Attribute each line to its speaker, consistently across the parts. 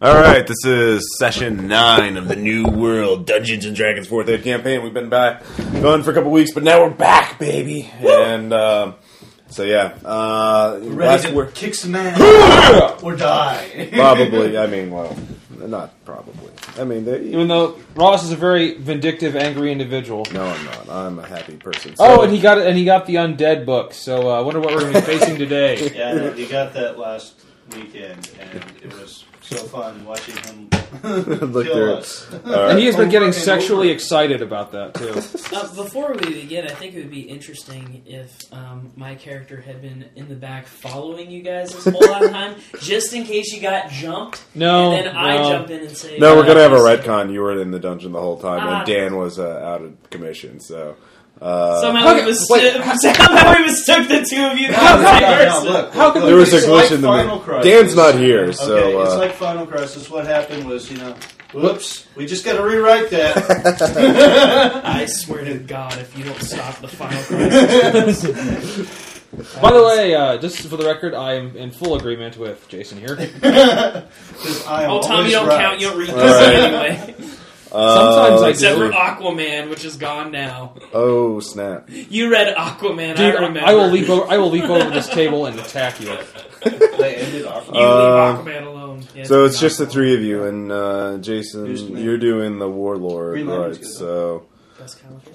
Speaker 1: All right, this is session nine of the New World Dungeons and Dragons Fourth Ed campaign. We've been back gone for a couple weeks, but now we're back, baby. And um, so yeah, uh,
Speaker 2: Ready
Speaker 1: last
Speaker 2: to
Speaker 1: week
Speaker 2: kick some ass or die.
Speaker 1: probably. I mean, well, not probably. I mean, they,
Speaker 3: Even though Ross is a very vindictive, angry individual.
Speaker 1: no, I'm not. I'm a happy person.
Speaker 3: Oh, and he got and he got the undead book. So uh, I wonder what we're going to be facing today.
Speaker 2: Yeah, no, you got that last weekend, and it was so fun watching him
Speaker 1: look
Speaker 2: kill
Speaker 1: there.
Speaker 2: us.
Speaker 1: All
Speaker 3: And
Speaker 1: right.
Speaker 3: he has been
Speaker 2: Over
Speaker 3: getting
Speaker 2: and
Speaker 3: sexually
Speaker 2: over.
Speaker 3: excited about that too.
Speaker 4: Uh, before we begin, I think it would be interesting if um, my character had been in the back following you guys this whole lot of time, just in case you got jumped.
Speaker 3: No,
Speaker 4: and then I
Speaker 3: no.
Speaker 4: jump in and say,
Speaker 1: No, we're gonna have a
Speaker 4: red
Speaker 1: retcon. You were in the dungeon the whole time,
Speaker 4: Ah.
Speaker 1: and Dan was uh, out of commission. So uh,
Speaker 4: Somehow we
Speaker 3: Okay,
Speaker 4: mistook,
Speaker 3: wait.
Speaker 4: somehow we mistook the two of you.
Speaker 3: How- how-
Speaker 4: guys. Like,
Speaker 2: Yeah,
Speaker 4: versus-
Speaker 2: no, look,
Speaker 3: How
Speaker 2: look,
Speaker 3: can
Speaker 2: look,
Speaker 1: there was a
Speaker 2: Oh, it's
Speaker 1: glitch
Speaker 2: like
Speaker 1: in the
Speaker 2: Final
Speaker 1: movie.
Speaker 2: Crisis.
Speaker 1: Dan's not here, so
Speaker 2: okay, it's
Speaker 1: uh,
Speaker 2: like Final Crisis. What happened was, you know, whoops, we just got to rewrite that.
Speaker 4: I swear to God, if you don't stop the final crisis.
Speaker 3: By the way, uh, just for the record, I am in full agreement with Jason here.
Speaker 2: 'Cause I am
Speaker 4: Oh, Tom,
Speaker 2: always
Speaker 4: you don't
Speaker 2: right.
Speaker 4: count. You don't read this
Speaker 1: Alright.
Speaker 4: anyway.
Speaker 3: Uh, Sometimes I
Speaker 4: Except for
Speaker 3: disagree.
Speaker 4: Aquaman, which is gone now.
Speaker 1: oh snap.
Speaker 4: You read Aquaman.
Speaker 3: Dude,
Speaker 4: I
Speaker 3: I,
Speaker 4: remember.
Speaker 3: will leap over. I will leap over this table and attack you.
Speaker 2: They ended off.
Speaker 4: You leave
Speaker 1: Uh,
Speaker 4: Aquaman alone. Yeah,
Speaker 1: So it's just the
Speaker 4: Aquaman.
Speaker 1: three of you, and uh,
Speaker 2: Just
Speaker 1: Jason,
Speaker 2: me.
Speaker 1: you're doing the warlord,
Speaker 2: Green
Speaker 1: right?
Speaker 2: Lantern's good.
Speaker 1: So,
Speaker 4: That's kind of-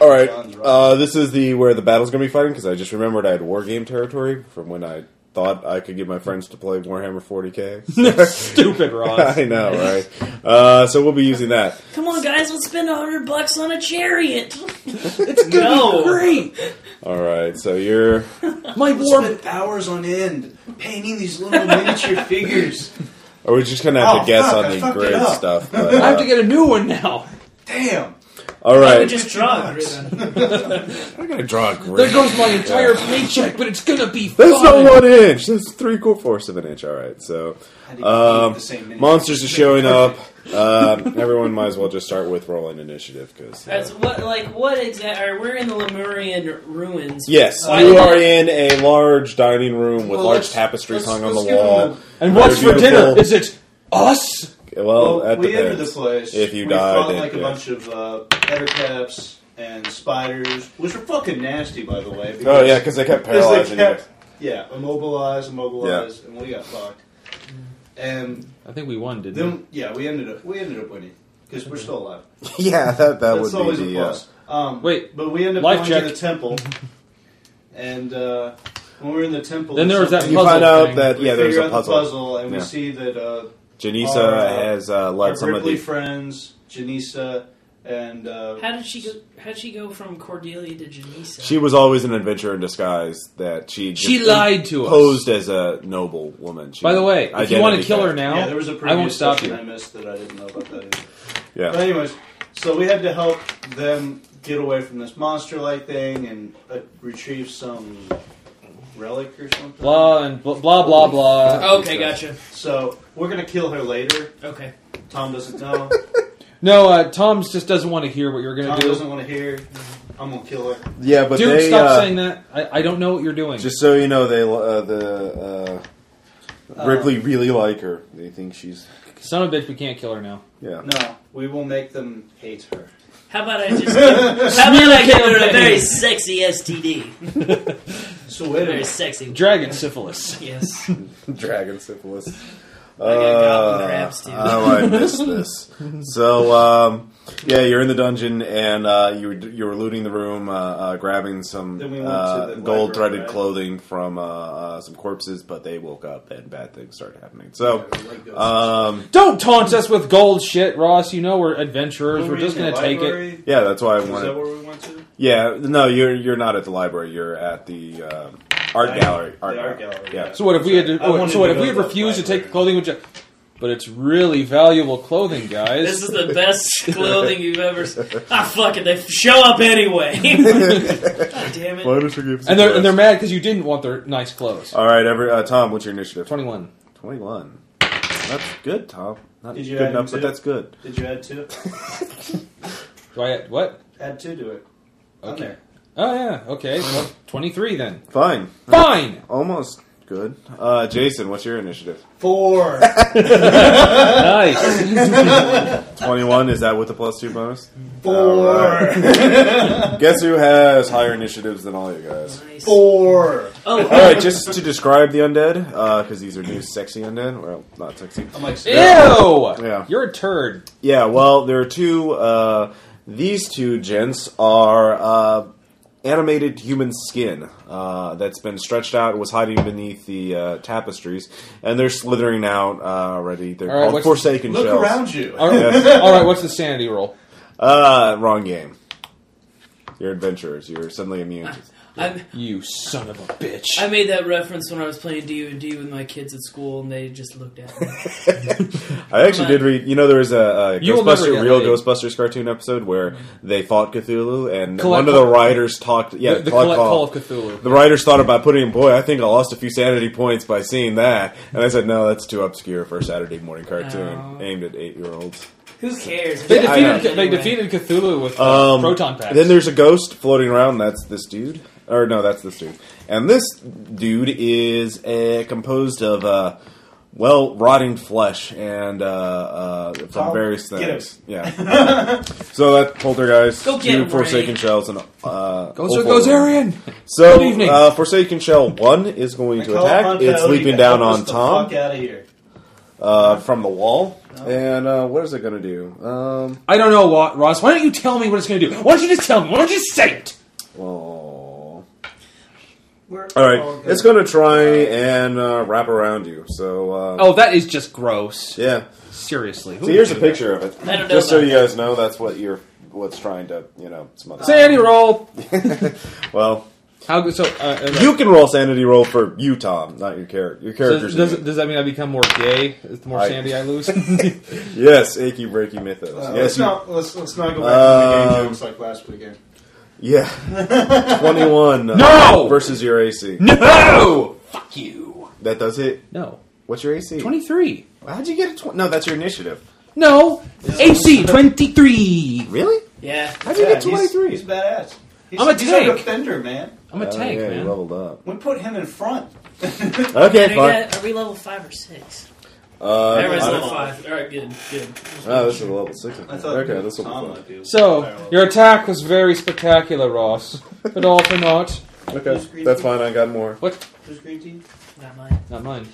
Speaker 1: all right,
Speaker 2: John's right.
Speaker 1: uh, this is the where the battle's gonna be fighting because I just remembered I had war game territory from when I thought I could get my friends to play Warhammer 40k.
Speaker 3: Stupid Ross.
Speaker 1: I know, right? Uh, so we'll be using that.
Speaker 4: Come on, guys, let's spend a hundred bucks on a chariot. it's no.
Speaker 3: Great,
Speaker 1: All right, so you're
Speaker 3: my
Speaker 2: We
Speaker 3: war.
Speaker 2: spent hours on end painting these little miniature figures.
Speaker 1: or we're just gonna have
Speaker 2: Oh,
Speaker 1: to guess
Speaker 2: fuck, I
Speaker 1: on the
Speaker 2: fucked it
Speaker 1: grade
Speaker 2: up.
Speaker 1: stuff. But,
Speaker 3: I have
Speaker 1: uh,
Speaker 3: to get a new one now.
Speaker 2: Damn.
Speaker 1: all
Speaker 4: I
Speaker 1: right,
Speaker 4: would just draw it.
Speaker 1: I'm gonna draw a
Speaker 3: There
Speaker 1: grid.
Speaker 3: goes my entire paycheck, but it's gonna be
Speaker 1: That's
Speaker 3: fun.
Speaker 1: not one inch. That's three quarter fourths of an inch. All right, so.
Speaker 2: How do you
Speaker 1: Um,
Speaker 2: paint the same miniature?
Speaker 1: Monsters are showing up. Uh, everyone might as well just start with rolling initiative uh, because.
Speaker 4: That's what, like, what exactly? We're in the Lemurian ruins.
Speaker 1: yes,
Speaker 4: Why
Speaker 1: you
Speaker 4: did-
Speaker 1: are in a large dining room with
Speaker 2: Well,
Speaker 1: large
Speaker 2: let's-
Speaker 1: tapestries
Speaker 2: let's-
Speaker 1: hung on the
Speaker 2: let's give
Speaker 1: wall.
Speaker 2: them
Speaker 3: And what's for
Speaker 1: Beautiful.
Speaker 3: dinner? Is it us?
Speaker 1: Well,
Speaker 2: Well,
Speaker 1: at
Speaker 2: we
Speaker 1: the
Speaker 2: entered
Speaker 1: end.
Speaker 2: the place.
Speaker 1: If you
Speaker 2: we
Speaker 1: died,
Speaker 2: fought
Speaker 1: then-
Speaker 2: like a
Speaker 1: yeah.
Speaker 2: bunch of uh, caps and spiders, which were fucking nasty, by the way. Because,
Speaker 1: oh yeah, because they kept
Speaker 2: because
Speaker 1: paralyzing
Speaker 2: they
Speaker 1: you.
Speaker 2: kept yeah immobilized, immobilized, and we got fucked. And
Speaker 3: I think we won, didn't we?
Speaker 2: then yeah, we ended up we ended up winning because we're still alive.
Speaker 1: yeah, that, that
Speaker 2: That's
Speaker 1: would
Speaker 2: always
Speaker 1: be the.
Speaker 2: a
Speaker 1: Uh,
Speaker 2: plus. Um,
Speaker 3: Wait,
Speaker 2: but we ended up
Speaker 3: life
Speaker 2: going
Speaker 3: check.
Speaker 2: to the temple, and uh, when we were in the temple,
Speaker 3: Then there was that
Speaker 2: something-
Speaker 1: you
Speaker 3: Puzzle
Speaker 1: find out
Speaker 3: thing.
Speaker 1: that
Speaker 2: we
Speaker 1: yeah, there's
Speaker 2: figure
Speaker 1: a
Speaker 2: out the
Speaker 1: puzzle.
Speaker 2: puzzle, and we
Speaker 1: Yeah.
Speaker 2: see that. Uh,
Speaker 1: Janissa
Speaker 2: Our, uh,
Speaker 1: has uh, led
Speaker 2: our
Speaker 1: some of
Speaker 2: Ripley
Speaker 1: the.
Speaker 2: friends, Janissa, and uh,
Speaker 4: How did she go? How did she go from Cordelia to Janissa?
Speaker 1: She was always an adventurer in disguise. That she just
Speaker 3: She lied to us.
Speaker 1: posed as a noble woman. She
Speaker 3: By the way, if you want to
Speaker 1: identity
Speaker 3: kill her
Speaker 1: theft.
Speaker 3: now,
Speaker 2: yeah, there was a
Speaker 3: I won't
Speaker 2: previous
Speaker 3: stop
Speaker 2: session
Speaker 3: you.
Speaker 2: I missed that I didn't know about that. Either. But
Speaker 1: yeah,
Speaker 2: anyways, so we had to help them get away from this monster-like thing and uh, retrieve some relic or something.
Speaker 3: Blah and blah blah blah. blah.
Speaker 4: okay, gotcha.
Speaker 2: So we're gonna kill her later.
Speaker 4: Okay.
Speaker 2: Tom doesn't know.
Speaker 3: No, uh, Tom's just doesn't want to hear what you're going
Speaker 2: Tom
Speaker 3: to do. Mm-hmm.
Speaker 2: doesn't want to hear. I'm gonna kill her.
Speaker 1: yeah, but
Speaker 3: Dude,
Speaker 1: they
Speaker 3: stop
Speaker 1: uh,
Speaker 3: saying that. I, I don't know what you're doing.
Speaker 1: Just so you know, they uh, the uh, Ripley really like her. They think she's
Speaker 3: Son of a bitch, we can't kill her now.
Speaker 1: yeah.
Speaker 2: No, we will make them hate her.
Speaker 4: How about I just? how about I give her a very sexy STD?
Speaker 2: So wait a
Speaker 4: Very
Speaker 2: minute.
Speaker 4: sexy.
Speaker 3: Dragon syphilis.
Speaker 4: yes.
Speaker 1: Dragon syphilis.
Speaker 4: goblin
Speaker 1: Uh,
Speaker 4: raps, dude.
Speaker 1: oh, I missed this. So um, yeah, you're in the dungeon and uh, you were, you were looting the room, uh, uh, grabbing some
Speaker 2: Then we went to
Speaker 1: uh,
Speaker 2: the
Speaker 1: gold threaded
Speaker 2: library, right?
Speaker 1: clothing from uh, uh, some corpses, but they woke up and bad things started happening. So.
Speaker 2: Like those-
Speaker 3: Uh,
Speaker 1: Um,
Speaker 3: Don't taunt us with gold shit, Ross. You know we're adventurers.
Speaker 2: Were
Speaker 3: we're
Speaker 2: we
Speaker 3: just
Speaker 2: in the
Speaker 3: going to take it.
Speaker 2: library?
Speaker 1: yeah, that's why I
Speaker 2: Is that
Speaker 1: wanted.
Speaker 2: where we went to?
Speaker 1: Yeah, no, you're you're not at the library. You're at the um art
Speaker 2: Yeah,
Speaker 1: gallery.
Speaker 2: the art gallery, yeah.
Speaker 3: So what if we had to,
Speaker 2: I wanted
Speaker 3: so what
Speaker 2: to
Speaker 3: if
Speaker 2: go
Speaker 3: we
Speaker 2: to
Speaker 3: had
Speaker 2: the
Speaker 3: refused to take
Speaker 2: library.
Speaker 3: the clothing? Which, but it's really valuable clothing, guys.
Speaker 4: This is the best clothing you've ever. s- Ah, fuck it. They show up anyway. God damn it.
Speaker 1: Why don't you give
Speaker 3: and they're and they're mad because you didn't want their nice clothes.
Speaker 1: All right, every uh, Tom, what's your initiative?
Speaker 3: Twenty one.
Speaker 1: 21. That's good, Tom. Not
Speaker 2: Did you
Speaker 1: good
Speaker 2: add
Speaker 1: enough,
Speaker 2: him
Speaker 1: but
Speaker 2: too?
Speaker 1: that's good.
Speaker 2: Did you add two?
Speaker 3: Do I what?
Speaker 2: Add two to it. I'm
Speaker 3: Okay.
Speaker 2: there.
Speaker 3: Oh yeah. Okay. Well, twenty three then.
Speaker 1: Fine.
Speaker 3: Fine.
Speaker 1: Almost. Good. Uh, Jason, what's your initiative?
Speaker 2: Four.
Speaker 3: Nice.
Speaker 1: 21, is that with the plus two bonus?
Speaker 2: Four.
Speaker 1: Guess who has higher initiatives than all you guys?
Speaker 4: Nice.
Speaker 2: Four.
Speaker 4: Oh,
Speaker 1: All right, just to describe the undead, because these are new sexy undead. Well, not sexy.
Speaker 2: I'm like,
Speaker 3: Ew.
Speaker 1: Yeah.
Speaker 3: You're a turd.
Speaker 1: Yeah, well, there are two. Uh, these two gents are uh, animated human skin uh, that's been stretched out, was hiding beneath the uh, tapestries, and they're slithering out uh, already. They're
Speaker 3: All right,
Speaker 1: called
Speaker 3: what's-
Speaker 1: Forsaken
Speaker 2: look
Speaker 1: Shells.
Speaker 2: around you.
Speaker 3: All right, all right, what's the sanity roll?
Speaker 1: Uh, wrong game. You're adventurers. You're suddenly immune.
Speaker 4: I,
Speaker 3: You son of a bitch.
Speaker 4: I made that reference when I was playing D and D with my kids at school, and they just looked at me.
Speaker 1: I actually did read. You know, there was a, a
Speaker 3: You will never
Speaker 1: Ghostbuster,
Speaker 3: get
Speaker 1: real
Speaker 3: laid.
Speaker 1: Ghostbusters cartoon episode where they fought Cthulhu, and
Speaker 3: Collect-
Speaker 1: one of the writers talked. Yeah,
Speaker 3: the the
Speaker 1: Collect
Speaker 3: collect
Speaker 1: Call.
Speaker 3: call of Cthulhu.
Speaker 1: The writers thought about putting, boy, I think I lost a few sanity points by seeing that. And I said, no, that's too obscure for a Saturday morning cartoon
Speaker 4: Oh.
Speaker 1: aimed at eight year olds.
Speaker 4: Who cares?
Speaker 3: They
Speaker 1: I
Speaker 3: defeated.
Speaker 4: know.
Speaker 3: They defeated Cthulhu with uh,
Speaker 1: Um,
Speaker 3: proton packs.
Speaker 1: Then there's a ghost floating around. That's this dude. Or no, that's this dude. And this dude is uh, composed of, uh, well, rotting flesh and uh, uh, from
Speaker 2: Tom,
Speaker 1: various
Speaker 2: get
Speaker 1: things. Yeah. so that poltergeist,
Speaker 4: Go get
Speaker 1: two
Speaker 4: him,
Speaker 1: Forsaken
Speaker 4: Ray.
Speaker 1: Shells, and uh,
Speaker 3: Gozer
Speaker 1: Opal.
Speaker 3: Gozerian.
Speaker 1: So,
Speaker 3: Good evening.
Speaker 1: Uh, Forsaken Shell 1 is going to
Speaker 2: Call
Speaker 1: attack.
Speaker 2: upon
Speaker 1: It's
Speaker 2: Coyote
Speaker 1: leaping
Speaker 2: to
Speaker 1: down
Speaker 2: uh, help us
Speaker 1: on
Speaker 2: the
Speaker 1: Tom
Speaker 2: Fuck out of here.
Speaker 1: uh, from the wall.
Speaker 2: No.
Speaker 1: And uh, what is it going to do? Um,
Speaker 3: I don't know, Wa- Ross. Why don't you tell me what it's going to do? Why don't you just tell me? Why don't you just say it?
Speaker 1: well,
Speaker 2: We're
Speaker 1: all right,
Speaker 2: all Oh, good.
Speaker 1: oh. it's going to try and uh, wrap around you. So uh,
Speaker 3: Oh, that is just gross.
Speaker 1: yeah.
Speaker 3: Seriously. Who
Speaker 1: So here's a
Speaker 3: would do
Speaker 1: picture of
Speaker 4: I don't
Speaker 1: it,
Speaker 4: know
Speaker 1: just so
Speaker 4: about
Speaker 1: you guys know that's what you're what's trying to you know smother.
Speaker 3: that? Sanity roll.
Speaker 1: well,
Speaker 3: How good? So, uh, uh,
Speaker 1: you can roll sanity roll for you, Tom, not your character. Your
Speaker 3: so
Speaker 1: character's
Speaker 3: does,
Speaker 1: immune.
Speaker 3: does that mean I become more gay? Is The more
Speaker 1: I-
Speaker 3: sanity I lose.
Speaker 1: yes, achy breaky mythos.
Speaker 2: Uh,
Speaker 1: yes,
Speaker 2: let's,
Speaker 1: you
Speaker 2: not, let's, let's not go back to the
Speaker 1: Um,
Speaker 2: game jokes like last weekend.
Speaker 1: Yeah. 21. uh,
Speaker 3: No!
Speaker 1: versus your AC.
Speaker 3: no. Fuck you.
Speaker 1: That does hit.
Speaker 3: No.
Speaker 1: What's your AC?
Speaker 3: Twenty-three.
Speaker 1: How'd you get a 20? No, that's your initiative.
Speaker 3: No. AC twenty-three.
Speaker 1: Really?
Speaker 4: Yeah.
Speaker 1: How'd you get
Speaker 2: Yeah, he's-
Speaker 1: 23?
Speaker 2: He's, badass. He's,
Speaker 3: I'm a
Speaker 2: he's our
Speaker 3: tank.
Speaker 2: defender, man.
Speaker 3: I'm a
Speaker 1: Oh,
Speaker 3: tank,
Speaker 1: yeah, you
Speaker 3: man.
Speaker 1: leveled up.
Speaker 2: We put him in front.
Speaker 1: Okay,
Speaker 4: Are we
Speaker 1: fine.
Speaker 4: at- are we level five or six?
Speaker 1: Uh,
Speaker 4: Everybody's
Speaker 1: I don't-
Speaker 4: level five. All right, good, good.
Speaker 1: oh, this is a level 6.
Speaker 2: I thought
Speaker 1: okay, this will be
Speaker 2: Tom
Speaker 1: fun.
Speaker 2: might be-
Speaker 3: So your attack was very spectacular, Ross, but all for naught.
Speaker 1: Okay, that's fine. I got more.
Speaker 3: What?
Speaker 2: Who's green tea?
Speaker 4: Not mine.
Speaker 3: Not mine.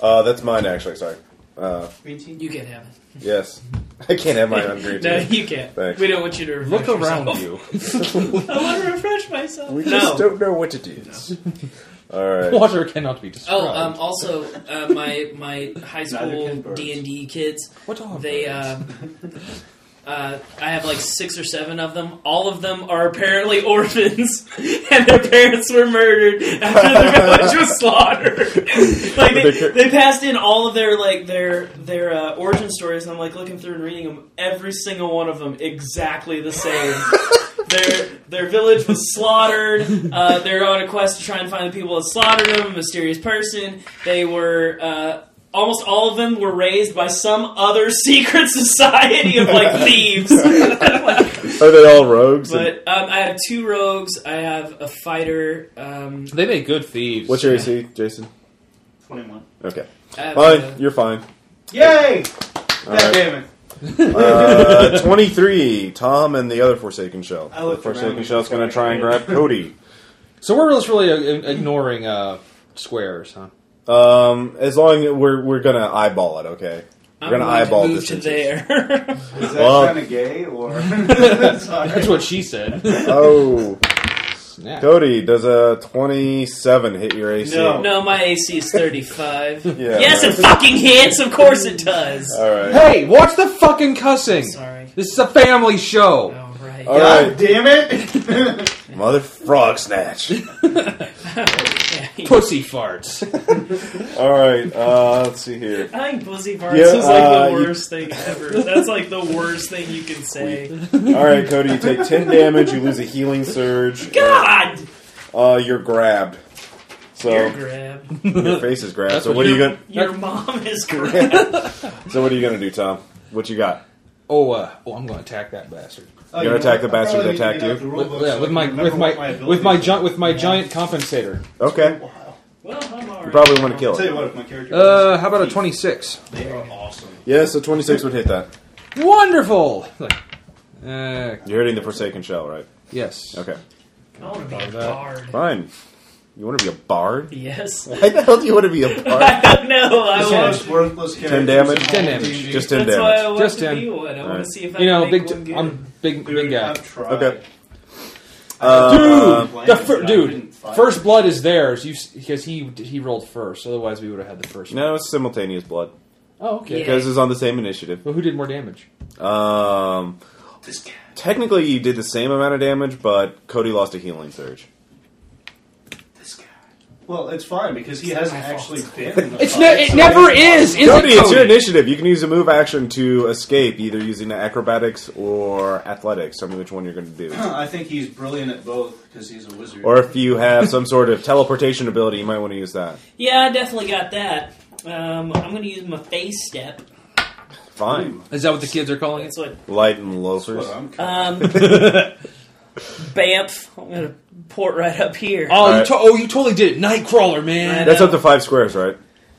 Speaker 1: Uh, that's mine, actually. Sorry. Uh,
Speaker 2: Green tea?
Speaker 4: You can't have it.
Speaker 1: yes. I can't have mine on green
Speaker 4: no,
Speaker 1: tea.
Speaker 4: you can't.
Speaker 1: Thanks.
Speaker 4: We don't want you to refresh
Speaker 3: Look around
Speaker 4: yourself.
Speaker 3: you.
Speaker 4: I want to refresh myself.
Speaker 1: We
Speaker 4: no.
Speaker 1: just don't know what it is. Alright.
Speaker 3: Water cannot be described.
Speaker 4: Oh, um, also, uh, my my high school
Speaker 2: can birds.
Speaker 4: D and D kids,
Speaker 3: what are
Speaker 4: they, uh, uh, I have like six or seven of them. All of them are apparently orphans, and their parents were murdered after the village was slaughtered. like they, they passed in all of their like their their uh, origin stories, and I'm like looking through and reading them. Every single one of them exactly the same. Their, their village was slaughtered. Uh, they're on a quest to try and find the people that slaughtered them. A mysterious person. They were uh, almost all of them were raised by some other secret society of like thieves.
Speaker 1: Are they all rogues?
Speaker 4: but um, I have two rogues. I have a fighter. Um,
Speaker 3: They make good thieves.
Speaker 1: What's your AC, Jason?
Speaker 2: 21.
Speaker 1: Okay.
Speaker 4: I have
Speaker 1: Fine.
Speaker 4: a-
Speaker 1: You're fine.
Speaker 2: Yay!
Speaker 1: All right.
Speaker 2: Goddammit.
Speaker 1: Uh, 23. Tom and the other Forsaken Shell.
Speaker 2: I
Speaker 1: The
Speaker 2: looked
Speaker 1: Forsaken
Speaker 2: around
Speaker 1: Shell's going to
Speaker 2: before
Speaker 1: try
Speaker 2: I
Speaker 1: and grab
Speaker 2: got
Speaker 1: Cody.
Speaker 3: So we're just really uh, ignoring uh, squares, huh?
Speaker 1: Um, as long as we're, we're going to eyeball it, okay? We're
Speaker 4: I'm
Speaker 1: going to
Speaker 4: going
Speaker 1: eyeball
Speaker 4: move
Speaker 1: this.
Speaker 4: to there.
Speaker 2: Is that
Speaker 1: Well-
Speaker 2: kind of gay or? That's
Speaker 3: That's
Speaker 2: not-
Speaker 3: what she said.
Speaker 1: Oh,
Speaker 3: Snap.
Speaker 1: Cody, does a 27 hit your AC?
Speaker 2: No.
Speaker 4: no, my AC is 35.
Speaker 1: Yeah, Uh,
Speaker 4: yes,
Speaker 1: right.
Speaker 4: it fucking hits. Of course it does.
Speaker 1: All right.
Speaker 3: Hey, watch the fucking cussing.
Speaker 4: Sorry.
Speaker 3: This is a family show.
Speaker 4: All right.
Speaker 1: All
Speaker 2: God
Speaker 1: right.
Speaker 2: damn it!
Speaker 1: Mother frog snatch.
Speaker 4: Yeah.
Speaker 3: Pussy farts.
Speaker 1: All right. Uh, let's see here.
Speaker 4: I think pussy farts
Speaker 1: Yeah,
Speaker 4: is like
Speaker 1: uh,
Speaker 4: the
Speaker 1: you-
Speaker 4: worst thing ever. That's like the worst thing you can say.
Speaker 1: All right, Cody, you take 10 damage. You lose a healing surge.
Speaker 4: God,
Speaker 1: Uh, you're grabbed. So
Speaker 4: you're grabbed.
Speaker 1: your face is grabbed.
Speaker 3: That's
Speaker 1: So
Speaker 3: what
Speaker 1: what are you
Speaker 3: you-
Speaker 1: gonna?
Speaker 4: Your mom is grabbed.
Speaker 1: So what are you gonna do, Tom? What you got?
Speaker 3: Oh, uh, oh, I'm going to attack that bastard.
Speaker 2: Oh,
Speaker 1: You
Speaker 2: know
Speaker 1: attack the
Speaker 2: what? I
Speaker 1: bastard
Speaker 2: probably
Speaker 1: that
Speaker 2: need to
Speaker 1: attacked
Speaker 2: get
Speaker 1: you?
Speaker 2: out the rule
Speaker 3: With,
Speaker 2: book
Speaker 3: yeah,
Speaker 2: so I
Speaker 3: with
Speaker 2: can
Speaker 3: my
Speaker 2: remember
Speaker 3: with
Speaker 2: what
Speaker 3: my with
Speaker 2: abilities
Speaker 3: my
Speaker 2: are.
Speaker 3: gi- with my
Speaker 2: Yeah.
Speaker 3: giant compensator.
Speaker 1: Okay.
Speaker 2: Wow.
Speaker 4: Well, I'm alright.
Speaker 1: You probably want to
Speaker 2: I'll
Speaker 1: kill
Speaker 2: tell you
Speaker 1: it.
Speaker 2: what, if my character.
Speaker 3: Uh, how about a 26?
Speaker 2: They are awesome.
Speaker 1: Yes, so 26 would hit that.
Speaker 3: Wonderful! Like, uh,
Speaker 1: You're hitting the Forsaken Shell, right?
Speaker 3: yes.
Speaker 1: Okay.
Speaker 4: I want to be a
Speaker 3: About that.
Speaker 4: bard.
Speaker 1: Fine. You want to be a bard?
Speaker 4: Yes.
Speaker 1: Why the hell do you want to be a
Speaker 4: I
Speaker 1: bard?
Speaker 4: don't know. I
Speaker 2: The
Speaker 4: want.
Speaker 2: most Oh, worthless characters. in
Speaker 1: damage?
Speaker 2: all
Speaker 3: Ten
Speaker 2: of
Speaker 3: damage.
Speaker 2: D&D.
Speaker 1: Just 10
Speaker 4: That's why I
Speaker 1: damage.
Speaker 4: want
Speaker 3: Just
Speaker 4: to
Speaker 3: 10.
Speaker 4: be one. I want
Speaker 1: Alright.
Speaker 4: to see if I
Speaker 3: You know,
Speaker 4: can make
Speaker 3: big.
Speaker 4: one good.
Speaker 3: I'm big,
Speaker 2: Dude,
Speaker 3: big guy.
Speaker 2: I've tried.
Speaker 1: Okay.
Speaker 3: Dude,
Speaker 1: Uh,
Speaker 2: Blank
Speaker 3: the fir-
Speaker 2: shot
Speaker 3: dude,
Speaker 2: didn't fire.
Speaker 3: first blood is theirs. You because he he rolled first. Otherwise, we would have had the first. one.
Speaker 1: No, it's simultaneous blood.
Speaker 3: Oh, okay.
Speaker 4: Yeah.
Speaker 1: Because it's on the same initiative.
Speaker 3: Well, who did more damage?
Speaker 1: Um,
Speaker 2: This guy.
Speaker 1: technically, you did the same amount of damage, but Cody lost a healing surge.
Speaker 2: This guy. Well, it's fine because he
Speaker 4: It's
Speaker 2: hasn't
Speaker 4: my fault.
Speaker 2: actually been. In the
Speaker 3: It's
Speaker 2: fight,
Speaker 3: ne- it
Speaker 2: so
Speaker 3: never is. Is
Speaker 1: Cody,
Speaker 3: it
Speaker 1: it's your
Speaker 3: Cody?
Speaker 1: initiative. You can use a move action to escape, either using the acrobatics or athletics. Tell me which one you're going to do.
Speaker 2: I think he's brilliant at both because he's a wizard.
Speaker 1: Or if you have some sort of teleportation ability, you might want to use that.
Speaker 4: Yeah, I definitely got that. Um, I'm going to use my face step.
Speaker 1: Fine.
Speaker 3: Is that what the kids are calling
Speaker 4: That's what.
Speaker 1: Light and
Speaker 2: That's
Speaker 1: loafers.
Speaker 2: what I'm kind
Speaker 4: Um,
Speaker 3: it?
Speaker 4: Bamf. I'm going to port right up here.
Speaker 3: Oh, you
Speaker 1: Alright.
Speaker 3: to- oh, you totally did it, Nightcrawler, man.
Speaker 1: That's up to five squares, right?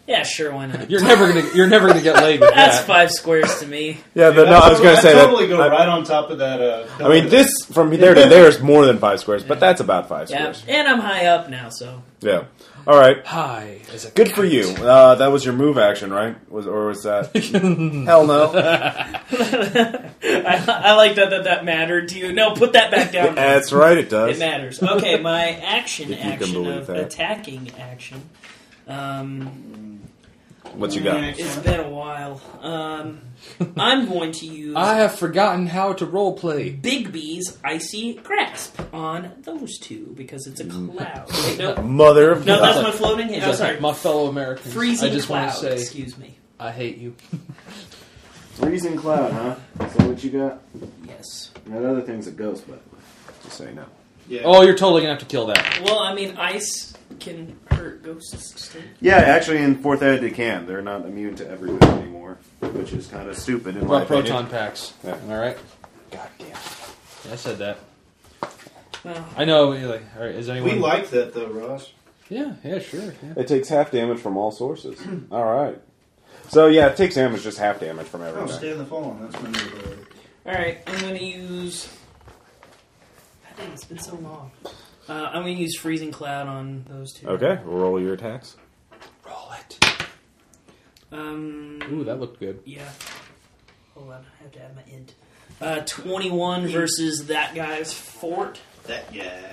Speaker 4: Yeah, sure, why not?
Speaker 3: You're never gonna you're never gonna get laid with
Speaker 4: That's
Speaker 3: that.
Speaker 4: five squares to me.
Speaker 1: Yeah,
Speaker 2: of-
Speaker 1: the, no, I was going to
Speaker 2: I'd
Speaker 1: say that.
Speaker 2: totally go
Speaker 1: I,
Speaker 2: right on top of that. Uh,
Speaker 1: I mean, this from there to there is more than five squares, but that's about five
Speaker 4: Yeah,
Speaker 1: squares.
Speaker 4: and I'm high up now, so
Speaker 1: Yeah. All right.
Speaker 3: Hi, as a
Speaker 1: Good for
Speaker 3: kite.
Speaker 1: you. Uh, that was your move action, right? Was or was that? Hell no.
Speaker 4: I, I like that, that that mattered to you. No, put that back down.
Speaker 1: That's right. It
Speaker 4: it
Speaker 1: does.
Speaker 4: matters. Okay, my action
Speaker 1: If you can
Speaker 4: action
Speaker 1: believe
Speaker 4: of
Speaker 1: that.
Speaker 4: attacking action. Um,
Speaker 1: What you got?
Speaker 4: it's been a while. Um, I'm going to use
Speaker 3: I have forgotten how to role play.
Speaker 4: Bigby's icy grasp on those two because it's a
Speaker 1: Mm.
Speaker 4: cloud. Wait, no,
Speaker 1: Mother of
Speaker 4: no, that's
Speaker 1: God.
Speaker 4: my floating hand. Oh, sorry,
Speaker 3: my fellow Americans.
Speaker 4: freezing
Speaker 3: I just
Speaker 4: cloud.
Speaker 3: want to say
Speaker 4: Excuse me.
Speaker 3: I hate you.
Speaker 1: Freezing cloud, huh? So what you got?
Speaker 4: Yes.
Speaker 1: Got other things that goes, but just say no.
Speaker 2: yeah.
Speaker 3: Oh, you're totally gonna have to kill that.
Speaker 4: Well, I mean, ice can hurt ghosts. Too.
Speaker 1: Yeah, actually, in fourth ed they can. They're not immune to everything anymore, which is kind of stupid in
Speaker 3: What
Speaker 1: my
Speaker 3: about proton packs?
Speaker 1: Yeah.
Speaker 3: All right. God damn. I said that.
Speaker 4: Well,
Speaker 3: I know. you're Like, all right. Is
Speaker 2: we
Speaker 3: anyone?
Speaker 2: like that though, Ross.
Speaker 3: yeah. Yeah. Sure. Yeah.
Speaker 1: It takes half damage from all sources. all right. So yeah, it takes damage, just half damage from
Speaker 2: Oh,
Speaker 1: everything.
Speaker 2: stay in the fallen. That's my new ability.
Speaker 4: all right. I'm going to use. God damn, it's been so long. Uh, I'm going to use freezing cloud on those two.
Speaker 1: Okay, roll your attacks.
Speaker 3: Roll it.
Speaker 4: Um.
Speaker 3: Ooh, that looked good.
Speaker 4: Yeah. Hold on, I have to add my int. Uh, 21 versus that guy's fort,
Speaker 2: That yeah.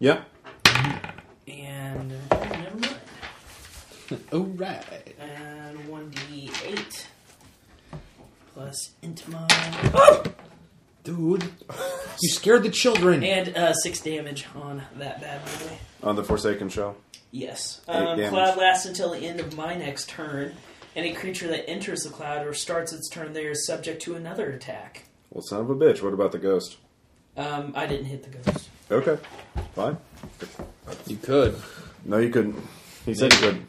Speaker 1: Yeah.
Speaker 4: and uh, never mind.
Speaker 3: All right.
Speaker 4: And one d eight plus int mod, Oh!
Speaker 3: Dude, you scared the children.
Speaker 4: and uh, six damage on that bad boy.
Speaker 1: On the Forsaken Show.
Speaker 4: Yes.
Speaker 1: Eight
Speaker 4: Um,
Speaker 1: damage.
Speaker 4: cloud lasts until the end of my next turn. Any creature that enters the cloud or starts its turn there is subject to another attack.
Speaker 1: Well, son of a bitch. What about the ghost?
Speaker 4: Um, I didn't hit the ghost.
Speaker 1: Okay, fine.
Speaker 3: You could.
Speaker 1: No, you couldn't. He said you couldn't.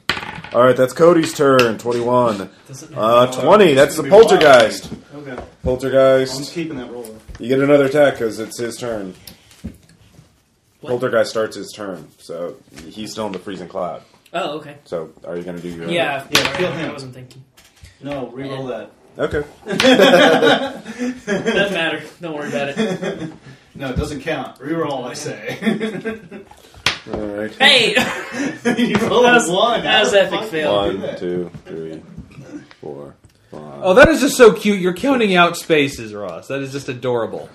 Speaker 1: All right, that's Cody's turn. Twenty-one.
Speaker 4: Doesn't
Speaker 1: Uh,
Speaker 2: Oh,
Speaker 1: twenty.
Speaker 2: it's
Speaker 1: That's the
Speaker 2: gonna be wild.
Speaker 1: poltergeist.
Speaker 2: Okay, I'm
Speaker 1: Poltergeist.
Speaker 2: keeping that roll.
Speaker 1: You get another attack because it's his turn.
Speaker 4: What?
Speaker 1: Poltergeist starts his turn, so he's still in the freezing cloud.
Speaker 4: Oh, okay.
Speaker 1: So, are you going to do your?
Speaker 4: Yeah,
Speaker 2: Yeah,
Speaker 4: alright,
Speaker 2: kill him.
Speaker 4: I wasn't thinking.
Speaker 2: No, re-roll that.
Speaker 1: Okay.
Speaker 4: Doesn't matter. Don't worry about it.
Speaker 2: No, it doesn't count. Reroll, I say. you
Speaker 1: All right.
Speaker 4: Hey,
Speaker 2: roll that
Speaker 4: That was-
Speaker 2: one.
Speaker 4: that was
Speaker 2: How the
Speaker 4: epic
Speaker 2: fuck
Speaker 4: fail.
Speaker 2: do you
Speaker 1: One,
Speaker 2: do that?
Speaker 1: two, three, four, five.
Speaker 3: Oh, that is just so cute. You're counting out spaces, Ross. That is just adorable.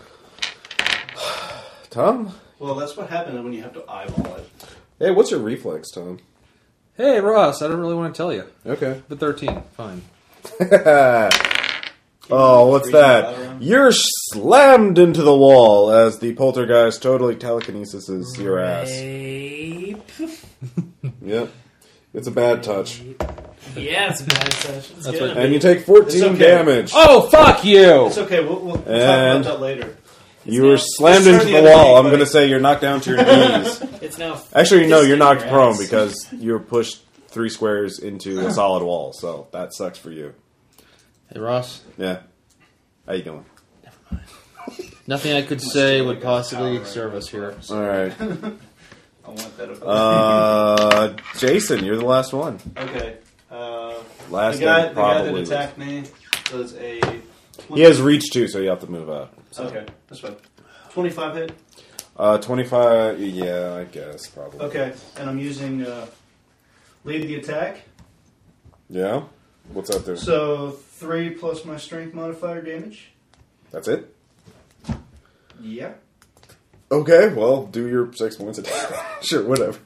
Speaker 1: Tom.
Speaker 2: Well, that's what happens when you have to eyeball it.
Speaker 1: Hey, what's your reflex, Tom?
Speaker 3: Hey, Ross, I don't really want to tell you,
Speaker 1: Okay.
Speaker 3: but 13, fine.
Speaker 1: oh, what's
Speaker 2: Freezing cloud
Speaker 1: that?
Speaker 2: around.
Speaker 1: You're slammed into the wall as the poltergeist totally telekinesis your ass.
Speaker 4: Rape.
Speaker 1: Yep. It's a bad touch.
Speaker 4: Yeah, it's a bad touch. It's
Speaker 3: That's
Speaker 4: good.
Speaker 1: And you take 14
Speaker 2: It's okay.
Speaker 1: damage.
Speaker 3: Oh, fuck you!
Speaker 2: It's okay. We'll, we'll talk
Speaker 1: And-
Speaker 2: about that later.
Speaker 1: you were
Speaker 4: It's
Speaker 1: slammed
Speaker 2: turn
Speaker 1: into
Speaker 2: the
Speaker 1: the
Speaker 2: other way,
Speaker 1: wall. I'm going to
Speaker 2: buddy.
Speaker 1: say you're knocked down to your knees.
Speaker 4: It's now.
Speaker 1: Actually, no, you're
Speaker 4: Fisting
Speaker 1: knocked
Speaker 4: your
Speaker 1: prone
Speaker 4: ass.
Speaker 1: because you're pushed three squares into a solid wall, so that sucks for you.
Speaker 3: Hey, Ross,
Speaker 1: Yeah. How you doing?
Speaker 3: nothing I could say would possibly serve us here.
Speaker 1: All right.
Speaker 2: I want that. Up.
Speaker 1: Uh, Jason, you're the last one.
Speaker 2: okay. Uh, the
Speaker 1: Last
Speaker 2: guy,
Speaker 1: one,
Speaker 2: the guy that
Speaker 1: probably.
Speaker 2: attacked me does a.
Speaker 1: He has reach too, so you have to move up.
Speaker 2: Okay, that's fine. Twenty-five hit.
Speaker 1: Uh, 25, yeah, I guess, probably.
Speaker 2: Okay, and I'm using uh, lead the attack.
Speaker 1: Yeah? What's out there?
Speaker 2: So three plus my strength modifier damage.
Speaker 1: That's it?
Speaker 2: Yeah.
Speaker 1: Okay, well, do your six points of damage. sure, whatever.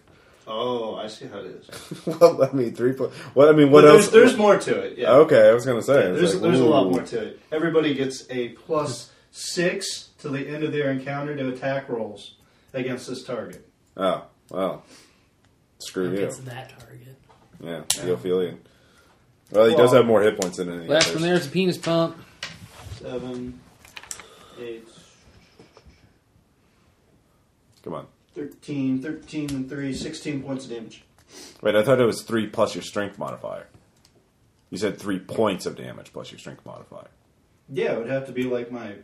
Speaker 2: Oh, I see how it is.
Speaker 1: well, I mean, three points. What, I mean, what
Speaker 2: But
Speaker 1: else?
Speaker 2: There's, there's more to it. Yeah.
Speaker 1: Okay, I was going to say. I was
Speaker 2: There's,
Speaker 1: like,
Speaker 2: there's a lot
Speaker 1: ooh.
Speaker 2: more to it. Everybody gets a plus six to the end of their encounter to attack rolls against this target.
Speaker 1: Oh, well. Screw you.
Speaker 4: Against that target.
Speaker 1: Yeah, Theophilian. Well, he does
Speaker 2: Well-
Speaker 1: have more hit points than any
Speaker 5: Last
Speaker 1: others.
Speaker 5: one there is a penis pump.
Speaker 2: Seven, eight,
Speaker 1: Come on.
Speaker 2: 13, 13, and 3, 16 points of damage.
Speaker 1: Wait, I thought it was three plus your strength modifier. You said three points of damage plus your strength modifier.
Speaker 2: Yeah, it would have to be like my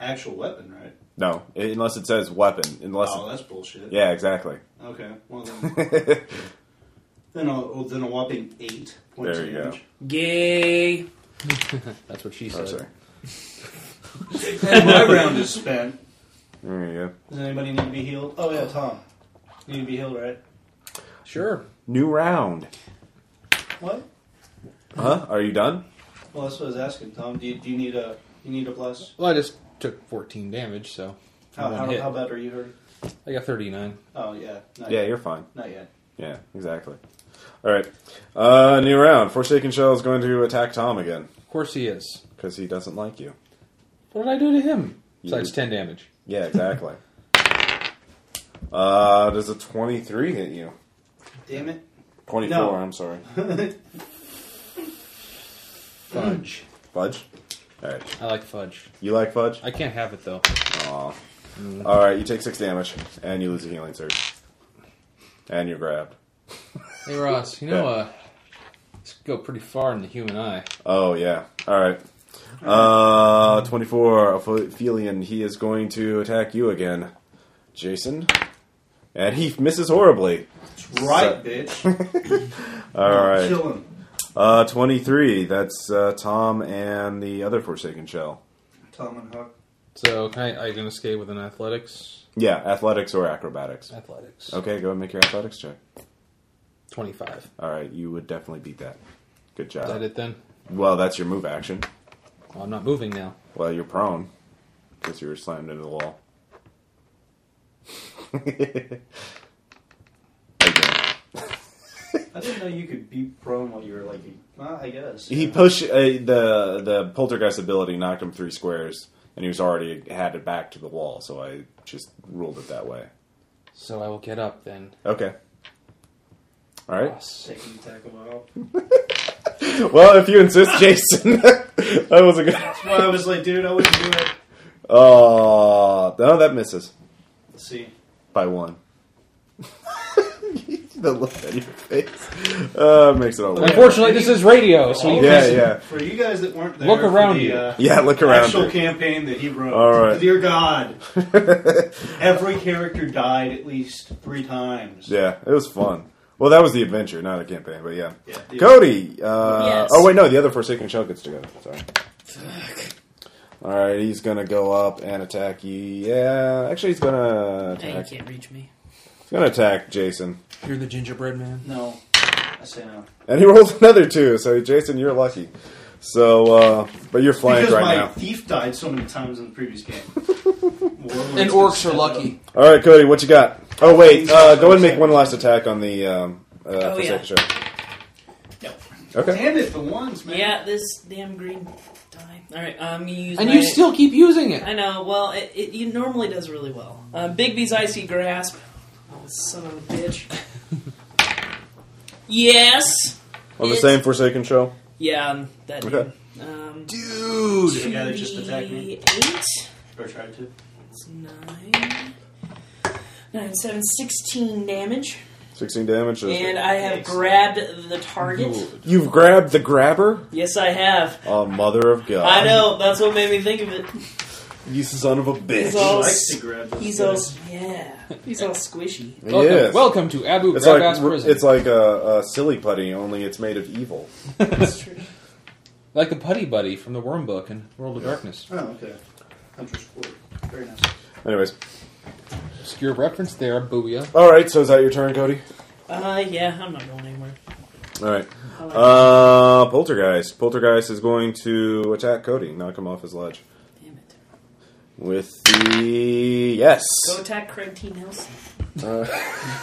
Speaker 2: actual weapon, right?
Speaker 1: No, i- unless it says weapon. Unless
Speaker 2: Oh,
Speaker 1: it-
Speaker 2: that's bullshit.
Speaker 1: yeah, exactly.
Speaker 2: Okay. Well then, then a, oh, then a whopping eight points
Speaker 1: There
Speaker 2: of
Speaker 1: you go.
Speaker 2: damage.
Speaker 4: Gay.
Speaker 5: That's what she
Speaker 1: oh,
Speaker 5: said.
Speaker 1: sorry.
Speaker 2: And my round is spent.
Speaker 1: There you go.
Speaker 2: Does anybody need to be healed? Oh yeah, Tom. You need to be healed, right?
Speaker 5: Sure.
Speaker 1: New round.
Speaker 2: What?
Speaker 1: Huh? Are you done?
Speaker 2: Well, that's what I was asking, Tom. Do you, do you need a you need a bless?
Speaker 5: Well, I just took 14 damage, so
Speaker 2: How,
Speaker 5: One
Speaker 2: how,
Speaker 5: hit.
Speaker 2: how bad are you hurt?
Speaker 5: I got 39.
Speaker 2: Oh yeah, not
Speaker 1: Yeah,
Speaker 2: yet.
Speaker 1: you're fine.
Speaker 2: not yet.
Speaker 1: Yeah, exactly. All right. Uh, new round. Forsaken Shell is going to attack Tom again
Speaker 5: Of course he is.
Speaker 1: because he doesn't like you.
Speaker 5: What did I do to him?
Speaker 1: You-
Speaker 5: Besides 10 damage.
Speaker 1: Yeah, exactly. uh, does a 23 hit you?
Speaker 2: Damn it!
Speaker 1: 24,
Speaker 2: No.
Speaker 1: I'm sorry.
Speaker 5: Fudge.
Speaker 1: Fudge? All right.
Speaker 5: I like fudge.
Speaker 1: You like fudge?
Speaker 5: I can't have it though.
Speaker 1: Aw. All right, you take six damage, and you lose a healing surge, and you're grabbed.
Speaker 5: Hey Ross, you know, uh, this could go pretty far in the human eye.
Speaker 1: Oh yeah. All right. Uh, twenty-four. Ophelion. He is going to attack you again, Jason, and he misses horribly.
Speaker 2: That's right,
Speaker 1: So-
Speaker 2: bitch.
Speaker 1: All right.
Speaker 2: Kill him.
Speaker 1: Uh, twenty-three. That's uh, Tom and the other Forsaken Shell.
Speaker 2: Tom and Huck.
Speaker 5: So can I, I can escape with an athletics?
Speaker 1: Yeah, athletics or acrobatics.
Speaker 5: Athletics.
Speaker 1: Okay, go ahead and make your athletics check.
Speaker 5: Twenty-five.
Speaker 1: All right, you would definitely beat that. Good
Speaker 5: Is that
Speaker 1: job.
Speaker 5: it then?
Speaker 1: Well, that's your move action.
Speaker 5: Well, I'm not moving now.
Speaker 1: Well, you're prone because you were slammed into the wall. Again.
Speaker 2: I didn't know you could be prone while you were like. Well, I guess.
Speaker 1: he pushed uh, the the poltergeist ability, knocked him three squares, and he was already had it back to the wall. So I just ruled it that way.
Speaker 5: So I will get up then.
Speaker 1: Okay. All right.
Speaker 5: Ross.
Speaker 2: Taking attack a while.
Speaker 1: Well, if you insist, Jason, that was a good.
Speaker 2: Well, I was like, dude, I wouldn't do it.
Speaker 1: Oh no, that misses
Speaker 2: Let's see.
Speaker 1: by one. the look on your face uh, makes it all. Worse.
Speaker 5: Unfortunately, this is radio, so you
Speaker 1: Yeah,
Speaker 5: can't-
Speaker 1: yeah.
Speaker 2: For you guys that weren't there,
Speaker 5: Look
Speaker 2: for
Speaker 5: around
Speaker 2: the,
Speaker 5: you.
Speaker 2: Uh,
Speaker 1: Yeah, look around.
Speaker 2: Actual
Speaker 1: you.
Speaker 2: campaign that he wrote.
Speaker 1: All right.
Speaker 2: Dear God, every character died at least three times.
Speaker 1: yeah, it was fun. Well, that was the adventure, not a campaign, but yeah.
Speaker 2: Yeah, the-
Speaker 1: Cody. Uh,
Speaker 4: Yes.
Speaker 1: Oh wait, no, the other Forsaken Shell gets to go. Sorry. All right, he's gonna go up and attack you. Yeah, actually, he's gonna
Speaker 4: Hey, you
Speaker 1: attack.
Speaker 4: can't reach me.
Speaker 1: He's gonna attack Jason,
Speaker 5: You're the gingerbread man.
Speaker 2: No, I say no.
Speaker 1: and he rolls another two. So Jason, you're lucky. So, uh, but you're flying
Speaker 2: because
Speaker 1: right
Speaker 2: my
Speaker 1: now.
Speaker 2: thief died so many times in the previous game.
Speaker 6: And orcs are lucky.
Speaker 1: All right, Cody, what you got? Oh wait, uh, go and make one last attack on the um, uh,
Speaker 4: Oh, yeah.
Speaker 1: Forsaken Shell.
Speaker 2: No.
Speaker 1: Okay.
Speaker 2: Damn it, the ones, man.
Speaker 4: Yeah, this damn green die. All right, I'm gonna use.
Speaker 6: And
Speaker 4: my-
Speaker 6: you still keep using it.
Speaker 4: I know. Well, it, it, it normally does really well. Uh, Bigby's icy grasp. Oh, son of a bitch. yes.
Speaker 1: On the
Speaker 4: It's-
Speaker 1: same Forsaken Shell.
Speaker 4: Yeah, um, that.
Speaker 1: Okay.
Speaker 4: dude. Um,
Speaker 1: Dude.
Speaker 2: The guy that just attacked me.
Speaker 4: 2d8.
Speaker 2: Or tried to.
Speaker 4: It's nine. Nine, seven, 16 damage.
Speaker 1: 16 damage. is-
Speaker 4: And I have
Speaker 2: Thanks.
Speaker 4: grabbed the target.
Speaker 1: You've grabbed the grabber?
Speaker 4: Yes, I have.
Speaker 1: Oh, mother of God.
Speaker 4: I know, that's what made me think of it.
Speaker 1: You son of a
Speaker 4: He's
Speaker 1: bitch.
Speaker 2: He
Speaker 4: all-
Speaker 2: likes to grab those
Speaker 4: He's all,
Speaker 2: guys.
Speaker 4: yeah, he's all squishy.
Speaker 3: Welcome,
Speaker 1: Yes.
Speaker 3: welcome to Abu
Speaker 1: It's
Speaker 3: Ghraib's
Speaker 1: like
Speaker 3: prison.
Speaker 1: it's like a, a silly putty, only it's made of evil.
Speaker 4: That's true.
Speaker 3: like the Putty Buddy from the Worm Book and World of Darkness.
Speaker 2: Oh, okay. Hunter's Fort. Very nice.
Speaker 1: Anyways,
Speaker 3: Obscure reference there, booyah.
Speaker 1: all right. So is that your turn, Cody?
Speaker 4: Uh, yeah, I'm not going anywhere.
Speaker 1: All right.
Speaker 4: I like
Speaker 1: Uh, Poltergeist. Poltergeist is going to attack Cody, knock him off his ledge
Speaker 4: it. Damn it.
Speaker 1: with the yes.
Speaker 4: Go attack Craig T. Nelson.
Speaker 1: Uh,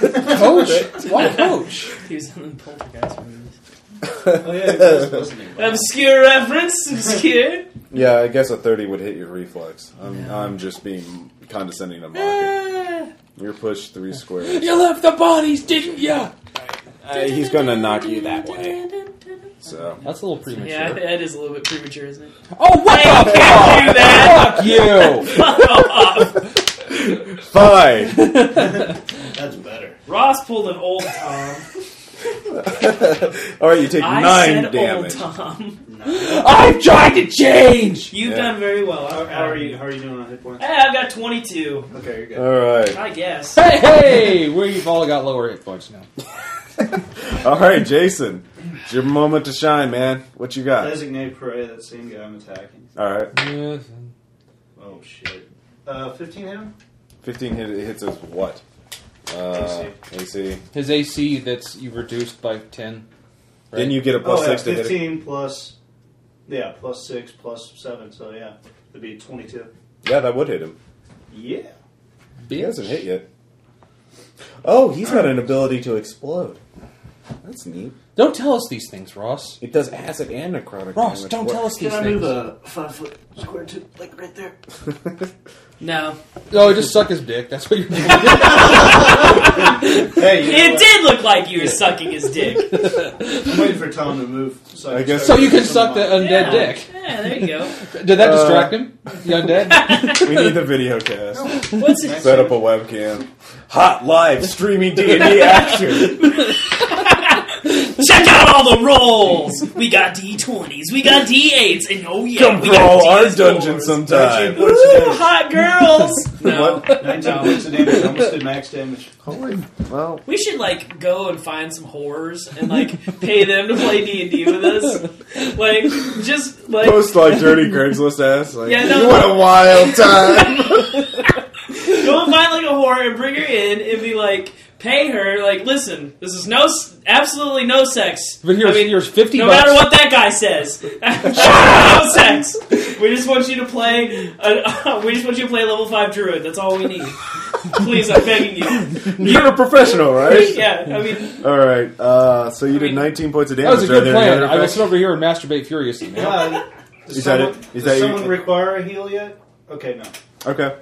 Speaker 3: Coach? Why coach?
Speaker 4: He was in the Poltergeist movies.
Speaker 2: Oh, yeah, he was, wasn't he?
Speaker 4: Obscure reference, obscure.
Speaker 1: yeah, I guess a thirty would hit your reflex. I'm
Speaker 4: No.
Speaker 1: I'm just being condescending to mocking.
Speaker 4: Ah.
Speaker 1: You're pushed three squares.
Speaker 3: You left the bodies, didn't ya?
Speaker 1: Uh, he's gonna knock you that way. So
Speaker 3: That's a little premature.
Speaker 4: Yeah, that is a little bit premature, isn't it?
Speaker 3: Oh, what
Speaker 4: I
Speaker 3: the
Speaker 4: can't do that.
Speaker 3: fuck you?
Speaker 1: five.
Speaker 2: That's better.
Speaker 4: Ross pulled an old Tom.
Speaker 1: All right, you take
Speaker 4: I
Speaker 1: nine
Speaker 4: said
Speaker 1: damage.
Speaker 4: old Tom.
Speaker 3: I'm trying to change!
Speaker 4: You've
Speaker 1: Yeah.
Speaker 4: done very well.
Speaker 2: How,
Speaker 4: I'm
Speaker 2: how
Speaker 4: proud
Speaker 2: are
Speaker 4: of
Speaker 2: you?
Speaker 4: you.
Speaker 2: How are you doing on hit points?
Speaker 4: Hey, I've got 22.
Speaker 2: Okay, you're good.
Speaker 1: All right,
Speaker 4: I guess.
Speaker 3: Hey, hey! We've all got lower hit points now.
Speaker 1: all right, Jason. It's your moment to shine, man. What you got?
Speaker 2: Designate prey. That same guy I'm attacking.
Speaker 1: All right,
Speaker 3: Yes.
Speaker 2: Oh shit. Uh, fifteen hit him.
Speaker 1: fifteen hit, hits us what? Uh, AC.
Speaker 3: His AC that's you reduced by 10. right?
Speaker 1: Then you get a
Speaker 2: Oh,
Speaker 1: plus
Speaker 2: yeah,
Speaker 1: six to hit. it.
Speaker 2: fifteen plus. Yeah, plus six, plus seven. So yeah, it'd be twenty-two.
Speaker 1: Yeah, that would hit him.
Speaker 2: Yeah.
Speaker 1: He
Speaker 3: Bitch.
Speaker 1: hasn't hit yet. Oh, he's got an ability to explode. That's neat.
Speaker 3: Don't tell us these things, Ross.
Speaker 1: It does acid and necrotic.
Speaker 3: Ross,
Speaker 1: damage.
Speaker 3: don't
Speaker 1: What-
Speaker 3: tell us these things.
Speaker 2: a five-foot square to like right there?
Speaker 4: No.
Speaker 3: No, just suck his dick. That's what you're doing.
Speaker 2: Hey, you know
Speaker 4: It
Speaker 2: what?
Speaker 4: did look like you were sucking his dick.
Speaker 2: I'm waiting for Tom to move. So
Speaker 1: I guess-
Speaker 3: so you can suck the
Speaker 2: that.
Speaker 3: undead
Speaker 4: yeah.
Speaker 3: dick.
Speaker 4: Yeah, there you go.
Speaker 3: Did that
Speaker 1: Uh,
Speaker 3: distract him? The undead?
Speaker 1: we need the video cast.
Speaker 4: What's it?
Speaker 1: Set up a webcam. Hot live streaming D and D action.
Speaker 4: Check out all the rolls. We got D20s, we got D8s, and oh yeah,
Speaker 1: Come
Speaker 4: we got
Speaker 1: crawl our
Speaker 4: D4s.
Speaker 1: dungeon sometime.
Speaker 4: Ooh, hot girls. No.
Speaker 2: Nineteen points of damage. Almost did max damage.
Speaker 1: Holy, well,
Speaker 4: We should like go and find some whores and like pay them to play D and D with us. Like just like
Speaker 1: post like dirty Craigslist ass. Like,
Speaker 4: Yeah, no.
Speaker 1: you want a wild time?
Speaker 4: go and find like a whore and bring her in and be like pay her like listen this is no s- absolutely no sex.
Speaker 3: But here's,
Speaker 4: I mean,
Speaker 3: here's 50
Speaker 4: no
Speaker 3: bucks.
Speaker 4: matter what that guy says, no sex. We just want you to play. uh we just want you to play level five druid. That's all we need. Please, I'm begging you.
Speaker 1: You're a professional, right?
Speaker 4: Yeah, I mean,
Speaker 1: All right. Uh, so you
Speaker 4: I
Speaker 1: did
Speaker 4: mean,
Speaker 1: 19 points of
Speaker 3: That
Speaker 1: damage.
Speaker 3: was a
Speaker 1: Are
Speaker 3: good
Speaker 1: there any
Speaker 3: plan.
Speaker 1: other
Speaker 3: I will
Speaker 1: effects?
Speaker 3: sit over here and masturbate furiously. now.
Speaker 2: Uh, does
Speaker 1: Is that
Speaker 2: someone,
Speaker 1: it? Is
Speaker 2: does
Speaker 1: that your-
Speaker 2: someone require a heal yet? Okay, no.
Speaker 1: Okay.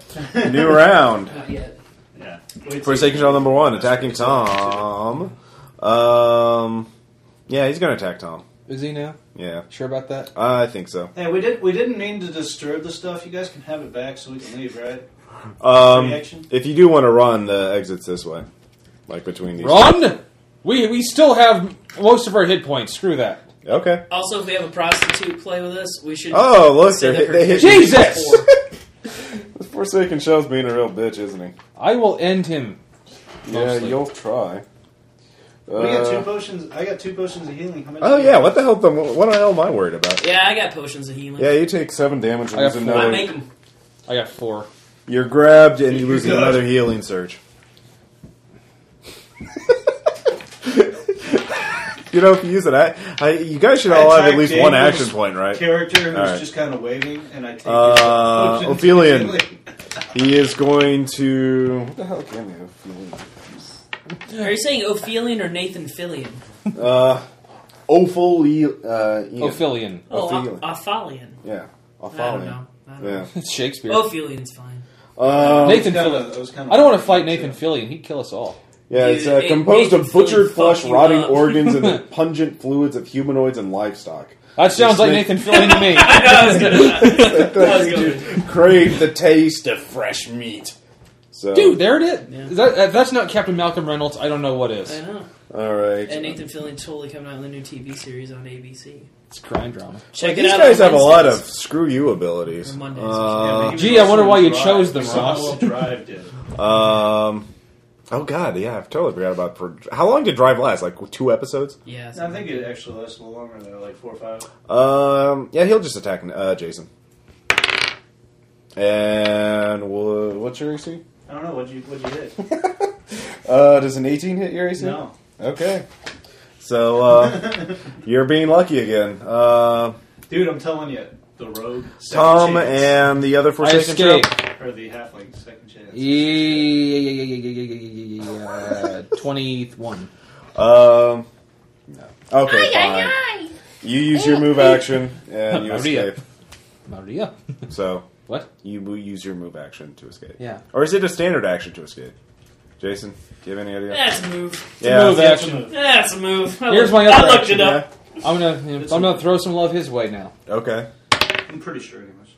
Speaker 1: New round.
Speaker 4: not yet.
Speaker 2: Yeah. Wait till-
Speaker 1: Forsaken Child number one attacking Tom. Um, yeah, he's gonna attack Tom.
Speaker 3: Is he now?
Speaker 1: Yeah,
Speaker 3: Sure about that?
Speaker 1: I think so.
Speaker 2: Hey, we did. We didn't mean to disturb the stuff. You guys can have it back so we can leave, right?
Speaker 1: Um,
Speaker 2: Reaction?
Speaker 1: if you do want to run, the exit's this way, like between these.
Speaker 3: Run! We, we still have most of our hit points. Screw that.
Speaker 1: Okay.
Speaker 4: Also, if we have a prostitute play with us, we should.
Speaker 1: Oh, look,
Speaker 4: Say
Speaker 1: they're hit,
Speaker 4: that
Speaker 1: they hit
Speaker 4: for-
Speaker 3: Jesus!
Speaker 1: Forsaken Shell's being a real bitch, isn't he?
Speaker 3: I will end him.
Speaker 1: Yeah,
Speaker 3: Mostly.
Speaker 1: you'll try.
Speaker 2: we got
Speaker 1: Uh,
Speaker 2: two potions. I got two potions of healing. How many
Speaker 1: oh
Speaker 2: do you
Speaker 1: yeah,
Speaker 2: have?
Speaker 1: what the hell? The, what the hell am I worried about?
Speaker 4: Yeah, I got potions of healing.
Speaker 1: Yeah, you take seven damage and
Speaker 3: I
Speaker 1: lose
Speaker 3: got four.
Speaker 4: I
Speaker 1: another.
Speaker 4: make them.
Speaker 3: I got four.
Speaker 1: You're grabbed and you
Speaker 2: You're
Speaker 1: lose
Speaker 2: good.
Speaker 1: another healing surge. you know, if you use it, I, I you guys should all
Speaker 2: I
Speaker 1: have at least
Speaker 2: attacked
Speaker 1: one
Speaker 2: David's
Speaker 1: action point, right?
Speaker 2: Character who's
Speaker 1: Alright.
Speaker 2: just kind of waving, and I take.
Speaker 1: Uh,
Speaker 2: his potions of
Speaker 1: Ophelion.
Speaker 2: healing.
Speaker 1: He is going to. What the hell can you
Speaker 4: Are you saying Ophelion or Nathan Fillion?
Speaker 1: Uh, Ophel. Uh, Ian.
Speaker 3: Ophelion.
Speaker 4: Oh,
Speaker 1: Ophelion.
Speaker 4: O- Ophelion.
Speaker 1: Yeah. Ophelion.
Speaker 4: I don't know. I don't know.
Speaker 1: Yeah.
Speaker 3: It's Shakespeare.
Speaker 4: Ophelion's fine.
Speaker 1: Um,
Speaker 3: Nathan
Speaker 2: Kinda-
Speaker 3: Fillion.
Speaker 2: that was kinda
Speaker 3: I don't want to
Speaker 2: like-
Speaker 3: fight Nathan Fillion. He'd kill us all.
Speaker 1: Yeah, it's uh,
Speaker 4: Dude, it-
Speaker 1: composed
Speaker 4: it
Speaker 1: of butchered
Speaker 4: fucking
Speaker 1: flesh, rotting
Speaker 4: up.
Speaker 1: organs, and the pungent fluids of humanoids and livestock.
Speaker 3: That sounds like
Speaker 1: Snake.
Speaker 3: Nathan Fillion to me.
Speaker 4: I know I was gonna. I was gonna.
Speaker 1: Crave the taste of fresh meat. So,
Speaker 3: Dude, there it is.
Speaker 4: Yeah.
Speaker 3: Is that- if that's not Captain Malcolm Reynolds, I don't know what
Speaker 4: I
Speaker 3: is.
Speaker 4: know.
Speaker 1: all right.
Speaker 4: And Nathan Fillion totally coming out in the new TV series on ABC.
Speaker 3: It's crime drama.
Speaker 4: Check it
Speaker 1: These
Speaker 4: out.
Speaker 1: guys
Speaker 4: on
Speaker 1: have a lot of
Speaker 4: Wednesdays.
Speaker 1: screw you abilities.
Speaker 4: On Mondays.
Speaker 1: Uh,
Speaker 3: Gee, I wonder why you chose them, Ross.
Speaker 2: Will Drive did.
Speaker 1: um, oh god, yeah, I've totally forgot about. Pro- How long did Drive last? Like two episodes?
Speaker 4: Yeah.
Speaker 2: I think it actually lasts a little longer than like four or five.
Speaker 1: Um, yeah, he'll just attack uh, Jason. And wha- what's your AC?
Speaker 2: I don't know what you what you hit.
Speaker 1: Uh, does an 18 hit your AC?
Speaker 2: no,
Speaker 1: Okay. So uh, you're being lucky again. Uh,
Speaker 2: dude, I'm telling you, the rogue. second
Speaker 1: Tom
Speaker 2: chance,
Speaker 1: and the other
Speaker 3: I
Speaker 1: Forsaken
Speaker 3: escape.
Speaker 1: Trail?
Speaker 2: or the halfling second chance.
Speaker 3: Yeah, yeah, yeah, yeah, yeah, yeah, yeah, yeah, yeah. Twenty-one.
Speaker 1: Um, okay, fine. You use your move action and you
Speaker 3: Maria.
Speaker 1: escape.
Speaker 3: Maria.
Speaker 1: So
Speaker 3: What?
Speaker 1: you mo- use your move action to escape.
Speaker 3: Yeah.
Speaker 1: Or is it a standard action to escape? Jason, do you have any idea?
Speaker 4: That's a move.
Speaker 1: yeah.
Speaker 3: move
Speaker 2: That's
Speaker 3: action.
Speaker 2: a
Speaker 4: That's a move. I
Speaker 3: Here's
Speaker 4: looked-
Speaker 3: my other
Speaker 4: I looked it
Speaker 1: yeah.
Speaker 4: up.
Speaker 3: I'm gonna. I'm gonna throw some love his way now.
Speaker 1: Okay.
Speaker 2: move. I'm pretty sure anyways.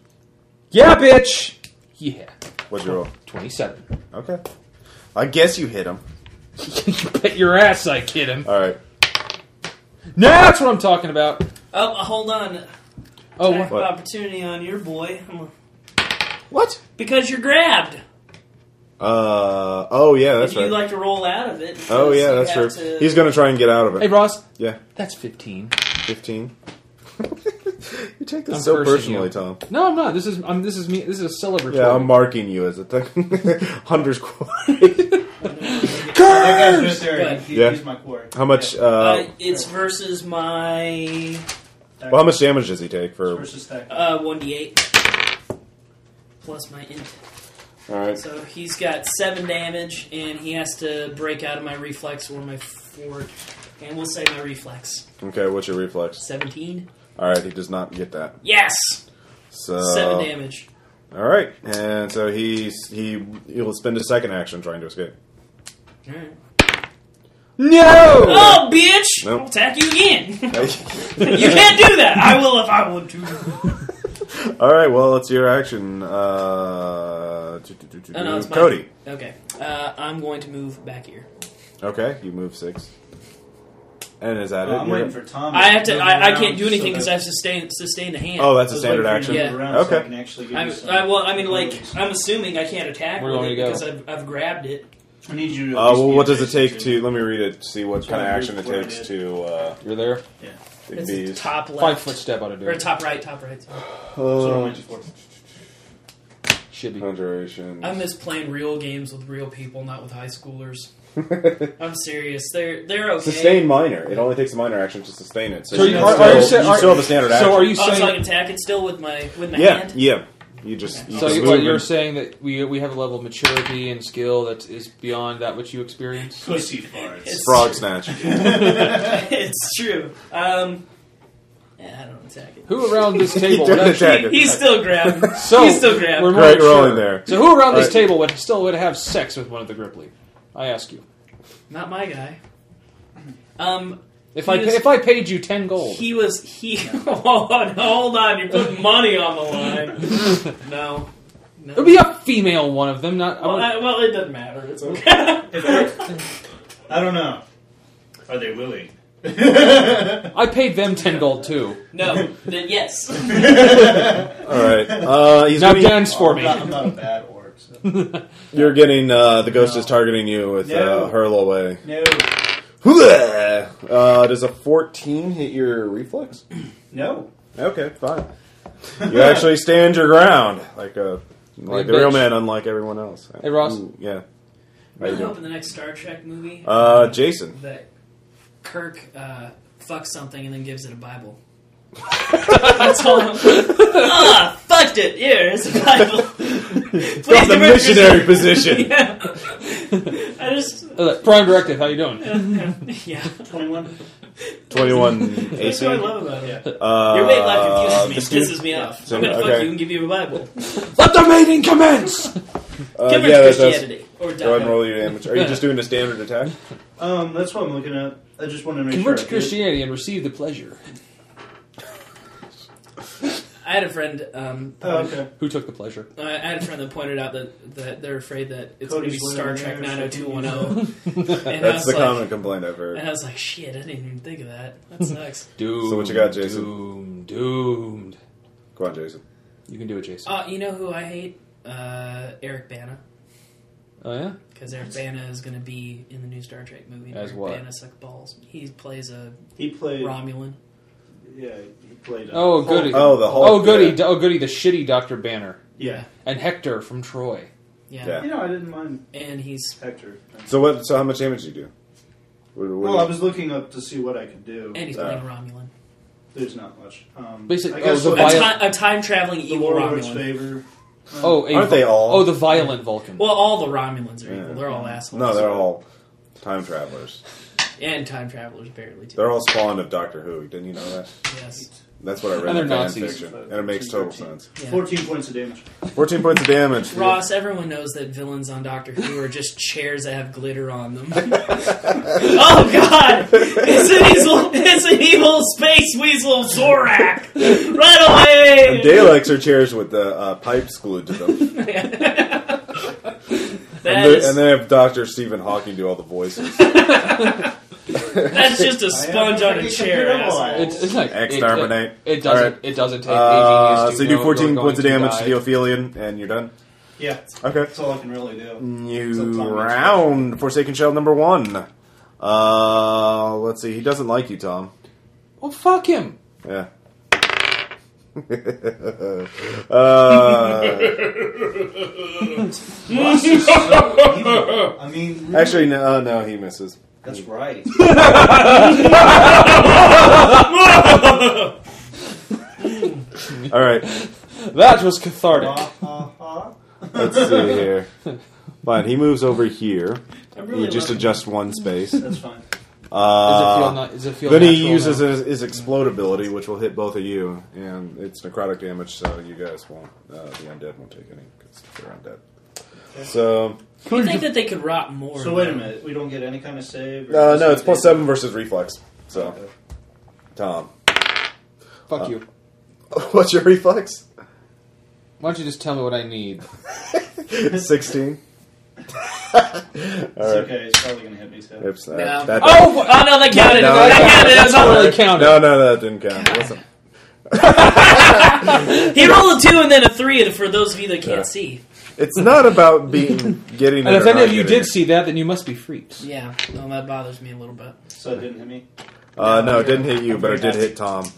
Speaker 3: Yeah, bitch. Yeah.
Speaker 1: What's your roll?
Speaker 3: Twenty-seven.
Speaker 1: Okay. I guess you hit him.
Speaker 3: you bet your ass I kid him.
Speaker 1: All right.
Speaker 3: No, that's what I'm talking about.
Speaker 4: Oh, hold on.
Speaker 3: Oh, what?
Speaker 4: Attack
Speaker 1: What?
Speaker 4: of opportunity on your boy
Speaker 1: What?
Speaker 4: because you're grabbed.
Speaker 1: Uh. Oh yeah, that's
Speaker 4: if you
Speaker 1: right.
Speaker 4: like to roll out of it.
Speaker 1: oh yeah,
Speaker 4: you
Speaker 1: that's
Speaker 4: have
Speaker 1: true.
Speaker 4: to-
Speaker 1: He's gonna try and get out of it.
Speaker 3: hey, Ross.
Speaker 1: Yeah,
Speaker 3: That's fifteen.
Speaker 1: fifteen. you take this
Speaker 3: I'm
Speaker 1: so
Speaker 3: cursing
Speaker 1: personally, Tom.
Speaker 3: you. No, I'm not. This is. I'm. This is me. This is a celebratory.
Speaker 1: Yeah, I'm marking you as a th- hunter's quarry.
Speaker 2: That guy's just there.
Speaker 4: Good.
Speaker 2: He,
Speaker 1: Yeah.
Speaker 2: He's my quarry.
Speaker 1: How much?
Speaker 2: Yeah.
Speaker 1: Uh,
Speaker 4: Uh, it's versus my
Speaker 1: well, how much damage does he take for?
Speaker 2: versus that?
Speaker 4: uh, 1d8 plus my int.
Speaker 1: All right.
Speaker 4: So he's got 7 damage, and he has to break out of my reflex or my fort. And we'll say my reflex.
Speaker 1: Okay, what's your reflex?
Speaker 4: 17?
Speaker 1: All right, he does not get that.
Speaker 4: Yes!
Speaker 1: So
Speaker 4: 7 damage.
Speaker 1: All right, and so he's he he'll spend a second action trying to escape.
Speaker 4: Alright.
Speaker 3: No.
Speaker 4: Oh, bitch!
Speaker 1: Nope.
Speaker 4: I'll attack you again!
Speaker 1: All
Speaker 4: you can't do that! I will if I want to.
Speaker 1: right, well, it's your action. Uh, do, do, do, do,
Speaker 4: Oh, no, it's
Speaker 1: do.
Speaker 4: mine.
Speaker 1: Cody.
Speaker 4: Okay. Uh, I'm going to move back here.
Speaker 1: Okay, you move six. And is that
Speaker 2: Oh,
Speaker 1: it?
Speaker 2: I'm
Speaker 1: You're-
Speaker 2: waiting for Tom. to
Speaker 4: I have to.
Speaker 2: move
Speaker 4: I, I
Speaker 2: around
Speaker 4: can't do anything
Speaker 2: so
Speaker 4: because
Speaker 2: that-
Speaker 4: I have to sustain sustain a hand.
Speaker 1: oh, that's a
Speaker 2: I was
Speaker 1: standard
Speaker 2: waiting for
Speaker 1: action.
Speaker 2: you to move around so
Speaker 1: Okay.
Speaker 2: I can actually give
Speaker 4: I,
Speaker 2: you some
Speaker 4: I, well, I mean, like,
Speaker 2: abilities.
Speaker 4: I'm assuming I can't attack
Speaker 3: Where do
Speaker 4: with
Speaker 3: I
Speaker 4: it
Speaker 3: go?
Speaker 4: because I've, I've grabbed it.
Speaker 2: I need you. To at
Speaker 1: Uh,
Speaker 2: least
Speaker 1: well,
Speaker 2: be
Speaker 1: what does it take
Speaker 2: adjacent
Speaker 1: to? Let me read it. See what kind of
Speaker 2: Kinda
Speaker 1: action it
Speaker 2: where it
Speaker 1: takes
Speaker 2: is.
Speaker 1: to uh,
Speaker 3: You're there.
Speaker 4: It's
Speaker 1: be used.
Speaker 4: top
Speaker 3: Five
Speaker 4: left
Speaker 3: foot step out of
Speaker 4: or
Speaker 3: doing.
Speaker 4: top right, top right. sorry.
Speaker 2: So what am I
Speaker 1: Uh,
Speaker 2: just for?
Speaker 3: Should be.
Speaker 1: Conjuration.
Speaker 4: I miss playing real games with real people, not with high schoolers. I'm serious. They're they're okay.
Speaker 1: Sustain minor. It only takes a minor action to sustain it. So,
Speaker 3: So
Speaker 1: you,
Speaker 2: you-
Speaker 1: can
Speaker 2: are-
Speaker 1: still,
Speaker 2: are you
Speaker 3: sa-
Speaker 1: you
Speaker 3: are-
Speaker 1: still have a standard action.
Speaker 3: So are you
Speaker 4: Oh, so I
Speaker 3: saying?
Speaker 4: can attack it still with my with my
Speaker 1: Yeah,
Speaker 4: hand.
Speaker 1: yeah. You just. You
Speaker 3: So
Speaker 1: just
Speaker 3: you,
Speaker 1: move
Speaker 3: what,
Speaker 1: and-
Speaker 3: you're saying that we we have a level of maturity and skill that is beyond that which you experience.
Speaker 2: Pussy farts.
Speaker 4: It's-
Speaker 1: frog snatch.
Speaker 4: it's true. Um, yeah, I don't attack it.
Speaker 3: Who around this table?
Speaker 1: Don't
Speaker 3: would actually-
Speaker 1: attack it.
Speaker 4: He's still grabbed.
Speaker 3: So
Speaker 4: He's still grabbed.
Speaker 3: we're more
Speaker 1: Great
Speaker 3: mature.
Speaker 1: rolling there.
Speaker 3: So who around this
Speaker 1: Alright.
Speaker 3: table would still would have sex with one of the Gripply? I ask you.
Speaker 4: Not my guy. Um,
Speaker 3: If
Speaker 4: He
Speaker 3: I
Speaker 4: is-
Speaker 3: if I paid you ten gold,
Speaker 4: he was he. hold on, hold on. You're putting money on the line. No, no.
Speaker 3: it'd be a female one of them. Not I
Speaker 4: well,
Speaker 3: would-
Speaker 4: I- well, it doesn't matter. It's okay.
Speaker 2: I don't know. Are they willing?
Speaker 3: I, paid them ten gold too.
Speaker 4: no, then yes.
Speaker 1: All right. Uh, he's
Speaker 3: Now
Speaker 1: gonna be-
Speaker 3: dance for
Speaker 2: I'm
Speaker 3: me.
Speaker 2: not, I'm not a bad orc. So.
Speaker 1: You're getting uh, the ghost is targeting you with uh,
Speaker 2: No.
Speaker 1: hurl away.
Speaker 2: No,
Speaker 1: Uh, does a 14 hit your reflex?
Speaker 2: no.
Speaker 1: Okay, fine. You actually stand your ground like a like
Speaker 3: Like a
Speaker 1: a real
Speaker 3: bitch.
Speaker 1: man, unlike everyone else.
Speaker 3: Hey, Ross.
Speaker 1: Ooh, yeah. How
Speaker 4: I
Speaker 1: you
Speaker 4: hope
Speaker 1: doing?
Speaker 4: in the next Star Trek movie
Speaker 1: Uh, Jason.
Speaker 4: that Kirk uh, fucks something and then gives it a Bible. That's all. Ah, fucked it. Here, it's a Bible.
Speaker 1: Got
Speaker 4: Please
Speaker 1: the
Speaker 4: reverse
Speaker 1: missionary
Speaker 4: yourself.
Speaker 1: position.
Speaker 4: Yeah. I just.
Speaker 3: Uh, Prime Directive, how you doing?
Speaker 4: yeah.
Speaker 2: 21.
Speaker 1: 21
Speaker 4: That's
Speaker 1: AC.
Speaker 4: what I love about it.
Speaker 1: Uh,
Speaker 4: Your way of life confuses me.
Speaker 1: this
Speaker 4: pisses me off.
Speaker 1: So,
Speaker 4: I'm gonna fuck
Speaker 1: okay.
Speaker 4: you and give you a Bible.
Speaker 3: Let the mating commence.
Speaker 1: dude- uh,
Speaker 4: Give her
Speaker 1: yeah, that does.
Speaker 4: Christianity. Or
Speaker 1: Go ahead and
Speaker 4: die.
Speaker 1: roll your damage. Are you just doing a standard attack?
Speaker 2: Um, that's what I'm looking at. I just want to make
Speaker 3: Convert
Speaker 2: sure.
Speaker 3: to Christianity and receive the pleasure.
Speaker 4: I had a friend. Um,
Speaker 2: Oh, okay.
Speaker 5: Who took the pleasure?
Speaker 4: I had a friend that pointed out that, that they're afraid that it's going to be
Speaker 2: Cody's
Speaker 4: Star
Speaker 2: living
Speaker 4: Trek
Speaker 2: there, so
Speaker 4: 90210. and I
Speaker 1: That's
Speaker 4: was
Speaker 1: the
Speaker 4: like,
Speaker 1: common complaint I've heard.
Speaker 4: And I was like, shit, I didn't even think of that. That sucks.
Speaker 5: Doomed.
Speaker 1: what you got, Jason?
Speaker 5: Doomed. Doomed.
Speaker 1: Go on, Jason.
Speaker 5: You can do it, Jason.
Speaker 4: uh, you know who I hate? Uh, Eric Bana.
Speaker 5: oh yeah.
Speaker 4: Because Eric Bana is going to be in the new Star Trek movie.
Speaker 5: As
Speaker 4: Eric
Speaker 5: what?
Speaker 4: Bana suck balls. He plays a
Speaker 2: He played.
Speaker 4: Romulan.
Speaker 2: Yeah, he played. uh,
Speaker 5: Oh
Speaker 2: Hulk.
Speaker 5: goody.
Speaker 1: Oh, the Hulk.
Speaker 5: oh goody.
Speaker 1: yeah.
Speaker 5: Oh goody. The shitty Doctor Banner
Speaker 2: Yeah.
Speaker 5: and Hector from Troy.
Speaker 4: Yeah.
Speaker 1: Yeah.
Speaker 2: You know, I didn't mind
Speaker 4: And he's
Speaker 2: Hector.
Speaker 1: So what? So how much damage did you do? What- what-
Speaker 2: Well, I was looking up to see what I could do.
Speaker 4: and he's
Speaker 1: Uh,
Speaker 4: playing Romulan.
Speaker 2: There's not much. Um,
Speaker 5: Basically-
Speaker 2: I guess
Speaker 5: oh,
Speaker 2: what-
Speaker 5: the
Speaker 4: A,
Speaker 5: viol-
Speaker 4: ti- a time traveling
Speaker 2: the
Speaker 4: evil
Speaker 2: warlord's
Speaker 4: Romulan.
Speaker 2: favor. Um,
Speaker 5: Oh, a
Speaker 1: Aren't they all?
Speaker 5: Oh, the violent Vulcan.
Speaker 4: Well, all the Romulans are
Speaker 1: Yeah.
Speaker 4: evil. They're all assholes.
Speaker 1: no, they're all time travelers.
Speaker 4: and time travelers barely too.
Speaker 1: They're all spawned of Doctor Who. Didn't you know that?
Speaker 4: yes.
Speaker 1: That's what I read
Speaker 5: And
Speaker 1: in
Speaker 5: they're
Speaker 1: fan
Speaker 5: Nazis.
Speaker 1: fiction, and it makes total sense.
Speaker 4: Yeah.
Speaker 2: Fourteen points of damage.
Speaker 1: Fourteen points of damage.
Speaker 4: Ross, everyone knows that villains on Doctor Who are just chairs that have glitter on them. oh God! It's an evil, it's an evil space weasel Zorak.
Speaker 1: And
Speaker 4: Right
Speaker 1: Daleks are chairs with the uh, pipes glued to them,
Speaker 4: away.
Speaker 1: and,
Speaker 4: That
Speaker 1: they-
Speaker 4: is-
Speaker 1: and they have Doctor Stephen Hawking do all the voices. Uh,
Speaker 4: that's just a sponge on a chair. asshole.
Speaker 5: It, it's like it-
Speaker 1: Exterminate.
Speaker 5: It, it doesn't.
Speaker 1: All right.
Speaker 5: It doesn't take. a
Speaker 1: Uh,
Speaker 5: genius
Speaker 1: so you
Speaker 5: to
Speaker 1: do
Speaker 5: know
Speaker 1: 14
Speaker 5: you're going
Speaker 1: points of
Speaker 5: to
Speaker 1: damage
Speaker 5: die.
Speaker 1: to the Ophelion, and you're done.
Speaker 2: Yeah,
Speaker 1: Okay.
Speaker 2: that's all I can really do. It's a
Speaker 1: New
Speaker 2: Tom
Speaker 1: round, Forsaken Shell number one. Uh, let's see. He doesn't like you, Tom.
Speaker 5: Well, fuck him.
Speaker 1: Yeah. uh, Mm.
Speaker 2: Ross is so evil. I mean, really,
Speaker 1: actually, no, uh, no, he misses.
Speaker 2: that's right.
Speaker 1: All right,
Speaker 5: That was cathartic.
Speaker 2: Ha, ha, ha.
Speaker 1: let's see here. Fine, he moves over here.
Speaker 4: I really
Speaker 1: you just
Speaker 4: love-
Speaker 1: adjust one space.
Speaker 2: That's fine.
Speaker 5: Does it feel
Speaker 1: Uh,
Speaker 5: not? Does it feel?
Speaker 1: then he
Speaker 5: natural
Speaker 1: uses
Speaker 5: now?
Speaker 1: his, his explode ability, which will hit both of you, and it's necrotic damage, so you guys won't. Uh, the undead won't take any because they're undead. So
Speaker 4: You think that they could rot more?
Speaker 2: So wait a minute. We don't get any kind of save. or
Speaker 1: uh, no,
Speaker 2: anything?
Speaker 1: it's plus seven versus reflex. So
Speaker 2: Okay.
Speaker 1: Tom,
Speaker 5: Fuck you.
Speaker 1: what's your reflex?
Speaker 5: Why don't you just tell me what I need?
Speaker 1: Sixteen.
Speaker 2: It's
Speaker 1: All right.
Speaker 2: okay. It's probably gonna hit me. So.
Speaker 1: Oops. that-
Speaker 4: No.
Speaker 1: that-
Speaker 5: Oh,
Speaker 4: Oh no, they counted.
Speaker 1: No,
Speaker 4: they
Speaker 1: that-
Speaker 5: that's
Speaker 4: counted. That's
Speaker 5: not
Speaker 4: all-
Speaker 5: really counted.
Speaker 1: No, no, that didn't count. Listen.
Speaker 4: He rolled a two and then a three. For those of you that can't
Speaker 1: Yeah.
Speaker 4: see,
Speaker 1: It's not about being getting.
Speaker 5: And
Speaker 1: it
Speaker 5: if
Speaker 1: or
Speaker 5: any
Speaker 1: not
Speaker 5: of you
Speaker 1: getting
Speaker 5: did
Speaker 1: it.
Speaker 5: see that, then you must be freaks.
Speaker 4: yeah, well, that bothers me a little bit.
Speaker 2: So it didn't hit me.
Speaker 1: uh, no, it didn't hit you, but it did hit Tom.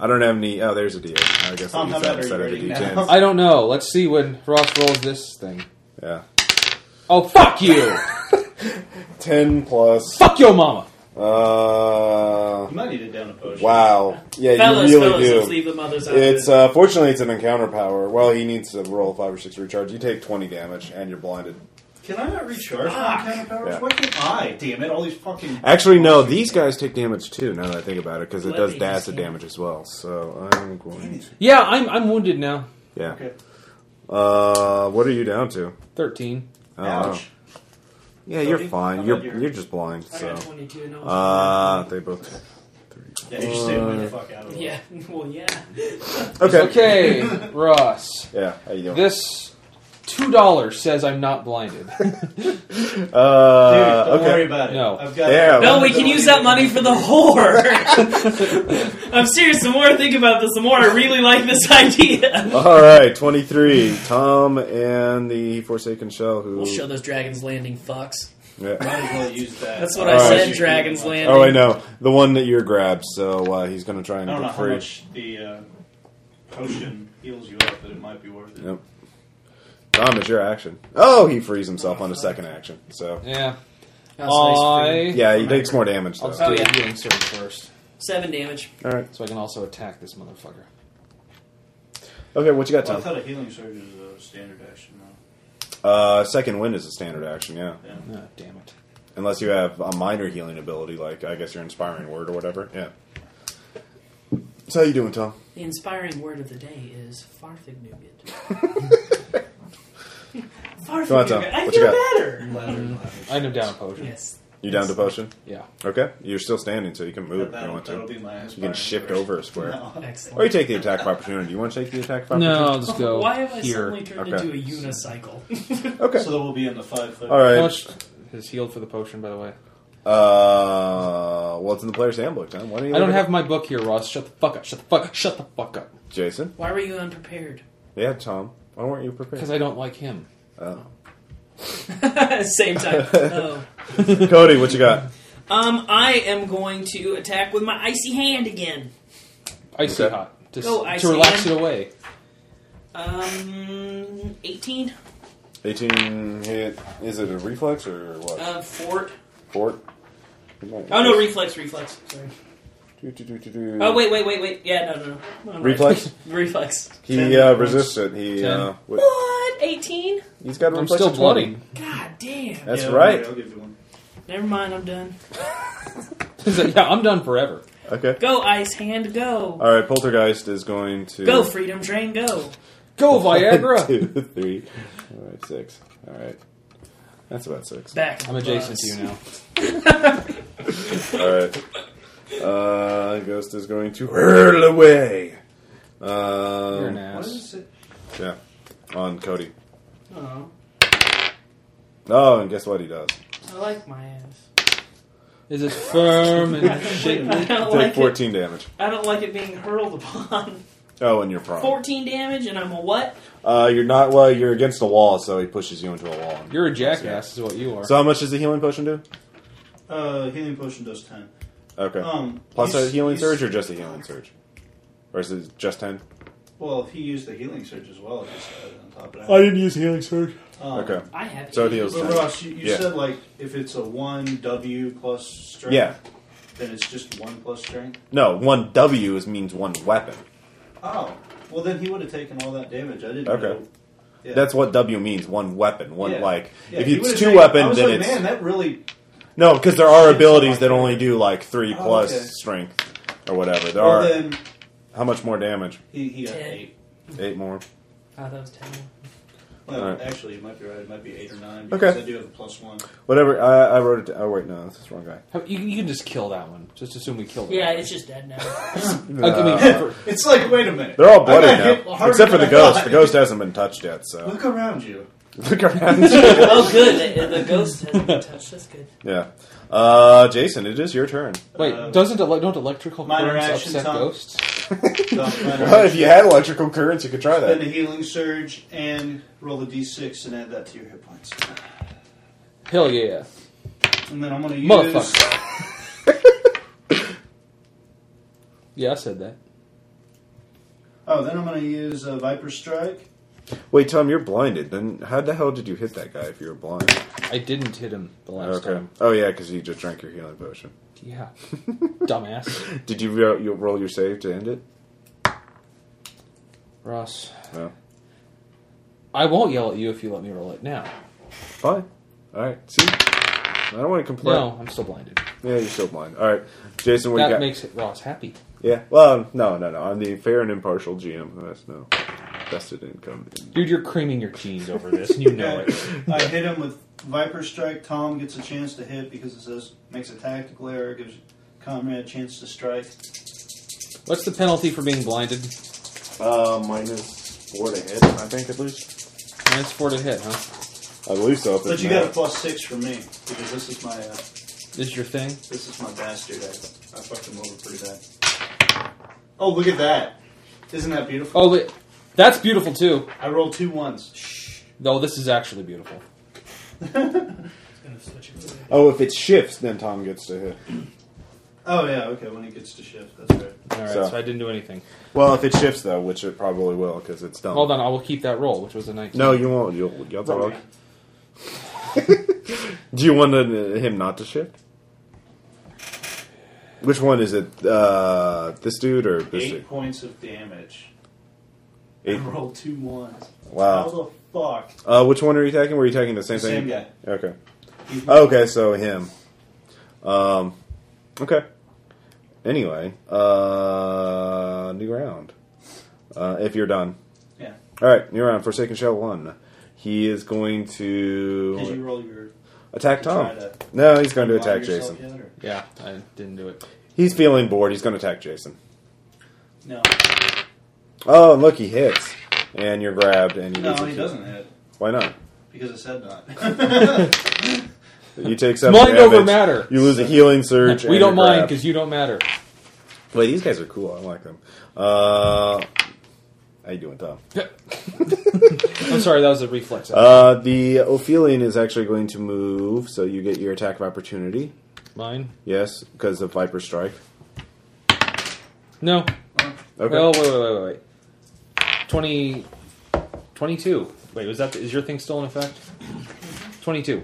Speaker 1: I don't have any. Oh, there's a D. I guess
Speaker 2: Tom,
Speaker 1: I
Speaker 2: how
Speaker 1: use that
Speaker 2: bad are
Speaker 1: instead
Speaker 2: you
Speaker 1: of the
Speaker 2: rating
Speaker 1: D10.
Speaker 2: now?
Speaker 5: I don't know. Let's see when Ross rolls this thing.
Speaker 1: Yeah,
Speaker 5: Oh, fuck you!
Speaker 1: ten plus.
Speaker 5: fuck your mama!
Speaker 1: Uh,
Speaker 2: You might need a down a potion.
Speaker 1: wow. Yeah,
Speaker 4: Fellas,
Speaker 1: you
Speaker 4: fellas,
Speaker 1: really
Speaker 4: let's
Speaker 1: do.
Speaker 4: leave the mothers out. of
Speaker 1: It's
Speaker 4: it.
Speaker 1: uh, fortunately it's an encounter power. Well, he needs to roll five or six recharge. You take twenty damage and you're blinded.
Speaker 2: Can I not recharge
Speaker 4: Fuck.
Speaker 2: my counter powers?
Speaker 1: Yeah.
Speaker 2: Why can't I? Damn it! All these fucking.
Speaker 1: Actually, no, these guys take damage too. Now that I think about it, because it
Speaker 4: Let
Speaker 1: does
Speaker 4: me
Speaker 1: DASA
Speaker 4: understand.
Speaker 1: damage as well. So I'm going. To,
Speaker 5: Yeah, I'm, I'm wounded now.
Speaker 1: yeah.
Speaker 2: Okay.
Speaker 1: Uh, what are you down to?
Speaker 5: 13.
Speaker 1: Oh, wow.
Speaker 2: Ouch.
Speaker 1: Yeah, you're
Speaker 2: Thirty?
Speaker 1: fine.
Speaker 2: I'm
Speaker 1: You're
Speaker 2: not here.
Speaker 1: you're just blind.
Speaker 4: I
Speaker 1: So
Speaker 4: got 22, no one's-
Speaker 1: uh, they both.
Speaker 2: Yeah, you stay away the fuck out of it.
Speaker 4: yeah, well, yeah.
Speaker 1: Okay.
Speaker 5: Okay, Ross.
Speaker 1: Yeah. How you doing?
Speaker 5: This $2 says I'm not blinded.
Speaker 2: Dude,
Speaker 1: uh,
Speaker 2: don't
Speaker 1: okay.
Speaker 2: worry about it.
Speaker 5: No.
Speaker 2: I've got.
Speaker 1: Damn.
Speaker 4: No, we can use that money for the whore. I'm serious. The more I think about this, the more I really like this idea.
Speaker 1: All right. Twenty three. Tom and the Forsaken Shell. Who?
Speaker 4: We'll show those Dragon's Landing fucks.
Speaker 1: yeah.
Speaker 2: Might as well use that.
Speaker 4: That's what
Speaker 1: All
Speaker 4: I
Speaker 1: right.
Speaker 4: said, Dragon's Landing.
Speaker 1: Oh, I know the one that you're grabbed. So uh, he's gonna try
Speaker 2: I
Speaker 1: and
Speaker 2: don't know
Speaker 1: get
Speaker 2: how
Speaker 1: free.
Speaker 2: much the uh, potion heals you up, but it might be worth it.
Speaker 1: Yep. Tom, it's your action. Oh, he frees himself on his second action. So
Speaker 5: Yeah.
Speaker 4: Oh, so nice for you.
Speaker 1: yeah, he takes more damage
Speaker 5: I'll
Speaker 1: though.
Speaker 5: just
Speaker 4: Oh,
Speaker 5: do
Speaker 4: yeah.
Speaker 5: a healing surge first.
Speaker 4: Seven damage.
Speaker 1: All right.
Speaker 5: So I can also attack this motherfucker.
Speaker 1: Okay. What you got,
Speaker 2: Well, I
Speaker 1: Tom?
Speaker 2: thought a healing surge is a standard action, though.
Speaker 1: Uh, second wind is a standard action. Yeah.
Speaker 2: Yeah.
Speaker 3: Ah,
Speaker 5: Oh, damn it.
Speaker 1: Unless you have a minor healing ability, like I guess your inspiring word or whatever. Yeah. So how you doing, Tom?
Speaker 4: The inspiring word of the day is Farthignuget.
Speaker 1: Tom.
Speaker 4: Farthignuget. I
Speaker 1: What you
Speaker 4: feel
Speaker 1: got?
Speaker 4: better.
Speaker 2: Ladder, ladder.
Speaker 5: I am down a potion.
Speaker 4: Yes.
Speaker 1: You down to potion?
Speaker 3: Yeah.
Speaker 1: Okay. You're still standing, so you can move if you
Speaker 2: That'll,
Speaker 1: want to.
Speaker 2: that'll be my
Speaker 1: You can shift over a square. Or you
Speaker 4: Excellent.
Speaker 1: take the attack of opportunity. You want to take the attack of
Speaker 3: No,
Speaker 1: opportunity?
Speaker 3: I'll just go
Speaker 4: Why have I
Speaker 3: here.
Speaker 4: suddenly turned
Speaker 1: Okay.
Speaker 4: into a unicycle?
Speaker 1: Okay.
Speaker 2: So that we'll be in the five foot.
Speaker 1: All
Speaker 3: How
Speaker 1: right.
Speaker 3: much is healed for the potion, by the way?
Speaker 1: Uh, well, it's in the player's handbook, Tom. Why don't you?
Speaker 3: I don't
Speaker 1: look it
Speaker 3: have my book here, Ross. Shut the fuck up. Shut the fuck. Shut the fuck up.
Speaker 1: up? Jason.
Speaker 4: Why were you unprepared?
Speaker 1: Yeah, Tom. Why weren't you prepared?
Speaker 3: Because I don't like him.
Speaker 1: Oh.
Speaker 4: Same time. Oh.
Speaker 1: Cody, what you got?
Speaker 4: Um, I am going to attack with my icy hand again.
Speaker 3: Icy
Speaker 1: Okay.
Speaker 3: hot. To,
Speaker 4: Go,
Speaker 3: to
Speaker 4: icy
Speaker 3: relax
Speaker 4: hand.
Speaker 3: it away.
Speaker 4: Um, 18,
Speaker 1: 18 hit. Is it a reflex or what?
Speaker 4: uh, fort.
Speaker 1: Fort?
Speaker 4: Oh no, reflex, reflex. Sorry. Oh wait, wait, wait, wait. Yeah, no, no, no. I'm right.
Speaker 1: Reflex?
Speaker 4: reflex.
Speaker 1: He uh, resists it. He
Speaker 3: Ten.
Speaker 1: uh, wi-
Speaker 4: What? 18?
Speaker 1: he's got a
Speaker 3: I'm
Speaker 1: reflex
Speaker 3: still
Speaker 1: of 20.
Speaker 3: bloody.
Speaker 4: God damn.
Speaker 1: That's
Speaker 2: Yeah,
Speaker 1: right.
Speaker 2: I'll give you one.
Speaker 4: Never mind. I'm done.
Speaker 3: yeah, I'm done forever.
Speaker 1: Okay.
Speaker 4: Go, ice hand. Go.
Speaker 1: All right. Poltergeist is going to
Speaker 4: Go, freedom train. Go.
Speaker 3: Go Viagra.
Speaker 1: Two, three, all right, six. All right. That's about six.
Speaker 4: Back. in
Speaker 3: I'm
Speaker 4: the
Speaker 3: adjacent
Speaker 4: bus.
Speaker 3: to you now.
Speaker 1: All right. Uh, Ghost is going to hurl away.
Speaker 3: You're an
Speaker 1: Um,
Speaker 2: What
Speaker 3: ass.
Speaker 2: is it?
Speaker 1: yeah, on Cody.
Speaker 4: Oh,
Speaker 1: Oh, and guess what he does?
Speaker 4: I like my ass.
Speaker 3: Is it firm and
Speaker 4: I
Speaker 3: shapely?
Speaker 4: don't
Speaker 1: Take
Speaker 4: like it.
Speaker 1: 14 damage.
Speaker 4: I don't like it being hurled upon.
Speaker 1: Oh, and you're prone.
Speaker 4: 14 damage, and I'm a what?
Speaker 1: Uh, you're not, well, you're against the wall, so he pushes you into a wall.
Speaker 3: You're a jackass, is what you are.
Speaker 1: So how much does the healing potion do?
Speaker 2: Uh, healing potion does ten.
Speaker 1: Okay.
Speaker 2: Um,
Speaker 1: Plus
Speaker 2: he's-
Speaker 1: a healing
Speaker 2: he's-
Speaker 1: surge or just a healing surge? Or is it just 10?
Speaker 2: Well, if he used the healing surge as well, just added on top of that.
Speaker 1: didn't use healing surge.
Speaker 2: Um,
Speaker 1: Okay.
Speaker 4: I have.
Speaker 1: So
Speaker 4: eight.
Speaker 1: it heals
Speaker 2: But
Speaker 1: 10.
Speaker 2: Ross, you, you
Speaker 1: Yeah.
Speaker 2: said like if it's a one W plus strength,
Speaker 1: Yeah.
Speaker 2: then it's just one plus strength.
Speaker 1: No, one W is, means one weapon.
Speaker 2: Oh, well then he would have taken all that damage. I didn't.
Speaker 1: Okay.
Speaker 2: Know. Yeah.
Speaker 1: That's what W means, one weapon. One,
Speaker 2: Yeah.
Speaker 1: like,
Speaker 2: Yeah,
Speaker 1: if
Speaker 2: he
Speaker 1: it's
Speaker 2: would've
Speaker 1: two
Speaker 2: taken- I
Speaker 1: weapon,
Speaker 2: was
Speaker 1: then
Speaker 2: like,
Speaker 1: it's.
Speaker 2: man, that really.
Speaker 1: No, because there are
Speaker 2: Shit,
Speaker 1: abilities
Speaker 2: so
Speaker 1: that
Speaker 2: much.
Speaker 1: only do, like, three
Speaker 2: Oh,
Speaker 1: plus
Speaker 2: okay.
Speaker 1: strength or whatever. There are.
Speaker 2: Well, then
Speaker 1: How much more damage?
Speaker 2: he, he got
Speaker 4: Ten.
Speaker 2: eight.
Speaker 1: Eight more.
Speaker 4: Oh, that was terrible.
Speaker 2: Well,
Speaker 1: All right.
Speaker 2: Actually, you might be right. It might be eight or nine
Speaker 1: Okay.
Speaker 2: because I do have a plus one.
Speaker 1: Whatever. I, I wrote it down. Oh, wait, no, that's the wrong guy.
Speaker 3: How- you, you can just kill that one. Just assume we killed it.
Speaker 4: Yeah, it's just dead now.
Speaker 3: Uh, I mean,
Speaker 1: Uh,
Speaker 2: It's like, wait a minute.
Speaker 1: they're all bloody
Speaker 2: I got hit
Speaker 1: now.
Speaker 2: harder
Speaker 1: Except for the
Speaker 2: than I
Speaker 1: ghost.
Speaker 2: thought.
Speaker 1: The ghost hasn't been touched yet, so.
Speaker 2: Look around you.
Speaker 1: Look around.
Speaker 4: oh, good. The, the ghost hasn't been touched. That's good.
Speaker 1: yeah. Uh, Jason, it is your turn.
Speaker 3: wait,
Speaker 2: Uh,
Speaker 3: doesn't ele- don't electrical
Speaker 2: minor
Speaker 3: currents
Speaker 2: action,
Speaker 3: upset
Speaker 2: Tom.
Speaker 3: ghosts?
Speaker 1: Well, if you had electrical currents, you could try
Speaker 2: Then
Speaker 1: that.
Speaker 2: a healing surge and roll a d6 and add that to your hit points.
Speaker 3: Hell yeah,
Speaker 2: And then I'm going to use.
Speaker 3: motherfucker! yeah, I said that.
Speaker 2: Oh, then I'm going to use uh, Viper Strike.
Speaker 1: Wait, Tom, you're blinded. Then how the hell did you hit that guy if you were blind?
Speaker 3: I didn't hit him the last
Speaker 1: Okay.
Speaker 3: time.
Speaker 1: Oh yeah, because you just drank your healing potion.
Speaker 3: Yeah, dumbass,
Speaker 1: Did you, ro- you roll your save to end it?
Speaker 3: Ross.
Speaker 1: No.
Speaker 3: I won't yell at you if you let me roll it now.
Speaker 1: Fine. All right. See, I don't want to complain.
Speaker 3: No, I'm still blinded.
Speaker 1: Yeah, you're still blind. All right, Jason, what you
Speaker 3: That
Speaker 1: got?
Speaker 3: makes it Ross happy.
Speaker 1: yeah. Well, um, no, no, no. I'm the fair and impartial GM who has no vested income. in-
Speaker 3: Dude, you're creaming your jeans over this, and you know it.
Speaker 2: I hit him with Viper Strike. Tom gets a chance to hit because it says makes a tactical error, gives comrade a chance to strike.
Speaker 3: What's the penalty for being blinded?
Speaker 1: Uh, minus four to hit, I think at least.
Speaker 3: Minus four to hit, huh?
Speaker 1: I believe so. if
Speaker 2: But
Speaker 1: it's
Speaker 2: you
Speaker 1: not-
Speaker 2: got a plus six for me because this is my uh,
Speaker 3: This is your thing.
Speaker 2: this is my bastard. I, I fucked him over pretty bad. Oh, look at that! Isn't that beautiful?
Speaker 3: Oh, wait. that's beautiful too.
Speaker 2: I rolled two ones. Shh.
Speaker 3: Though this is actually beautiful.
Speaker 4: It's gonna switch it.
Speaker 1: Oh, if it shifts, then Tom gets to hit.
Speaker 2: Oh yeah, okay. When it gets to shift, that's right.
Speaker 3: All right,
Speaker 1: So-
Speaker 3: so, I didn't do anything.
Speaker 1: Well, if it shifts though, which it probably will, because it's done.
Speaker 3: Hold on, I will keep that roll, which was a nineteen.
Speaker 1: No, you won't. You'll, you'll have to roll. Do you want uh, him not to shift? Which one is it? Uh, this dude or this
Speaker 2: Eight
Speaker 1: dude?
Speaker 2: points of damage.
Speaker 1: Eight.
Speaker 2: I rolled two ones. How
Speaker 1: Wow.
Speaker 2: the fuck?
Speaker 1: Uh, which one are you attacking? Were you attacking the same
Speaker 2: The
Speaker 1: thing? Oh.
Speaker 2: same guy.
Speaker 1: Okay.
Speaker 2: He's-
Speaker 1: Okay, so him. Um, okay. Anyway, uh, new round. Uh, if you're done.
Speaker 2: Yeah.
Speaker 1: All right, new round. Forsaken Shell one. He is going to.
Speaker 2: Did you roll your?
Speaker 1: attack Tom.
Speaker 2: Try to
Speaker 1: No, he's going to
Speaker 2: unlock
Speaker 1: attack
Speaker 2: yourself
Speaker 1: Jason.
Speaker 2: yet, or-
Speaker 3: Yeah, I didn't do it.
Speaker 1: He's feeling bored. He's going to attack Jason.
Speaker 2: No,
Speaker 1: Oh, and look, he hits, and you're grabbed, and you lose
Speaker 2: no,
Speaker 1: a
Speaker 2: he
Speaker 1: few-
Speaker 2: doesn't hit
Speaker 1: Why not?
Speaker 2: because I said not.
Speaker 1: You take seven
Speaker 3: Mind over
Speaker 1: damage.
Speaker 3: matter.
Speaker 1: You lose a healing surge.
Speaker 3: We
Speaker 1: and you're
Speaker 3: don't mind
Speaker 1: grabbed.
Speaker 3: because you don't matter.
Speaker 1: Wait, these guys are cool. I like them. Uh, how you doing, Tom?
Speaker 3: I'm sorry, that was a reflex.
Speaker 1: Uh, the Ophelion is actually going to move, so you get your attack of opportunity.
Speaker 3: Mine?
Speaker 1: Yes, because of Viper Strike.
Speaker 3: No.
Speaker 1: Okay.
Speaker 3: Well, wait, wait, wait, wait, wait. 20, 22. Wait, was that? Is your thing still in effect? Twenty-two.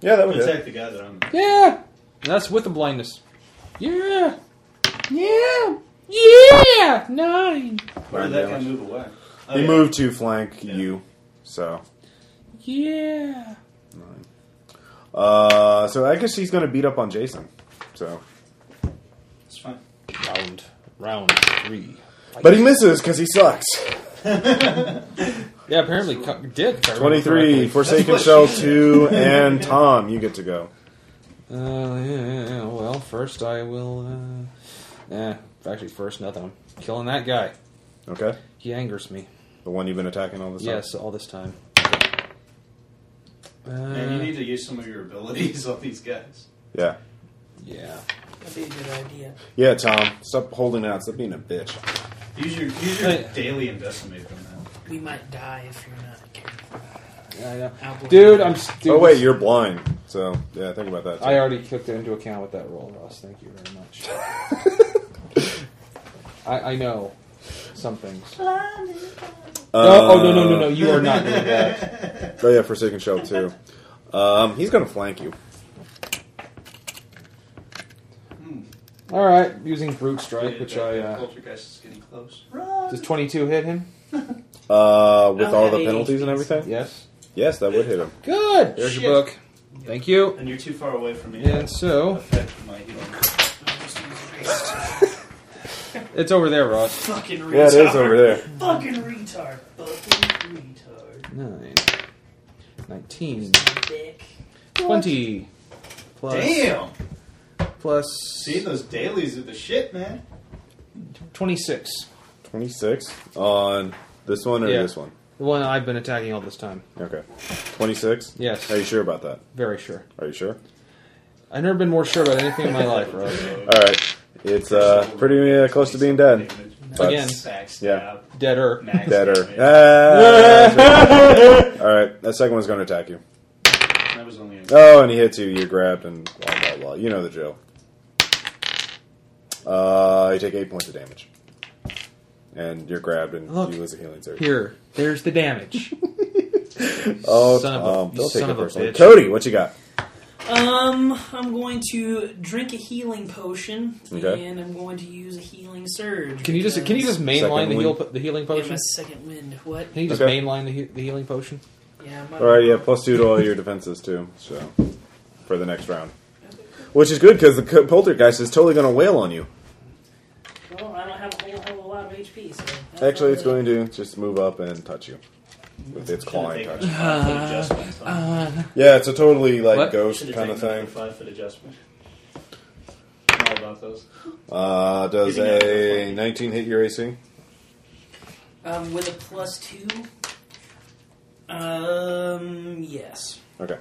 Speaker 1: yeah, that
Speaker 2: I'm
Speaker 1: was
Speaker 2: gonna
Speaker 1: it.
Speaker 2: attack the guy that I'm.
Speaker 3: Yeah. That's with the blindness. Yeah.
Speaker 7: Yeah. Yeah. Nine.
Speaker 2: Where did that guy move away? Oh,
Speaker 1: He
Speaker 2: yeah.
Speaker 1: moved to flank
Speaker 2: Yeah.
Speaker 1: you, so.
Speaker 7: Yeah.
Speaker 1: Uh, so I guess he's going to beat up on Jason. So,
Speaker 2: It's fine.
Speaker 3: Round, round three.
Speaker 1: but he misses because he sucks.
Speaker 3: Yeah, apparently cu- did. if I remember
Speaker 1: Twenty-three,
Speaker 3: correctly.
Speaker 1: Forsaken
Speaker 2: That's
Speaker 1: Shell
Speaker 2: what she
Speaker 1: two, and Tom, you get to go.
Speaker 3: Uh, yeah, yeah, yeah. Well, first I will. Uh, eh, actually, first nothing. I'm killing that guy.
Speaker 1: Okay,
Speaker 3: He angers me.
Speaker 1: the one you've been attacking all this
Speaker 3: Yes, all this time. Uh,
Speaker 2: Man, you need to use some of your abilities on these guys.
Speaker 1: time.
Speaker 3: yeah.
Speaker 4: That'd be a good idea.
Speaker 1: Yeah, yeah. Tom, stop holding out. Stop being a bitch.
Speaker 2: Use your use your
Speaker 3: Hey.
Speaker 2: daily investment from that.
Speaker 4: We might die if you're not careful.
Speaker 3: I know.
Speaker 4: Outboard.
Speaker 3: Dude, I'm. s- Dude,
Speaker 1: oh wait, you're blind. So yeah, think about that. too.
Speaker 3: I already took that into account with that roll, Ross. Thank you very much. I, I know some things.
Speaker 1: Uh,
Speaker 3: no, oh no no no no! You are not doing that.
Speaker 1: Oh yeah, Forsaken Shell too. Um, he's gonna flank you.
Speaker 3: All right, using brute strike,
Speaker 2: Yeah,
Speaker 3: which
Speaker 2: Hmm. that
Speaker 3: I uh,
Speaker 2: poltergeist is getting close. Run!
Speaker 3: does twenty-two hit him?
Speaker 1: Uh, with
Speaker 4: Oh,
Speaker 1: all
Speaker 4: yeah,
Speaker 1: the
Speaker 4: he-
Speaker 1: penalties and everything.
Speaker 3: Yes.
Speaker 1: Yes, that would hit him.
Speaker 3: Good. There's
Speaker 2: Shit.
Speaker 3: your book. Thank you.
Speaker 2: and you're too far away from me.
Speaker 3: And so
Speaker 2: Affect my healing.
Speaker 3: it's over there, Ross.
Speaker 4: Fucking retard.
Speaker 1: Yeah, it is over there.
Speaker 4: Fucking retard. Fucking retard.
Speaker 3: Nine. Nineteen.
Speaker 4: Dick.
Speaker 3: Twenty. Plus.
Speaker 2: Damn!
Speaker 3: plus
Speaker 2: See those dailies are the shit, man.
Speaker 3: twenty-six.
Speaker 1: Twenty-six on this one or
Speaker 3: Yeah.
Speaker 1: this one.
Speaker 3: The one I've been attacking all this time.
Speaker 1: Okay, twenty-six.
Speaker 3: Yes.
Speaker 1: Are you sure about that?
Speaker 3: Very sure.
Speaker 1: Are you sure?
Speaker 3: I've never been more sure about anything in my life, Ross.
Speaker 1: All right, it's uh, pretty uh, close to being dead. But-
Speaker 3: Again.
Speaker 1: Yeah.
Speaker 2: Backstab.
Speaker 3: Deader.
Speaker 2: Max
Speaker 1: Deader.
Speaker 2: damage.
Speaker 1: Ah! all right, that second one's gonna attack you.
Speaker 2: That was only a
Speaker 1: Oh, and he hits you. You're grabbed and blah blah blah. You know the drill. Uh, you take eight points of damage, and you're grabbed and
Speaker 3: Look.
Speaker 1: you lose a healing surge.
Speaker 3: Here, there's the damage.
Speaker 1: Oh,
Speaker 3: son of a-
Speaker 1: Tom,
Speaker 3: you
Speaker 1: don't take it
Speaker 3: son of a
Speaker 1: personally.
Speaker 3: bitch.
Speaker 1: Cody, what you got?
Speaker 4: Um, I'm going to drink a healing potion,
Speaker 1: Okay.
Speaker 4: and I'm going to use a healing surge.
Speaker 3: Can you just can you
Speaker 4: because
Speaker 3: just mainline the,
Speaker 1: Second
Speaker 3: heal,
Speaker 1: wind.
Speaker 3: the healing
Speaker 4: I have
Speaker 3: potion?
Speaker 4: a second wind? What?
Speaker 3: Can you just
Speaker 1: Okay.
Speaker 3: mainline the, he- the healing potion?
Speaker 4: Yeah. My
Speaker 1: All right, yeah, plus two to all your defenses too. So for the next round, which is good because the co- poltergeist is totally going to wail on you.
Speaker 4: Well, I don't have a whole hell of a lot of HP. So that's
Speaker 1: Actually,
Speaker 4: not
Speaker 1: it's
Speaker 4: really-
Speaker 1: going to just move up and touch you with its clawing touch.
Speaker 7: Uh,
Speaker 2: touch.
Speaker 1: Yeah, it's a totally like
Speaker 3: What?
Speaker 1: ghost kind of thing.
Speaker 2: Five foot adjustment. I'm all about those.
Speaker 1: Uh, does
Speaker 2: Hitting it.
Speaker 1: a 19 hit your AC?
Speaker 4: Um, with a plus two. Um. Yes.
Speaker 1: Okay.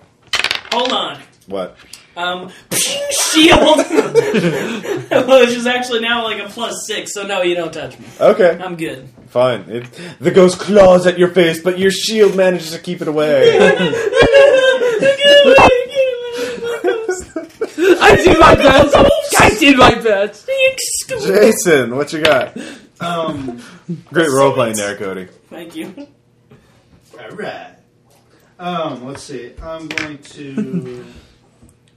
Speaker 4: Hold on.
Speaker 1: What?
Speaker 4: Um. Shield. well, which is actually now like a plus six. So no, you don't touch me.
Speaker 1: Okay,
Speaker 4: I'm good.
Speaker 1: fine. It, the ghost claws at your face, but your shield manages to keep it away.
Speaker 7: I did my best. I did my best.
Speaker 1: Jason, what you got?
Speaker 2: Um,
Speaker 1: Great role playing there, Cody.
Speaker 4: Thank you.
Speaker 2: alright. Um, let's see. I'm going to.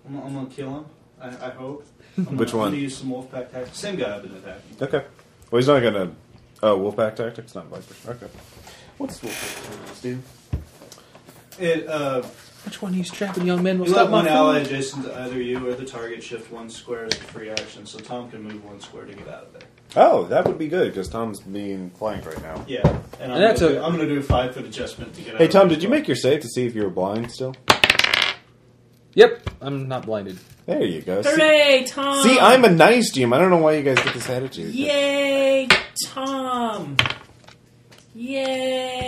Speaker 2: I'm, I'm going to kill him, I, I hope. I'm
Speaker 1: Which
Speaker 2: gonna, I'm
Speaker 1: one?
Speaker 2: going to use some wolfpack tactics. Same guy I've been attacking.
Speaker 1: Okay. Well, he's not gonna. Oh, Wolfpack Tactics, not Viper. Okay. What's Wolfpack Tactics do?
Speaker 2: It, uh,
Speaker 7: Which one of these trapping young men will
Speaker 2: you let
Speaker 7: stop my
Speaker 2: one ally
Speaker 7: phone?
Speaker 2: adjacent to either you or the target shift one square as a free action, so Tom can move one square to get out of there.
Speaker 1: Oh, that would be good because Tom's being flanked right now.
Speaker 2: Yeah, and I'm
Speaker 3: And that's
Speaker 2: gonna
Speaker 3: a-
Speaker 2: do, I'm going to do a five foot adjustment to get. out
Speaker 1: Hey,
Speaker 2: of
Speaker 1: Tom,
Speaker 2: there.
Speaker 1: did you make your save to see if you were blind still?
Speaker 5: Yep, I'm not blinded.
Speaker 1: There you go. See,
Speaker 4: Hooray, Tom!
Speaker 1: see, I'm a nice GM. I don't know why you guys get this attitude.
Speaker 4: Yay, Tom!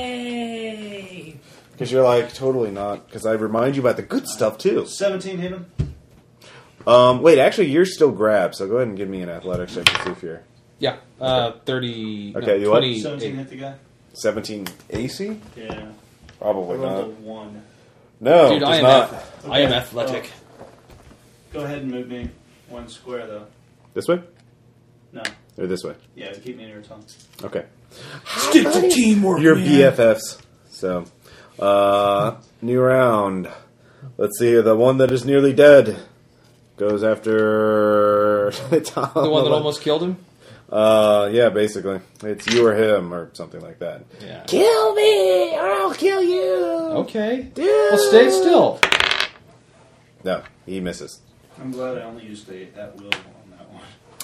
Speaker 4: Yay!
Speaker 1: Because you're like, totally not. Because I remind you about the good stuff, too.
Speaker 2: 17 hit him.
Speaker 1: Um, wait, actually, you're still grabbed, so go ahead and give me an athletics check to see if you're.
Speaker 5: Yeah, uh, thirty. no,
Speaker 1: Okay, you what?
Speaker 5: 28.
Speaker 2: 17 hit the guy.
Speaker 1: 17 AC?
Speaker 2: Yeah. I
Speaker 1: Probably
Speaker 2: rolled a
Speaker 1: not.
Speaker 2: one.
Speaker 1: No,
Speaker 5: Dude,
Speaker 1: does
Speaker 5: I am,
Speaker 1: Oh, not.
Speaker 5: ath- I am
Speaker 2: Okay. Oh,
Speaker 5: athletic.
Speaker 2: Go ahead and move me one square though.
Speaker 1: This way?
Speaker 2: No.
Speaker 1: Or this way?
Speaker 2: Yeah, keep me near Tom.
Speaker 1: Okay.
Speaker 6: Stick to teamwork.
Speaker 1: You're
Speaker 6: man.
Speaker 1: BFFs. So, uh, new round. Let's see. The one that is nearly dead goes after Tom.
Speaker 5: The one that almost killed him.
Speaker 1: Uh, yeah, basically, it's you or him or something like that.
Speaker 5: Yeah.
Speaker 1: Kill me, or I'll kill you.
Speaker 5: Okay.
Speaker 1: Dude.
Speaker 5: Well, stay still.
Speaker 1: No, he misses.
Speaker 2: I'm glad I only used the at will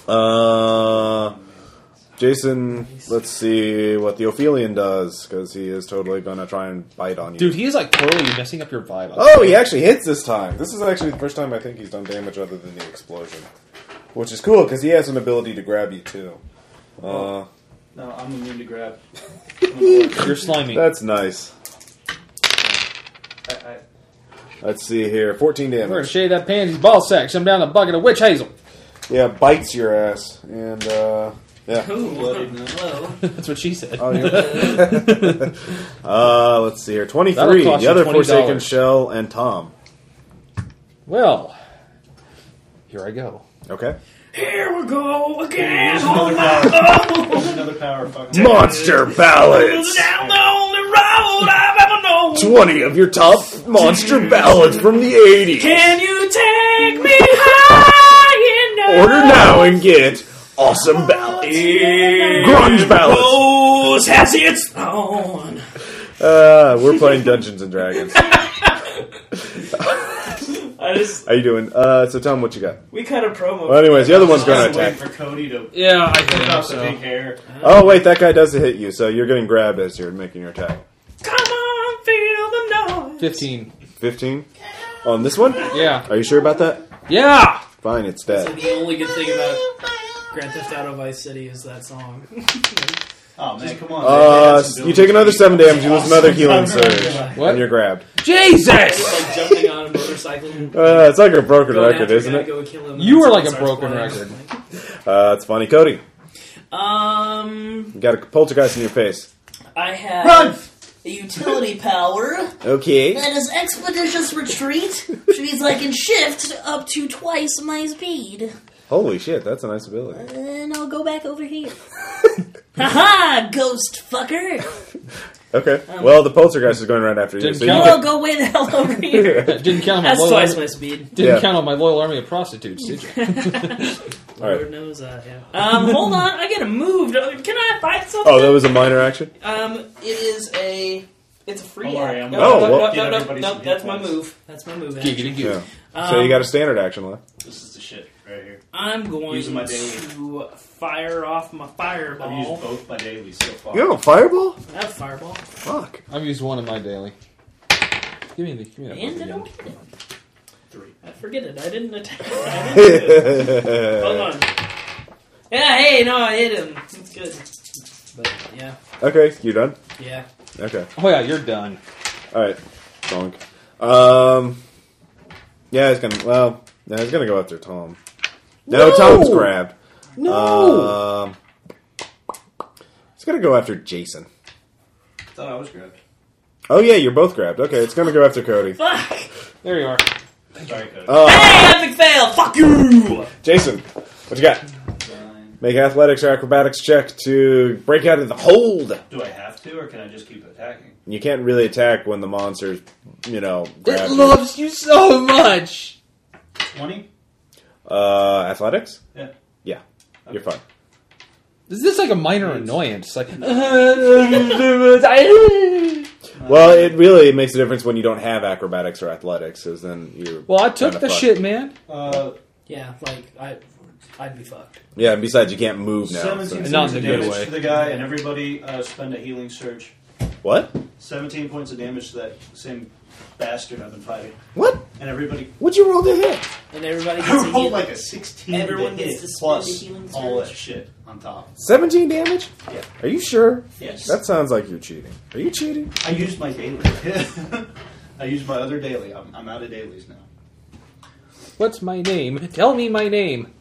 Speaker 2: on that one.
Speaker 1: Uh, Jason. Let's see what the Ophelion does because he is totally gonna try and bite on you.
Speaker 5: Dude, he's like totally messing up your vibe.
Speaker 1: Oh, he actually hits this time. This is actually the first time I think he's done damage other than the explosion, which is cool because he has an ability to grab you too. Uh,
Speaker 2: No, I'm immune to grab.
Speaker 5: You're slimy.
Speaker 1: that's nice.
Speaker 2: I, I,
Speaker 1: Let's see here, fourteen
Speaker 5: We're gonna
Speaker 1: damage.
Speaker 5: shave that pansy's ball sack. Shove him down a bucket of witch hazel.
Speaker 1: Yeah, bites your ass, and uh, yeah.
Speaker 4: Ooh,
Speaker 2: Blooded now.
Speaker 4: hello.
Speaker 5: That's what she said.
Speaker 1: Oh, you're- uh, let's see here,
Speaker 5: That'll
Speaker 1: twenty-three.
Speaker 5: cost
Speaker 1: The
Speaker 5: you
Speaker 1: other
Speaker 5: $20.
Speaker 1: Forsaken Shell and Tom.
Speaker 5: Well, here I go.
Speaker 1: Okay.
Speaker 4: Here we go again
Speaker 2: There's
Speaker 4: on
Speaker 2: another
Speaker 4: my
Speaker 2: power.
Speaker 4: own.
Speaker 2: There's another power. Fucking
Speaker 1: Monster ballads.
Speaker 4: Down the only road I've ever known.
Speaker 1: Twenty of your top monster ballads from the eighties.
Speaker 4: Can you take me high enough?
Speaker 1: Order now and get awesome ballads. Grunge ballads.
Speaker 4: Rose has its thorn.
Speaker 1: Uh, we're playing Dungeons and Dragons.
Speaker 4: I just
Speaker 1: How you doing? Uh, so tell them what you got.
Speaker 4: we cut a promo.
Speaker 1: Well, anyways, the other one's
Speaker 2: I
Speaker 1: going
Speaker 2: was
Speaker 1: to
Speaker 2: waiting
Speaker 1: attack.
Speaker 2: for Cody to
Speaker 6: Yeah, I
Speaker 2: put
Speaker 6: think
Speaker 2: out the big
Speaker 6: so.
Speaker 2: hair.
Speaker 1: Oh wait, that guy does hit you, so you're getting grabbed as you're making your attack.
Speaker 4: Come on, feel the noise.
Speaker 5: Fifteen.
Speaker 1: Fifteen on this one.
Speaker 5: Yeah.
Speaker 1: Are you sure about that?
Speaker 5: Yeah.
Speaker 1: Fine, it's
Speaker 4: So
Speaker 1: dead.
Speaker 4: the only good thing about Grand Theft Auto Vice City is that song.
Speaker 2: Oh man, come on.
Speaker 1: Uh,
Speaker 2: They- they had some
Speaker 1: you take another seven damage. You lose another healing
Speaker 2: Awesome.
Speaker 1: surge, and you're
Speaker 5: What?
Speaker 1: grabbed.
Speaker 6: Jesus.
Speaker 4: It's like jumping on a motorcycle. and
Speaker 1: Uh, it's like a broken
Speaker 4: going
Speaker 1: record,
Speaker 4: after a
Speaker 1: isn't
Speaker 4: guy,
Speaker 1: it?
Speaker 4: Go kill him and
Speaker 5: You
Speaker 4: that's
Speaker 5: are
Speaker 4: how
Speaker 5: like
Speaker 4: it
Speaker 5: a
Speaker 4: starts
Speaker 5: broken
Speaker 4: playing.
Speaker 5: record.
Speaker 1: Uh, it's funny, Cody.
Speaker 4: Um,
Speaker 1: You got a poltergeist in your face.
Speaker 4: I have
Speaker 2: Run!
Speaker 4: a utility power
Speaker 1: Okay.
Speaker 8: That is expeditious retreat, which means I can shift up to twice my speed.
Speaker 1: Holy shit, that's a nice ability.
Speaker 8: Then I'll go back over here. Haha, ghost fucker!
Speaker 1: Okay. Well, the poltergeist is going right after you,
Speaker 5: Didn't
Speaker 1: so you
Speaker 5: count.
Speaker 8: I'll go way the hell over here.
Speaker 1: can.
Speaker 5: Didn't count on my
Speaker 4: That's
Speaker 5: loyal.
Speaker 4: twice my
Speaker 5: army,
Speaker 4: speed.
Speaker 5: didn't
Speaker 1: Yeah.
Speaker 5: count on my loyal army of prostitutes, did you?
Speaker 1: All right.
Speaker 4: Lord knows I have. Um, hold on, I gotta move. Can I find something?
Speaker 1: Oh, that was a minor action.
Speaker 4: Um, it is a. It's a free.
Speaker 2: Don't worry,
Speaker 4: act.
Speaker 2: I'm
Speaker 4: no,
Speaker 1: gonna Oh,
Speaker 4: no, no,
Speaker 1: well-
Speaker 4: no,
Speaker 2: give
Speaker 4: no,
Speaker 2: everybody
Speaker 4: no,
Speaker 2: some
Speaker 4: that's my
Speaker 2: defense.
Speaker 4: move. That's my move. Action.
Speaker 5: Giggity
Speaker 1: Yeah.
Speaker 5: goo.
Speaker 4: Um,
Speaker 1: So you got a standard action left.
Speaker 2: This is the shit right here.
Speaker 4: I'm going
Speaker 2: Using my
Speaker 4: to fire off my
Speaker 2: I've used
Speaker 4: fireball.
Speaker 2: both my dailies so far.
Speaker 1: You have a fireball?
Speaker 4: I have fireball,
Speaker 1: Fuck.
Speaker 5: I've used one in my daily. Give me the. Give me that
Speaker 4: and I
Speaker 5: again.
Speaker 4: don't get it.
Speaker 2: Three.
Speaker 4: I forget it. I didn't attack. I didn't do it. Hold
Speaker 1: okay,
Speaker 4: on. Yeah, hey, no, I hit him. That's good. But yeah,
Speaker 1: you done?
Speaker 4: yeah.
Speaker 1: Okay.
Speaker 5: Oh yeah, you're done.
Speaker 1: Alright. Bonk. Um Yeah, it's gonna well no, it's gonna go after Tom. No,
Speaker 5: No!
Speaker 1: Tom's grabbed.
Speaker 5: No.
Speaker 1: Um It's gonna go after Jason.
Speaker 2: Thought I was grabbed.
Speaker 1: Oh yeah, you're both grabbed. Okay, it's gonna go after Cody.
Speaker 4: Fuck. Hey,
Speaker 5: there you are.
Speaker 2: Sorry, Cody.
Speaker 1: Uh,
Speaker 4: epic fail. Fuck you.
Speaker 1: Jason, what you got?
Speaker 2: Nine.
Speaker 1: Make athletics or acrobatics check to break out of the hold.
Speaker 2: Do I have to, or can I just keep attacking?
Speaker 1: You can't really attack when the monster's, you know,
Speaker 6: It
Speaker 1: grabbed. you.
Speaker 6: loves you so much.
Speaker 2: Twenty.
Speaker 1: Uh, athletics?
Speaker 2: Yeah.
Speaker 1: Yeah. You're fine.
Speaker 5: Is this like a minor annoyance? Like,
Speaker 1: Well,
Speaker 2: Uh,
Speaker 1: it really makes a difference when you don't have acrobatics or athletics, because then you're.
Speaker 5: well, I took the
Speaker 1: fucked.
Speaker 5: shit, man.
Speaker 2: Uh,
Speaker 4: Yeah, like I, I'd be fucked.
Speaker 1: Yeah, and besides, you can't move now. so-
Speaker 2: 17
Speaker 5: Not
Speaker 2: points
Speaker 5: in
Speaker 2: of
Speaker 5: a good
Speaker 2: damage
Speaker 5: way.
Speaker 2: to the guy, and everybody uh, spend a healing surge.
Speaker 1: What?
Speaker 2: 17 points of damage to that same bastard I've been fighting.
Speaker 1: What?
Speaker 2: and everybody
Speaker 1: What'd you roll to hit?
Speaker 4: And everybody gets a
Speaker 2: I
Speaker 4: heal.
Speaker 2: rolled like a 16
Speaker 4: Everyone
Speaker 2: to hit,
Speaker 4: gets to spend a
Speaker 2: plus
Speaker 4: healing
Speaker 2: all that
Speaker 4: surge.
Speaker 2: shit on top.
Speaker 1: 17 damage?
Speaker 2: Yeah.
Speaker 1: Are you sure?
Speaker 2: Yes.
Speaker 1: That sounds like you're cheating. Are you cheating?
Speaker 2: I used my daily. I used my other daily. I'm, I'm out of dailies now.
Speaker 3: What's my name? Tell me my name.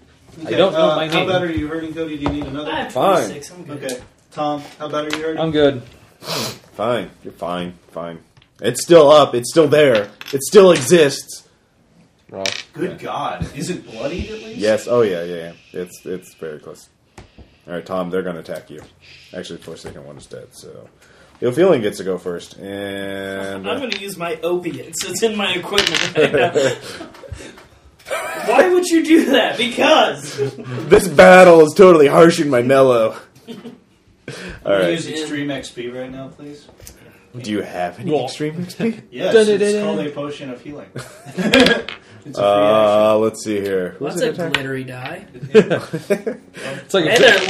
Speaker 2: Okay,
Speaker 3: don't know
Speaker 2: uh,
Speaker 3: my
Speaker 2: How
Speaker 3: name.
Speaker 2: bad are you hurting, Cody? Do you need another?
Speaker 4: I have
Speaker 1: Fine.
Speaker 4: 26. I'm good.
Speaker 2: Okay. Tom, how bad are you hurting?
Speaker 3: I'm good.
Speaker 1: Fine. You're fine. Fine. It's still up. It's still there. It still exists.
Speaker 3: Raw.
Speaker 2: Good God. Is it bloodied at least?
Speaker 1: Yes. Oh yeah. Yeah. Yeah. It's it's very close. All right, Tom. They're going to attack you. Actually, the second one is dead. So, ill feeling gets to go first, and uh,
Speaker 4: I'm going to use my opiates. It's in my equipment right now. Why would you do that? Because
Speaker 1: this battle is totally harshing my mellow. All
Speaker 2: Can you
Speaker 1: right.
Speaker 2: Use extreme XP right now, please.
Speaker 1: Do you have any
Speaker 3: Roll.
Speaker 1: extreme XP?
Speaker 2: Yes, it's
Speaker 3: Dun-dun-dun-dun.
Speaker 2: called a potion of healing. it's a free
Speaker 1: Uh, let's see here. Who's
Speaker 4: that's
Speaker 1: it
Speaker 4: a
Speaker 1: attack?
Speaker 4: glittery die.
Speaker 3: It's like a,
Speaker 4: Hey there,
Speaker 2: action.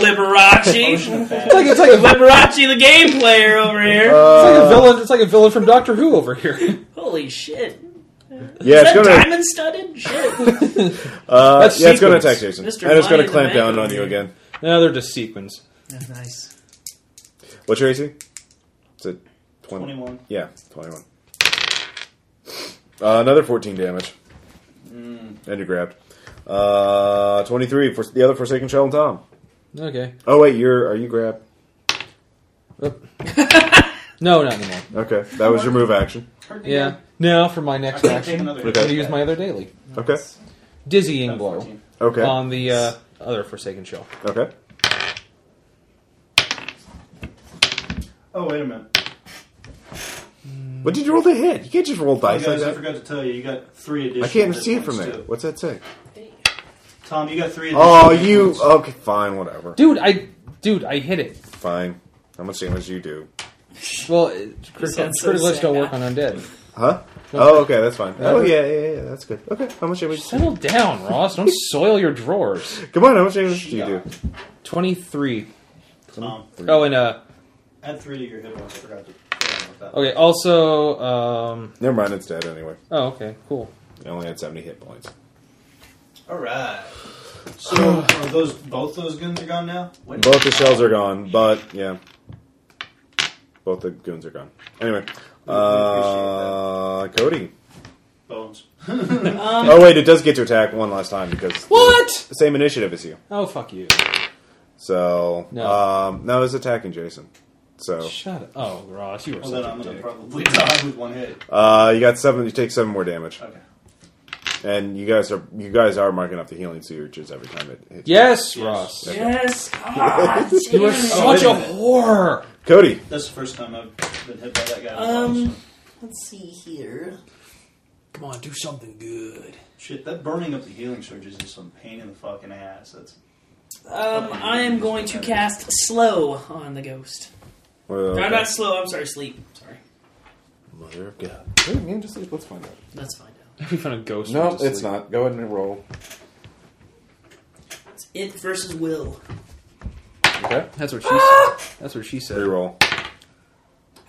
Speaker 4: Liberace.
Speaker 2: Potion of
Speaker 3: it's like, it's like a, it's like
Speaker 4: Liberace, the game player over here.
Speaker 3: a
Speaker 1: Uh,
Speaker 3: villain. It's like a villain from Doctor Who over here.
Speaker 4: Holy shit! Is
Speaker 1: yeah, it's
Speaker 4: that
Speaker 1: gonna
Speaker 4: diamond studded? Shit,
Speaker 1: Uh,
Speaker 3: That's
Speaker 1: yeah, it's going to
Speaker 3: sequence.
Speaker 1: attack Jason.
Speaker 4: Mr.
Speaker 1: And it's going
Speaker 4: Money
Speaker 1: to
Speaker 4: in
Speaker 1: clamp
Speaker 4: the
Speaker 1: down
Speaker 4: Bank.
Speaker 1: on you again.
Speaker 3: No, they're just sequins.
Speaker 4: that's nice.
Speaker 1: What's your AC? It's a 20.
Speaker 2: 21.
Speaker 1: Yeah, 21. Uh, another 14 damage.
Speaker 2: Mm.
Speaker 1: And you grabbed. Uh, 23 for the other Forsaken Shell and Tom.
Speaker 3: Okay.
Speaker 1: Oh, wait, you're. Are you grabbed?
Speaker 3: No, not anymore.
Speaker 1: Okay, that was your move action.
Speaker 2: Hurt me
Speaker 3: Yeah.
Speaker 2: again.
Speaker 3: Now for my next
Speaker 2: I'm gonna take
Speaker 3: action, I'm
Speaker 2: another
Speaker 3: going to
Speaker 1: Okay.
Speaker 3: use my other daily
Speaker 1: Okay,
Speaker 3: dizzying
Speaker 2: Uh,
Speaker 3: blow
Speaker 2: 14.
Speaker 1: okay,
Speaker 3: on the uh, other Forsaken shell.
Speaker 1: okay.
Speaker 2: Oh, wait a minute.
Speaker 1: But did you roll the hit? You can't just roll
Speaker 2: Oh,
Speaker 1: dice like
Speaker 2: guys, I
Speaker 1: that.
Speaker 2: forgot to tell you, you got three additional
Speaker 1: I can't
Speaker 2: hit
Speaker 1: see it from
Speaker 2: points,
Speaker 1: there.
Speaker 2: too.
Speaker 1: What's that say?
Speaker 2: Tom, you got three additional
Speaker 1: Oh,
Speaker 2: hit
Speaker 1: you.
Speaker 2: points.
Speaker 1: Okay, fine, whatever.
Speaker 3: Dude, I dude, I hit it.
Speaker 1: Fine. How much damage do you do?
Speaker 3: Well, it- critical,
Speaker 4: sounds so
Speaker 3: critical hits
Speaker 4: sad.
Speaker 3: don't work on undead.
Speaker 1: Huh? Oh, okay, that's fine. Oh, yeah, yeah, yeah, that's good. Okay, how much damage?
Speaker 3: Settle down, Ross. Don't soil your drawers.
Speaker 1: Come on, how much damage do you do?
Speaker 3: Twenty-three.
Speaker 2: Tom,
Speaker 3: Oh, and uh,
Speaker 2: add three to your hit points. I forgot to forgot about that.
Speaker 3: okay. Also, um,
Speaker 1: Never mind, it's dead anyway.
Speaker 3: oh, okay, cool.
Speaker 1: I only had 70 hit points.
Speaker 2: All right. So are those both those guns are gone now? When-
Speaker 1: Both the shells are gone, but yeah. Both the goons are gone. Anyway, uh, Cody.
Speaker 2: bones.
Speaker 3: Um,
Speaker 1: Oh, wait, it does get to attack one last time because.
Speaker 3: What?
Speaker 1: The same initiative as you.
Speaker 3: Oh, fuck you.
Speaker 1: So.
Speaker 3: No.
Speaker 1: Um, no, it's attacking Jason. So.
Speaker 3: Shut up. Oh, Ross, you were
Speaker 2: Well, then
Speaker 3: such
Speaker 2: I'm
Speaker 3: a
Speaker 2: gonna
Speaker 3: dick.
Speaker 2: probably die with one hit.
Speaker 1: Uh, you got seven. You take seven more damage,
Speaker 2: Okay.
Speaker 1: and you guys are you guys are marking up the healing sutures every time it hits. you.
Speaker 3: Yes,
Speaker 2: Yes.
Speaker 3: Ross.
Speaker 4: Yes, God,
Speaker 3: You were
Speaker 4: damn it.
Speaker 3: such a
Speaker 2: wait a minute.
Speaker 3: whore.
Speaker 1: Cody.
Speaker 2: That's the first time I've been hit by that guy.
Speaker 4: Um,
Speaker 9: Let's see here.
Speaker 10: Come on, do something good.
Speaker 2: Shit, that burning up the healing surge is just some pain in the fucking ass. That's
Speaker 4: um, I am going to cast slow on the ghost.
Speaker 1: Uh,
Speaker 4: No, not slow. I'm sorry, sleep. Sorry,
Speaker 1: Mother of God. Name just let's find out.
Speaker 4: let's find out.
Speaker 3: We found a ghost.
Speaker 1: No,
Speaker 3: who
Speaker 1: it's
Speaker 3: just sleep.
Speaker 1: not. Go ahead and roll.
Speaker 4: It's it versus will.
Speaker 1: Okay.
Speaker 3: That's what she. said. That's what she said.
Speaker 1: Reroll.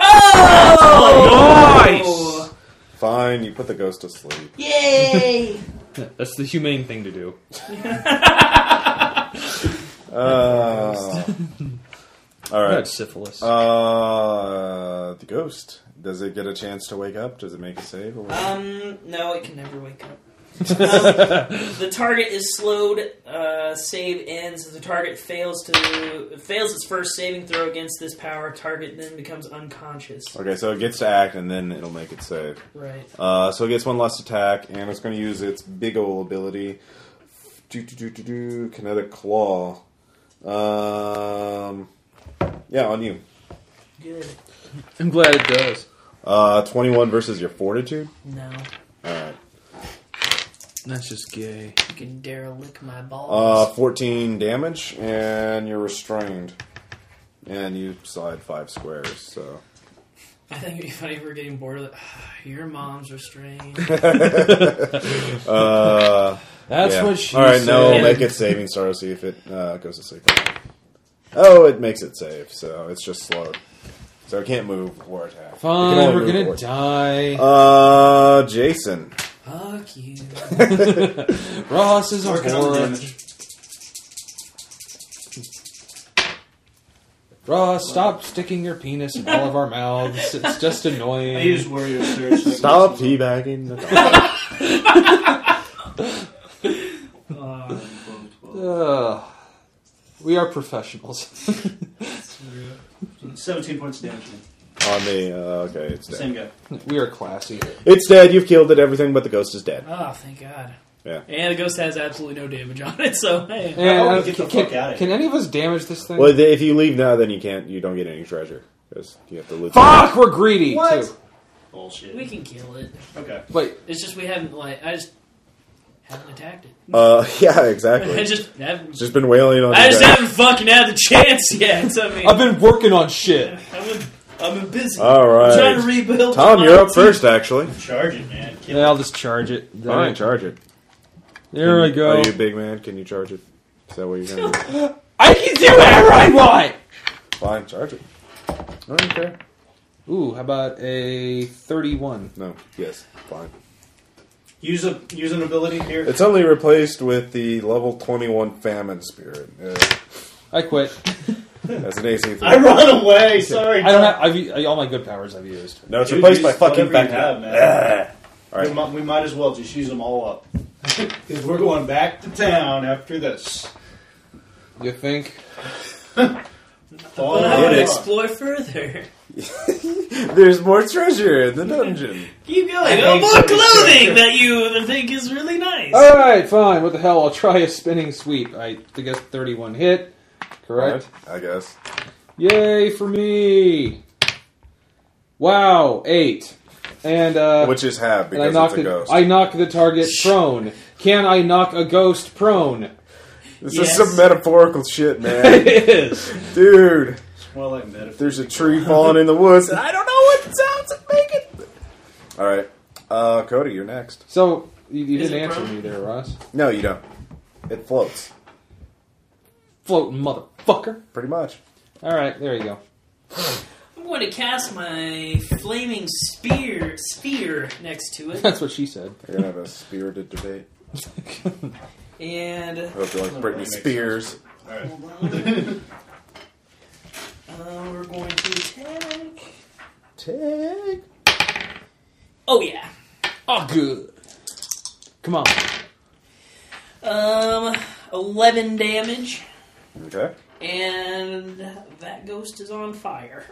Speaker 3: Oh,
Speaker 1: Fine, you put the ghost to sleep.
Speaker 9: Yay!
Speaker 3: nice. That's the humane thing to do.
Speaker 1: Uh, all
Speaker 3: Right.
Speaker 1: right.
Speaker 3: syphilis.
Speaker 1: Uh, the ghost. Does it get a chance to wake up? Does it make a save? Or what?
Speaker 4: Um, no, it can never wake up. Um, the target is slowed. Uh, save ends. If the target fails to fails its first saving throw against this power, target then becomes unconscious.
Speaker 1: Okay, so it gets to act and then it'll make its save.
Speaker 4: Right.
Speaker 1: Uh, so it gets one last attack, and it's going to use its big ol' ability, do, do, do, do, do, kinetic claw. Um, yeah, on you.
Speaker 4: Good.
Speaker 3: I'm glad it does.
Speaker 1: Uh, twenty-one versus your fortitude.
Speaker 4: No,
Speaker 1: All right.
Speaker 3: That's just gay.
Speaker 4: you can dare lick my
Speaker 1: Uh,
Speaker 4: balls.
Speaker 1: 14 damage, and you're restrained. And you slide five squares, so.
Speaker 4: I think if I ever getting bored of it, your mom's restrained.
Speaker 1: Uh,
Speaker 3: That's
Speaker 1: yeah.
Speaker 3: what she
Speaker 1: All right,
Speaker 3: said.
Speaker 1: no, make it saving throw, see if it uh, goes to sleep. Oh, it makes it save, so it's just slow. So it can't move or attack. It can
Speaker 3: Fine,
Speaker 1: only
Speaker 3: we're
Speaker 1: move
Speaker 3: gonna
Speaker 1: or-
Speaker 3: die.
Speaker 1: Uh, Jason.
Speaker 4: Fuck you.
Speaker 3: Ross is a
Speaker 2: Working on the
Speaker 3: whore.
Speaker 2: damage.
Speaker 3: Ross, stop sticking your penis in all of our mouths. It's just
Speaker 2: I
Speaker 3: annoying.
Speaker 2: use warrior surge. like-
Speaker 1: Stop teabagging. the dog.
Speaker 2: Um,
Speaker 4: Oh,
Speaker 3: Ugh. we are professionals.
Speaker 2: Seventeen points of damage. to me.
Speaker 1: On the uh, okay, it's dead.
Speaker 2: Same guy.
Speaker 3: we are classy.
Speaker 1: It's dead. You've killed it. Everything but the ghost is dead.
Speaker 4: Oh, thank God.
Speaker 1: Yeah.
Speaker 4: And the ghost has absolutely no damage on it, so hey.
Speaker 3: And,
Speaker 2: hope we
Speaker 3: uh,
Speaker 2: get the
Speaker 3: can,
Speaker 2: fuck outta
Speaker 3: can any of us damage this thing?
Speaker 1: Well, if you leave now, then you can't. You don't get any treasure because you have to loot.
Speaker 3: Fuck, we're greedy
Speaker 2: What?
Speaker 3: too.
Speaker 2: Bullshit.
Speaker 4: We can kill it.
Speaker 2: Okay.
Speaker 3: Wait,
Speaker 4: It's just we haven't like I just haven't attacked it.
Speaker 1: Uh, yeah,
Speaker 4: I
Speaker 1: exactly.
Speaker 4: just haven't.
Speaker 1: It's just been wailing on.
Speaker 4: I
Speaker 1: you
Speaker 4: just
Speaker 1: guys.
Speaker 4: haven't fucking had the chance yet. I mean,
Speaker 3: I've been working on shit.
Speaker 4: I'm, I'm busy.
Speaker 1: All
Speaker 4: I'm trying to
Speaker 1: right,
Speaker 4: rebuild.
Speaker 1: Tom,
Speaker 4: my
Speaker 1: you're up
Speaker 4: team.
Speaker 1: first. Actually,
Speaker 2: Charge it, man. Kill
Speaker 3: Yeah, I'll just charge it.
Speaker 1: all right, charge it.
Speaker 3: There we go.
Speaker 1: Are you a big man? Can you charge it? Is that what you're gonna do?
Speaker 3: I can do whatever I want.
Speaker 1: Fine, charge it. I don't care.
Speaker 3: Ooh, how about a thirty-one?
Speaker 1: No. Yes. Fine.
Speaker 2: Use a use an ability here.
Speaker 1: It's only replaced with the level twenty-one famine spirit uh,
Speaker 3: I quit.
Speaker 1: as an AC three.
Speaker 2: I run away. Sorry.
Speaker 3: I don't have. I've, I, all my good powers I've used.
Speaker 1: No, it's
Speaker 2: Dude,
Speaker 1: replaced
Speaker 2: use
Speaker 1: by fucking
Speaker 2: whatever you
Speaker 1: Vecna.
Speaker 2: have, man.
Speaker 1: Ugh. All right.
Speaker 2: We, might, we might as well just use them all up because we're going back to town after this.
Speaker 3: You think?
Speaker 2: Oh,
Speaker 4: But I want
Speaker 1: Get
Speaker 4: to
Speaker 1: it.
Speaker 4: explore further.
Speaker 1: There's more treasure in the dungeon.
Speaker 4: Keep going.
Speaker 2: I
Speaker 4: Oh,
Speaker 2: hate
Speaker 4: more
Speaker 2: that
Speaker 4: clothing that you think is really nice.
Speaker 3: All right, fine. What the hell? I'll try a spinning sweep. I guess thirty-one hit. Correct.
Speaker 1: I guess.
Speaker 3: Yay for me! Wow, eight. And uh,
Speaker 1: Which is half
Speaker 3: and I
Speaker 1: because
Speaker 3: knock
Speaker 1: it's a
Speaker 3: the
Speaker 1: ghost.
Speaker 3: I knock the target prone. Can I knock a ghost prone?
Speaker 1: this is
Speaker 4: Yes.
Speaker 1: some metaphorical shit, man.
Speaker 3: it is.
Speaker 1: Dude,
Speaker 2: It's more like metaphor.
Speaker 1: there's a tree falling in the woods. and I don't know what sounds it making. All right, uh, Cody, you're next.
Speaker 3: So you, you
Speaker 4: Is
Speaker 3: didn't
Speaker 4: it
Speaker 3: answer
Speaker 4: prone?
Speaker 3: me there, Ross.
Speaker 1: No, you don't. It floats,
Speaker 3: Floating motherfucker.
Speaker 1: pretty much.
Speaker 3: All right, there you go.
Speaker 4: I'm going to cast my flaming spear sphere next to it,
Speaker 3: That's what she said.
Speaker 1: You're gonna have a spirited debate.
Speaker 4: and um,
Speaker 1: I hope you like
Speaker 2: That
Speaker 1: Britney
Speaker 2: makes
Speaker 1: Spears.
Speaker 4: hold on. Uh, we're going to attack.
Speaker 1: Take.
Speaker 4: Oh yeah.
Speaker 3: Oh, good. Come on.
Speaker 4: Um, eleven damage,
Speaker 1: Okay.
Speaker 4: and that ghost is on fire.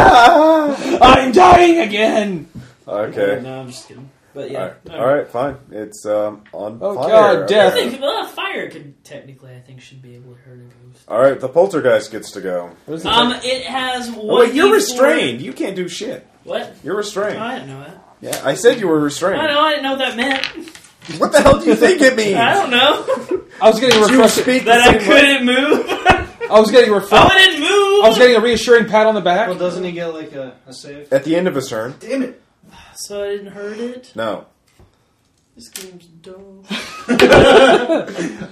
Speaker 3: I'm dying again.
Speaker 1: Okay.
Speaker 4: No, I'm just kidding. But
Speaker 1: All
Speaker 4: yeah.
Speaker 1: right. All right. Fine. It's um, on
Speaker 3: Oh,
Speaker 1: fire.
Speaker 3: God, death.
Speaker 4: I
Speaker 1: apparently.
Speaker 4: think well, fire could technically, I think, should be able to hurt a ghost.
Speaker 1: All right. The poltergeist gets to go.
Speaker 3: What is it?
Speaker 4: Um, it has one.
Speaker 1: Oh, wait, you're
Speaker 4: D4
Speaker 1: restrained. You can't do shit.
Speaker 4: What?
Speaker 1: You're
Speaker 4: Oh,
Speaker 1: restrained.
Speaker 4: I didn't know that.
Speaker 1: Yeah, I said you were
Speaker 4: I
Speaker 1: restrained.
Speaker 4: know. I didn't know what that meant.
Speaker 1: What the hell do you think it means?
Speaker 4: I don't know
Speaker 3: I was getting a
Speaker 1: You
Speaker 3: refreshing.
Speaker 1: speak the
Speaker 4: that I
Speaker 1: same way.
Speaker 4: couldn't move.
Speaker 3: I was getting a refresh.
Speaker 4: oh, I didn't move.
Speaker 3: I was getting a reassuring pat on the back.
Speaker 2: Well, doesn't he get like a, a save?
Speaker 1: At the end of his turn,
Speaker 2: Damn it!
Speaker 4: so I didn't hurt it.
Speaker 1: no.
Speaker 4: This game's dumb.
Speaker 2: Oh,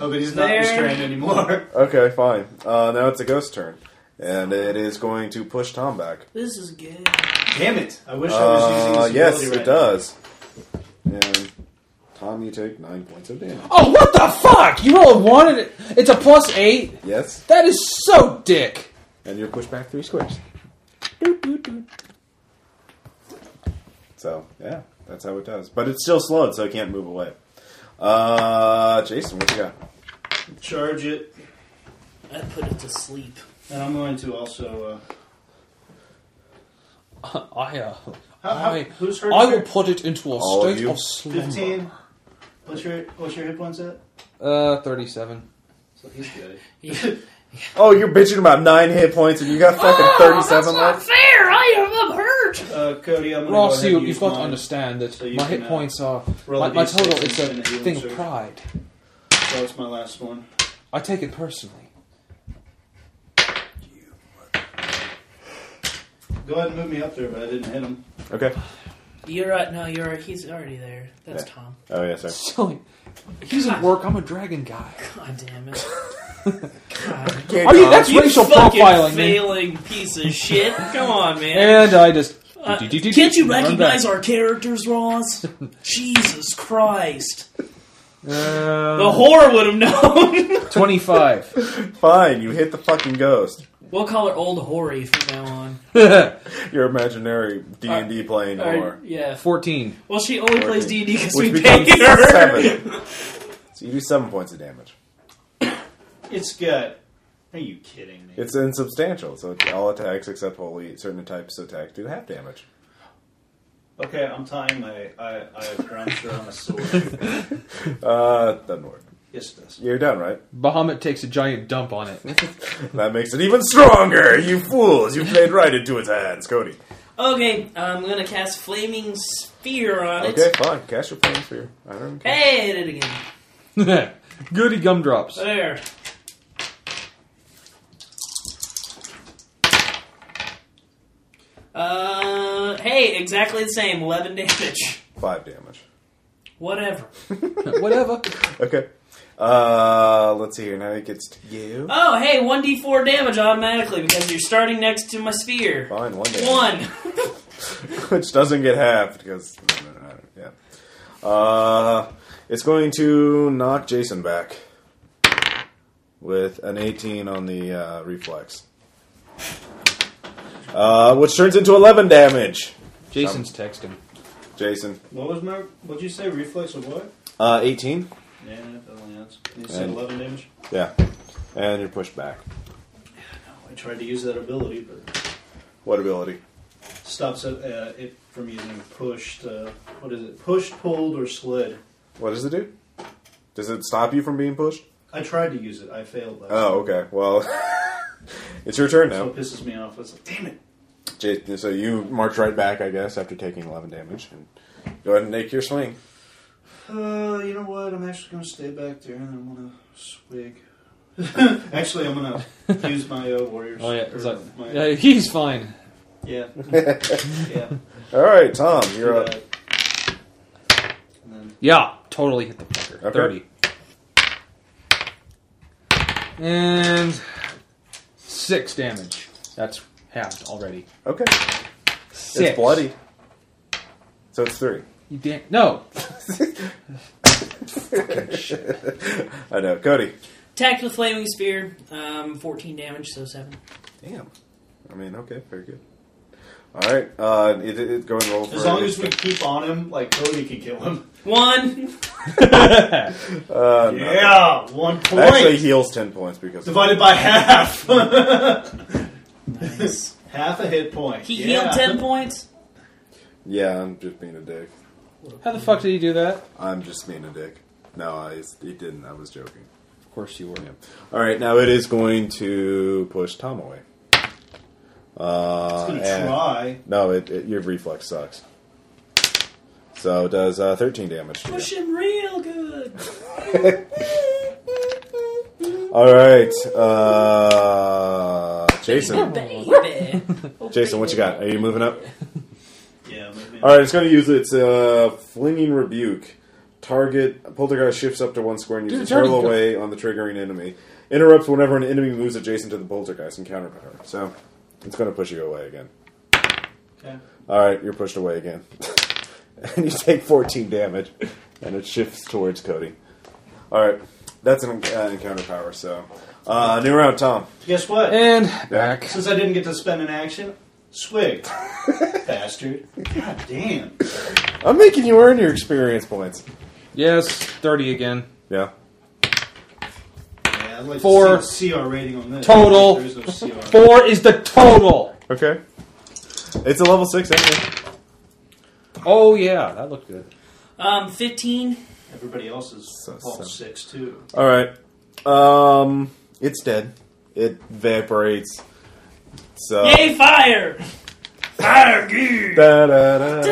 Speaker 2: but he's not
Speaker 4: There.
Speaker 2: restrained anymore.
Speaker 1: Okay, fine. Uh, now it's a ghost turn, and it is going to push Tom back.
Speaker 4: This is good.
Speaker 2: Damn it! I wish I was using
Speaker 1: Uh,
Speaker 2: this
Speaker 1: yes,
Speaker 2: ability
Speaker 1: it
Speaker 2: right
Speaker 1: does. And Tom, you take nine points of damage.
Speaker 3: Oh, what the fuck? You rolled one and it, it's a plus eight?
Speaker 1: Yes,
Speaker 3: That is so dick.
Speaker 1: and you're pushed back three squares. So yeah, that's how it does. But it's still slowed, so it can't move away. Uh, Jason, what you got?
Speaker 2: now. Charge it,
Speaker 4: I put it to sleep.
Speaker 2: and I'm going to also. Uh,
Speaker 3: I, uh,
Speaker 2: how, how,
Speaker 3: I-
Speaker 2: who's hurt?
Speaker 3: I will put it into a
Speaker 1: All of
Speaker 3: state
Speaker 1: you?
Speaker 3: of, slumber.
Speaker 2: Fifteen. What's your What's your hit points at?
Speaker 3: Uh, 37.
Speaker 2: So he's good.
Speaker 1: Oh, you're bitching about nine hit points, and you got fucking thirty-seven left.
Speaker 4: Oh, fair. I am I'm hurt.
Speaker 2: Uh, Cody, I'm going to
Speaker 3: Ross,
Speaker 2: go ahead
Speaker 3: you,
Speaker 2: and use
Speaker 3: you've got to
Speaker 2: mine.
Speaker 3: understand that
Speaker 2: So you
Speaker 3: my
Speaker 2: can,
Speaker 3: hit
Speaker 2: uh,
Speaker 3: points are.
Speaker 2: roll
Speaker 3: My,
Speaker 2: a
Speaker 3: my
Speaker 2: D6
Speaker 3: total is a
Speaker 2: and then you
Speaker 3: thing of
Speaker 2: insert.
Speaker 3: pride.
Speaker 2: So it's my last one.
Speaker 3: I take it personally.
Speaker 2: Go ahead and move me up there, but I didn't hit him.
Speaker 1: Okay.
Speaker 4: You're right. No, you're right. He's already there. That's
Speaker 1: Yeah.
Speaker 4: Tom.
Speaker 1: Oh yes, sir.
Speaker 3: Silly. He doesn't work. I'm a dragon guy.
Speaker 4: God damn it. God.
Speaker 3: I mean, that's
Speaker 4: You
Speaker 3: racial
Speaker 4: fucking
Speaker 3: profiling. man.
Speaker 4: failing piece of shit. Come on, man.
Speaker 3: And I just
Speaker 4: Uh,
Speaker 5: Do, do, do, do.
Speaker 4: can't you
Speaker 5: Run
Speaker 4: recognize
Speaker 5: back.
Speaker 4: our characters, Ross? Jesus Christ.
Speaker 5: Um,
Speaker 4: the whore would have known.
Speaker 5: 25.
Speaker 1: Fine, you hit the fucking ghost.
Speaker 4: we'll call her Old Hoary from now on.
Speaker 1: Your imaginary D and D playing or
Speaker 4: Or, yeah.
Speaker 5: 14.
Speaker 4: Well, she only plays D&D because we
Speaker 1: which becomes
Speaker 4: paid her.
Speaker 1: seven. So you do seven points of damage.
Speaker 2: It's gut. Are you kidding me?
Speaker 1: It's insubstantial, so it's all attacks except holy certain types of attack do half damage.
Speaker 2: Okay, I'm tying my I, I have brown shirt on a sword.
Speaker 1: Uh, doesn't work.
Speaker 2: yes, it does.
Speaker 1: You're done, right?
Speaker 5: Bahamut takes a giant dump on it.
Speaker 1: That makes it even stronger. You fools! You played right into its hands, Cody.
Speaker 4: Okay, I'm going to cast Flaming Sphere on it.
Speaker 1: Okay, fine. Cast your flames here. I don't care.
Speaker 4: Hey, I did it again.
Speaker 5: Goody gumdrops.
Speaker 4: There. Uh, hey, exactly the same. 11 damage.
Speaker 1: Five damage.
Speaker 4: Whatever.
Speaker 5: Whatever.
Speaker 1: Okay. Uh, let's see here. Now it gets to you.
Speaker 4: Oh, hey, 1d4 damage automatically because you're starting next to my sphere.
Speaker 1: Fine, one damage.
Speaker 4: One.
Speaker 1: which doesn't get halved because yeah. Uh, it's going to knock Jason back with an 18 on the uh, reflex, uh, which turns into 11 damage.
Speaker 5: Jason's texting.
Speaker 1: Jason,
Speaker 2: What was my? What'd you say? Reflex of what?
Speaker 1: uh, 18,
Speaker 2: Yeah, that only adds. You said
Speaker 1: And-
Speaker 2: eleven damage.
Speaker 1: yeah, and you're pushed back.
Speaker 2: No, I tried to use that ability, but
Speaker 1: What ability?
Speaker 2: stops it, uh, it from using pushed. Uh, what is it? Pushed, pulled, or slid?
Speaker 1: What does it do? Does it stop you from being pushed?
Speaker 2: I tried to use it. I failed. Last
Speaker 1: Oh, okay. Well, it's your turn
Speaker 2: That's
Speaker 1: now.
Speaker 2: what pisses me off. It's like, damn it.
Speaker 1: Jason, so you march right back, I guess, after taking 11 damage, and go ahead and make your swing.
Speaker 2: Uh, you know what? I'm actually going to stay back there, and I'm going to swig. actually, I'm going to use my uh, warriors.
Speaker 5: Oh, yeah.
Speaker 2: or
Speaker 5: It's like,
Speaker 2: my-
Speaker 5: yeah, he's fine.
Speaker 2: yeah, yeah.
Speaker 1: All right, Tom, you're
Speaker 2: do
Speaker 1: up.
Speaker 2: that. And then
Speaker 5: Yeah, totally hit the fucker.
Speaker 1: Okay.
Speaker 5: 30. And 6 damage. That's halved already.
Speaker 1: Okay,
Speaker 5: Six.
Speaker 1: it's bloody, so it's three.
Speaker 5: You da- no.
Speaker 1: I know, Cody.
Speaker 4: Attacked with Flaming Sphere. Um, 14 damage, so 7.
Speaker 1: Damn. I mean, okay, very good. All right, uh, it, it, go and roll. For
Speaker 2: as long as we keep on him, like Cody can kill him.
Speaker 4: One.
Speaker 1: uh, no.
Speaker 2: Yeah, one point
Speaker 1: actually heals ten points because
Speaker 2: divided by half.
Speaker 4: Nice.
Speaker 2: half a hit point.
Speaker 4: He
Speaker 2: yeah.
Speaker 4: healed 10 points.
Speaker 1: yeah, I'm just being a dick.
Speaker 5: How the fuck did he do that?
Speaker 1: I'm just being a dick. No, I, he didn't. I was joking.
Speaker 5: Of course you were.
Speaker 1: All right, now it is going to push Tom away. Uh,
Speaker 2: Gonna
Speaker 1: and-
Speaker 2: try.
Speaker 1: No, it, it, your reflex sucks. So it does uh, 13 damage to you.
Speaker 4: Push him real good.
Speaker 1: All right, uh, Jason.
Speaker 4: Baby. Oh,
Speaker 1: Jason, what you got? Are
Speaker 4: baby.
Speaker 1: you moving up?
Speaker 2: Yeah, maybe.
Speaker 1: All right, it's going to use its uh, flinging rebuke. Target poltergeist shifts up to one square and
Speaker 5: Dude,
Speaker 1: uses
Speaker 5: it's already
Speaker 1: hurl
Speaker 5: go-
Speaker 1: away on the triggering enemy. Interrupts whenever an enemy moves adjacent to the poltergeist and counterpower. So it's going to push you away again.
Speaker 2: Okay.
Speaker 1: All right, you're pushed away again, and you take 14 damage, and it shifts towards Cody. All right, that's an uh, encounter power. So, uh, new round, Tom.
Speaker 2: Guess what?
Speaker 5: And back.
Speaker 2: Since I didn't get to spend an action, swig. Bastard. God damn.
Speaker 1: I'm making you earn your experience points.
Speaker 5: Yes, 30 again.
Speaker 1: Yeah,
Speaker 2: Yeah, I'd like
Speaker 5: Four.
Speaker 2: to see a CR rating on this.
Speaker 5: Total.
Speaker 2: There is no CR.
Speaker 5: 4 is the total.
Speaker 1: okay. It's a level six anyway.
Speaker 5: Oh, yeah, that looked good.
Speaker 4: Um, 15.
Speaker 2: Everybody else is
Speaker 1: So,
Speaker 2: all
Speaker 1: so.
Speaker 2: six too.
Speaker 1: All right, um, it's dead. It evaporates. So
Speaker 4: Yay, fire! Fire, gear!
Speaker 1: Da-da-da-da.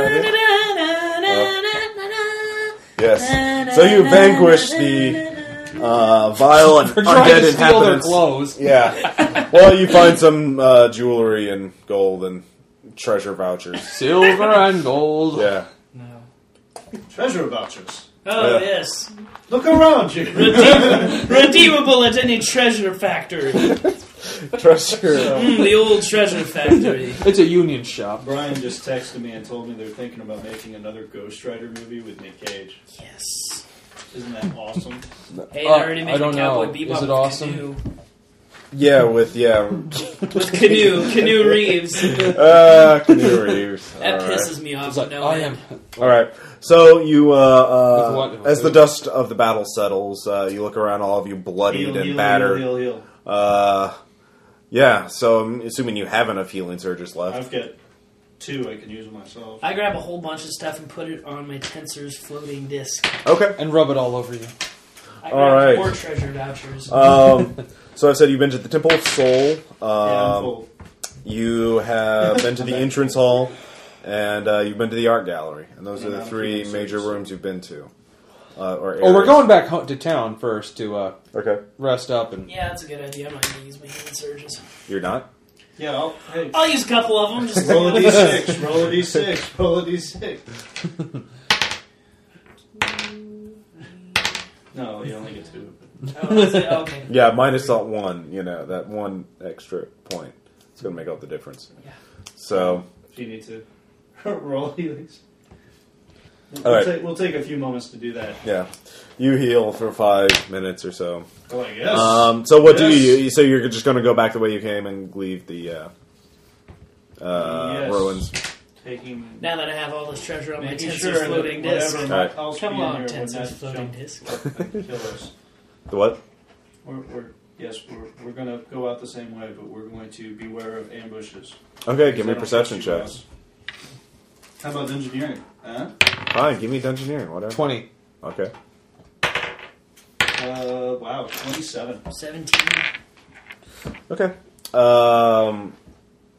Speaker 1: yes. So you vanquish the uh, vile and
Speaker 5: We're trying
Speaker 1: undead
Speaker 5: to steal their
Speaker 1: inhabitants.
Speaker 5: clothes.
Speaker 1: Yeah. Well, you find some uh, jewelry and gold and treasure vouchers.
Speaker 5: Silver and gold.
Speaker 1: Yeah.
Speaker 4: No.
Speaker 2: Treasure vouchers.
Speaker 4: Oh,
Speaker 1: Yeah.
Speaker 4: yes.
Speaker 2: Look around you.
Speaker 4: Redeem- redeemable at any treasure factory.
Speaker 1: Treasure.
Speaker 4: Mm, the old treasure factory.
Speaker 3: It's a union shop.
Speaker 2: Brian just texted me and told me they're thinking about making another Ghost Rider movie with Nick Cage.
Speaker 4: Yes.
Speaker 2: Isn't that awesome?
Speaker 4: Hey, they
Speaker 3: Uh,
Speaker 4: already made
Speaker 3: I don't
Speaker 4: a cowboy
Speaker 3: know.
Speaker 4: bebop
Speaker 3: Is it
Speaker 4: with
Speaker 3: awesome?
Speaker 4: Canoe.
Speaker 1: Yeah, with yeah,
Speaker 4: With Canoe, Canoe Reeves. That
Speaker 1: uh, Keanu Reeves. All right.
Speaker 4: pisses me off.
Speaker 3: It's like,
Speaker 4: no
Speaker 3: I
Speaker 4: end.
Speaker 3: am.
Speaker 1: All right. So you, uh,
Speaker 3: With
Speaker 1: uh,
Speaker 3: what?
Speaker 1: as the dust of the battle settles, uh, you look around, all of you bloodied
Speaker 2: Heel,
Speaker 1: and
Speaker 2: heel,
Speaker 1: battered.
Speaker 2: heel, heel, heel.
Speaker 1: Uh, yeah. So I'm assuming you have enough healing surges left.
Speaker 2: I've got two I can use myself.
Speaker 4: I grab a whole bunch of stuff and put it on my tensor's floating disc.
Speaker 1: Okay.
Speaker 3: And rub it all over you.
Speaker 4: I grab
Speaker 1: All right.
Speaker 4: more treasure vouchers.
Speaker 1: Um, so I've said you've been to the Temple of Soul.
Speaker 2: Yeah, I'm
Speaker 1: Um,
Speaker 2: full.
Speaker 1: you have been to the entrance hall, and uh, you've been to the art gallery, and those are
Speaker 2: And
Speaker 1: the
Speaker 2: I'm
Speaker 1: three
Speaker 2: keeping
Speaker 1: major
Speaker 2: surges.
Speaker 1: rooms you've been to. Uh, or
Speaker 3: Oh, we're
Speaker 1: areas.
Speaker 3: going back ho- to town first to uh,
Speaker 1: Okay.
Speaker 3: rest up and.
Speaker 4: yeah, that's a good idea. I'm not going to use my hand surges.
Speaker 1: You're not.
Speaker 2: Yeah, I'll, hey,
Speaker 4: I'll use a couple of them. Just
Speaker 2: roll a d6, roll a d6, roll a d6. No, you only get two.
Speaker 4: Oh, is it? okay.
Speaker 1: Yeah, minus that one. You know that one extra point. It's going to make all the difference.
Speaker 4: Yeah.
Speaker 1: So.
Speaker 2: If you need to roll healings. We'll,
Speaker 1: All right.
Speaker 2: take, we'll take a few moments to do that.
Speaker 1: Yeah, you heal for five minutes or so.
Speaker 2: Oh, I guess.
Speaker 1: Um, so what do
Speaker 2: Yes.
Speaker 1: you? So you're just going to go back the way you came and leave the uh, uh,
Speaker 2: Yes.
Speaker 1: ruins.
Speaker 2: Taking.
Speaker 4: Now that I have all this treasure on my
Speaker 2: Making
Speaker 4: tensor's
Speaker 2: sure that
Speaker 4: floating disc.
Speaker 2: whatever
Speaker 1: Alright.
Speaker 2: else
Speaker 4: Come
Speaker 2: be in
Speaker 4: on,
Speaker 2: here would
Speaker 4: tensor's
Speaker 2: not
Speaker 4: floating
Speaker 2: jump
Speaker 4: disc.
Speaker 2: up and kill us.
Speaker 1: The what?
Speaker 2: We're, we're, yes, we're, we're going to go out the same way, but we're going to beware of ambushes.
Speaker 1: Okay, give me
Speaker 2: Because I don't
Speaker 1: perception
Speaker 2: trust
Speaker 1: checks.
Speaker 2: you guys. How about engineering? Huh?
Speaker 1: Fine, give me dungeoneering. Whatever.
Speaker 3: 20.
Speaker 1: Okay.
Speaker 2: Uh, wow, 27.
Speaker 4: 17.
Speaker 1: Okay. Um,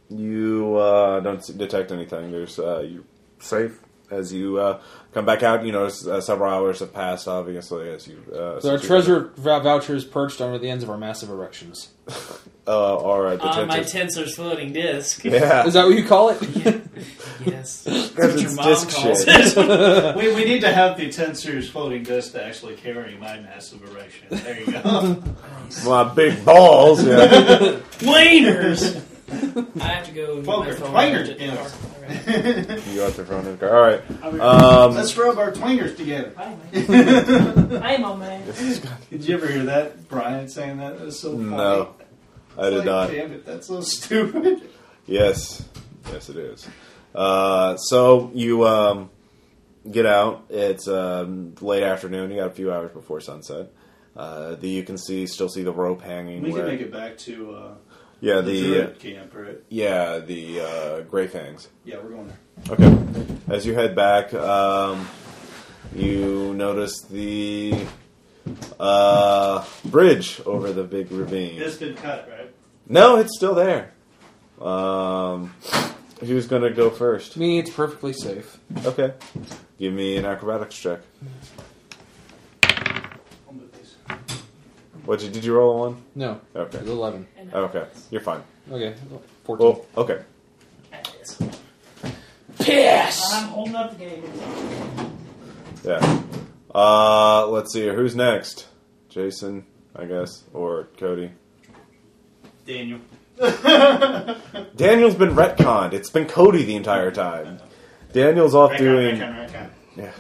Speaker 1: you uh, don't s- detect anything. There's uh, you safe as you uh, come back out. You notice uh, several hours have passed. Obviously, as you uh,
Speaker 3: There are
Speaker 1: since you-
Speaker 3: treasure vou- vouchers perched under the ends of our massive erections.
Speaker 1: uh, are at the
Speaker 4: On my
Speaker 1: tenter's-
Speaker 4: tensor's floating disc.
Speaker 1: Yeah,
Speaker 3: Is that what you call it?
Speaker 4: Yes.
Speaker 1: because
Speaker 4: Your
Speaker 1: it's
Speaker 4: mom
Speaker 1: disc
Speaker 4: calls
Speaker 1: shaped.
Speaker 4: it.
Speaker 2: we, we need to have the tensors floating disc to actually carry my massive erection. There you go.
Speaker 1: My big balls. Yeah.
Speaker 4: Planers! I have to go. and get my
Speaker 2: Poker,
Speaker 4: phone.
Speaker 2: twangers,
Speaker 4: Alright.
Speaker 2: yes.
Speaker 4: Alright.
Speaker 1: you out the front of the car. All right.
Speaker 4: I'll be right back.
Speaker 1: Um,
Speaker 2: Let's rub our twangers together.
Speaker 4: Bye, man. Bye, my man.
Speaker 2: Did you ever hear that? Brian saying that? That was so funny.
Speaker 1: no, I
Speaker 2: It's
Speaker 1: did
Speaker 2: like,
Speaker 1: not.
Speaker 2: Damn it, that's so stupid.
Speaker 1: Yes, yes, it is. Uh, so you um, get out. It's um, late afternoon. You got a few hours before sunset. Uh, the, you can see still see the rope hanging.
Speaker 2: We
Speaker 1: where-
Speaker 2: can make it back to uh,
Speaker 1: yeah,
Speaker 2: the,
Speaker 1: the uh,
Speaker 2: druid camp, right?
Speaker 1: yeah the uh, gray fangs.
Speaker 2: Yeah, we're going there.
Speaker 1: Okay. As you head back, um, you notice the uh, bridge over the big ravine.
Speaker 2: This been cut, right?
Speaker 1: No, it's still there. Um, who's gonna go first?
Speaker 3: to me, it's perfectly safe.
Speaker 1: Okay, give me an acrobatics check.
Speaker 2: I'll move these.
Speaker 1: What did, did you roll a one?
Speaker 3: No.
Speaker 1: Okay,
Speaker 3: It's 11.
Speaker 4: uh,
Speaker 1: okay, you're fine.
Speaker 3: Okay. 14.
Speaker 1: Well, okay.
Speaker 4: Piss!
Speaker 2: I'm holding up the game.
Speaker 1: Yeah. Uh, let's see. Who's next? Jason, I guess, or Cody.
Speaker 2: Daniel.
Speaker 1: Daniel's been retconned. It's been Cody the entire time. Daniel's off
Speaker 2: Right
Speaker 1: doing.
Speaker 2: on, right on, right on.
Speaker 1: Yeah.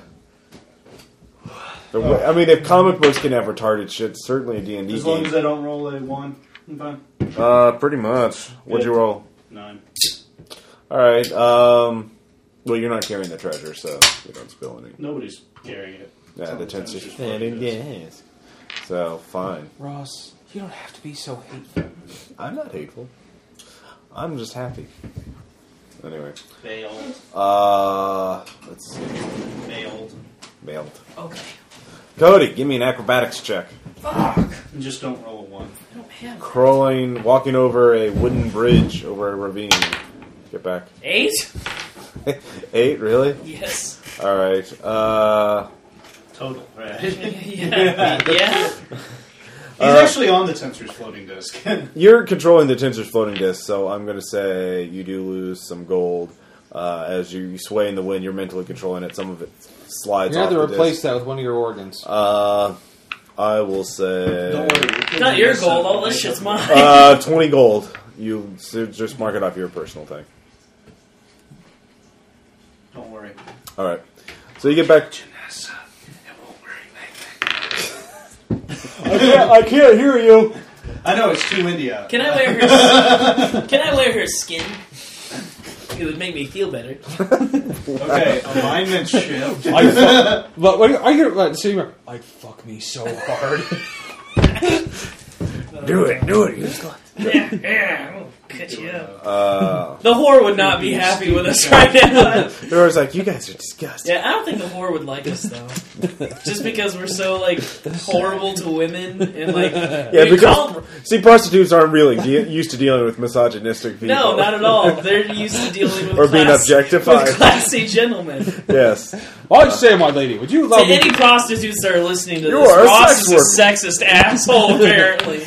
Speaker 1: The way, I mean, if comic books can have retarded shit, certainly a D and D
Speaker 2: As long
Speaker 1: game.
Speaker 2: as I don't roll a one, I'm fine.
Speaker 1: Uh, pretty much. What'd you
Speaker 2: Good.
Speaker 1: roll?
Speaker 2: Nine.
Speaker 1: All right. Um, well, you're not carrying the treasure, so you don't spill any.
Speaker 2: Nobody's carrying it.
Speaker 1: Yeah, the tents are
Speaker 2: just floating disc.
Speaker 1: So fine.
Speaker 3: Ross, you don't have to be so hateful.
Speaker 1: I'm not hateful. I'm just happy. Anyway,
Speaker 2: Bailed.
Speaker 1: uh, let's see.
Speaker 2: Bailed.
Speaker 1: Mailed.
Speaker 4: Okay.
Speaker 1: Cody, give me an acrobatics check.
Speaker 4: Fuck!
Speaker 2: And just don't roll a one.
Speaker 4: I don't have
Speaker 1: Crawling, walking over a wooden bridge over a ravine. Get back.
Speaker 4: Eight?
Speaker 1: Eight, really?
Speaker 4: Yes.
Speaker 1: All right. Uh,
Speaker 2: Total. Right.
Speaker 4: yeah.
Speaker 2: He's
Speaker 4: yeah. Uh,
Speaker 2: actually on the tensor's floating disc.
Speaker 1: You're controlling the tensor's floating disc, so I'm going to say you do lose some gold. Uh, as you, you sway in the wind, you're mentally controlling it. Some of it slides
Speaker 3: You have
Speaker 1: off
Speaker 3: to
Speaker 1: the
Speaker 3: replace
Speaker 1: disc.
Speaker 3: that with one of your organs.
Speaker 1: Uh, I will say.
Speaker 2: Don't worry. we're killing
Speaker 4: Not your
Speaker 2: this
Speaker 4: gold.
Speaker 2: son of a
Speaker 4: All this
Speaker 2: bitch.
Speaker 4: shit's mine.
Speaker 1: Uh, 20 gold. You so just mark it off your personal thing.
Speaker 2: Don't worry.
Speaker 1: All right. So you get back. I can't, I can't hear you.
Speaker 2: I know it's too windy out.
Speaker 4: Can I wear her? can I wear her skin? It would make me feel better.
Speaker 2: Okay, alignment shift.
Speaker 3: I fuck, but what are you gonna so you're I fuck me so hard.
Speaker 1: Do it, do it.
Speaker 4: yeah, yeah, I'll cut you up.
Speaker 1: Uh,
Speaker 4: The whore would not be happy with us right now.
Speaker 1: there was like, you guys are disgusting.
Speaker 4: Yeah, I don't think the whore would like us though, just because we're so like horrible to women and like
Speaker 1: Yeah,
Speaker 4: we
Speaker 1: because
Speaker 4: call-
Speaker 1: see, prostitutes aren't really de- used to dealing with misogynistic people.
Speaker 4: no, not at all. They're used to dealing with
Speaker 1: Or being
Speaker 4: class-
Speaker 1: objectified.
Speaker 4: with classy gentlemen.
Speaker 1: Yes.
Speaker 3: I'd say, my lady, would you
Speaker 4: To
Speaker 3: allow me?
Speaker 4: any prostitutes that are listening to
Speaker 1: You
Speaker 4: this,
Speaker 1: are a
Speaker 4: Ross
Speaker 1: sex
Speaker 4: is a sexist asshole. Apparently,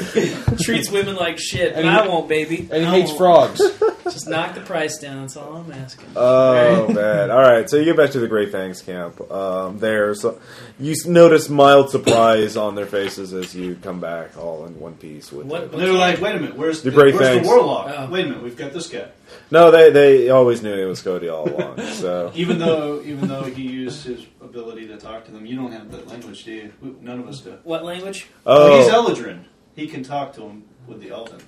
Speaker 4: treats women like shit.
Speaker 3: And
Speaker 4: but
Speaker 3: he-
Speaker 4: I won't, baby.
Speaker 3: and he
Speaker 4: I
Speaker 3: hates
Speaker 4: won't.
Speaker 3: frogs.
Speaker 4: Just knock the price down. That's all I'm asking.
Speaker 1: Oh man! All right, so you get back to the Great Fangs camp. Um, there, so you s- notice mild surprise on their faces as you come back, all in one piece. With
Speaker 4: What-
Speaker 1: the-
Speaker 2: And they're like, wait a minute, where's
Speaker 1: The
Speaker 2: the,
Speaker 1: Brave
Speaker 2: where's
Speaker 1: Fangs.
Speaker 2: the warlock?
Speaker 4: Oh.
Speaker 2: Wait a minute, we've got this guy.
Speaker 1: no, they they always knew it was Cody all along. So
Speaker 2: Even though, even though he used his ability to talk to them, you don't have that language, do you? We- None of us do.
Speaker 4: What language?
Speaker 2: Well, he's
Speaker 1: oh,
Speaker 2: Eldrin. He can talk to him with the Elden.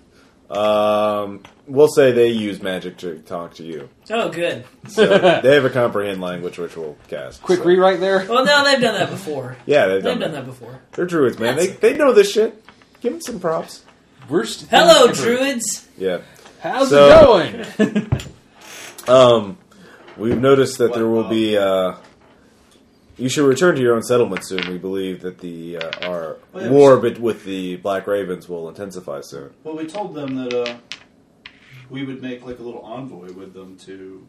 Speaker 1: um, we'll say they use magic to talk to you.
Speaker 4: Oh, good.
Speaker 1: So they have a comprehend language which we'll cast.
Speaker 3: Quick
Speaker 1: so.
Speaker 3: rewrite there.
Speaker 4: Well, no, they've done that before.
Speaker 1: Yeah, they've
Speaker 4: They've
Speaker 1: done,
Speaker 4: done
Speaker 1: that.
Speaker 4: that before.
Speaker 1: They're druids, man. They they know this shit. Give them some props.
Speaker 3: Worst. thing
Speaker 4: Hello,
Speaker 3: ever.
Speaker 4: druids.
Speaker 1: Yeah.
Speaker 3: How's
Speaker 1: So-
Speaker 3: it going?
Speaker 1: Um, we've noticed that there will be. Uh, you should return to your own settlement soon. We believe that the uh, our
Speaker 2: Well, yeah,
Speaker 1: war bet- with the Black Ravens will intensify soon.
Speaker 2: Well, we told them that uh, we would make like a little envoy with them to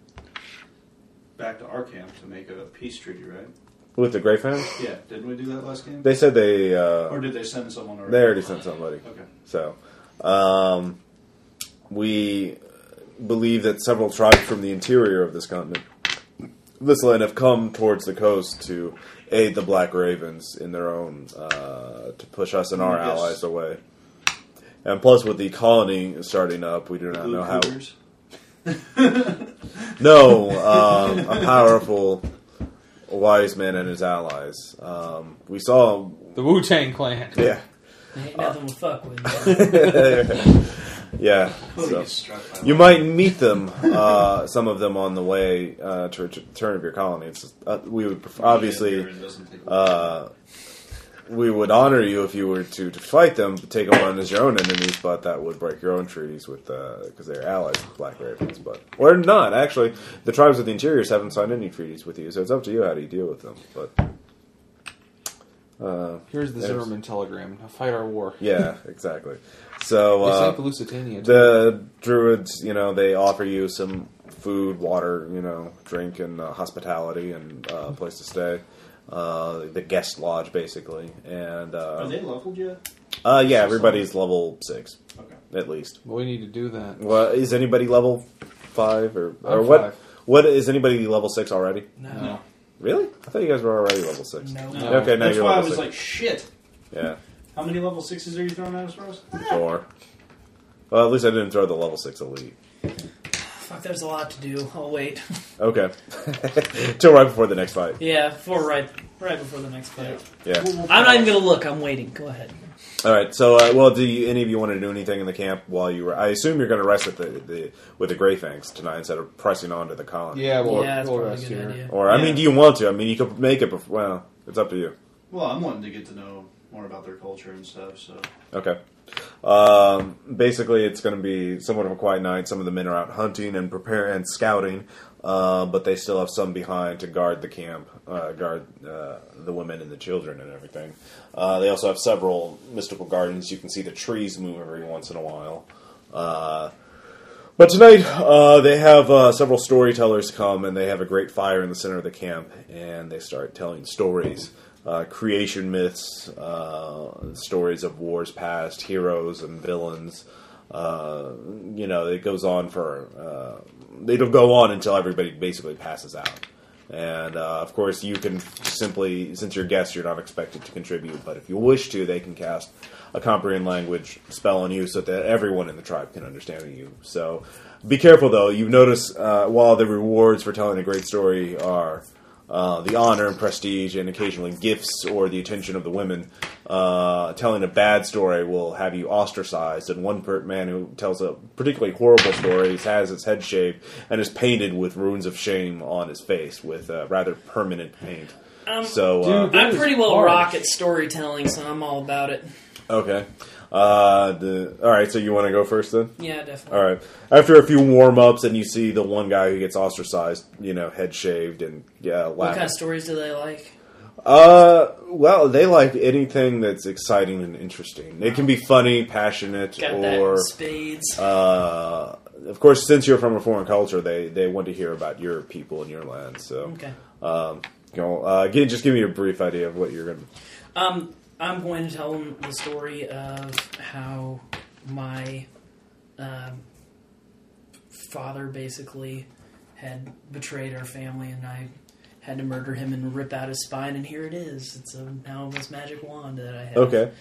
Speaker 2: back to our camp to make a peace treaty, right?
Speaker 1: With the Grey Family,
Speaker 2: Yeah, didn't we do that last game?
Speaker 1: they said they uh,
Speaker 2: or did they send someone already?
Speaker 1: they already sent somebody.
Speaker 2: Okay.
Speaker 1: So, um, we believe that several tribes from the interior of this continent, this land, have come towards the coast to aid the Black Ravens in their own uh, to push us and our
Speaker 2: Yes.
Speaker 1: allies away. And plus, with the colony starting up, we do not know
Speaker 2: Blue
Speaker 1: how.
Speaker 2: Cougars.
Speaker 1: No, um, a powerful wise man and his allies. Um, we saw,
Speaker 3: The Wu Tang Clan.
Speaker 1: yeah,
Speaker 4: Ain't nothing to fuck with.
Speaker 1: yeah.
Speaker 2: Who
Speaker 1: so.
Speaker 2: gets struck by
Speaker 1: You might meet them, uh, some of them on the way uh, to return of your colony. It's, uh, we would pref- obviously,
Speaker 2: It doesn't take-
Speaker 1: uh, we would honor you if you were to, to fight them, take them on as your own enemies, but that would break your own treaties with because they're allies with Black Ravens, but or not actually. The tribes of the interiors haven't signed any treaties with you, so it's up to you how do you deal with them. But uh,
Speaker 3: Here's the
Speaker 1: There's-
Speaker 3: Zimmerman telegram. Now fight our war.
Speaker 1: yeah, exactly. So
Speaker 3: They
Speaker 1: uh,
Speaker 3: sank the Lusitania.
Speaker 1: the druids, you know, they offer you some food, water, you know, drink, and uh, hospitality and uh, place to stay. Uh, the guest lodge, basically, and
Speaker 2: Are
Speaker 1: uh,
Speaker 2: they leveled yet?
Speaker 1: uh, yeah, everybody's level six
Speaker 2: Okay.
Speaker 1: at least.
Speaker 3: Well, we need to do that.
Speaker 1: What is anybody level five or or
Speaker 3: I'm
Speaker 1: what?
Speaker 3: five.
Speaker 1: What is anybody level six already?
Speaker 4: No.
Speaker 1: Really? I thought you guys were already level six.
Speaker 4: No.
Speaker 3: No.
Speaker 1: Okay, now
Speaker 2: That's
Speaker 1: you're
Speaker 2: why I
Speaker 1: level six.
Speaker 2: was like, shit.
Speaker 1: yeah,
Speaker 2: How many level sixes are you throwing at us, Ross?
Speaker 1: four. Well, at least I didn't throw the level six elite.
Speaker 4: Fuck, there's a lot to do. I'll wait.
Speaker 1: Okay, till right before the next fight.
Speaker 4: Yeah, for right, right before the next fight.
Speaker 1: Yeah.
Speaker 4: I'm not even gonna look. I'm waiting. Go ahead.
Speaker 1: All right. So, uh, well, do you, any of you want to do anything in the camp while you? Were, I assume you're going to rest at the, the with the Grey Fangs tonight instead of pressing on to the colony.
Speaker 3: Yeah, we'll,
Speaker 4: yeah, that's
Speaker 3: we'll
Speaker 4: probably a
Speaker 3: rest
Speaker 4: good
Speaker 3: here.
Speaker 4: idea.
Speaker 1: Or I mean,
Speaker 2: Yeah.
Speaker 1: do you want to? I mean, you could make it. Before, well, it's up to you.
Speaker 2: Well, I'm wanting to get to know more about their culture and stuff, so.
Speaker 1: Okay. Um, basically, it's going to be somewhat of a quiet night. Some of the men are out hunting and prepare and scouting, uh, but they still have some behind to guard the camp, uh, guard uh, the women and the children and everything. Uh, they also have several mystical gardens. You can see the trees move every once in a while. Uh, but tonight, uh, they have uh, several storytellers come, and they have a great fire in the center of the camp, and they start telling stories, uh, creation myths, uh, stories of wars past, heroes and villains. Uh, you know, it goes on for. Uh, it'll go on until everybody basically passes out. And uh, of course, you can simply, since you're guests, you're not expected to contribute. But if you wish to, they can cast a comprehend language spell on you so that everyone in the tribe can understand you. So be careful, though. You notice uh, while the rewards for telling a great story are uh, the honor and prestige, and occasionally gifts or the attention of the women. Uh, telling a bad story will have you ostracized, and one per- man who tells a particularly horrible story has his head shaved and is painted with ruins of shame on his face with uh, rather permanent paint.
Speaker 4: Um,
Speaker 1: so, uh,
Speaker 3: Dude,
Speaker 4: I'm
Speaker 3: That
Speaker 4: pretty
Speaker 3: is
Speaker 4: well
Speaker 3: hard.
Speaker 4: rock at storytelling, so I'm all about it.
Speaker 1: okay. Uh, the, all right, so you want to go first then?
Speaker 4: Yeah, definitely.
Speaker 1: All right. After a few warm ups, and you see the one guy who gets ostracized, you know, head shaved and yeah,
Speaker 4: What
Speaker 1: laughing.
Speaker 4: kind of stories do they like?
Speaker 1: Uh, well, they like anything that's exciting and interesting. It can be funny, passionate,
Speaker 4: Got
Speaker 1: or
Speaker 4: that spades.
Speaker 1: uh, of course, since you're from a foreign culture, they they want to hear about your people and your land. So,
Speaker 4: okay.
Speaker 1: um, go uh, gi- just give me a brief idea of what you're going. to...
Speaker 4: Um, I'm going to tell them the story of how my um, father basically had betrayed our family, and I had to murder him and rip out his spine, and here it is. It's a, now this magic wand that I have.
Speaker 1: Okay,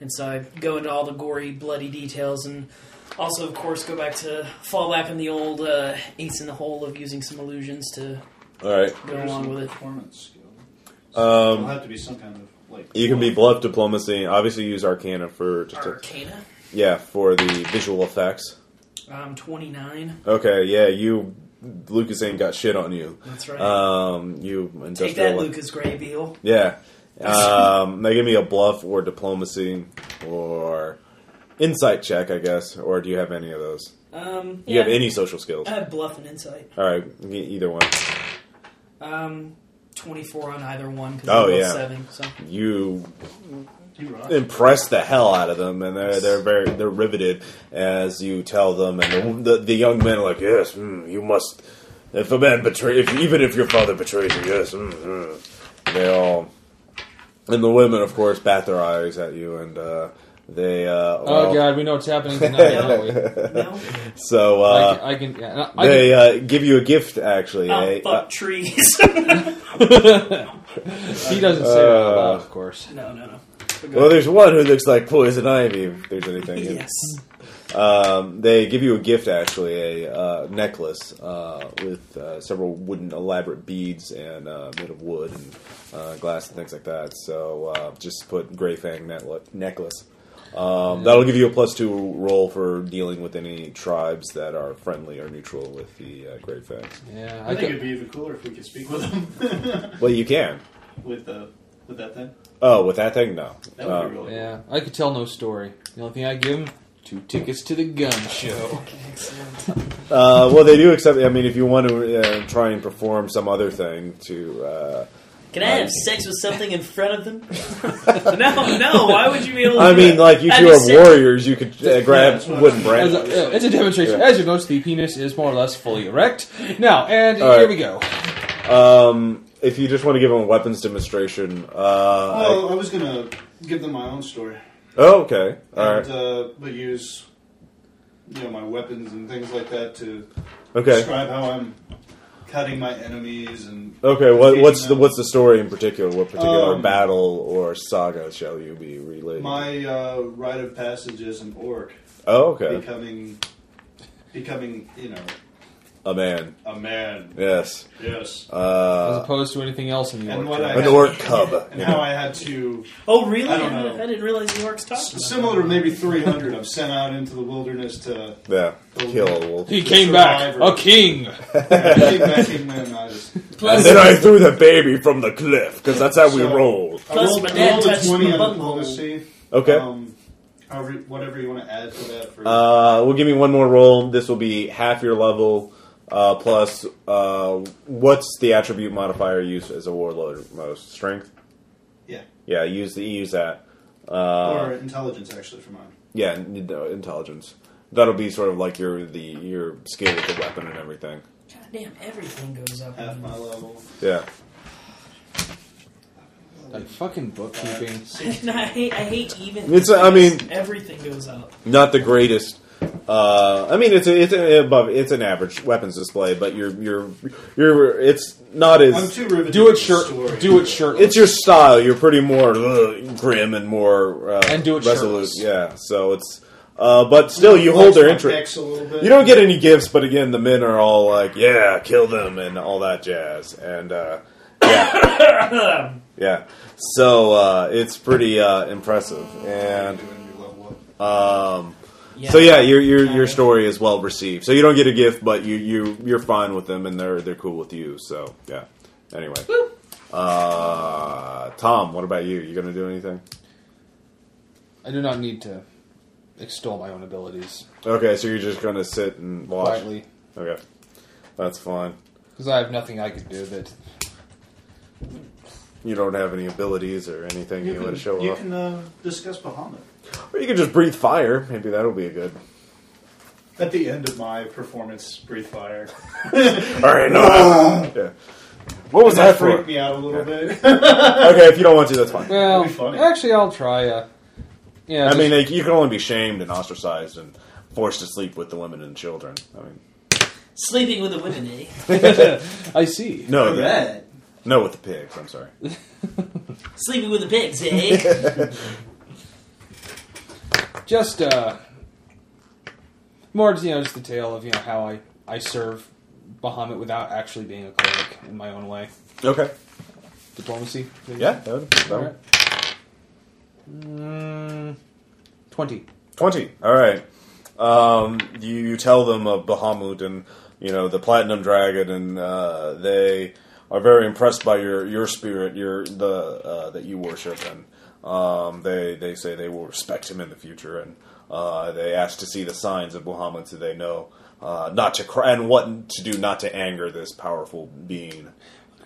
Speaker 4: And so I go into all the gory, bloody details, and also, of course, go back to fall back in the old uh, ace in the hole of using some illusions to
Speaker 1: all right.
Speaker 4: go along with it.
Speaker 2: Performance skill. It'll
Speaker 1: Um,
Speaker 2: have to be some kind of like.
Speaker 1: you can be bluff diplomacy. Obviously, use Arcana for just to,
Speaker 4: Arcana. Um,
Speaker 1: yeah for the visual effects.
Speaker 4: I'm 29.
Speaker 1: Okay, yeah, you Lucas ain't got shit on you.
Speaker 4: That's right.
Speaker 1: Um, you
Speaker 4: Take
Speaker 1: industrial
Speaker 4: that, Lucas Gray Beal.
Speaker 1: Yeah. Um, they give me a bluff or diplomacy or insight check, I guess. Or do you have any of those?
Speaker 4: Um,
Speaker 1: Do you
Speaker 4: yeah,
Speaker 1: have any social skills?
Speaker 4: I have bluff and insight.
Speaker 1: All right, e- either one.
Speaker 4: Um, 24 on either one because
Speaker 1: Oh,
Speaker 4: I'm both
Speaker 1: yeah.
Speaker 4: seven. So
Speaker 1: You
Speaker 2: You rock.
Speaker 1: impress the hell out of them, and they're they're very they're riveted as you tell them. And the the, the young men are like, "Yes, mm, you must." If a man betray, if even if your father betrays you, yes, mm, mm." they all. And the women, of course, bat their eyes at you, and uh, they. Uh,
Speaker 3: Oh
Speaker 1: well-
Speaker 3: god, we know what's happening tonight, don't we?
Speaker 4: no, Ah,
Speaker 1: So
Speaker 3: I
Speaker 1: uh,
Speaker 3: can, I can, yeah, I Oh,
Speaker 1: they uh, give you a gift, actually.
Speaker 4: I'll
Speaker 1: eh?
Speaker 4: fuck trees.
Speaker 3: can- he doesn't say that out loud, of course.
Speaker 4: no, no, no.
Speaker 1: Uh, well, there's one who looks like poison ivy. If there's anything, in-
Speaker 4: Yes,
Speaker 1: um, they give you a gift, actually, a uh, necklace uh, with uh, several wooden elaborate beads and uh, made of wood and uh, glass and things like that. So uh, just put Gray Fang netla- necklace. Um, that'll give you a plus two roll for dealing with any tribes that are friendly or neutral with the uh, Gray Fang.
Speaker 3: Yeah,
Speaker 2: I
Speaker 3: I
Speaker 2: think
Speaker 3: can.
Speaker 2: it'd be even cooler if we could speak with them.
Speaker 1: Well, you can.
Speaker 2: with the with that thing.
Speaker 1: Oh, with that thing, no.
Speaker 2: That would
Speaker 1: Um,
Speaker 2: be really.
Speaker 3: Yeah, I could tell no story. The only thing I give him two tickets to the gun show.
Speaker 4: excellent.
Speaker 1: Uh, well, they do accept. I mean, if you want to uh, try and perform some other thing to, uh,
Speaker 4: Can I have sex with something in front of them? no, no. Why would you be able? to
Speaker 1: I
Speaker 4: do
Speaker 1: mean,
Speaker 4: that?
Speaker 1: like you
Speaker 4: That'd
Speaker 1: two
Speaker 4: be
Speaker 1: are
Speaker 4: sick.
Speaker 1: warriors, you could uh, grab
Speaker 2: that's what I
Speaker 1: wooden
Speaker 2: was-
Speaker 3: As
Speaker 1: branches.
Speaker 3: a, yeah, it's a demonstration.
Speaker 1: Yeah.
Speaker 3: As you notice, the penis is more or less fully erect. Now, and
Speaker 1: All right.
Speaker 3: here we go.
Speaker 1: Um, if you just want to give them a weapons demonstration, uh, I-
Speaker 2: Oh, I was gonna give them my own story,
Speaker 1: oh, okay, all
Speaker 2: and,
Speaker 1: right,
Speaker 2: uh, but use you know my weapons and things like that to
Speaker 1: okay,
Speaker 2: describe how I'm cutting my enemies and
Speaker 1: okay. What, what's the
Speaker 2: them.
Speaker 1: what's the story in particular? What particular
Speaker 2: Um,
Speaker 1: battle or saga shall you be relating?
Speaker 2: my uh, rite of passage as an orc,
Speaker 1: oh, okay,
Speaker 2: becoming becoming you know
Speaker 1: a man.
Speaker 2: a man.
Speaker 1: Yes,
Speaker 2: Yes,
Speaker 3: As
Speaker 1: uh,
Speaker 3: opposed to anything else in the
Speaker 2: and
Speaker 3: orc
Speaker 2: what
Speaker 3: tribe.
Speaker 2: I-
Speaker 1: an orc cub.
Speaker 2: and how I had to
Speaker 4: Oh, really?
Speaker 2: I
Speaker 4: I,
Speaker 2: don't know.
Speaker 4: I didn't realize the orcs talked. about
Speaker 2: similar to maybe 300. I'm sent out into the wilderness to.
Speaker 1: Yeah, kill a wolf.
Speaker 3: He came back
Speaker 2: Survivor.
Speaker 3: a king.
Speaker 2: Big Mac, Big Man, I just-
Speaker 1: And then I threw the baby from the cliff because that's how we
Speaker 2: So-
Speaker 1: roll.
Speaker 2: I
Speaker 4: Plus,
Speaker 2: rolled-
Speaker 4: my
Speaker 2: I
Speaker 4: dad
Speaker 2: rolled a
Speaker 4: touched
Speaker 2: 20
Speaker 4: my
Speaker 2: on
Speaker 4: butthole.
Speaker 2: diplomacy.
Speaker 1: Okay.
Speaker 2: Um, however, whatever you want to add to that. For,
Speaker 1: Uh, we'll give me one more roll. This will be half your level uh, plus uh, what's the attribute modifier used as a warlord most strength?
Speaker 2: yeah.
Speaker 1: Yeah, use the use that.
Speaker 2: or
Speaker 1: Uh,
Speaker 2: intelligence, actually, for mine.
Speaker 1: yeah, n- no, intelligence. That'll be sort of like your the your skill with the weapon and everything.
Speaker 4: Goddamn, everything goes up.
Speaker 2: Half my level.
Speaker 1: Yeah.
Speaker 3: Like fucking bookkeeping.
Speaker 4: I hate, I hate even.
Speaker 1: It's, I mean-
Speaker 4: everything goes up.
Speaker 1: not the greatest Uh, I mean, it's a, it's a, above it's an average weapons display, but you're you're you're it's not as
Speaker 2: I'm too riveted.
Speaker 3: Do
Speaker 2: to
Speaker 3: it
Speaker 2: the story.
Speaker 3: shirt. Do it shirtless.
Speaker 1: it's your style. You're pretty more ugh, grim and more uh,
Speaker 3: And do it
Speaker 1: resolute.
Speaker 3: shirtless.
Speaker 1: Yeah, so it's uh, but still you hold their
Speaker 2: Flex my
Speaker 1: interest.
Speaker 2: pecs a little bit.
Speaker 1: You don't get any gifts, but again, the men are all like, "Yeah, kill them" and all that jazz, and uh, yeah, yeah. So uh, it's pretty uh, impressive, and um,
Speaker 4: Yeah.
Speaker 1: so yeah, your your your story is well received. So you don't get a gift, but you you you're fine with them, and they're they're cool with you. So yeah. Anyway, uh, Tom, what about you? You gonna do anything?
Speaker 3: I do not need to extol my own abilities
Speaker 1: Okay, so you're just gonna sit and watch.
Speaker 3: quietly
Speaker 1: Okay, that's fine.
Speaker 3: because I have nothing I can do that.
Speaker 1: You don't have any abilities or anything you,
Speaker 2: You
Speaker 1: want
Speaker 2: can,
Speaker 1: to show
Speaker 2: you
Speaker 1: off.
Speaker 2: can uh, discuss Bahamut
Speaker 1: Or you could just breathe fire. Maybe that'll be a good.
Speaker 2: at the end of my performance. Breathe fire.
Speaker 1: All right, no. yeah. What was that
Speaker 2: that
Speaker 1: for?
Speaker 2: freaked me out a little bit.
Speaker 1: Okay, if you don't want to, that's fine.
Speaker 3: Well,
Speaker 2: That'd be funny.
Speaker 3: actually, I'll try. Uh, yeah,
Speaker 1: I
Speaker 3: just-
Speaker 1: mean, like, you can only be shamed and ostracized and forced to sleep with the women and children. I mean,
Speaker 4: Sleeping with the women, eh?
Speaker 3: I see.
Speaker 1: no, the- Oh, no, with the pigs. I'm sorry.
Speaker 4: Sleeping with the pigs, eh?
Speaker 3: Just uh, more, you know, just the tale of you know how I I serve Bahamut without actually being a cleric in my own way.
Speaker 1: Okay.
Speaker 3: Diplomacy. maybe?
Speaker 1: Yeah. That would, that
Speaker 3: All
Speaker 1: would-
Speaker 3: right. Mm, Twenty.
Speaker 1: Twenty. All right. Um, you, you tell them of Bahamut and you know the Platinum Dragon, and uh, they are very impressed by your your spirit, your the uh, that you worship, and um, they they say they will respect him in the future, and uh, they ask to see the signs of Bahamut, so they know. Uh, not to cry and what to do not to anger this powerful being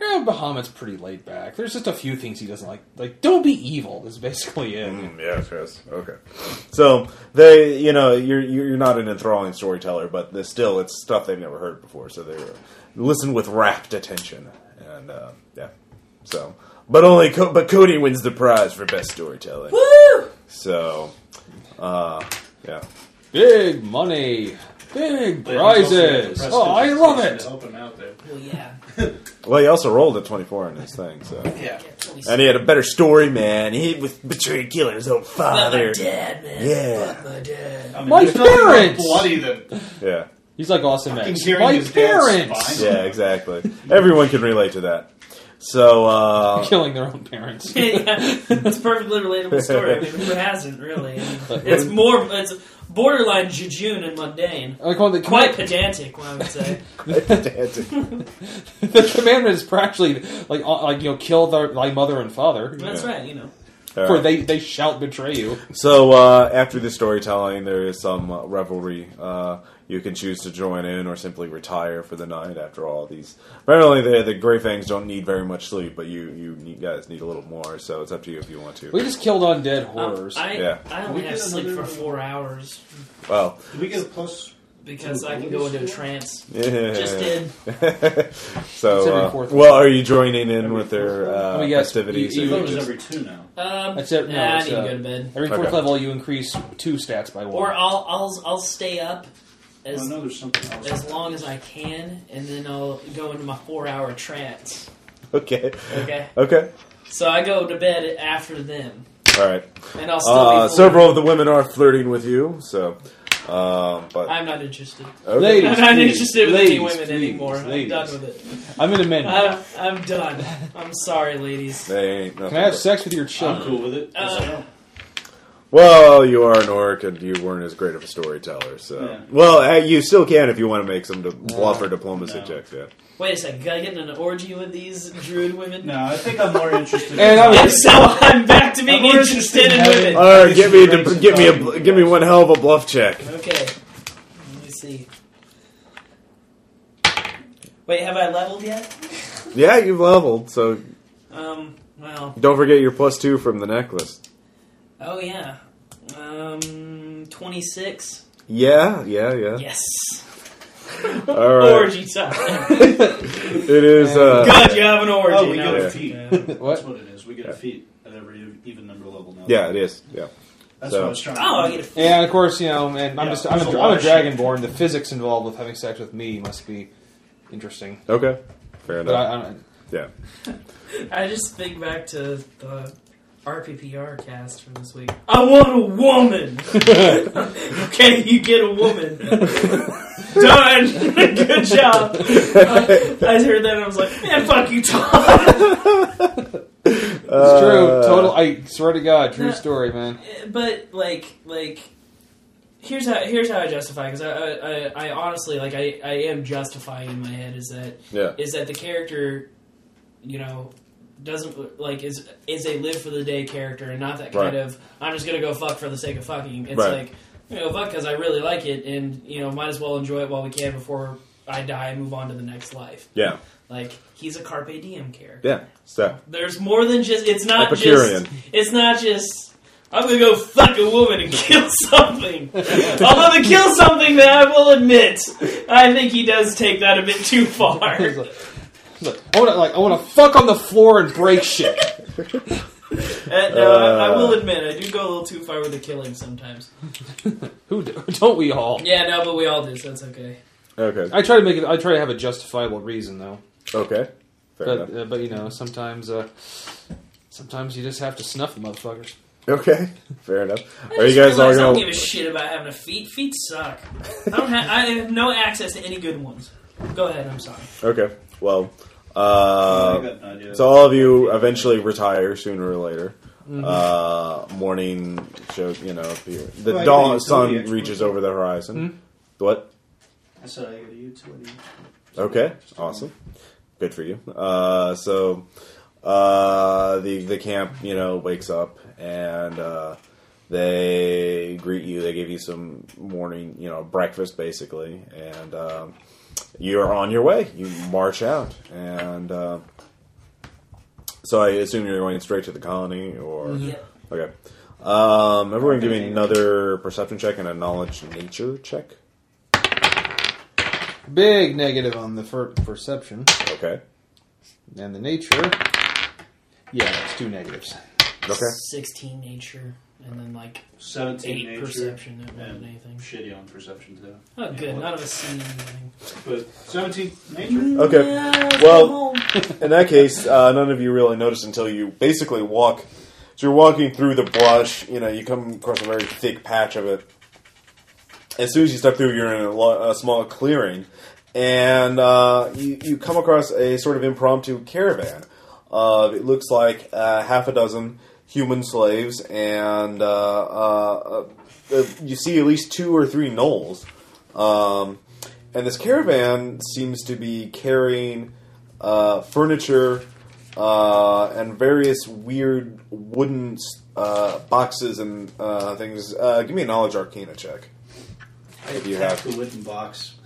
Speaker 3: Yeah, Bahamut's pretty laid back. There's just a few things he doesn't like. Like, don't be evil is basically it.
Speaker 1: Mm, yes, yes. Okay. So they, you know, you're you're not an enthralling storyteller, but the- still, it's stuff they've never heard before. So they were, listen with rapt attention, and uh, yeah. So, but only Co- but Cody wins the prize for best storytelling.
Speaker 4: Woo!
Speaker 1: So, uh, yeah.
Speaker 3: Big money, big
Speaker 2: But he's also got the
Speaker 3: prizes.
Speaker 2: prestige
Speaker 3: Oh, I love
Speaker 2: to
Speaker 3: it.
Speaker 2: Help him out there.
Speaker 4: Well, yeah.
Speaker 1: Well, he also rolled a twenty four in his thing, so.
Speaker 2: Yeah.
Speaker 1: And he had a better story, man. He was betrayed killing his own
Speaker 4: Fuck my
Speaker 1: father.
Speaker 4: dad, man.
Speaker 1: Yeah.
Speaker 4: Fuck my dad.
Speaker 2: I mean,
Speaker 3: My
Speaker 2: there's nothing more
Speaker 3: parents!
Speaker 2: Bloody than
Speaker 1: Yeah.
Speaker 3: He's like awesome
Speaker 2: Fucking
Speaker 3: X.
Speaker 2: hearing
Speaker 3: My
Speaker 2: his dad's
Speaker 3: parents
Speaker 2: spine.
Speaker 1: Yeah. Exactly. Everyone can relate to that. So. Uh,
Speaker 3: killing their own parents.
Speaker 4: yeah, it's a perfectly relatable story. I mean, who hasn't really? It's more, it's borderline jejune and mundane.
Speaker 3: Like one of the
Speaker 4: Quite pedantic, one would say.
Speaker 3: the commandment is practically like uh, like you know kill their, thy mother and father
Speaker 4: That's right, you know.
Speaker 3: for they they shall betray you.
Speaker 1: So uh, after the storytelling, there is some uh, revelry. Uh, you can choose to join in or simply retire for the night. After all these, apparently the the Grey Fangs don't need very much sleep, but you you need, guys need a little more. So it's up to you if you want to.
Speaker 3: We just killed undead
Speaker 4: Um,
Speaker 3: horrors.
Speaker 4: I,
Speaker 1: Yeah.
Speaker 4: I only
Speaker 2: We
Speaker 4: have
Speaker 2: did
Speaker 4: sleep for
Speaker 2: another-
Speaker 4: four hours
Speaker 1: well,
Speaker 2: Did we get a plus?
Speaker 4: because I can go into a trance. Just did.
Speaker 3: It's
Speaker 1: so
Speaker 3: every
Speaker 1: uh,
Speaker 3: fourth week.
Speaker 1: well, are you joining in with their uh,
Speaker 3: Let me guess,
Speaker 1: festivities?
Speaker 3: you-
Speaker 2: I
Speaker 3: you-
Speaker 2: thought it was every two now.
Speaker 4: Um,
Speaker 3: That's it. No,
Speaker 4: nah, I
Speaker 3: it's,
Speaker 4: need to
Speaker 3: uh,
Speaker 4: go to bed.
Speaker 3: Every fourth
Speaker 1: Okay.
Speaker 3: level, you increase two stats by one.
Speaker 2: uh,
Speaker 4: Or I'll, I'll, I'll stay up
Speaker 2: I
Speaker 4: as,
Speaker 2: know there's something else.
Speaker 4: as long as I can, and then I'll go into my four hour trance.
Speaker 1: okay,
Speaker 4: Okay?
Speaker 1: okay,
Speaker 4: So I go to bed after them.
Speaker 1: all right.
Speaker 4: And I'll still
Speaker 1: Uh,
Speaker 4: be
Speaker 1: several of the women are flirting with you, so. Um, but
Speaker 4: I'm not interested.
Speaker 1: okay.
Speaker 3: Ladies,
Speaker 4: I'm not
Speaker 3: please,
Speaker 4: interested with any
Speaker 3: ladies,
Speaker 4: women
Speaker 3: please,
Speaker 4: anymore.
Speaker 3: ladies.
Speaker 4: I'm done with it.
Speaker 3: I'm in a minute.
Speaker 2: uh,
Speaker 4: I'm, I'm done. I'm sorry, ladies.
Speaker 1: they ain't nothing
Speaker 3: Can I have
Speaker 1: but-
Speaker 3: sex with your
Speaker 2: I'm
Speaker 3: children?
Speaker 2: cool with it.
Speaker 4: Uh,
Speaker 2: So-
Speaker 1: Well, you are an orc, and you weren't as great of a storyteller. So,
Speaker 2: Yeah.
Speaker 1: well, uh, you still can if you want to make some di- bluff or diplomacy
Speaker 2: No.
Speaker 1: checks. Yeah.
Speaker 4: Wait a second. Can I get in an orgy with these druid women?
Speaker 2: no, I think I'm more interested.
Speaker 3: And I
Speaker 4: And
Speaker 3: was-
Speaker 4: so I'm back to being
Speaker 2: I'm more
Speaker 4: interested
Speaker 2: interested
Speaker 4: in
Speaker 2: in
Speaker 4: women.
Speaker 2: having-
Speaker 1: All right,
Speaker 2: Just
Speaker 1: give me a,
Speaker 2: raise
Speaker 1: dip-
Speaker 2: the
Speaker 1: give me
Speaker 2: value
Speaker 1: a
Speaker 2: of
Speaker 1: give me
Speaker 2: that.
Speaker 1: one hell of a bluff check.
Speaker 4: Okay. Let me see. Wait, have I leveled yet?
Speaker 1: Yeah, you've leveled, so
Speaker 4: Um, well,
Speaker 1: don't forget your plus two from the necklace.
Speaker 4: oh yeah. Um, 26.
Speaker 1: Yeah, yeah, yeah.
Speaker 4: Yes.
Speaker 1: All right,
Speaker 4: Orgy time.
Speaker 1: it is. Uh,
Speaker 4: Good, you have an orgy.
Speaker 2: Oh, we
Speaker 4: now.
Speaker 2: get a feat.
Speaker 4: Yeah.
Speaker 2: That's
Speaker 3: What?
Speaker 2: what it is. We get a feat at every even number level now.
Speaker 1: yeah, it is. Yeah.
Speaker 2: That's
Speaker 1: So-
Speaker 2: what I was trying. to
Speaker 4: Oh, I get a
Speaker 3: Yeah, of course, you know, and I'm
Speaker 2: Yeah,
Speaker 3: just I'm a,
Speaker 2: there's a
Speaker 3: I'm
Speaker 2: lot
Speaker 3: a
Speaker 2: of shit.
Speaker 3: dragonborn. The physics involved with having sex with me must be interesting.
Speaker 1: Okay, fair
Speaker 3: But
Speaker 1: enough.
Speaker 3: I, I don't-
Speaker 1: yeah.
Speaker 4: I just think back to the RPPR cast from this week. I want a woman. okay, you get a woman. Done. Good job. Uh, I heard that and I was like, man, fuck you, Tom.
Speaker 1: Uh,
Speaker 3: it's true. Total. I swear to God, true
Speaker 4: No.
Speaker 3: story, man.
Speaker 4: but like, like. Here's how here's how I justify because I, I, I I honestly like I, I am justifying in my head is that
Speaker 1: Yeah.
Speaker 4: is that the character, you know, doesn't like is is a live for the day character and not that kind
Speaker 1: Right.
Speaker 4: of I'm just gonna go fuck for the sake of fucking. It's
Speaker 1: Right.
Speaker 4: like you know fuck because I really like it and you know might as well enjoy it while we can before I die and move on to the next life.
Speaker 1: Yeah.
Speaker 4: Like he's a carpe diem character.
Speaker 1: Yeah. So
Speaker 4: There's more than just it's not
Speaker 1: Epicurean.
Speaker 4: just it's not just. I'm gonna go fuck a woman and kill something. I'm gonna kill something that I will admit. I think he does take that a bit too far.
Speaker 3: It's like- it's like, I want to like I want to fuck on the floor and break shit.
Speaker 4: Uh, no, I, I
Speaker 1: Uh.
Speaker 4: will admit, I do go a little too far with the killing sometimes.
Speaker 3: Who do, don't we all?
Speaker 4: Yeah, no, but we all do, so that's okay.
Speaker 1: okay.
Speaker 3: I try to make it. I try to have a justifiable reason though.
Speaker 1: Okay. Fair enough.
Speaker 3: But uh, but you know sometimes uh, sometimes you just have to snuff the motherfuckers.
Speaker 1: Okay, fair enough.
Speaker 4: I
Speaker 1: Are you
Speaker 4: just
Speaker 1: guys all
Speaker 4: realized I don't give
Speaker 1: gonna?
Speaker 4: a shit about having a feet. Feet suck. I don't have. I have no access to any good ones. Go ahead. I'm sorry.
Speaker 1: Okay, well,
Speaker 2: I
Speaker 1: uh,
Speaker 2: got an idea.
Speaker 1: so all of you eventually retire sooner or later. Uh, morning shows, you know, appear. the
Speaker 2: Well, I
Speaker 1: dawn
Speaker 2: got a utility
Speaker 1: sun reaches
Speaker 2: explanation.
Speaker 1: over the horizon. What?
Speaker 2: I said I got a utility.
Speaker 1: Okay, awesome, good for you. Uh, so uh, the the camp, you know, wakes up and. Uh, they greet you. They give you some morning, you know, breakfast basically, and um, you're on your way. You march out, and uh, so I assume you're going straight to the colony, or
Speaker 4: Yeah.
Speaker 1: okay. Um, everyone, give me another perception check and a knowledge nature check.
Speaker 3: Big negative on the per- perception
Speaker 1: Okay.
Speaker 3: and the nature. Yeah, it's two negatives.
Speaker 1: Okay.
Speaker 4: Sixteen nature, and then like
Speaker 2: Seventeen
Speaker 4: eight
Speaker 2: nature.
Speaker 4: perception, and more than
Speaker 2: and
Speaker 4: anything.
Speaker 2: Shitty on perception too.
Speaker 4: Oh, good. None of us seen anything.
Speaker 2: But seventeen nature.
Speaker 1: Okay.
Speaker 4: Yeah,
Speaker 1: Well-
Speaker 4: go home.
Speaker 1: In that case, uh, none of you really notice until you basically walk. So you're walking through the brush. You know, you come across a very thick patch of it. As soon as you step through, you're in a, lo- a small clearing, and uh, you, you come across a sort of impromptu caravan. Of it looks like uh, half a dozen human slaves, and uh, uh, uh, uh, you see at least two or three gnolls. Um, and this caravan seems to be carrying uh, furniture uh, and various weird wooden uh, boxes and uh, things. Uh, give me a knowledge arcana check.
Speaker 2: I
Speaker 1: If you
Speaker 2: tap
Speaker 1: have-
Speaker 2: the wooden box.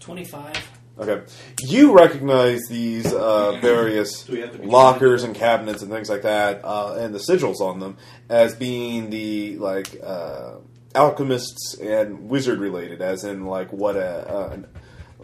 Speaker 4: Twenty-five.
Speaker 1: Okay, you recognize these uh, various
Speaker 2: Do we have to be-
Speaker 1: lockers and cabinets and things like that, uh, and the sigils on them as being the like uh, alchemists and wizard related, as in like what a. Uh, an-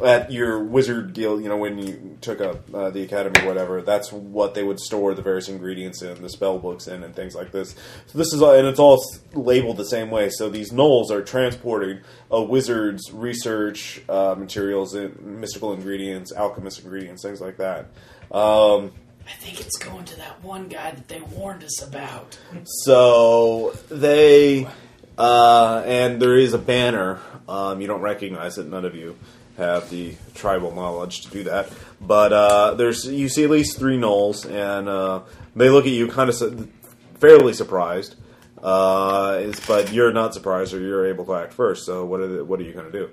Speaker 1: at your wizard guild, you know, when you took up uh, the academy or whatever, that's what they would store the various ingredients in, the spell books in, and things like this. So this is, all, and it's all s- labeled the same way. So these gnolls are transporting a wizard's research uh, materials, in, mystical ingredients, alchemist ingredients, things like that. Um,
Speaker 4: I think it's going to that one guy that they warned us about.
Speaker 1: So they, uh, and there is a banner. Um, you don't recognize it. None of you have the tribal knowledge to do that. But uh, there's you see at least three gnolls, and uh, they look at you kind of su- fairly surprised. Uh, is, but you're not surprised, or you're able to act first. So what are the, what are you going to do?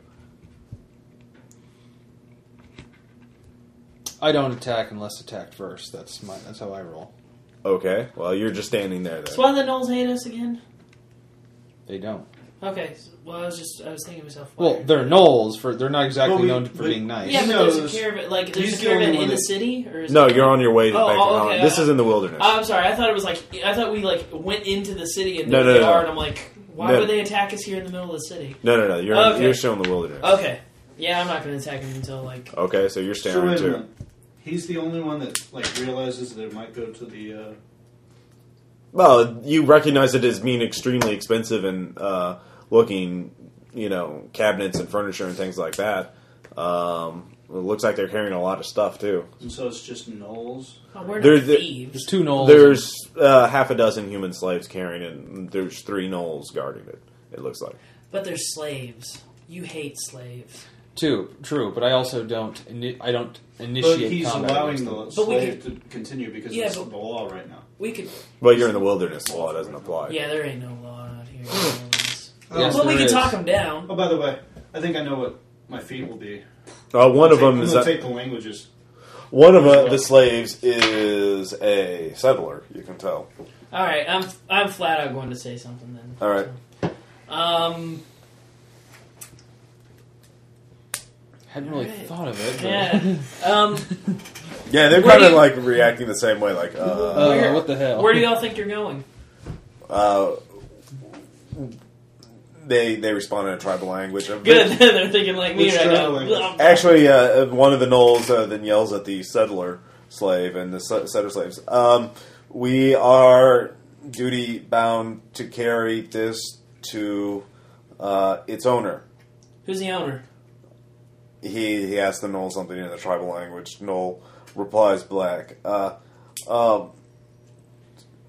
Speaker 3: I don't attack unless attacked first. That's my that's how I roll.
Speaker 1: Okay, well you're just standing there then.
Speaker 4: So why the Knolls hate us again?
Speaker 3: They don't.
Speaker 4: Okay. so- Well, I was just I was thinking to myself. why
Speaker 3: Well, they're gnolls for they're not exactly
Speaker 2: Well, we-
Speaker 3: known for
Speaker 2: we-
Speaker 3: being nice.
Speaker 4: Yeah,
Speaker 2: He
Speaker 4: but there's
Speaker 2: knows.
Speaker 4: a caravan. Like, there's
Speaker 2: He's
Speaker 4: a
Speaker 2: the only
Speaker 4: caravan
Speaker 2: one
Speaker 4: in the
Speaker 2: that-
Speaker 4: city, or is
Speaker 1: No,
Speaker 4: it-
Speaker 1: you're on your way to
Speaker 4: Oh,
Speaker 1: back to
Speaker 4: oh,
Speaker 1: Holland.
Speaker 4: okay,
Speaker 1: This
Speaker 4: uh,
Speaker 1: is in the wilderness.
Speaker 4: I'm sorry. I thought it was like I thought we like went into the city and
Speaker 1: No,
Speaker 4: there
Speaker 1: no,
Speaker 4: they
Speaker 1: no.
Speaker 4: are, and I'm like, why
Speaker 1: No.
Speaker 4: would they attack us here in the middle of the city?
Speaker 1: no, no, no. You're
Speaker 4: Okay. Uh,
Speaker 1: you're still in the wilderness.
Speaker 4: Okay. Yeah, I'm not gonna attack him until like.
Speaker 1: Okay, so you're
Speaker 2: So
Speaker 1: standing
Speaker 2: wait a
Speaker 1: too.
Speaker 2: minute. He's the only one that like realizes that it might go to the. Uh,
Speaker 1: well, you recognize it as being extremely expensive and uh, looking, you know, cabinets and furniture and things like that. Um, it looks like they're carrying a lot of stuff too.
Speaker 2: And so it's just knolls.
Speaker 4: Well, Oh, we're
Speaker 1: There-
Speaker 4: not
Speaker 1: there-
Speaker 4: thieves.
Speaker 3: There's two gnolls.
Speaker 1: There's uh, half a dozen human slaves carrying it. And there's three gnolls guarding it. It looks like.
Speaker 4: But they're slaves. You hate slaves.
Speaker 3: two, true, but I also don't. Ini- I don't initiate.
Speaker 2: But he's
Speaker 3: combat
Speaker 2: allowing
Speaker 3: against
Speaker 2: the
Speaker 3: them.
Speaker 4: But we
Speaker 2: slave to continue because
Speaker 4: Yeah,
Speaker 2: it's
Speaker 4: but-
Speaker 2: the law right now.
Speaker 4: We could.
Speaker 1: But you're in the wilderness. The law doesn't apply.
Speaker 4: Yeah, there ain't no law out here. in New Orleans.
Speaker 3: Yes,
Speaker 4: but we
Speaker 3: there
Speaker 4: can
Speaker 3: is.
Speaker 4: talk them down.
Speaker 2: Oh, by the way, I think I know what my feet will be.
Speaker 1: Uh, one of
Speaker 2: Take-
Speaker 1: them
Speaker 2: I'm
Speaker 1: is
Speaker 2: gonna
Speaker 1: a-
Speaker 2: take the languages.
Speaker 1: one of uh, the slaves is a settler. You can tell.
Speaker 4: All right, I'm I'm flat out going to say something then.
Speaker 1: All right.
Speaker 4: Um.
Speaker 3: hadn't really
Speaker 4: Alright.
Speaker 3: thought of it. but-
Speaker 4: Yeah. Um.
Speaker 1: Yeah, they're
Speaker 4: Where
Speaker 1: kind of
Speaker 4: do you-
Speaker 1: like reacting the same way. Like, uh,
Speaker 3: Uh,
Speaker 4: Where-
Speaker 3: what the hell?
Speaker 4: Where do y'all think you're going?
Speaker 1: uh, they they respond in a tribal language. I'm-
Speaker 4: Good. They're thinking like me
Speaker 2: Which
Speaker 4: right
Speaker 2: tribal
Speaker 4: now.
Speaker 2: language?
Speaker 4: Um,
Speaker 1: Actually, uh, one of the gnolls uh, then yells at the settler slave and the se- settler slaves. Um, we are duty bound to carry this to uh, its owner.
Speaker 4: Who's the owner?
Speaker 1: He he asks the knoll something in the tribal language. Knoll replies black. Uh, um,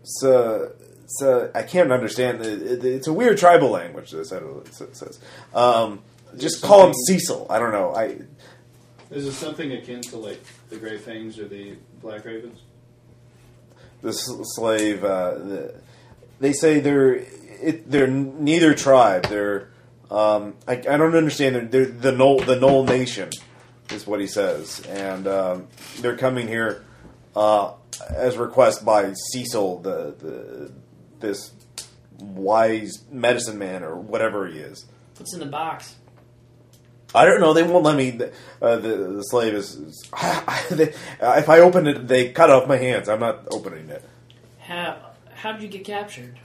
Speaker 1: so so I can't understand. It, it, it's a weird tribal language. This I don't know what it says. Um, just call him Cecil. I don't know. I
Speaker 2: Is it something akin to like the Grey Things or the Black Ravens?
Speaker 1: the s- slave. Uh, the, they say they're it, they're neither tribe. They're um, I, I don't understand. They're, they're the Knoll the Knoll Nation is what he says, and um, they're coming here uh, as request by Cecil the the this wise medicine man or whatever he is.
Speaker 4: What's in the box?
Speaker 1: I don't know. They won't let me. Uh, the the slave is. is- they, if I open it, they cut off my hands. I'm not opening it.
Speaker 4: How how did you get captured?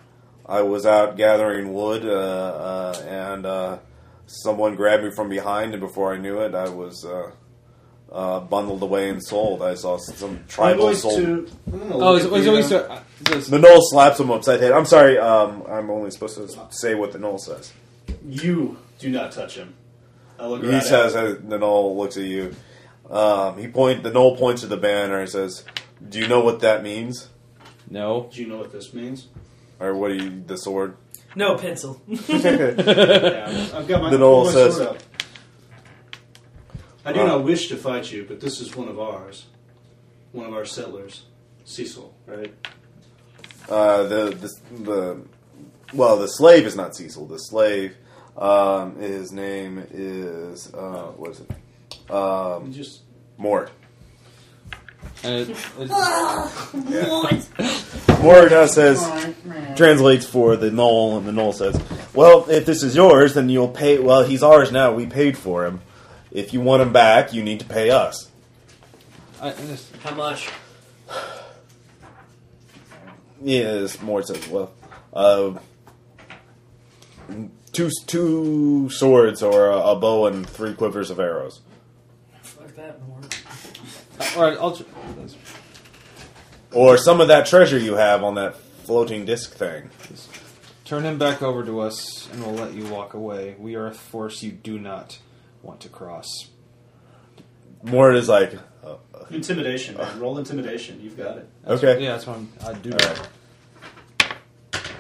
Speaker 1: I was out gathering wood, uh, uh, and uh, someone grabbed me from behind, and before I knew it, I was uh, uh, bundled away and sold. I saw some tribal sold.
Speaker 2: I'm gonna
Speaker 3: Oh,
Speaker 2: look
Speaker 3: is,
Speaker 2: at
Speaker 3: was
Speaker 2: the,
Speaker 3: always
Speaker 2: uh,
Speaker 3: uh, this-
Speaker 1: The knoll slaps him upside the head. I'm sorry. Um, I'm only supposed to say what the knoll says.
Speaker 2: You do not touch him. I look
Speaker 1: He
Speaker 2: right
Speaker 1: says uh, the knoll looks at you. Um, he point. The knoll points to the banner and says, "Do you know what that means?"
Speaker 3: no.
Speaker 2: At, Do you know what this means?
Speaker 1: Or what? Do you, the sword.
Speaker 4: No pencil.
Speaker 2: yeah, I've got my,
Speaker 1: Then all
Speaker 2: my
Speaker 1: says-
Speaker 2: sword up. I do
Speaker 1: Uh,
Speaker 2: not wish to fight you, but this is one of ours, one of our settlers, Cecil. Right?
Speaker 1: Uh, the, the the well, the slave is not Cecil. The slave, um, his name is uh, what is it?
Speaker 2: You
Speaker 1: Um,
Speaker 2: just
Speaker 1: Mort.
Speaker 3: And it- it's-
Speaker 8: Ah, what?
Speaker 1: Mort uh, says translates for the knoll, and the knoll says, "Well, if this is yours, then you'll pay. Well, he's ours now. We paid for him. If you want him back, you need to pay us."
Speaker 3: I, I just-
Speaker 4: How much?
Speaker 1: Yes, Mort says, "Well, uh, two two swords or a, a bow and three quivers of arrows."
Speaker 4: Fuck that more.
Speaker 3: all right, I'll. tr-
Speaker 1: Or some of that treasure you have on that floating disc thing.
Speaker 3: Turn him back over to us, and we'll let you walk away. We are a force you do not want to cross.
Speaker 1: Mort is like, oh,
Speaker 2: intimidation. Man.
Speaker 1: uh,
Speaker 2: Roll intimidation. You've got it.
Speaker 3: That's-
Speaker 1: Okay.
Speaker 3: Yeah, that's what I'm, I do.
Speaker 1: all right.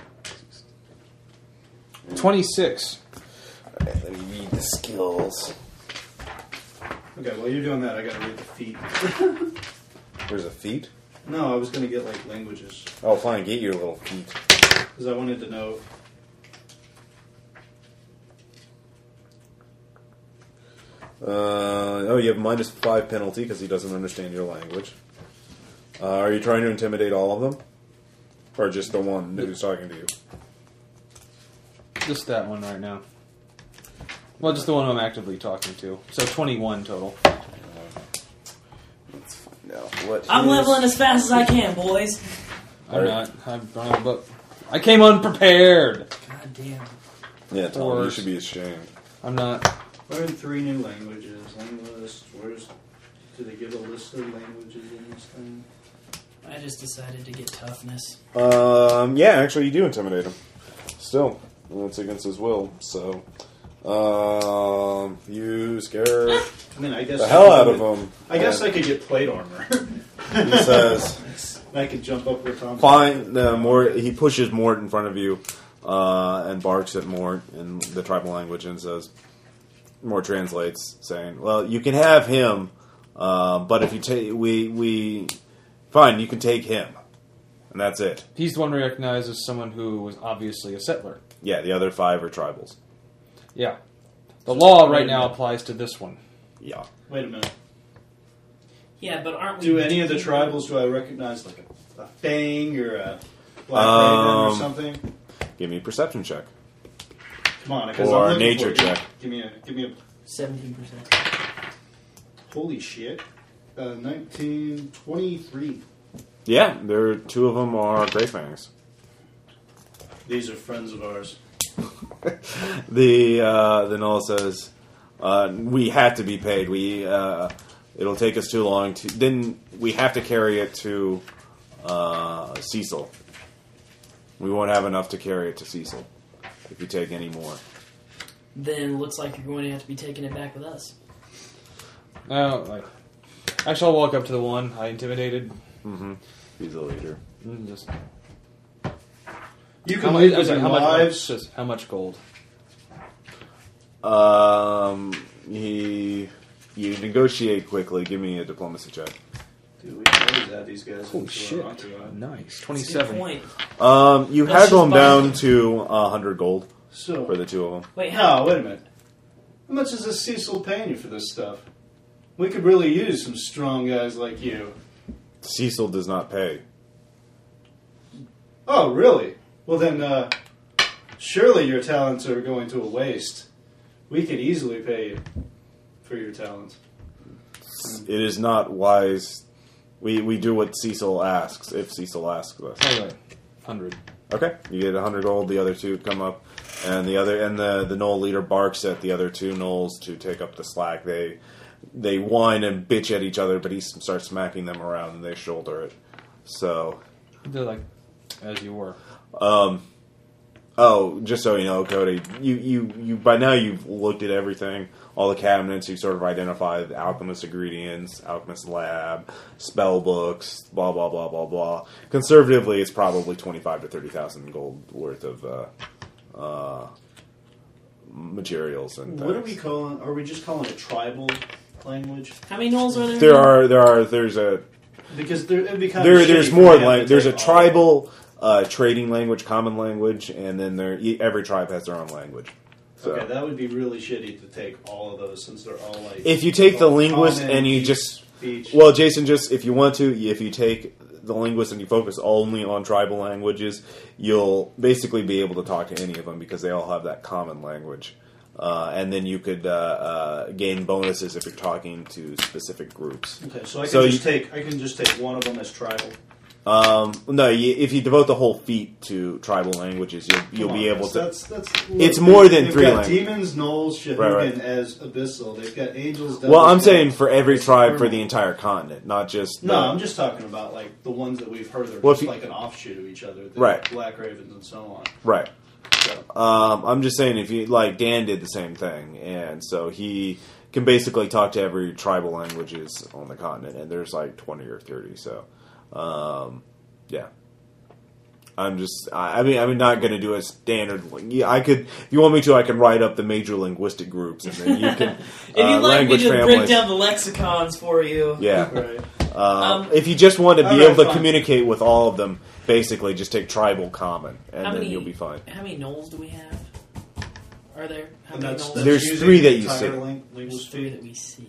Speaker 3: Twenty-six.
Speaker 1: All right, Let me read the skills.
Speaker 2: Okay. While you're doing that, I got to read the feet.
Speaker 1: There's a feet.
Speaker 2: No, I was going to get like languages
Speaker 1: Oh, fine. Get your little feet.
Speaker 2: because I wanted to know.
Speaker 1: Uh, oh, you have minus five penalty because he doesn't understand your language. Uh, are you trying to intimidate all of them, or just the one who's talking to you?
Speaker 3: Just that one right now. Well, just the one I'm actively talking to. So twenty-one total.
Speaker 1: No. What?
Speaker 4: I'm
Speaker 1: is-
Speaker 4: leveling as fast as I can, boys.
Speaker 3: I'm
Speaker 1: Alright.
Speaker 3: not. I'm running a book. I came unprepared.
Speaker 4: God damn.
Speaker 1: Yeah, Tom. You
Speaker 3: Fours.
Speaker 1: should be ashamed.
Speaker 3: I'm not.
Speaker 2: Learn three new languages. Linguist. Where's? Do they give a list of languages in this thing?
Speaker 4: I just decided to get toughness.
Speaker 1: Um, yeah, actually, you do intimidate him. Still, it's against his will. So, um, you scare
Speaker 2: I mean, I guess
Speaker 1: the
Speaker 2: I
Speaker 1: hell
Speaker 2: could-
Speaker 1: out of him.
Speaker 2: I guess
Speaker 1: And
Speaker 2: I could get plate armor.
Speaker 1: he says,
Speaker 2: I could jump up with Tom.
Speaker 1: "Fine." Uh, Mort, he pushes Mort in front of you uh, and barks at Mort in the tribal language and says, "Mort translates, saying, well, you can have him, uh, but if you take we we fine, you can take him, and that's it."
Speaker 3: He's the one recognized as someone who was obviously a settler.
Speaker 1: Yeah, the other five are tribals.
Speaker 3: Yeah. The law right now applies to this one.
Speaker 1: Yeah.
Speaker 2: Wait a minute.
Speaker 4: Yeah, but aren't we?
Speaker 2: Do any of the tribals do I recognize like a, a fang or a black raven
Speaker 1: Um,
Speaker 2: or something?
Speaker 1: Give me a perception check.
Speaker 2: Come on, because
Speaker 1: or
Speaker 2: I'm looking
Speaker 1: nature
Speaker 2: for it.
Speaker 1: check.
Speaker 2: Give me a give me a
Speaker 4: Seventeen percent.
Speaker 2: holy shit. Uh, 1923.
Speaker 1: Yeah, there two of them are Grey Fangs.
Speaker 2: These are friends of ours.
Speaker 1: The uh, the Null says, uh, "We have to be paid. We uh, it'll take us too long. To, then we have to carry it to uh, Cecil. We won't have enough to carry it to Cecil if you take any more."
Speaker 4: Then looks like you're going to have to be taking it back with us.
Speaker 3: No, like, Oh, actually, I'll walk up to the one I intimidated.
Speaker 1: Mm-hmm. He's the leader.
Speaker 3: and Just,
Speaker 2: You
Speaker 3: how
Speaker 2: can
Speaker 3: much,
Speaker 2: leave
Speaker 3: I
Speaker 2: with
Speaker 3: was like,
Speaker 2: your
Speaker 3: how much-
Speaker 2: lives.
Speaker 3: just how much gold?
Speaker 1: Um, he you negotiate quickly. Give me a diplomacy check.
Speaker 2: Dude, we can always add these guys. into our entourage.
Speaker 3: Nice.
Speaker 4: That's a good point.
Speaker 1: Um, you
Speaker 4: Let's
Speaker 1: haggle
Speaker 4: just
Speaker 1: him
Speaker 4: buy-
Speaker 1: down to uh, hundred gold
Speaker 2: So,
Speaker 1: for the two of them.
Speaker 4: Wait, how?
Speaker 2: no, wait a minute. How much is this Cecil paying you for this stuff? We could really use some strong guys like you.
Speaker 1: Cecil does not pay.
Speaker 2: Oh, really? Well, then, uh, surely your talents are going to a waste. We could easily pay you for your talents.
Speaker 1: It is not wise. We we do what Cecil asks if Cecil asks us.
Speaker 3: Anyway, hundred.
Speaker 1: Okay, you get hundred gold. The other two come up, and the other and the the knoll leader barks at the other two knolls to take up the slack. They they whine and bitch at each other, but he s- starts smacking them around and they shoulder it. So,
Speaker 3: They're like, as you were.
Speaker 1: oh, just so you know, Cody, you you you by now you've looked at everything, all the cabinets. You sort of identified the alchemist ingredients, alchemist lab, spell books, blah blah blah blah blah. Conservatively, it's probably twenty five to thirty thousand gold worth of. Uh, uh, materials and
Speaker 2: What are
Speaker 1: things.
Speaker 2: we calling? Are we just calling it tribal language?
Speaker 4: How many knolls are there?
Speaker 1: there are there are there's a
Speaker 2: Because there, it'd be kind
Speaker 1: there
Speaker 2: of
Speaker 1: there's
Speaker 2: shitty if we
Speaker 1: more
Speaker 2: had
Speaker 1: like
Speaker 2: to
Speaker 1: there's a
Speaker 2: take all of it.
Speaker 1: tribal uh, trading language common language and then there e- every tribe has their own language so
Speaker 2: Okay, that would be really shitty to take all of those since they're all like.
Speaker 1: if you take the linguist
Speaker 2: common
Speaker 1: and you
Speaker 2: speech-
Speaker 1: just
Speaker 2: speech.
Speaker 1: well jason just if you want to if you take the linguist and you focus only on tribal languages you'll basically be able to talk to any of them because they all have that common language uh, and then you could uh, uh, gain bonuses if you're talking to specific groups
Speaker 2: okay, so I can
Speaker 1: so
Speaker 2: just take I can just take one of them as tribal.
Speaker 1: Um, no, you, if you devote the whole feat to tribal languages, you'll, you'll
Speaker 2: Come
Speaker 1: be
Speaker 2: on,
Speaker 1: able
Speaker 2: guys,
Speaker 1: to.
Speaker 2: That's, that's,
Speaker 1: It's more than
Speaker 2: they've
Speaker 1: three
Speaker 2: Got
Speaker 1: languages.
Speaker 2: demons, gnolls, Shahugan
Speaker 1: Right, right.
Speaker 2: as abyssal. They've got angels.
Speaker 1: Well, I'm
Speaker 2: devils,
Speaker 1: saying
Speaker 2: demons.
Speaker 1: for every tribe for
Speaker 2: normal.
Speaker 1: the entire continent, not just.
Speaker 2: No,
Speaker 1: the-
Speaker 2: I'm just talking about like the ones that we've heard are
Speaker 1: Well, if
Speaker 2: just
Speaker 1: you-
Speaker 2: like an offshoot of each other, the
Speaker 1: Right.
Speaker 2: Black Ravens and so on.
Speaker 1: Right.
Speaker 2: So,
Speaker 1: Um, I'm just saying if you. Like, Dan did the same thing, and so he can basically talk to every tribal languages on the continent, and there's like 20 or 30, so. Um, yeah. I'm just. I, I mean, I'm not going to do a standard. ling- Yeah, I could. If you want me to, I can write up the major linguistic groups, and then you can.
Speaker 4: If you'd
Speaker 1: uh,
Speaker 4: like me
Speaker 1: language
Speaker 4: to break
Speaker 1: families.
Speaker 4: down the lexicons for you,
Speaker 1: Yeah.
Speaker 2: right.
Speaker 1: Um,
Speaker 4: Um,
Speaker 1: if you just want to be
Speaker 2: alright,
Speaker 1: able to
Speaker 2: fine.
Speaker 1: communicate with all of them, basically just take tribal common, and
Speaker 4: How
Speaker 1: then
Speaker 4: many-
Speaker 1: you'll be fine.
Speaker 4: how many knolls do we have? Are there? How
Speaker 2: And
Speaker 4: many
Speaker 2: that's,
Speaker 4: knolls?
Speaker 2: that's
Speaker 1: There's
Speaker 2: using
Speaker 1: three
Speaker 2: the
Speaker 1: that you
Speaker 2: entire
Speaker 1: see.
Speaker 2: Ling-
Speaker 4: There's
Speaker 2: linguist
Speaker 4: three that
Speaker 2: fee.
Speaker 4: we see.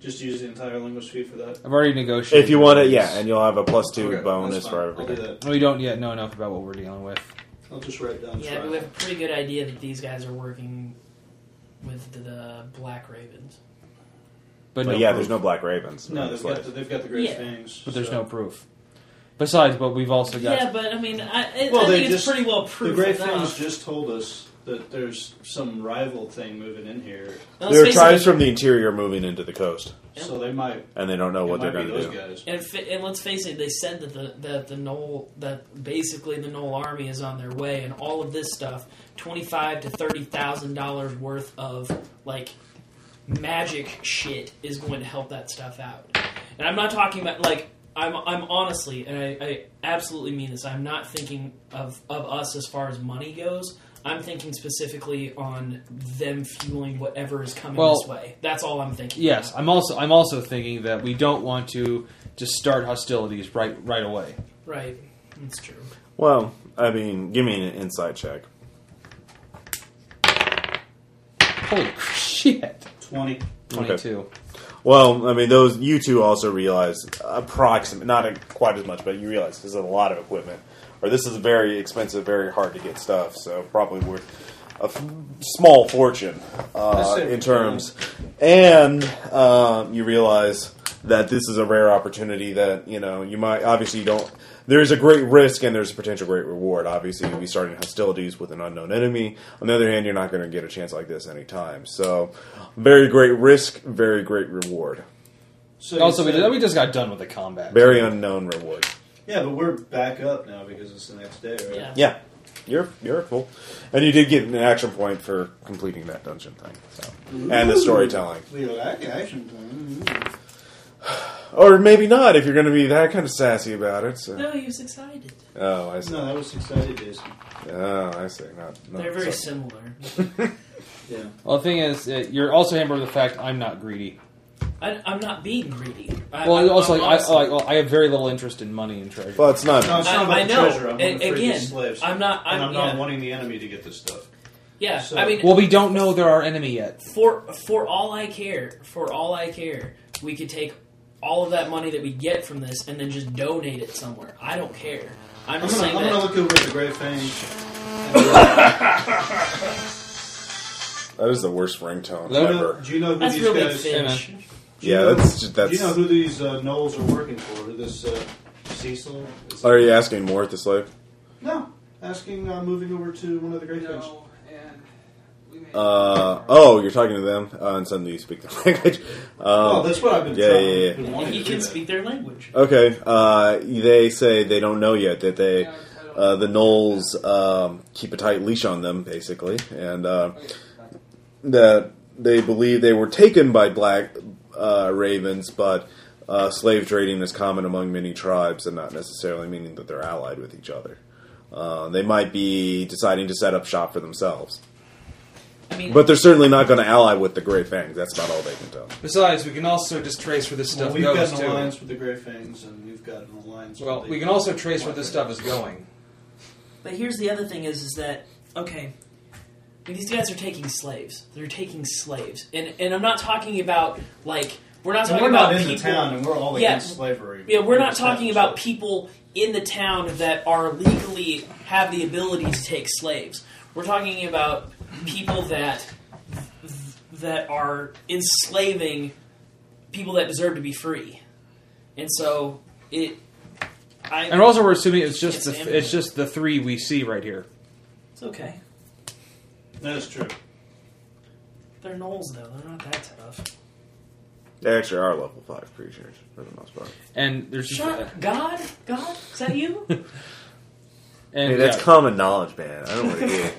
Speaker 2: Just use the entire linguist fee for that.
Speaker 3: I've already negotiated.
Speaker 1: If you want it, yeah, and you'll have a plus two
Speaker 2: Okay,
Speaker 1: bonus
Speaker 2: that's
Speaker 1: for
Speaker 2: fine. I'll do
Speaker 1: everything.
Speaker 2: that.
Speaker 3: we don't yet know enough about what we're dealing with.
Speaker 2: I'll just write down.
Speaker 4: Yeah,
Speaker 2: tribal.
Speaker 4: we have a pretty good idea that these guys are working with the, the Black Ravens.
Speaker 1: But
Speaker 3: But, no
Speaker 1: yeah,
Speaker 3: proof.
Speaker 1: there's no black ravens.
Speaker 2: No,
Speaker 1: It's
Speaker 2: they've
Speaker 1: like-
Speaker 2: got, the, they've got the great
Speaker 4: Yeah.
Speaker 2: things.
Speaker 3: But there's no proof. Besides, but we've also got.
Speaker 4: Yeah, but I mean, I, I,
Speaker 2: Well,
Speaker 4: I
Speaker 2: they
Speaker 4: think it's
Speaker 2: just-
Speaker 4: pretty well
Speaker 2: The
Speaker 4: proven.
Speaker 2: great things just told us that there's some rival thing moving in here,
Speaker 4: Now, let's
Speaker 1: There are
Speaker 4: face
Speaker 1: tribes
Speaker 4: it,
Speaker 1: from the interior moving into the coast,
Speaker 2: so they might.
Speaker 1: and they don't know Oh, what they're
Speaker 2: it
Speaker 1: going
Speaker 2: might be
Speaker 1: to
Speaker 2: those
Speaker 1: do.
Speaker 2: guys.
Speaker 4: and, fa- and let's face it, they said that the that the Knoll that basically the Knoll army is on their way, and all of this stuff, twenty five to thirty thousand dollars worth of like magic shit is going to help that stuff out. And I'm not talking about like I'm I'm honestly and I, I absolutely mean this. I'm not thinking of of us as far as money goes. I'm thinking specifically on them fueling whatever is coming
Speaker 3: Well-
Speaker 4: this way. That's all I'm thinking.
Speaker 3: Yes, I'm also I'm also thinking that we don't want to just start hostilities right right away.
Speaker 4: Right. That's true.
Speaker 1: Well, I mean, give me an insight check.
Speaker 3: Holy shit!
Speaker 2: Twenty.
Speaker 3: Twenty two.
Speaker 1: Well, I mean, those you two also realize approximate, not quite as much, but you realize this is a lot of equipment, or this is very expensive, very hard to get stuff, so probably worth a f- small fortune uh,
Speaker 2: That's it.
Speaker 1: in terms. And um, you realize that this is a rare opportunity that you know you might obviously you don't. There's a great risk and there's a potential great reward. Obviously, you'll be starting hostilities with an unknown enemy. On the other hand, you're not going to get a chance like this anytime. So, very great risk, very great reward,
Speaker 2: So
Speaker 3: Also,
Speaker 2: you
Speaker 3: Oh, we
Speaker 2: said-
Speaker 3: just, we just got done with the combat.
Speaker 1: very unknown reward.
Speaker 2: yeah, but we're back up now because it's the next day, right?
Speaker 4: Yeah.
Speaker 1: Yeah, you're you're cool, and you did get an action point for completing that dungeon thing, so. and the storytelling.
Speaker 2: We like action plan. Mm.
Speaker 1: Or maybe not if you're going to be that kind of sassy about it. So.
Speaker 4: No, he was excited.
Speaker 1: Oh, I see.
Speaker 2: No, that was excited, Jason.
Speaker 1: Oh, I see. Not, not
Speaker 4: They're very
Speaker 1: so-
Speaker 4: similar.
Speaker 2: Yeah.
Speaker 3: Well, the thing is, uh, you're also hampered with the fact I'm not greedy.
Speaker 4: I, I'm not being greedy. I,
Speaker 3: Well,
Speaker 4: I'm-
Speaker 3: also
Speaker 4: I'm
Speaker 3: like I,
Speaker 4: honestly-
Speaker 3: like well, I have very little interest in money and treasure.
Speaker 1: Well, it's not.
Speaker 2: No, it's
Speaker 4: I-
Speaker 2: not about
Speaker 4: I
Speaker 2: the
Speaker 4: know.
Speaker 2: treasure. I'm
Speaker 4: And
Speaker 2: free
Speaker 4: again,
Speaker 2: slaves.
Speaker 4: I'm not-
Speaker 2: and
Speaker 4: I'm-
Speaker 2: I'm not
Speaker 4: yeah.
Speaker 2: wanting the enemy to get this stuff.
Speaker 4: yeah,
Speaker 2: so-
Speaker 4: I mean,
Speaker 3: well, we don't know they're our enemy yet.
Speaker 4: for for all I care, for all I care, we could take all of that money that we get from this and then just donate it somewhere. I don't care. I'm
Speaker 2: I'm
Speaker 4: just
Speaker 2: gonna, I'm
Speaker 4: saying
Speaker 2: gonna look
Speaker 4: that.
Speaker 2: over at the Great Fang.
Speaker 1: That is the worst ringtone
Speaker 3: No, no.
Speaker 1: ever.
Speaker 2: Do you know who
Speaker 4: That's
Speaker 2: these
Speaker 4: real big
Speaker 2: guys?
Speaker 3: Yeah, man.
Speaker 4: fish.
Speaker 1: Yeah, that's just-
Speaker 2: Do
Speaker 1: that's.
Speaker 2: you know who these uh, Knowles are working for? Who This uh, Cecil? Is it-
Speaker 1: Are you asking more at the slave?
Speaker 2: No, asking uh, moving over to one of the Great
Speaker 1: Oh,
Speaker 2: Fangs.
Speaker 1: Uh, oh, you're talking to them, uh, and suddenly you speak the language.
Speaker 2: oh,
Speaker 1: Um,
Speaker 2: that's what I've been.
Speaker 1: yeah,
Speaker 2: trying.
Speaker 1: yeah, yeah.
Speaker 2: I've been
Speaker 4: And
Speaker 2: wanting
Speaker 4: he
Speaker 2: to do
Speaker 4: can
Speaker 2: that.
Speaker 4: speak their language.
Speaker 1: okay, uh, they say they don't know yet that they, uh, the Knolls, um, keep a tight leash on them, basically, and uh, that they believe they were taken by black uh, ravens, but uh, slave trading is common among many tribes, and not necessarily meaning that they're allied with each other. Uh, they might be deciding to set up shop for themselves.
Speaker 4: I mean,
Speaker 1: But they're certainly not going to ally with the Grey Fangs. That's about all they can tell.
Speaker 3: Besides, we can also just trace where this
Speaker 2: Well, we've got an alliance with the Grey Fangs, and we've got an alliance. with the-
Speaker 3: is going.
Speaker 4: But here's the other thing is is that okay, these guys are taking slaves. They're taking slaves, and and I'm not talking about like we're not
Speaker 2: And
Speaker 4: talking
Speaker 2: we're not
Speaker 4: about
Speaker 2: in
Speaker 4: people.
Speaker 2: the town, and we're all
Speaker 4: Yeah.
Speaker 2: against slavery.
Speaker 4: Yeah, we're not
Speaker 2: just
Speaker 4: talking
Speaker 2: have
Speaker 4: about
Speaker 2: slaves.
Speaker 4: people in the town that are legally have the ability to take slaves. We're talking about people that that are enslaving people that deserve to be free, and so it. I,
Speaker 3: And also, we're assuming it's just
Speaker 4: It's
Speaker 3: the,
Speaker 4: ambient.
Speaker 3: it's just the three we see right here.
Speaker 4: it's okay.
Speaker 2: That is true.
Speaker 4: They're gnolls though. They're not that tough.
Speaker 1: They actually are level five creatures for the most part.
Speaker 3: And there's just,
Speaker 4: Shut God, God, is that you?
Speaker 3: and
Speaker 1: Hey, that's
Speaker 3: yeah.
Speaker 1: common knowledge, man. I don't want to do it.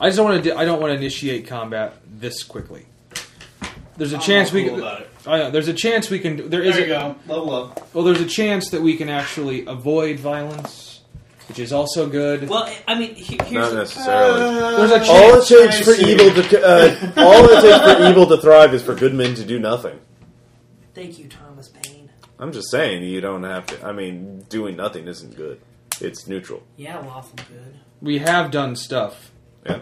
Speaker 3: I just don't want to. I don't want to initiate combat this quickly. There's a
Speaker 2: I'm
Speaker 3: chance
Speaker 2: all
Speaker 3: we
Speaker 2: cool
Speaker 3: can.
Speaker 2: about it.
Speaker 3: I know, there's a chance we can. There is
Speaker 2: There you
Speaker 3: a,
Speaker 2: go. Level up.
Speaker 3: Well, there's a chance that we can actually avoid violence, which is also good.
Speaker 4: well, I mean, he, here's
Speaker 1: Not necessarily.
Speaker 2: Uh,
Speaker 3: There's a
Speaker 1: All it
Speaker 3: chance.
Speaker 1: takes for
Speaker 2: I see.
Speaker 1: evil to uh, all it takes for evil to thrive is for good men to do nothing.
Speaker 4: thank you, Thomas Paine.
Speaker 1: I'm just saying you don't have to. I mean, doing nothing isn't good. It's neutral.
Speaker 4: Yeah, lawful good.
Speaker 3: We have done stuff.
Speaker 1: Yeah.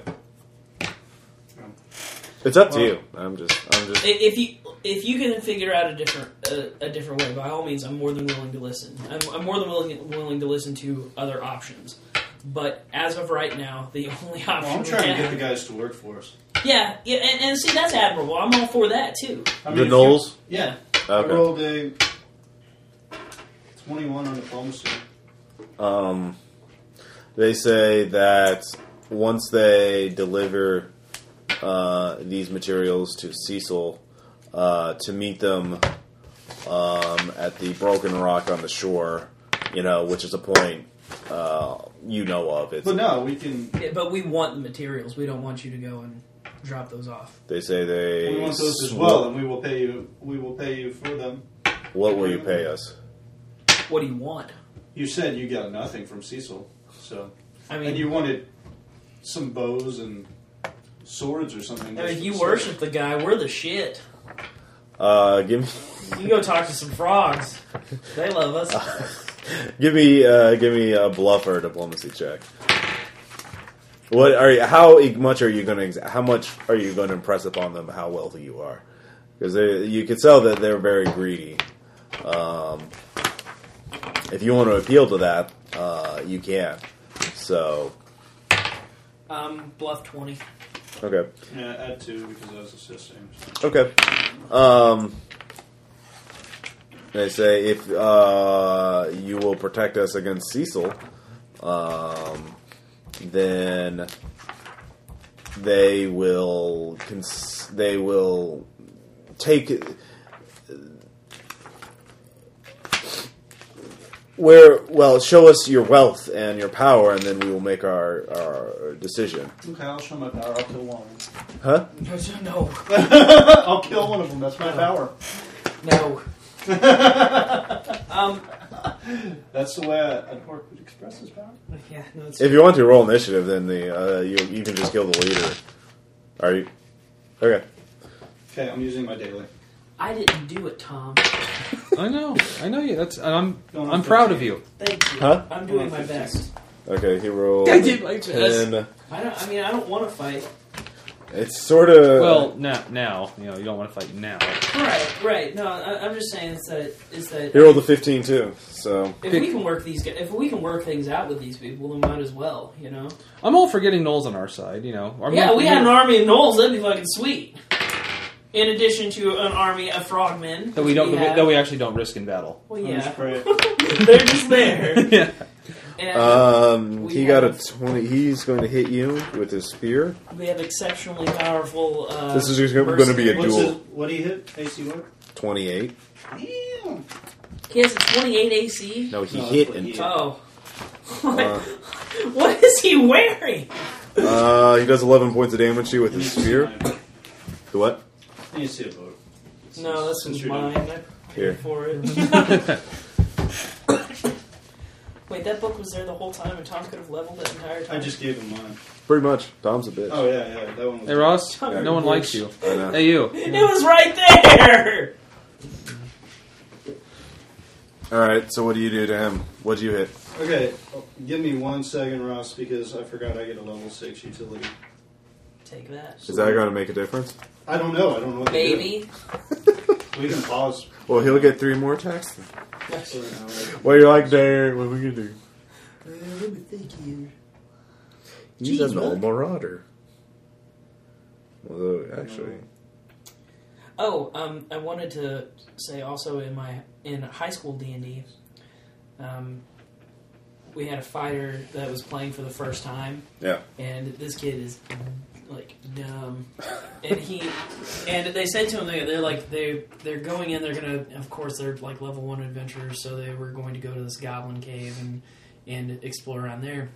Speaker 1: It's up to you. I'm just. I'm
Speaker 4: I-
Speaker 1: just.
Speaker 4: If you if you can figure out a different uh, a different way, by all means, I'm more than willing to listen. I'm, I'm more than willing willing to listen to other options. But as of right now, the only option
Speaker 2: Well, I'm
Speaker 4: we
Speaker 2: trying to get
Speaker 4: have-
Speaker 2: the guys to work for us.
Speaker 4: yeah, yeah, and, and see that's admirable. I'm all for that too.
Speaker 2: I
Speaker 1: the
Speaker 2: if you-
Speaker 1: Knolls.
Speaker 2: Yeah. I
Speaker 1: Okay.
Speaker 2: rolled a 21 on diplomacy.
Speaker 1: Um. They say that once they deliver uh, these materials to Cecil, uh, to meet them um, at the Broken Rock on the shore, you know, which is a point uh, you know of. It's,
Speaker 2: But no, we can.
Speaker 4: Yeah, but we want the materials. We don't want you to go and drop those off.
Speaker 1: They say they.
Speaker 2: We want those as
Speaker 1: sw-
Speaker 2: well, and we will pay you. We will pay you for them.
Speaker 1: What will you pay us?
Speaker 4: What do you want?
Speaker 2: You said you got nothing from Cecil, so
Speaker 4: I mean,
Speaker 2: and you wanted some bows and swords or something.
Speaker 4: I mean,
Speaker 2: just
Speaker 4: you
Speaker 2: to-
Speaker 4: worship the guy. We're the shit.
Speaker 1: Uh, give me.
Speaker 4: You can go talk to some frogs. They love us.
Speaker 1: Give me, uh, give me a bluff or a diplomacy check. What are you? How e- much are you going to? How much are you going to impress upon them? How wealthy you are? Because you could tell that they're very greedy. Um, if you want to appeal to that, uh, you can. So
Speaker 4: Um, bluff twenty.
Speaker 1: okay,
Speaker 2: Yeah, add two because I was assisting.
Speaker 1: okay. Um, they say if uh, you will protect us against Cecil, um, then they will cons- they will take where well show us your wealth and your power and then we will make our our decision
Speaker 2: Okay, I'll show my power. I'll kill one. of them.
Speaker 1: huh
Speaker 4: No, no,
Speaker 2: I'll kill one of them. That's my power.
Speaker 4: no. Um,
Speaker 2: That's the way an orc would express his power.
Speaker 4: yeah, no. It's,
Speaker 1: if you want to roll initiative then the uh, you, you can just kill the leader are you okay
Speaker 2: Okay, I'm using my daily.
Speaker 4: I didn't do it, Tom.
Speaker 3: I know, I know you. That's and I'm
Speaker 2: Going on
Speaker 3: I'm proud of
Speaker 2: 15.
Speaker 3: you.
Speaker 4: Thank you.
Speaker 1: Huh?
Speaker 4: I'm doing my
Speaker 2: 15.
Speaker 4: best.
Speaker 1: okay he rolled
Speaker 3: I did my best.
Speaker 1: 10.
Speaker 4: I don't. I mean, I don't want to fight.
Speaker 1: it's sort of
Speaker 3: Well, now now you know you don't want to fight now.
Speaker 4: Right, right. No, I, I'm just saying is that is that
Speaker 1: he rolled a 15 too so
Speaker 4: if we can work these guys, if we can work things out with these people, then might as well. You know.
Speaker 3: I'm all for getting Knowles on our side. You know, I'm
Speaker 4: yeah,
Speaker 3: all-
Speaker 4: we had an army of gnolls. That'd be fucking sweet. In addition to an army of frogmen
Speaker 3: that we don't that we-
Speaker 4: have.
Speaker 3: that we actually don't risk in battle.
Speaker 4: Well,
Speaker 2: I'm just
Speaker 4: yeah,
Speaker 2: pray-
Speaker 4: they're just there.
Speaker 3: yeah.
Speaker 4: And
Speaker 1: Um,
Speaker 4: We
Speaker 1: he got a
Speaker 4: have-
Speaker 1: twenty. He's going to hit you with his spear.
Speaker 4: we have exceptionally powerful. Uh,
Speaker 1: This is going to be a
Speaker 2: What's his,
Speaker 1: duel.
Speaker 2: what do you hit? AC what?
Speaker 1: Twenty-eight.
Speaker 2: Damn.
Speaker 4: He has a 28 AC.
Speaker 1: No, he
Speaker 2: No,
Speaker 1: hit.
Speaker 2: that's what
Speaker 1: And,
Speaker 2: he hit.
Speaker 4: Oh,
Speaker 1: uh,
Speaker 4: what is he wearing?
Speaker 1: uh, he does eleven points of damage to you with his spear. The what?
Speaker 2: I need to see a vote.
Speaker 4: No, this
Speaker 2: Since
Speaker 4: is
Speaker 2: you're
Speaker 4: mine. I
Speaker 1: Here.
Speaker 4: paid for it. Wait, that book was there the whole time, and Tom could have leveled that entire
Speaker 2: I
Speaker 4: time.
Speaker 2: just gave him mine.
Speaker 1: Pretty much. Tom's a bitch.
Speaker 2: Oh yeah, yeah, that one. Was
Speaker 3: Hey Ross,
Speaker 4: Yeah.
Speaker 3: no one likes you.
Speaker 1: I know.
Speaker 3: Hey you.
Speaker 4: It was right there.
Speaker 1: All right. So what do you do to him? What'd you hit?
Speaker 2: Okay, oh, give me one second, Ross, because I forgot I get a level six utility.
Speaker 4: Take that.
Speaker 1: Is that going to make a difference?
Speaker 2: I don't know. I don't know. What to do.
Speaker 4: Baby.
Speaker 2: we can pause
Speaker 1: Well, he'll get three more attacks. Then.
Speaker 2: for an hour.
Speaker 1: Well, you're like, there. What are we gonna do? He's
Speaker 8: Jeez,
Speaker 1: an
Speaker 8: brother.
Speaker 1: old marauder. Although, actually,
Speaker 4: Oh, um, I wanted to say also in my in high school D and D, um, we had a fighter that was playing for the first time.
Speaker 1: Yeah.
Speaker 4: And this kid is like dumb, and he and they said to him they, they're like they they're going in they're gonna of course they're like level one adventurers so they were going to go to this goblin cave and and explore around there,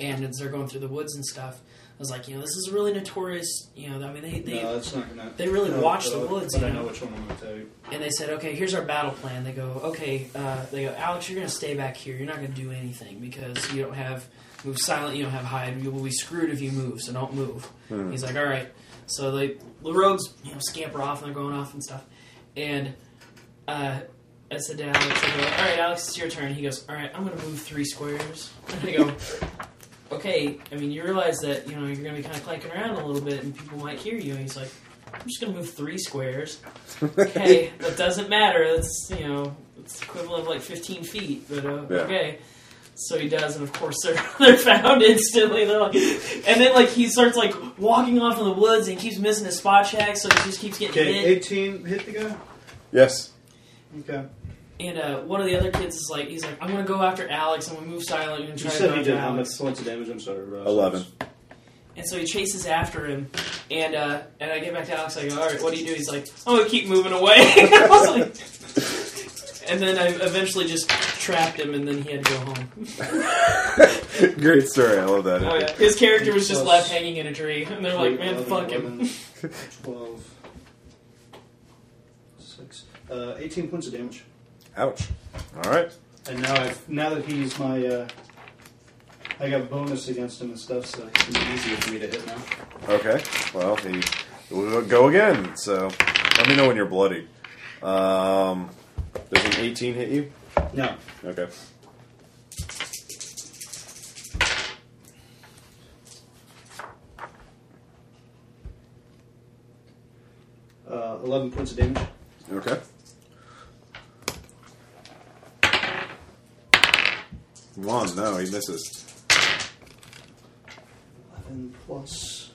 Speaker 4: and as they're going through the woods and stuff. I was like, you know, this is really notorious. You know, I mean, they, they
Speaker 2: no, that's not gonna.
Speaker 4: they really
Speaker 2: no,
Speaker 4: watch the
Speaker 2: but-
Speaker 4: woods,
Speaker 2: But
Speaker 4: you
Speaker 2: I
Speaker 4: know.
Speaker 2: know which one I'm gonna take.
Speaker 4: and they said, "Okay, here's our battle plan." They go, "Okay," uh, they go, "Alex, you're going to stay back here. You're not going to do anything because you don't have move silent. You don't have hide. You will be screwed if you move. So don't move." He's like, "All right." So they the rogues, you know, scamper off and they're going off and stuff. And uh, I said to Alex, I go, "All right, Alex, it's your turn." He goes, "All right, I'm going to move three squares." And I go. Okay, I mean, you realize that you know you're gonna be kind of clanking around a little bit, and people might hear you. And he's like, "I'm just gonna move three squares." okay, that doesn't matter. That's you know, it's equivalent of like 15 feet, but uh,
Speaker 1: Yeah.
Speaker 4: okay. So he does, and of course they're they're found instantly. They're like, and then like he starts like walking off in the woods and keeps missing his spot check, so he just keeps getting
Speaker 2: Okay,
Speaker 4: hit.
Speaker 2: 18 hit the guy.
Speaker 1: yes.
Speaker 2: Okay.
Speaker 4: And uh, one of the other kids is like, he's like, I'm gonna go after Alex. I'm gonna move silent and
Speaker 11: You
Speaker 4: try
Speaker 11: said
Speaker 4: to
Speaker 11: he
Speaker 4: dodge
Speaker 11: did how much
Speaker 4: Alex.
Speaker 11: points of damage? I'm sorry, Ross.
Speaker 1: Eleven.
Speaker 4: And so he chases after him, and uh, and I get back to Alex. I go, all right, what do you do? He's like, I'm gonna keep moving away. I was like- and then I eventually just trapped him, and then he had to go home.
Speaker 1: Great story. I love that.
Speaker 4: Oh, yeah. His character was just
Speaker 2: Plus-
Speaker 4: left hanging in a tree, and they're like, man, fuck him.
Speaker 2: 11, 12, 6, uh, 18 points of damage.
Speaker 1: Ouch. All right.
Speaker 2: And now I've now that he's my, uh, I got bonus against him and stuff, so it's gonna be easier for me to hit now.
Speaker 1: Okay. Well, he we'll go again. So let me know when you're bloody. Um, does an 18 hit you?
Speaker 2: No,
Speaker 1: Okay.
Speaker 2: uh, 11 points of damage.
Speaker 1: Okay. One. No, he misses.
Speaker 2: 11 plus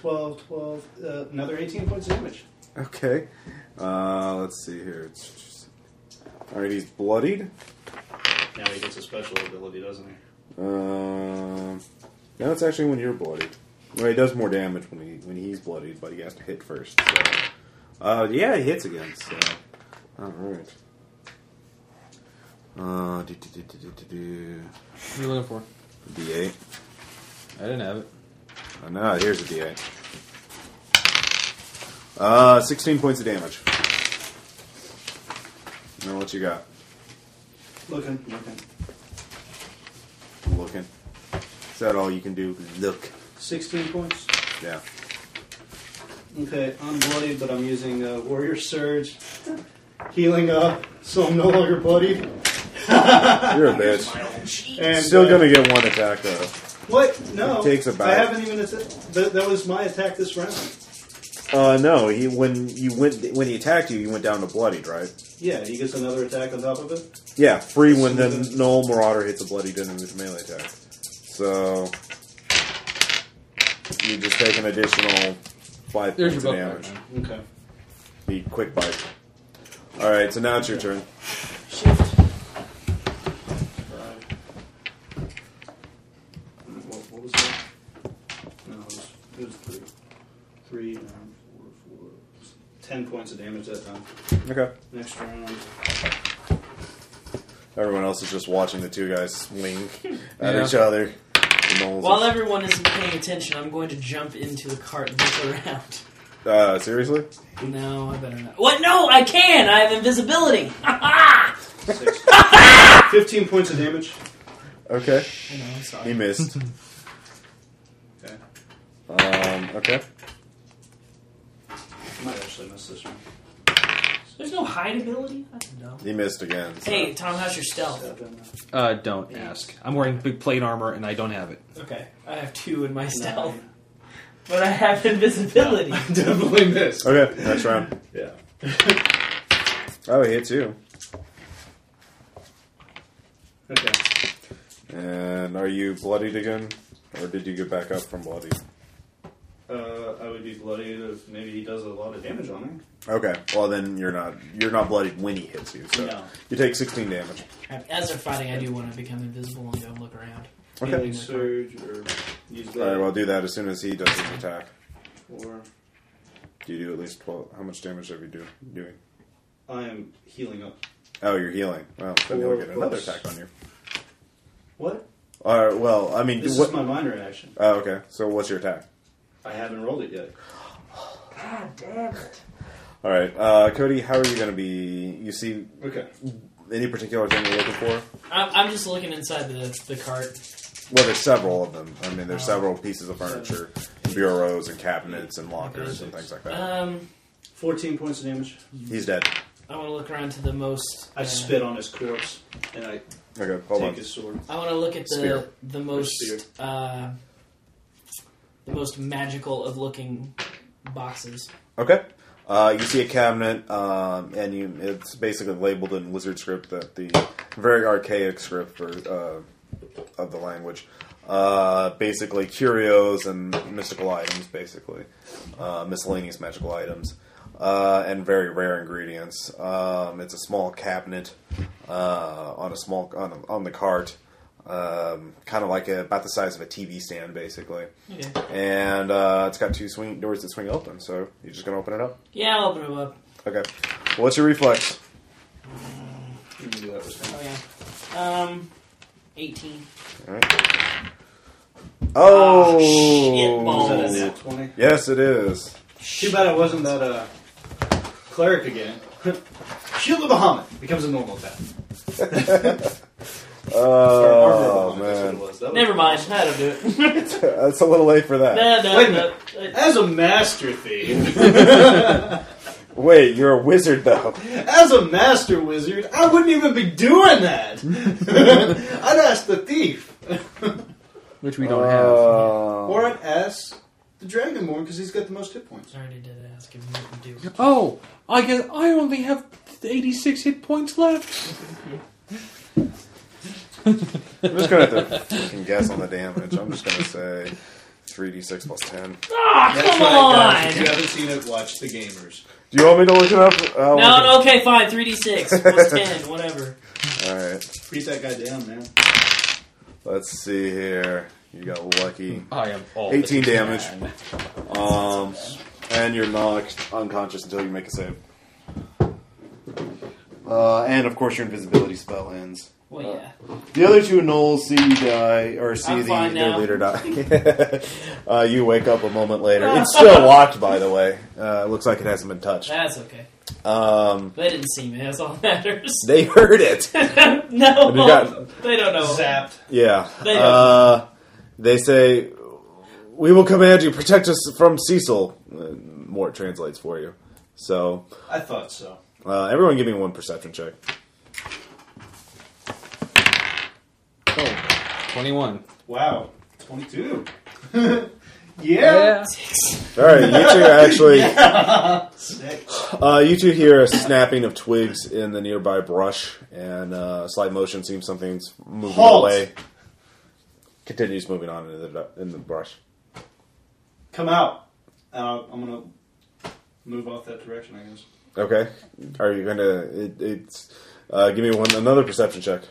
Speaker 2: 12, 12, uh, another 18 points of damage.
Speaker 1: Okay. Uh, let's see here. All right. He's bloodied.
Speaker 11: Now he gets a special ability, doesn't he?
Speaker 1: Um, no, it's actually when you're bloodied. Well, he does more damage when he when he's bloodied, but he has to hit first. So. Uh, yeah, he hits again. So, all right. Uh, do, do, do, do, do, do,
Speaker 3: What are you looking for?
Speaker 1: do. D8.
Speaker 3: I didn't have it.
Speaker 1: Oh no, here's a D8. Uh, 16 points of damage. Now what you got?
Speaker 2: Looking, looking.
Speaker 1: Looking. Is that all you can do? Look.
Speaker 2: 16 points.
Speaker 1: Yeah.
Speaker 2: Okay, I'm bloodied, but I'm using uh, Warrior Surge. Healing up, so I'm no longer bloodied.
Speaker 1: You're a bitch.
Speaker 2: And,
Speaker 1: Still
Speaker 2: uh,
Speaker 1: gonna get one attack though.
Speaker 2: What? No.
Speaker 1: It takes a
Speaker 2: I
Speaker 1: bite.
Speaker 2: haven't even. Att- that, that was my attack this round.
Speaker 1: Uh, no. He when you went when he attacked you, you went down to bloodied, right?
Speaker 2: Yeah, he gets another attack on top of it.
Speaker 1: Yeah, free when the
Speaker 2: Mhm.
Speaker 1: null marauder hits a bloodied enemy with a melee attack. So you just take an additional five
Speaker 3: There's
Speaker 1: points
Speaker 3: your
Speaker 1: of
Speaker 3: book. back,
Speaker 1: damage.
Speaker 3: man.
Speaker 2: Okay.
Speaker 1: The quick bite. All right, so now it's your turn.
Speaker 2: Five. What, what was that? No, it was, it was three. Three, nine, four, four. Ten points of damage that time.
Speaker 1: Okay.
Speaker 2: Next round.
Speaker 1: Everyone else is just watching the two guys wing at
Speaker 3: Yeah.
Speaker 1: each other. The gnolls
Speaker 4: While
Speaker 1: is-
Speaker 4: everyone isn't paying attention, I'm going to jump into the cart and look around.
Speaker 1: uh, seriously?
Speaker 4: No, I better not. What? No, I can. I have invisibility.
Speaker 2: Six. Fifteen points of damage.
Speaker 1: Okay.
Speaker 4: I know, I'm sorry.
Speaker 1: He missed.
Speaker 2: Okay.
Speaker 1: um, okay.
Speaker 2: I might actually miss this round.
Speaker 4: There's no hide ability. I don't know.
Speaker 1: He missed again. so-
Speaker 4: Hey, Tom, how's your stealth?
Speaker 2: Seven.
Speaker 3: Uh, don't ask. I'm wearing big plate armor and I don't have it.
Speaker 2: Okay.
Speaker 4: I have two in my stealth,
Speaker 2: Nine.
Speaker 4: but I have invisibility.
Speaker 11: Definitely missed.
Speaker 1: Okay, next round.
Speaker 11: Yeah.
Speaker 1: Oh, he hits you.
Speaker 2: Okay.
Speaker 1: And are you bloodied again? Or did you get back up from bloodied?
Speaker 2: Uh, I would be bloodied if maybe he does a lot of damage on me.
Speaker 1: Okay. Well, then you're not you're not bloodied when he hits you. So
Speaker 2: No.
Speaker 1: you take 16 damage.
Speaker 4: As they're fighting, I do want to become invisible and go look around.
Speaker 1: Okay.
Speaker 2: Healing surge or
Speaker 1: All
Speaker 2: use
Speaker 1: right.
Speaker 2: that.
Speaker 1: Well, do that as soon as he does his attack.
Speaker 2: or
Speaker 1: Do you do at least 12? How much damage have you do, doing?
Speaker 2: I am healing up.
Speaker 1: Oh, you're healing. Well, then
Speaker 2: Four
Speaker 1: he'll get another
Speaker 2: plus-
Speaker 1: attack on you.
Speaker 2: What?
Speaker 1: All right. Well, I mean,
Speaker 2: This is
Speaker 1: what?
Speaker 2: my minor action.
Speaker 1: oh, okay. So what's your attack?
Speaker 2: I haven't rolled it yet.
Speaker 1: All right, uh, Cody. How are you going to be? You see
Speaker 2: Okay.
Speaker 1: any particular thing you're looking for?
Speaker 4: I- I'm just looking inside the, the cart.
Speaker 1: Well, there's several of them. I mean, there's several pieces of furniture, bureaus, and cabinets, and lockers, and things like that.
Speaker 4: Um,
Speaker 2: Fourteen points of damage.
Speaker 1: He's dead.
Speaker 4: I want to look around to the most.
Speaker 2: I
Speaker 4: uh,
Speaker 2: spit on his corpse and I
Speaker 1: Okay, hold
Speaker 2: take
Speaker 1: on.
Speaker 2: his sword.
Speaker 4: I want to look at the
Speaker 1: Spear.
Speaker 4: the most
Speaker 2: spear.
Speaker 4: uh, the most magical of looking boxes.
Speaker 1: Okay. Uh, you see a cabinet, um, and you it's basically labeled in wizard script that the very archaic script for, uh, of the language. Uh, basically, curios and mystical items, basically. Uh, miscellaneous magical items. uh, and very rare ingredients. Um, it's a small cabinet uh, on a small on, a, on the cart, um, kind of like a, about the size of a TV stand, basically.
Speaker 4: Okay.
Speaker 1: And uh, it's got two swing doors that swing open, so you're just gonna open it up.
Speaker 4: Yeah, I'll open it up.
Speaker 1: Okay. What's your reflex?
Speaker 11: You can do that with
Speaker 4: Oh yeah. Um, eighteen.
Speaker 1: Oh,
Speaker 4: shit,
Speaker 2: Ah,
Speaker 4: balls.
Speaker 11: Is that a nat 20?
Speaker 1: Yes, it is.
Speaker 2: Too bad I wasn't that uh, cleric again. Shield of Bahamut becomes a normal attack.
Speaker 1: Oh
Speaker 11: Armor that's what
Speaker 1: man,
Speaker 11: it was. That was-
Speaker 4: Never mind. I don't do it.
Speaker 1: that's a little late for that.
Speaker 4: no, no,
Speaker 2: Wait a
Speaker 4: no.
Speaker 2: As a master thief,
Speaker 1: Wait, you're a wizard though.
Speaker 2: as a master wizard, I wouldn't even be doing that. I'd ask the thief,
Speaker 3: which we don't
Speaker 1: Uh.
Speaker 2: or I'd ask the dragonborn because he's got the most hit points.
Speaker 4: I already did ask him what to do.
Speaker 3: have. Oh, I guess I only have 86 hit points left.
Speaker 1: I'm just gonna have to fucking guess on the damage. I'm just gonna say 3d6 plus 10.
Speaker 4: Ah,
Speaker 2: That's
Speaker 4: come
Speaker 2: right, guys. If
Speaker 4: on!
Speaker 2: you haven't seen it, watch the gamers.
Speaker 1: Do you want me to look it up? I'll
Speaker 4: No,
Speaker 1: look
Speaker 4: no, okay, fine. Three d six plus ten, whatever.
Speaker 1: it- All right,
Speaker 2: Beat that guy down, man.
Speaker 1: let's see here. You got lucky.
Speaker 3: I am all
Speaker 1: 18 damage. Um, and you're knocked unconscious until you make a save. Uh, and of course, your invisibility spell ends.
Speaker 4: Well, yeah.
Speaker 1: The other two gnolls see you die, or see
Speaker 4: I'm
Speaker 1: the,
Speaker 4: fine
Speaker 1: their
Speaker 4: now.
Speaker 1: leader die. uh, you wake up a moment later. It's still locked, by the way. Uh, it looks like it hasn't been touched.
Speaker 4: That's okay.
Speaker 1: Um,
Speaker 4: They didn't see me. That's all that matters.
Speaker 1: they heard it.
Speaker 4: no,
Speaker 1: And you got-
Speaker 4: they don't know.
Speaker 3: Oh.
Speaker 2: Zapped.
Speaker 1: Yeah.
Speaker 4: They-
Speaker 1: Uh, they say, "We will command you. Protect us from Cecil." Uh, More translates for you. So,
Speaker 2: I thought so.
Speaker 1: uh, everyone, give me one perception check.
Speaker 3: 21.
Speaker 2: Wow, twenty-two.
Speaker 3: Yeah.
Speaker 1: All right, you two actually.
Speaker 2: Sick.
Speaker 1: Uh, you two hear a snapping of twigs in the nearby brush, and uh, slight motion seems something's moving
Speaker 2: Halt.
Speaker 1: away. Continues moving on into the in the brush.
Speaker 2: Come out. Uh, I'm gonna move off that direction, I guess.
Speaker 1: Okay, are you gonna? It, it's uh, give me one another perception check.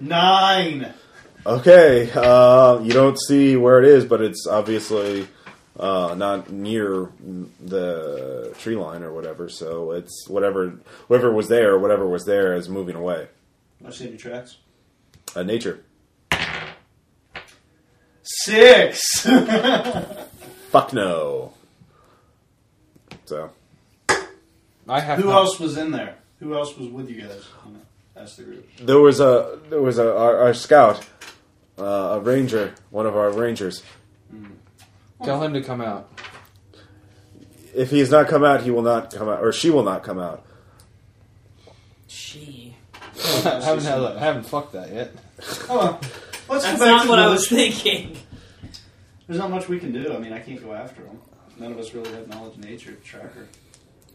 Speaker 2: Nine.
Speaker 1: Okay, uh, you don't see where it is, but it's obviously uh, not near the tree line or whatever. So it's whatever whoever was there, whatever was there is moving away.
Speaker 2: I see any tracks.
Speaker 1: Uh, nature,
Speaker 2: Six.
Speaker 1: fuck no. So
Speaker 3: I have
Speaker 2: Who
Speaker 3: not-
Speaker 2: else was in there? Who else was with you guys? I'm gonna Ask the group.
Speaker 1: there was a there was a our, our scout, uh, a ranger, one of our rangers.
Speaker 3: Tell him to come out.
Speaker 1: If he has not come out, he will not come out, or she will not come out.
Speaker 4: She.
Speaker 3: haven't, had, that- haven't fucked that yet.
Speaker 2: Oh, let's go
Speaker 4: That's
Speaker 2: back
Speaker 4: not
Speaker 2: to
Speaker 4: what
Speaker 2: the
Speaker 4: I was
Speaker 2: village.
Speaker 4: thinking.
Speaker 2: There's not much we can do. I mean, I can't go after them. None of us really have knowledge of nature to track her.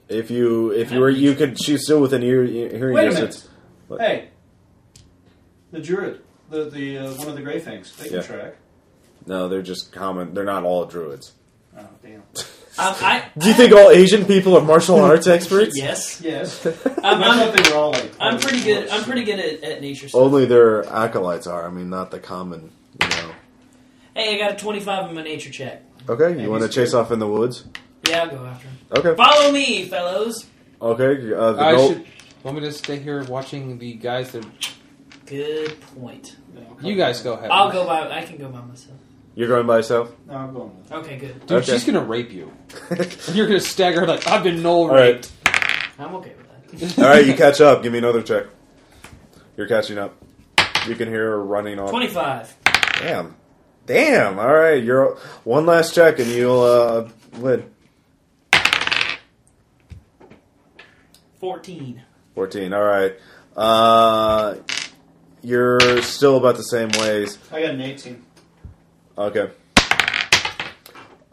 Speaker 1: If you if you were you could she's still within ear, hearing
Speaker 2: Wait a
Speaker 1: distance.
Speaker 2: minute.
Speaker 1: What?
Speaker 2: Hey, the druid, the the uh, one of the gray things. They can
Speaker 1: Yeah.
Speaker 2: track.
Speaker 1: No, they're just common. They're not all druids.
Speaker 2: Oh damn.
Speaker 4: Um, I,
Speaker 1: Do you think all Asian people are martial arts experts?
Speaker 4: yes.
Speaker 2: Yes.
Speaker 4: I'm,
Speaker 2: I
Speaker 4: I'm,
Speaker 2: thought they were all like.
Speaker 4: I'm pretty good. I'm
Speaker 2: dwarves.
Speaker 4: pretty good at, at nature stuff.
Speaker 1: Only their acolytes are. I mean, not the common. You know.
Speaker 4: Hey, I got a 25 in my nature check.
Speaker 1: Okay, you want to chase off in the woods?
Speaker 4: Yeah, I'll go after him.
Speaker 1: Okay.
Speaker 4: Follow me, fellows.
Speaker 1: Okay. Uh, the
Speaker 3: I
Speaker 1: goal-
Speaker 3: should. Want me to stay here watching the guys that.
Speaker 4: Good point.
Speaker 2: Yeah,
Speaker 3: You guys go ahead.
Speaker 4: I'll go by. I can go by myself.
Speaker 1: You're going by yourself.
Speaker 2: No, I'm going with.
Speaker 4: Okay, good.
Speaker 3: Dude,
Speaker 1: Okay.
Speaker 3: she's gonna rape you. You're gonna stagger like, I've been null
Speaker 1: All right.
Speaker 3: raped.
Speaker 4: I'm okay with that.
Speaker 1: all right, you catch up. Give me another check. You're catching up. You can hear her running off.
Speaker 4: 25.
Speaker 1: Damn. Damn. All right, you're one last check and you'll uh, win.
Speaker 4: 14.
Speaker 1: 14. All right. Uh, you're still about the same ways.
Speaker 2: I got an 18.
Speaker 1: Okay.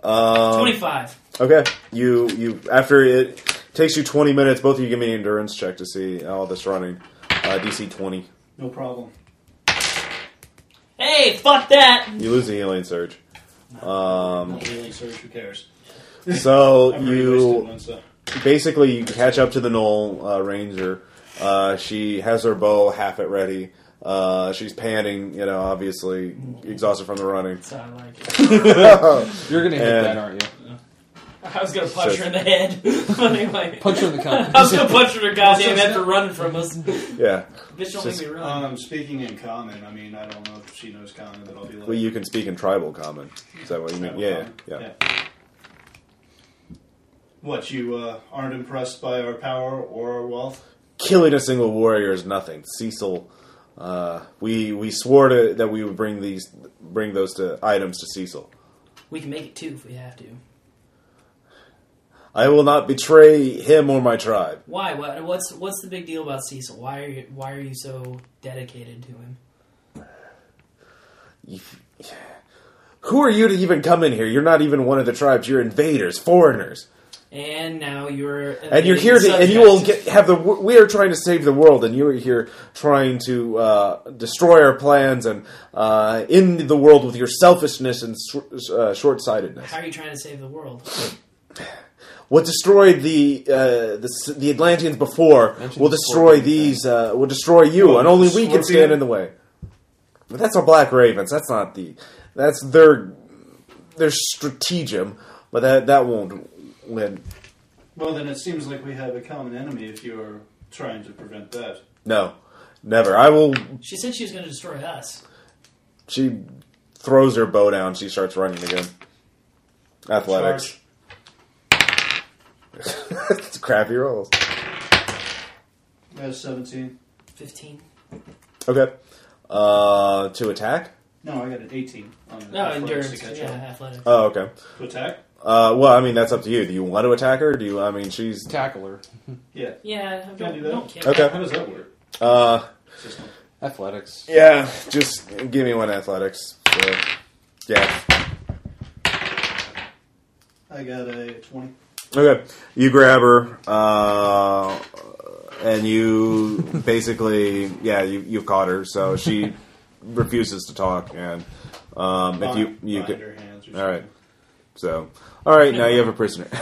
Speaker 1: Um,
Speaker 4: 25.
Speaker 1: okay. You you after it takes you 20 minutes. Both of you give me an endurance check to see all this running. Uh, DC 20.
Speaker 2: No problem.
Speaker 4: Hey, fuck that!
Speaker 1: You lose the healing surge. Um,
Speaker 2: Not healing surge. Who cares?
Speaker 1: so
Speaker 2: I've already wasted
Speaker 1: you
Speaker 2: one, so.
Speaker 1: basically you catch up to the knoll uh, ranger. Uh, she has her bow half at ready. Uh, she's panting, you know, obviously exhausted from the running.
Speaker 4: So I like it.
Speaker 3: You're gonna hit
Speaker 1: And-
Speaker 3: that, aren't you?
Speaker 4: I was gonna punch her in the head. but anyway.
Speaker 3: Punch her in the
Speaker 4: I was gonna
Speaker 3: cock.
Speaker 4: punch her in the goddamn head for running from us.
Speaker 1: Yeah,
Speaker 4: Bitch, don't make me run.
Speaker 1: uh,
Speaker 2: Um, speaking in common, I mean, I don't know if she knows common, but I'll be like,
Speaker 1: well, you can speak in tribal common. Is that what you mean? Yeah, yeah. yeah.
Speaker 2: What you uh, aren't impressed by our power or our wealth?
Speaker 1: Killing a single warrior is nothing. Cecil, uh, we we swore to, that we would bring these bring those to items to Cecil.
Speaker 4: we can make it too if we have to.
Speaker 1: I will not betray him or my tribe.
Speaker 4: Why? What, what's what's the big deal about Cecil? Why are you why are you so dedicated to him?
Speaker 1: Who are you to even come in here? You're not even one of the tribes. You're invaders, foreigners,
Speaker 4: And now you're
Speaker 1: and you're here to. And you will get have the. We are trying to save the world, and you are here trying to uh, destroy our plans and uh, end the world with your selfishness and sh- uh, short sightedness.
Speaker 4: How are you trying to save the world?
Speaker 1: What destroyed the uh, the, s- the Atlanteans before
Speaker 3: Mention
Speaker 1: will
Speaker 3: the
Speaker 1: destroy
Speaker 3: scorpion
Speaker 1: these. Uh, will destroy you,
Speaker 2: Well,
Speaker 1: and only
Speaker 2: the
Speaker 1: we can
Speaker 2: scorpion-
Speaker 1: stand in the way. But that's our Black Ravens. That's not the. That's their their stratagem, but that that won't win.
Speaker 2: Well, then it seems like we have a common enemy if you're trying to prevent that.
Speaker 1: No, never. I will.
Speaker 4: She said she was going to destroy us.
Speaker 1: She throws her bow down. She starts running again. Athletics. it's crappy rolls.
Speaker 2: That's 17.
Speaker 4: Fifteen.
Speaker 1: Okay. Uh, to attack.
Speaker 2: No, I got an 18 on the
Speaker 3: Oh,
Speaker 4: No
Speaker 2: athletics
Speaker 4: Oh, endurance.
Speaker 2: to catch
Speaker 4: Yeah,
Speaker 2: up.
Speaker 4: athletics.
Speaker 1: Oh, okay.
Speaker 2: To attack?
Speaker 1: Uh, well, I mean, that's up to you. Do you want to attack her? Do you? I mean, she's
Speaker 3: Tackle her.
Speaker 2: Yeah.
Speaker 4: yeah, I
Speaker 2: Can I
Speaker 4: don't,
Speaker 2: do that?
Speaker 4: don't care.
Speaker 1: Okay.
Speaker 2: How does that work?
Speaker 1: Uh,
Speaker 2: System.
Speaker 3: Athletics.
Speaker 1: yeah. Just give me one athletics. So, yeah.
Speaker 2: I got a 20.
Speaker 1: Okay. You grab her, uh, and you basically, yeah, you you've caught her. So she refuses to talk, and um, if you
Speaker 2: Bind-
Speaker 1: you
Speaker 2: bind
Speaker 1: could,
Speaker 2: her hands or
Speaker 1: all right.
Speaker 2: something.
Speaker 1: So, all right, now you have a prisoner.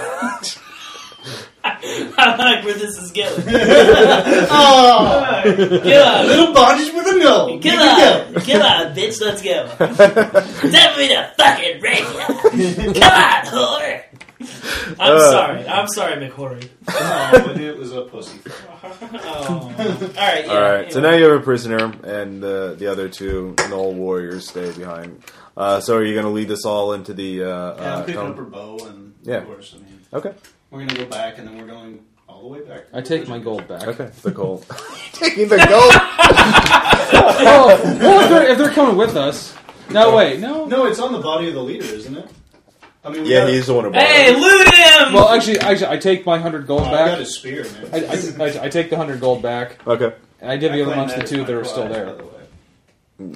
Speaker 4: I like where this is going. Get out!
Speaker 2: Little bondage with a mill.
Speaker 4: Get out! Get out, bitch! Let's go. That me the fucking radio. Come on, whore. I'm
Speaker 1: Uh.
Speaker 4: sorry. I'm sorry, McHorry.
Speaker 2: No, but it was a pussy.
Speaker 4: Oh. All right. Yeah,
Speaker 1: All right. So
Speaker 4: anyway.
Speaker 1: now you have a prisoner, and uh, the other two Null warriors stay behind. Uh, so are you going to lead this all into the? Uh,
Speaker 2: Yeah,
Speaker 1: uh,
Speaker 2: I'm picking
Speaker 1: com-
Speaker 2: up her bow and
Speaker 1: Yeah.
Speaker 2: of course, I mean,
Speaker 1: okay.
Speaker 2: we're gonna go back and then we're going all the way back.
Speaker 3: I take my gold back.
Speaker 1: Okay. The gold. Taking the gold.
Speaker 3: Oh, well, if they're, if they're coming with us. No, wait, no.
Speaker 2: No, it's on the body of the leader, isn't it? I mean, we
Speaker 1: yeah,
Speaker 2: got,
Speaker 1: he's the one who bought
Speaker 4: Hey,
Speaker 1: it.
Speaker 4: loot him!
Speaker 3: Well, actually, actually, I take my hundred gold
Speaker 2: oh, I got
Speaker 3: back.
Speaker 2: his spear, man.
Speaker 3: I, I, I, I take the hundred gold back,
Speaker 1: Okay.
Speaker 3: and I give
Speaker 2: I
Speaker 3: the other
Speaker 2: claim
Speaker 3: ones the
Speaker 2: as
Speaker 3: two
Speaker 2: my
Speaker 3: that are
Speaker 2: prize,
Speaker 3: still
Speaker 2: by
Speaker 3: there.
Speaker 2: the way.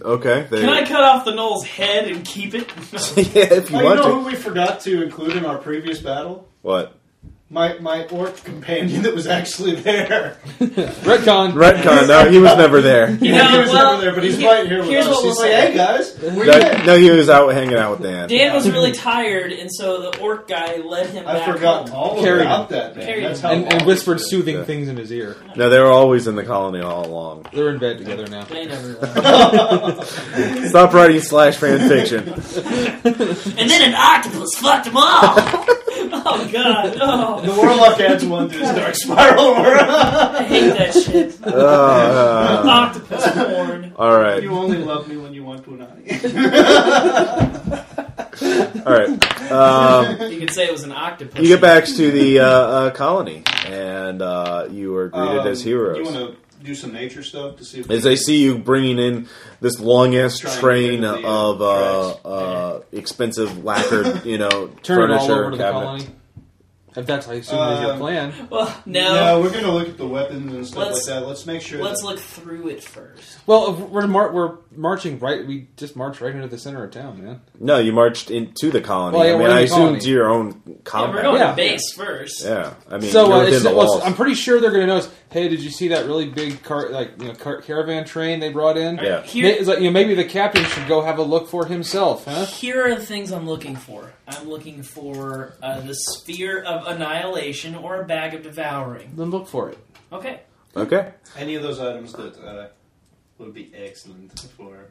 Speaker 1: Okay. They,
Speaker 4: Can I cut off the Knoll's head and keep it?
Speaker 1: yeah, if you
Speaker 2: Oh, you
Speaker 1: want
Speaker 2: know
Speaker 1: to.
Speaker 2: who we forgot to include in our previous battle?
Speaker 1: What?
Speaker 2: My my orc companion that was actually there.
Speaker 3: Redcon.
Speaker 1: Retcon. No, he was never there.
Speaker 4: You
Speaker 2: he
Speaker 4: know,
Speaker 2: was
Speaker 4: well,
Speaker 2: never there, but he's
Speaker 4: he-
Speaker 2: right here with
Speaker 4: here's
Speaker 2: us.
Speaker 4: what
Speaker 2: He's
Speaker 4: we'll
Speaker 2: like,
Speaker 4: say.
Speaker 2: hey guys, where you
Speaker 1: No,
Speaker 2: at?
Speaker 1: no, he was out hanging out with Dan.
Speaker 4: Dan was really tired, and so the orc guy led him
Speaker 2: I
Speaker 4: back
Speaker 2: forgot
Speaker 4: home.
Speaker 2: all
Speaker 3: Carried
Speaker 2: about that, man.
Speaker 4: Carried
Speaker 2: That's
Speaker 4: him.
Speaker 2: how
Speaker 3: And, and
Speaker 2: long
Speaker 3: whispered
Speaker 2: it's
Speaker 3: soothing
Speaker 1: Yeah.
Speaker 3: things in his ear.
Speaker 1: No, they were always in the colony all along.
Speaker 3: They're in bed together now.
Speaker 4: They never left.
Speaker 1: Stop writing slash fan fiction.
Speaker 8: And then an octopus fucked him up.
Speaker 4: oh, God.
Speaker 2: been. The
Speaker 4: Oh,
Speaker 2: warlock adds one to his dark spiral.
Speaker 4: I hate that shit.
Speaker 1: Uh,
Speaker 4: Octopus porn.
Speaker 1: all right,
Speaker 2: you only love me when you want to, Nani.
Speaker 1: all right. Um,
Speaker 4: You could say it was an octopus.
Speaker 1: you get back to the uh, uh, colony, and uh, you are greeted
Speaker 3: Um,
Speaker 1: as
Speaker 2: Um, You want
Speaker 1: heroes.
Speaker 2: to do some nature stuff to see if we
Speaker 1: As they see you bringing in this long ass
Speaker 2: Trying to
Speaker 1: train
Speaker 2: get the, uh,
Speaker 1: of uh, uh, expensive lacquered, you know,
Speaker 3: Turn it all
Speaker 1: furniture
Speaker 3: over to the
Speaker 1: cabinet.
Speaker 3: colony. If that's, I assume, is your
Speaker 2: Um,
Speaker 3: plan.
Speaker 4: Well,
Speaker 2: Yeah,
Speaker 4: no.
Speaker 2: we're gonna look at the weapons and stuff
Speaker 4: Let's-
Speaker 2: like that. Let's make sure.
Speaker 4: Let's
Speaker 2: that-
Speaker 4: look through it first.
Speaker 3: Well, if we're mar- we're marching right. We just marched right into the center of town, man.
Speaker 1: No, you marched into the colony.
Speaker 3: Well, yeah,
Speaker 1: I
Speaker 3: we're
Speaker 1: mean,
Speaker 3: in
Speaker 1: I
Speaker 3: the
Speaker 1: assume
Speaker 3: colony.
Speaker 1: to your own
Speaker 4: Yeah, we're
Speaker 1: combat.
Speaker 4: going
Speaker 3: Yeah.
Speaker 4: to base first.
Speaker 1: Yeah, I mean,
Speaker 3: so
Speaker 1: you're
Speaker 3: uh,
Speaker 1: within
Speaker 3: it's,
Speaker 1: the
Speaker 3: well,
Speaker 1: walls.
Speaker 3: I'm pretty sure they're going to notice. Hey, did you see that really big car, like you know, car- caravan train they brought in?
Speaker 1: Yeah.
Speaker 4: Here-
Speaker 3: It's like, you know, maybe the captain should go have a look for it himself, huh?
Speaker 4: Here are the things I'm looking for. I'm looking for uh, the sphere of annihilation or a bag of devouring.
Speaker 3: Then look for it.
Speaker 4: Okay.
Speaker 1: okay.
Speaker 2: Any of those items that uh, would be excellent for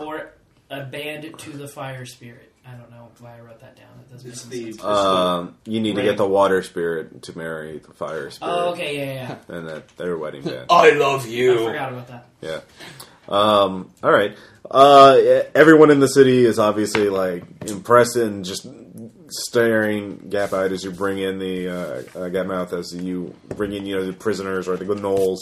Speaker 4: Or a bandit to the fire spirit. I don't know why I wrote that down. It doesn't make
Speaker 2: It's
Speaker 4: any
Speaker 2: the-
Speaker 4: sense.
Speaker 1: Um, you need to
Speaker 4: Right.
Speaker 1: get the water spirit to marry the fire spirit,
Speaker 3: Uh,
Speaker 4: Oh, okay, yeah, yeah,
Speaker 1: and that their wedding band.
Speaker 6: I love
Speaker 4: yeah. I
Speaker 6: you.
Speaker 4: forgot about that.
Speaker 1: Yeah. Um, all right. Uh, everyone in the city is obviously like impressed and just staring gap eyed as you bring in the uh, uh, gap mouth as you bring in you know the prisoners or the gnolls.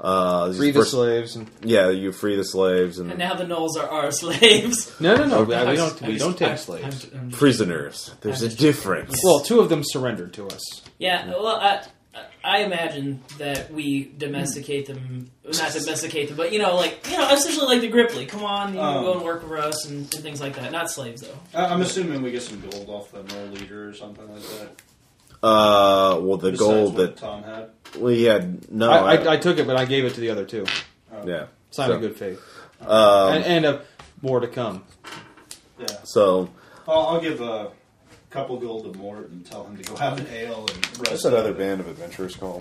Speaker 1: Uh,
Speaker 3: Free the
Speaker 1: first-
Speaker 3: slaves. And...
Speaker 1: Yeah, you free the slaves and,
Speaker 4: And now the gnolls are our slaves.
Speaker 3: No, no, no.
Speaker 5: Yeah,
Speaker 3: I
Speaker 5: we
Speaker 3: was-
Speaker 5: don't.
Speaker 4: I
Speaker 5: We
Speaker 4: just-
Speaker 5: don't
Speaker 4: I-
Speaker 5: take slaves.
Speaker 4: I'm- I'm-
Speaker 1: prisoners. There's a difference.
Speaker 3: Well, two of them surrendered to us.
Speaker 4: Yeah, well, I, I imagine that we domesticate them, not domesticate them, but you know, like you know, essentially like the Gripply. Come on, you
Speaker 2: Um.
Speaker 4: go and work for us and, and things like that. Not slaves though.
Speaker 2: I- I'm assuming we get some gold off the mill leader or something like that.
Speaker 1: Uh, well, the
Speaker 2: Besides
Speaker 1: gold
Speaker 2: what
Speaker 1: that
Speaker 2: Tom had.
Speaker 1: we had. No,
Speaker 3: I, I, I took it, but I gave it to the other two.
Speaker 1: yeah.
Speaker 3: Sign
Speaker 1: So-
Speaker 3: of good faith.
Speaker 1: Um,
Speaker 3: and, and uh, more to come.
Speaker 2: Yeah,
Speaker 1: so
Speaker 2: I'll, I'll give a couple gold to Mort and tell him to go have an ale and rest. up.
Speaker 1: band of adventurers called.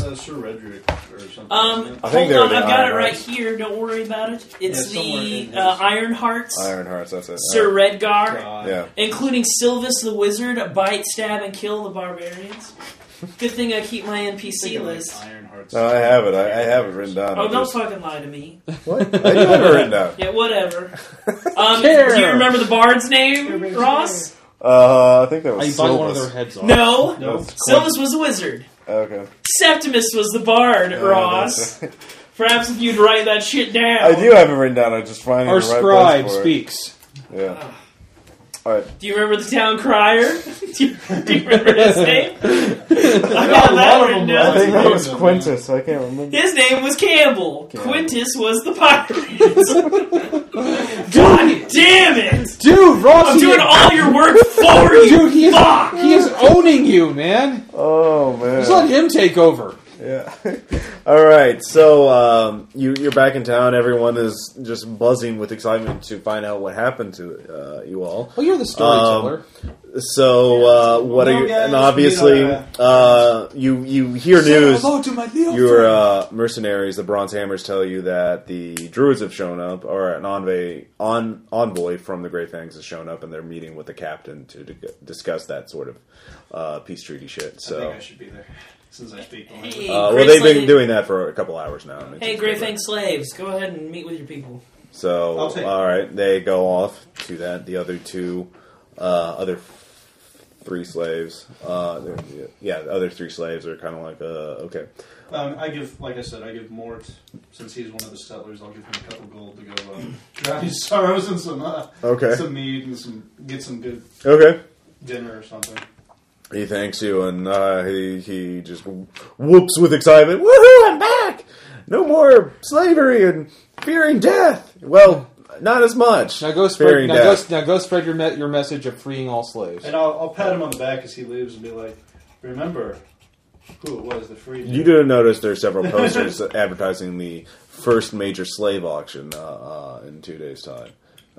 Speaker 2: Uh, Sir Redrick or something.
Speaker 4: Um,
Speaker 2: isn't it?
Speaker 1: I think
Speaker 4: hold on,
Speaker 1: they're
Speaker 4: I've
Speaker 1: the
Speaker 4: got it
Speaker 1: Iron
Speaker 4: right
Speaker 1: Hearts.
Speaker 4: here. Don't worry about it. It's
Speaker 2: Yeah, somewhere in
Speaker 4: the
Speaker 2: here.
Speaker 4: uh, Iron Hearts,
Speaker 1: Iron Hearts. That's it.
Speaker 4: Sir Redgar,
Speaker 2: God.
Speaker 1: Yeah.
Speaker 4: including Sylvis the Wizard, bite, stab, and kill the barbarians. Good thing I keep my NPC
Speaker 2: Thinking like
Speaker 4: list.
Speaker 2: Ironheart's-
Speaker 1: No, I have it. I, I have it written down.
Speaker 4: Oh,
Speaker 1: I'm
Speaker 4: don't
Speaker 1: just-
Speaker 4: fucking lie to me.
Speaker 1: What? I do have it written down.
Speaker 4: Yeah, whatever. Um,
Speaker 3: Care.
Speaker 4: do you remember the bard's name, Ross?
Speaker 1: Uh, I think that was
Speaker 3: I bought one of their
Speaker 1: Silvus.
Speaker 3: heads off.
Speaker 4: No,
Speaker 1: No, it's
Speaker 4: Sylvus was a wizard.
Speaker 1: Okay.
Speaker 4: Septimus was the bard, Ross.
Speaker 1: that's-
Speaker 4: Perhaps if you'd write that shit down.
Speaker 1: I do have it written down. I just find
Speaker 3: Our
Speaker 1: the right
Speaker 3: scribe
Speaker 1: place for it.
Speaker 3: speaks.
Speaker 1: Yeah. All right.
Speaker 4: Do you remember the town crier? do, you, do you remember his name? I
Speaker 2: Got
Speaker 4: got
Speaker 2: a
Speaker 4: that
Speaker 2: lot of
Speaker 1: I
Speaker 2: them,
Speaker 4: written down.
Speaker 2: right?
Speaker 1: think that was
Speaker 2: Yeah.
Speaker 1: Quintus. I can't remember.
Speaker 4: His name was Campbell.
Speaker 1: Campbell.
Speaker 4: Quintus was the pirate. God damn it!
Speaker 3: Dude, Ross,
Speaker 4: I'm
Speaker 3: he-
Speaker 4: doing all your work for you.
Speaker 3: Dude, he is,
Speaker 4: Fuck!
Speaker 3: he is owning you, man.
Speaker 1: Oh man.
Speaker 3: Just let him take over.
Speaker 1: Yeah. All right. So um, you you're back in town. Everyone is just buzzing with excitement to find out what happened to uh, you all.
Speaker 3: Well, you're the storyteller.
Speaker 1: Um, So uh, what
Speaker 2: Well,
Speaker 1: are you?
Speaker 2: guys,
Speaker 1: And obviously,
Speaker 2: we are,
Speaker 1: uh, you you hear news.
Speaker 6: Hello to my little
Speaker 1: Your
Speaker 6: friend.
Speaker 1: uh, mercenaries, the Bronze Hammers, tell you that the druids have shown up, or an envoy, on, envoy from the Great Fangs has shown up, and they're meeting with the captain to d- discuss that sort of uh, peace treaty shit.
Speaker 2: I think
Speaker 1: So,
Speaker 2: I should be there since I speak the
Speaker 4: Hey,
Speaker 2: language.
Speaker 1: uh, well,
Speaker 4: Grey
Speaker 1: they've been
Speaker 4: Slave-
Speaker 1: doing that for a couple hours now. It's-
Speaker 4: Hey,
Speaker 1: it's
Speaker 4: Grey
Speaker 1: been-
Speaker 4: Fang slaves, go ahead and meet with your people.
Speaker 1: So,
Speaker 2: I'll take it.
Speaker 1: all right, they go off to that. The other two, uh, other three slaves, uh, they're- yeah, the other three slaves are kind of like, uh, okay,
Speaker 2: Um, I give, like I said, I give Mort since he's one of the settlers. I'll give him a couple gold to go um, drown his sorrows and some uh,
Speaker 1: Okay.
Speaker 2: some mead and some get some good
Speaker 1: okay.
Speaker 2: dinner or something.
Speaker 1: He thanks you, and uh, he he just whoops with excitement. Woohoo! I'm back. No more slavery and fearing death. Well, not as much.
Speaker 3: Now go spread.
Speaker 1: fearing
Speaker 3: Now go,
Speaker 1: death.
Speaker 3: now go spread your me- your message of freeing all slaves.
Speaker 2: And I'll, I'll pat him on the back as he leaves and be like, "Remember who it was that freed
Speaker 1: You didn't notice there's several posters advertising the first major slave auction uh, uh, in two days' time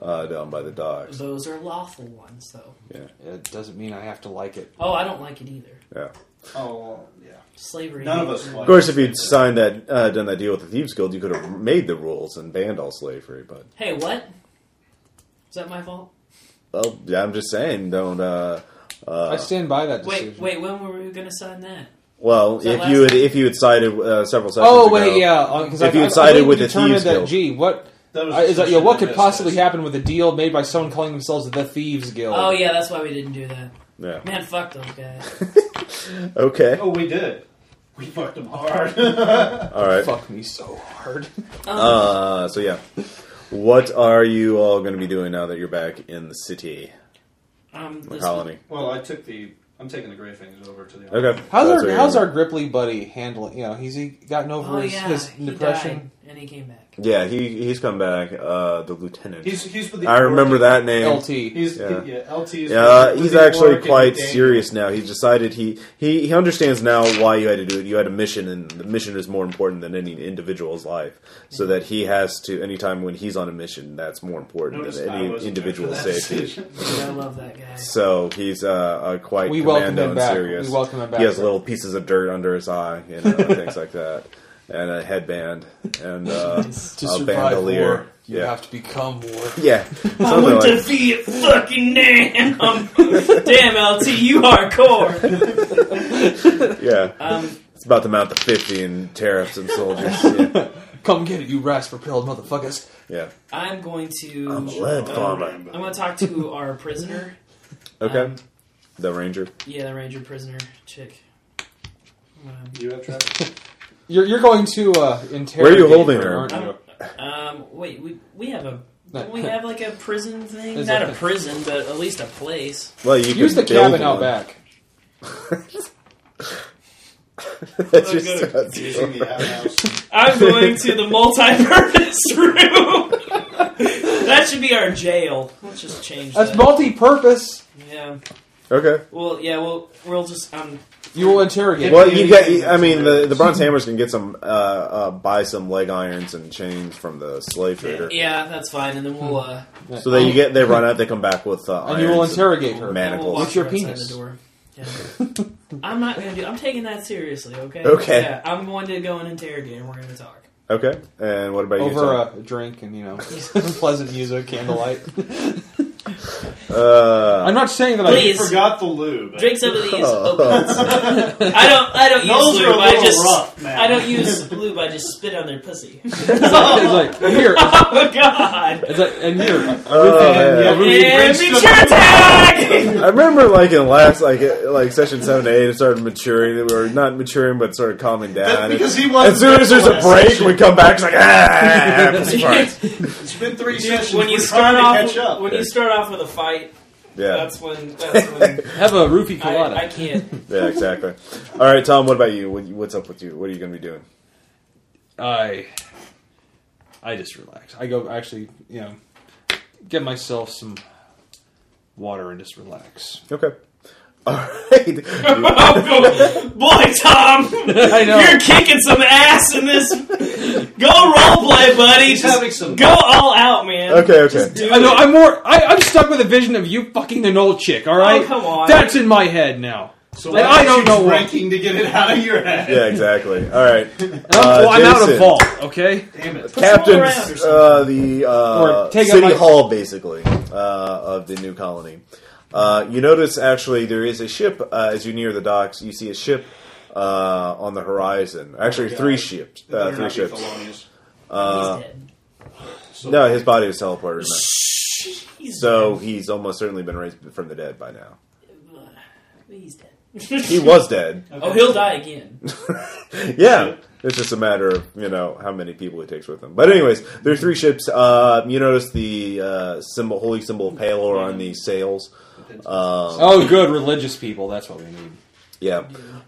Speaker 1: uh, down by the docks.
Speaker 4: Those are lawful ones, though.
Speaker 3: It doesn't mean I have to like it.
Speaker 4: Oh, I don't like it either.
Speaker 1: Yeah.
Speaker 2: Oh, well, yeah.
Speaker 4: Slavery.
Speaker 2: None of us
Speaker 1: Of
Speaker 2: like
Speaker 1: course, if you'd signed that, uh, done that deal with the thieves guild, you could have made the rules and banned all slavery. But
Speaker 4: Hey, what? Is that my fault?
Speaker 1: well, yeah, I'm just saying, don't. Uh,
Speaker 3: I
Speaker 1: uh,
Speaker 3: stand by that decision.
Speaker 4: Wait, wait. When were we going to sign that?
Speaker 1: Well,
Speaker 4: that
Speaker 1: if
Speaker 4: last
Speaker 1: you had,
Speaker 4: time?
Speaker 1: if you had sided uh, several sessions
Speaker 3: Oh
Speaker 1: ago-
Speaker 3: wait, yeah. Because
Speaker 1: If
Speaker 3: I,
Speaker 1: you
Speaker 3: I,
Speaker 1: sided
Speaker 3: I
Speaker 1: with the
Speaker 3: determined
Speaker 1: thieves
Speaker 3: that,
Speaker 1: guild.
Speaker 3: Gee, what
Speaker 2: That was
Speaker 3: I, is that, yeah,
Speaker 2: discussion
Speaker 3: what
Speaker 2: I
Speaker 3: could
Speaker 2: missed.
Speaker 3: possibly happen with a deal made by someone calling themselves the thieves guild?
Speaker 4: Oh yeah, that's why we didn't do that.
Speaker 1: yeah.
Speaker 4: Man, fuck those guys.
Speaker 1: Okay,
Speaker 2: Oh, we did. We fucked him hard.
Speaker 1: all right.
Speaker 3: Fuck me so hard.
Speaker 4: Um,
Speaker 1: Uh, so yeah, what are you all going to be doing now that you're back in the city,
Speaker 4: Um,
Speaker 1: the
Speaker 4: this,
Speaker 1: colony?
Speaker 2: well, I took the I'm taking the Grey Fingers over to the army.
Speaker 1: Okay.
Speaker 3: How's
Speaker 1: That's
Speaker 3: our
Speaker 1: what
Speaker 3: How's
Speaker 1: you're-
Speaker 3: our Gripply buddy handling? You know, he's he gotten over
Speaker 4: Oh
Speaker 3: his,
Speaker 4: yeah,
Speaker 3: his
Speaker 4: he
Speaker 3: depression.
Speaker 4: died and he came back.
Speaker 1: Yeah, he he's come back. Uh, the lieutenant.
Speaker 2: He's he's with the.
Speaker 1: I remember that name.
Speaker 3: LT.
Speaker 2: He's
Speaker 1: Yeah.
Speaker 2: yeah. yeah LT is.
Speaker 1: Yeah, uh,
Speaker 2: with
Speaker 1: he's
Speaker 2: the
Speaker 1: actually
Speaker 2: Orc and
Speaker 1: quite
Speaker 2: Dane.
Speaker 1: serious now. He decided he, he he understands now why you had to do it. You had a mission, and the mission is more important than any individual's life. So that he has to anytime when he's on a mission, that's more important
Speaker 2: Notice
Speaker 1: than
Speaker 2: I
Speaker 1: any
Speaker 2: wasn't there for
Speaker 1: individual
Speaker 2: that
Speaker 1: safety.
Speaker 2: decision.
Speaker 4: I love that guy.
Speaker 1: So he's uh, uh quite
Speaker 3: We welcome
Speaker 1: commando
Speaker 3: him
Speaker 1: and
Speaker 3: back.
Speaker 1: serious.
Speaker 3: We welcome him back.
Speaker 1: he has little pieces of dirt under his eye and you know, things like that, and a headband and uh,
Speaker 3: to
Speaker 1: a
Speaker 3: survive
Speaker 1: bandolier.
Speaker 3: war, you
Speaker 1: yeah.
Speaker 3: have to become war.
Speaker 1: yeah,
Speaker 4: I
Speaker 1: something
Speaker 4: want
Speaker 1: like
Speaker 4: to see it fucking damn. damn, LT, you hardcore.
Speaker 1: yeah.
Speaker 4: Um,
Speaker 1: It's about to mount the fifty and tear up some soldiers. Yeah,
Speaker 3: Come get it, you rasp propelled motherfuckers.
Speaker 1: yeah.
Speaker 4: I'm going to.
Speaker 1: I'm a lead
Speaker 2: Oh,
Speaker 1: farmer.
Speaker 4: I'm going to talk to our prisoner.
Speaker 1: Okay.
Speaker 4: Um,
Speaker 1: the ranger.
Speaker 4: yeah, the ranger prisoner chick. Um,
Speaker 2: You have Travis?
Speaker 3: You're, you're going to uh, interrogate.
Speaker 1: Where are you holding her?
Speaker 3: aren't you?
Speaker 4: Um, wait, we we have a
Speaker 3: No.
Speaker 4: don't we have like a prison thing?
Speaker 3: There's
Speaker 4: Not
Speaker 3: like
Speaker 4: a
Speaker 3: a-
Speaker 4: prison, but at least a place.
Speaker 1: Well, you
Speaker 3: Use the
Speaker 1: can build
Speaker 3: cabin out
Speaker 1: one.
Speaker 3: back.
Speaker 1: That's just-
Speaker 4: Okay.
Speaker 1: that's-
Speaker 2: Using the outhouse.
Speaker 4: I'm going to the multi-purpose room. that should be our jail. Let's just change
Speaker 3: That's
Speaker 4: that.
Speaker 3: multi-purpose.
Speaker 4: yeah.
Speaker 1: okay.
Speaker 4: Well, yeah. We'll we'll just um.
Speaker 3: You will interrogate.
Speaker 1: Well,
Speaker 2: Yeah,
Speaker 1: you
Speaker 2: you
Speaker 1: get.
Speaker 2: can-
Speaker 1: I mean, the, the bronze hammers can get some. Uh, uh, buy some leg irons and chains from the slave trader.
Speaker 4: Yeah, that's fine. And then we'll uh.
Speaker 1: So they you get. They run out. They come back with uh,
Speaker 3: and you will
Speaker 1: irons
Speaker 3: interrogate her.
Speaker 1: Man.
Speaker 4: then
Speaker 1: Manacles.
Speaker 4: we'll walk
Speaker 3: With your
Speaker 4: her outside
Speaker 3: penis.
Speaker 4: The door. Yeah.
Speaker 1: Oh,
Speaker 4: I'm not gonna do. I'm taking that seriously. Okay.
Speaker 1: Okay.
Speaker 4: Yeah, I'm going to go and interrogate, and we're gonna talk.
Speaker 1: Okay. And what about
Speaker 3: Over
Speaker 1: you?
Speaker 3: a drink and you know pleasant music, candlelight.
Speaker 1: Tom? Uh,
Speaker 3: I'm not saying that
Speaker 4: Please.
Speaker 2: You forgot the lube.
Speaker 4: Drink some of these.
Speaker 1: Oh.
Speaker 4: opiates. I don't. I don't use
Speaker 2: Those are a
Speaker 4: lube. I
Speaker 2: little
Speaker 4: just.
Speaker 2: rough, man.
Speaker 4: I don't use lube. I just spit on their pussy.
Speaker 3: I. It's like here,
Speaker 4: oh God!
Speaker 3: it's like, and here.
Speaker 1: oh,
Speaker 3: and,
Speaker 1: yeah.
Speaker 3: yeah, we-
Speaker 4: And
Speaker 2: Bridge
Speaker 4: mature
Speaker 2: to-
Speaker 4: attack.
Speaker 1: I remember, like in last, like uh, like session seven to eight, it started maturing. We were not maturing, but sort of calming down.
Speaker 2: That's because he
Speaker 1: as
Speaker 2: wasn't.
Speaker 1: soon as there's a
Speaker 2: last
Speaker 1: break,
Speaker 2: session.
Speaker 1: we come back. It's like ah, ah, ah, pussy parts.
Speaker 2: It's been three
Speaker 4: Dude,
Speaker 2: sessions.
Speaker 4: when you
Speaker 2: We're
Speaker 4: start
Speaker 2: trying to
Speaker 4: off,
Speaker 2: catch up.
Speaker 4: when you start off with a fight,
Speaker 1: Yeah,
Speaker 4: that's when. That's when
Speaker 3: have a roofie colada.
Speaker 4: I, I can't.
Speaker 1: yeah, exactly. All right, Tom. What about you? What, what's up with you? What are you going to be doing?
Speaker 3: I I just relax. I go actually, you know, get myself some water and just relax.
Speaker 1: Okay. All right.
Speaker 4: Oh, boy, Tom,
Speaker 3: I
Speaker 4: you're kicking some ass in this. Go roleplay, buddy.
Speaker 2: He's
Speaker 4: Just
Speaker 2: having some.
Speaker 4: go all out, man.
Speaker 1: okay. Okay.
Speaker 4: Just do
Speaker 3: I know.
Speaker 4: it.
Speaker 3: I'm more. I, I'm stuck with a vision of you fucking an old chick. All right,
Speaker 4: Oh, come on.
Speaker 3: That's in my head now.
Speaker 2: So
Speaker 3: Like,
Speaker 2: why
Speaker 3: I don't
Speaker 2: you
Speaker 3: know what-
Speaker 2: drinking to get it out of your head.
Speaker 1: Yeah. Exactly. All right.
Speaker 3: well, I'm out
Speaker 1: Uh, Jason.
Speaker 3: of vault. Okay.
Speaker 2: Damn it.
Speaker 1: Captain,
Speaker 4: around or something.
Speaker 1: uh, the uh,
Speaker 3: Or take out
Speaker 1: city
Speaker 3: my-
Speaker 1: hall, basically, uh, of the new colony. Uh, you notice actually there is a ship uh, as you near the docks. You see a ship uh, on the horizon. Actually,
Speaker 2: God.
Speaker 1: three ships.
Speaker 2: It
Speaker 1: Uh,
Speaker 2: better
Speaker 1: three
Speaker 2: not be
Speaker 1: ships.
Speaker 2: felonious.
Speaker 1: Uh,
Speaker 4: He's dead.
Speaker 2: So-
Speaker 1: no, his body was teleported.
Speaker 4: He's
Speaker 1: So he's almost certainly been raised from the dead by now.
Speaker 4: dead. He's dead.
Speaker 1: He was dead.
Speaker 4: Oh, he'll die again.
Speaker 1: yeah. It's just a matter of you know how many people he takes with him. But anyways, there are three ships. Uh, you notice the uh, symbol, holy symbol of Palor on the sails. Um,
Speaker 3: Oh, good religious people. That's what we need.
Speaker 1: Yeah.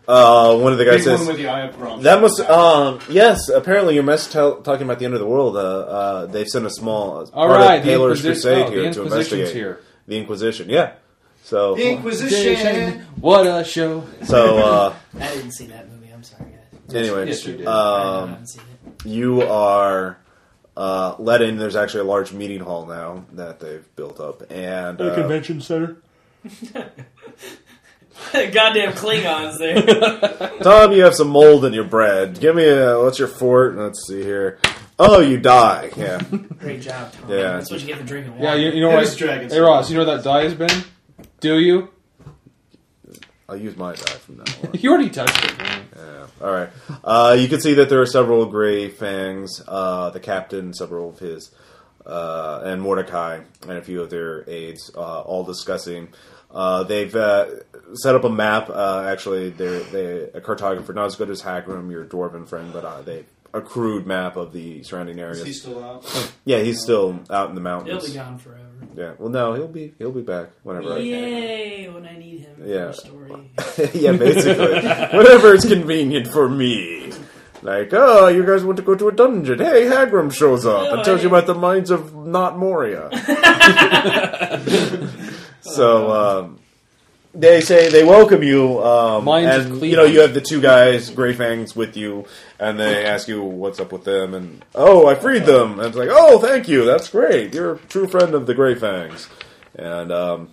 Speaker 1: Uh, one of the
Speaker 2: Big
Speaker 1: guys
Speaker 2: one
Speaker 1: says
Speaker 2: with the eye of Brahms.
Speaker 1: that must. Um, yes, apparently your mess tell talking about the end of the world. Uh, uh, they've sent a small uh,
Speaker 3: All
Speaker 1: part
Speaker 3: right,
Speaker 1: of
Speaker 3: the
Speaker 1: Taylor's
Speaker 3: Inquisi-
Speaker 1: crusade
Speaker 3: oh, the
Speaker 1: here to
Speaker 3: Inquisition's
Speaker 1: investigate
Speaker 3: here.
Speaker 1: the Inquisition. Yeah. So
Speaker 2: The Inquisition.
Speaker 3: What a show!
Speaker 1: so uh,
Speaker 4: I didn't see that movie. I'm sorry, guys.
Speaker 1: anyway,
Speaker 3: Yes, you did.
Speaker 4: I
Speaker 1: um,
Speaker 4: haven't seen it.
Speaker 1: you are. Uh, let in. There's actually a large meeting hall now that they've built up, and uh,
Speaker 3: convention center.
Speaker 4: Goddamn Klingons there.
Speaker 1: Tom, you have some mold in your bread. Give me a. What's your fort? Let's see here. Oh, you die. Yeah,
Speaker 4: Great job, Tom.
Speaker 1: Yeah.
Speaker 4: That's what you get for drinking water.
Speaker 3: Yeah, you, you know
Speaker 2: It is
Speaker 3: what?
Speaker 2: dragons.
Speaker 3: Hey Ross, you know what that die has been? Do you?
Speaker 1: I'll use my die from that one.
Speaker 3: You already touched it. Man.
Speaker 1: Yeah. All right. Uh, you can see that there are several gray fangs, uh, the captain, several of his, uh, and Mordecai, and a few of their aides, uh, all discussing. Uh, they've uh, set up a map. Uh, actually, they're they a cartographer, not as good as Hagram, your dwarven friend, but uh, they a crude map of the surrounding
Speaker 2: Is he
Speaker 1: areas.
Speaker 2: still out?
Speaker 1: Yeah, he's still out in the
Speaker 4: It'll
Speaker 1: mountains.
Speaker 4: be gone forever.
Speaker 1: Yeah. Well, no, he'll be he'll be back whenever. I
Speaker 4: Yay! When I need him. for
Speaker 1: Yeah.
Speaker 4: a Story.
Speaker 1: yeah, basically. Whenever it's convenient for me. Like, oh, you guys want to go to a dungeon. Hey, Hagram shows up and tells you about the mines of not Moria. so, um, they say they welcome you. Um,
Speaker 3: Mines of
Speaker 1: and,
Speaker 3: Cleveland.
Speaker 1: you know, you have the two guys, Grey Fangs, with you, and they ask you what's up with them. And, oh, I freed them. And it's like, oh, thank you. That's great. You're a true friend of the Grey Fangs. And, um,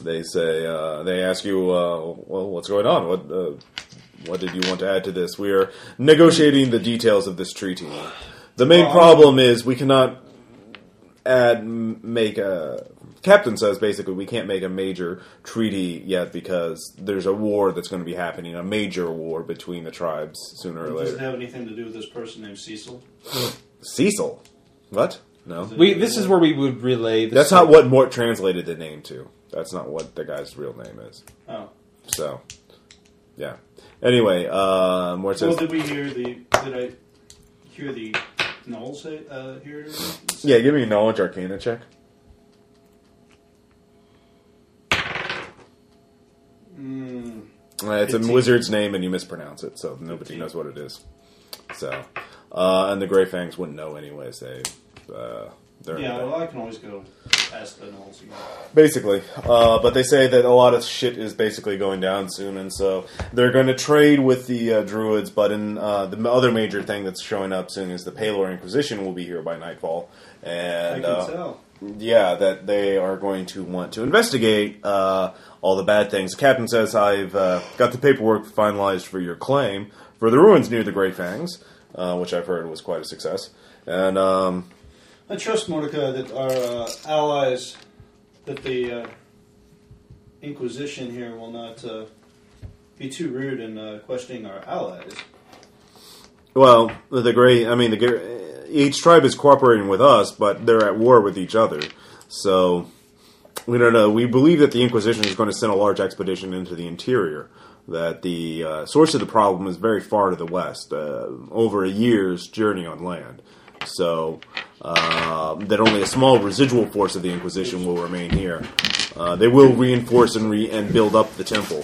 Speaker 1: they say uh, they ask you, uh, well, what's going on? What uh, what did you want to add to this? We are negotiating the details of this treaty. The main problem is we cannot add m- make a captain says basically we can't make a major treaty yet because there's a war that's going to be happening, a major war between the tribes sooner or
Speaker 2: It doesn't
Speaker 1: later.
Speaker 2: have anything to do with this person named Cecil.
Speaker 1: Cecil, what? No,
Speaker 3: We this is where we would relay. The
Speaker 1: that's not what Mort translated the name to. That's not what the guy's real name is.
Speaker 2: Oh.
Speaker 1: So, yeah. Anyway, uh, Mort
Speaker 2: Well,
Speaker 1: says,
Speaker 2: did we hear the. Did I hear the. Noel say. Uh, hear.
Speaker 1: "Yeah, give me a knowledge arcana check."
Speaker 2: Mm,
Speaker 1: Uh, it's a
Speaker 2: Fifteen.
Speaker 1: wizard's name, and you mispronounce it, so nobody
Speaker 2: Fifteen.
Speaker 1: knows what it is. So, uh, and the Grey Fangs wouldn't know anyways. They, uh, they're
Speaker 2: yeah, well, I can always go ask the Knowles again.
Speaker 1: basically. Uh, but they say that a lot of shit is basically going down soon, and so they're going to trade with the uh, druids. But in uh, the other major thing that's showing up soon is the Palor Inquisition will be here by nightfall,
Speaker 2: I
Speaker 1: and
Speaker 2: can
Speaker 1: uh,
Speaker 2: tell.
Speaker 1: yeah, that they are going to want to investigate uh, all the bad things. The captain says, I've uh, got the paperwork finalized for your claim for the ruins near the Grey Fangs, uh, which I've heard was quite a success. And um,
Speaker 2: I trust Mordecai that our uh, allies, that the uh, Inquisition here will not uh, be too rude in uh, questioning our allies.
Speaker 1: Well, the great, I mean, the gr- each tribe is cooperating with us, but they're at war with each other. So we don't know. We believe that the Inquisition is going to send a large expedition into the interior. That the uh, source of the problem is very far to the west, uh, over a year's journey on land. So uh, that only a small residual force of the Inquisition will remain here. Uh, they will reinforce and, re- and build up the temple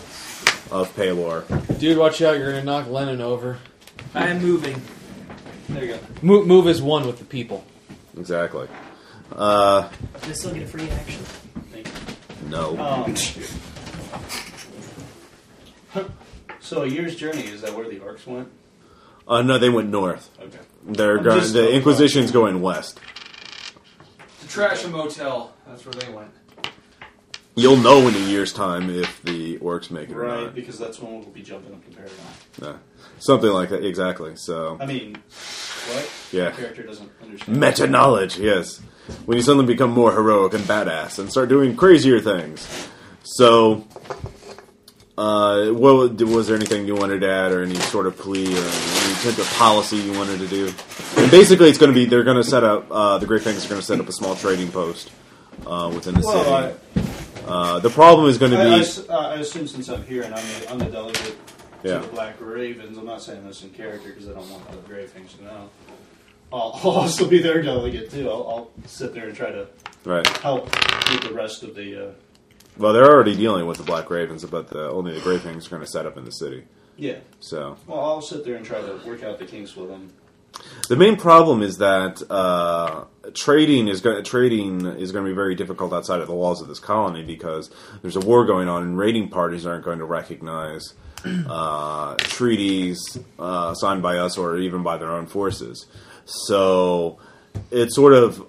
Speaker 1: of Palor.
Speaker 3: dude. Watch out! You're gonna knock Lennon over.
Speaker 4: I'm moving.
Speaker 2: There you go.
Speaker 3: Move, move as one with the people.
Speaker 1: Exactly. Uh,
Speaker 4: I still get a free action.
Speaker 1: no.
Speaker 2: Um, so a year's journey is that where the orcs went?
Speaker 1: Uh, no, they went north.
Speaker 2: Okay.
Speaker 1: They're
Speaker 2: I'm
Speaker 1: go-
Speaker 2: just-
Speaker 1: the Inquisition's going west.
Speaker 3: To trash a motel. That's where they went.
Speaker 1: You'll know in a year's time if the orcs make it or
Speaker 2: Right,
Speaker 1: not.
Speaker 2: because that's when we'll be jumping up to Paragon.
Speaker 1: Yeah. Something like that, exactly. So,
Speaker 2: I mean, what?
Speaker 1: Yeah.
Speaker 2: The character doesn't understand.
Speaker 1: meta knowledge, yes. When you suddenly become more heroic and badass and start doing crazier things. So, uh, what was there anything you wanted to add, or any sort of plea, or any type of policy you wanted to do? And basically, it's going to be they're going to set up uh, the Great Fangs are going to set up a small trading post uh, within the
Speaker 2: Well, I-
Speaker 1: city. Uh, the problem is going to
Speaker 2: I,
Speaker 1: be
Speaker 2: I s- uh, I assume since I'm here and I'm the, I'm the delegate
Speaker 1: Yeah.
Speaker 2: to the Black Ravens, I'm not saying this in character because I don't want other grave things to know. I'll, I'll also be their delegate too. I'll, I'll sit there and try to
Speaker 1: right.
Speaker 2: help with the rest of the. Uh,
Speaker 1: Well, they're already dealing with the Black Ravens, but the, only the Grey Things are going to set up in the city.
Speaker 2: yeah.
Speaker 1: So
Speaker 2: Well, I'll sit there and try to work out the kinks with them.
Speaker 1: the main problem is that uh, trading is going trading is going to be very difficult outside of the walls of this colony because there's a war going on, and raiding parties aren't going to recognize uh, treaties uh, signed by us or even by their own forces. So it's sort of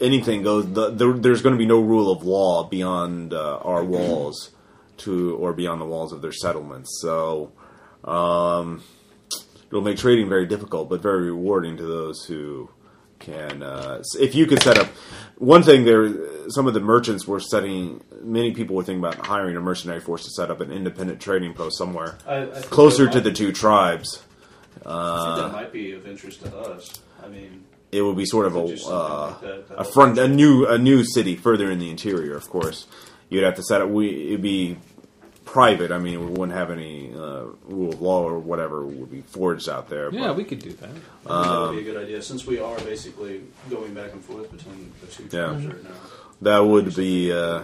Speaker 1: anything goes. The, the, there's going to be no rule of law beyond uh, our walls to or beyond the walls of their settlements. So um, it'll make trading very difficult, but very rewarding to those who can. Uh, s- if you could set up one thing, there some of the merchants were setting. Many people were thinking about hiring a mercenary force to set up an independent trading post somewhere
Speaker 2: I, I think
Speaker 1: closer
Speaker 2: that
Speaker 1: to
Speaker 2: might-
Speaker 1: the two tribes.
Speaker 2: I think that
Speaker 1: Uh,
Speaker 2: might be of interest to us. I mean,
Speaker 1: it would be sort of
Speaker 2: Could do
Speaker 1: a
Speaker 2: something
Speaker 1: uh,
Speaker 2: like that, that
Speaker 1: a
Speaker 2: would-
Speaker 1: front a new a new city further in the interior. Of course, you'd have to set up. We it'd be private. I mean, we wouldn't have any uh, rule of law or whatever would be forged out there.
Speaker 3: Yeah,
Speaker 1: but-
Speaker 3: we could do that.
Speaker 2: I think that
Speaker 1: Um,
Speaker 2: would be a good idea since we are basically going back and forth between the two
Speaker 1: Yeah.
Speaker 2: tribes right now.
Speaker 1: that would be. Uh,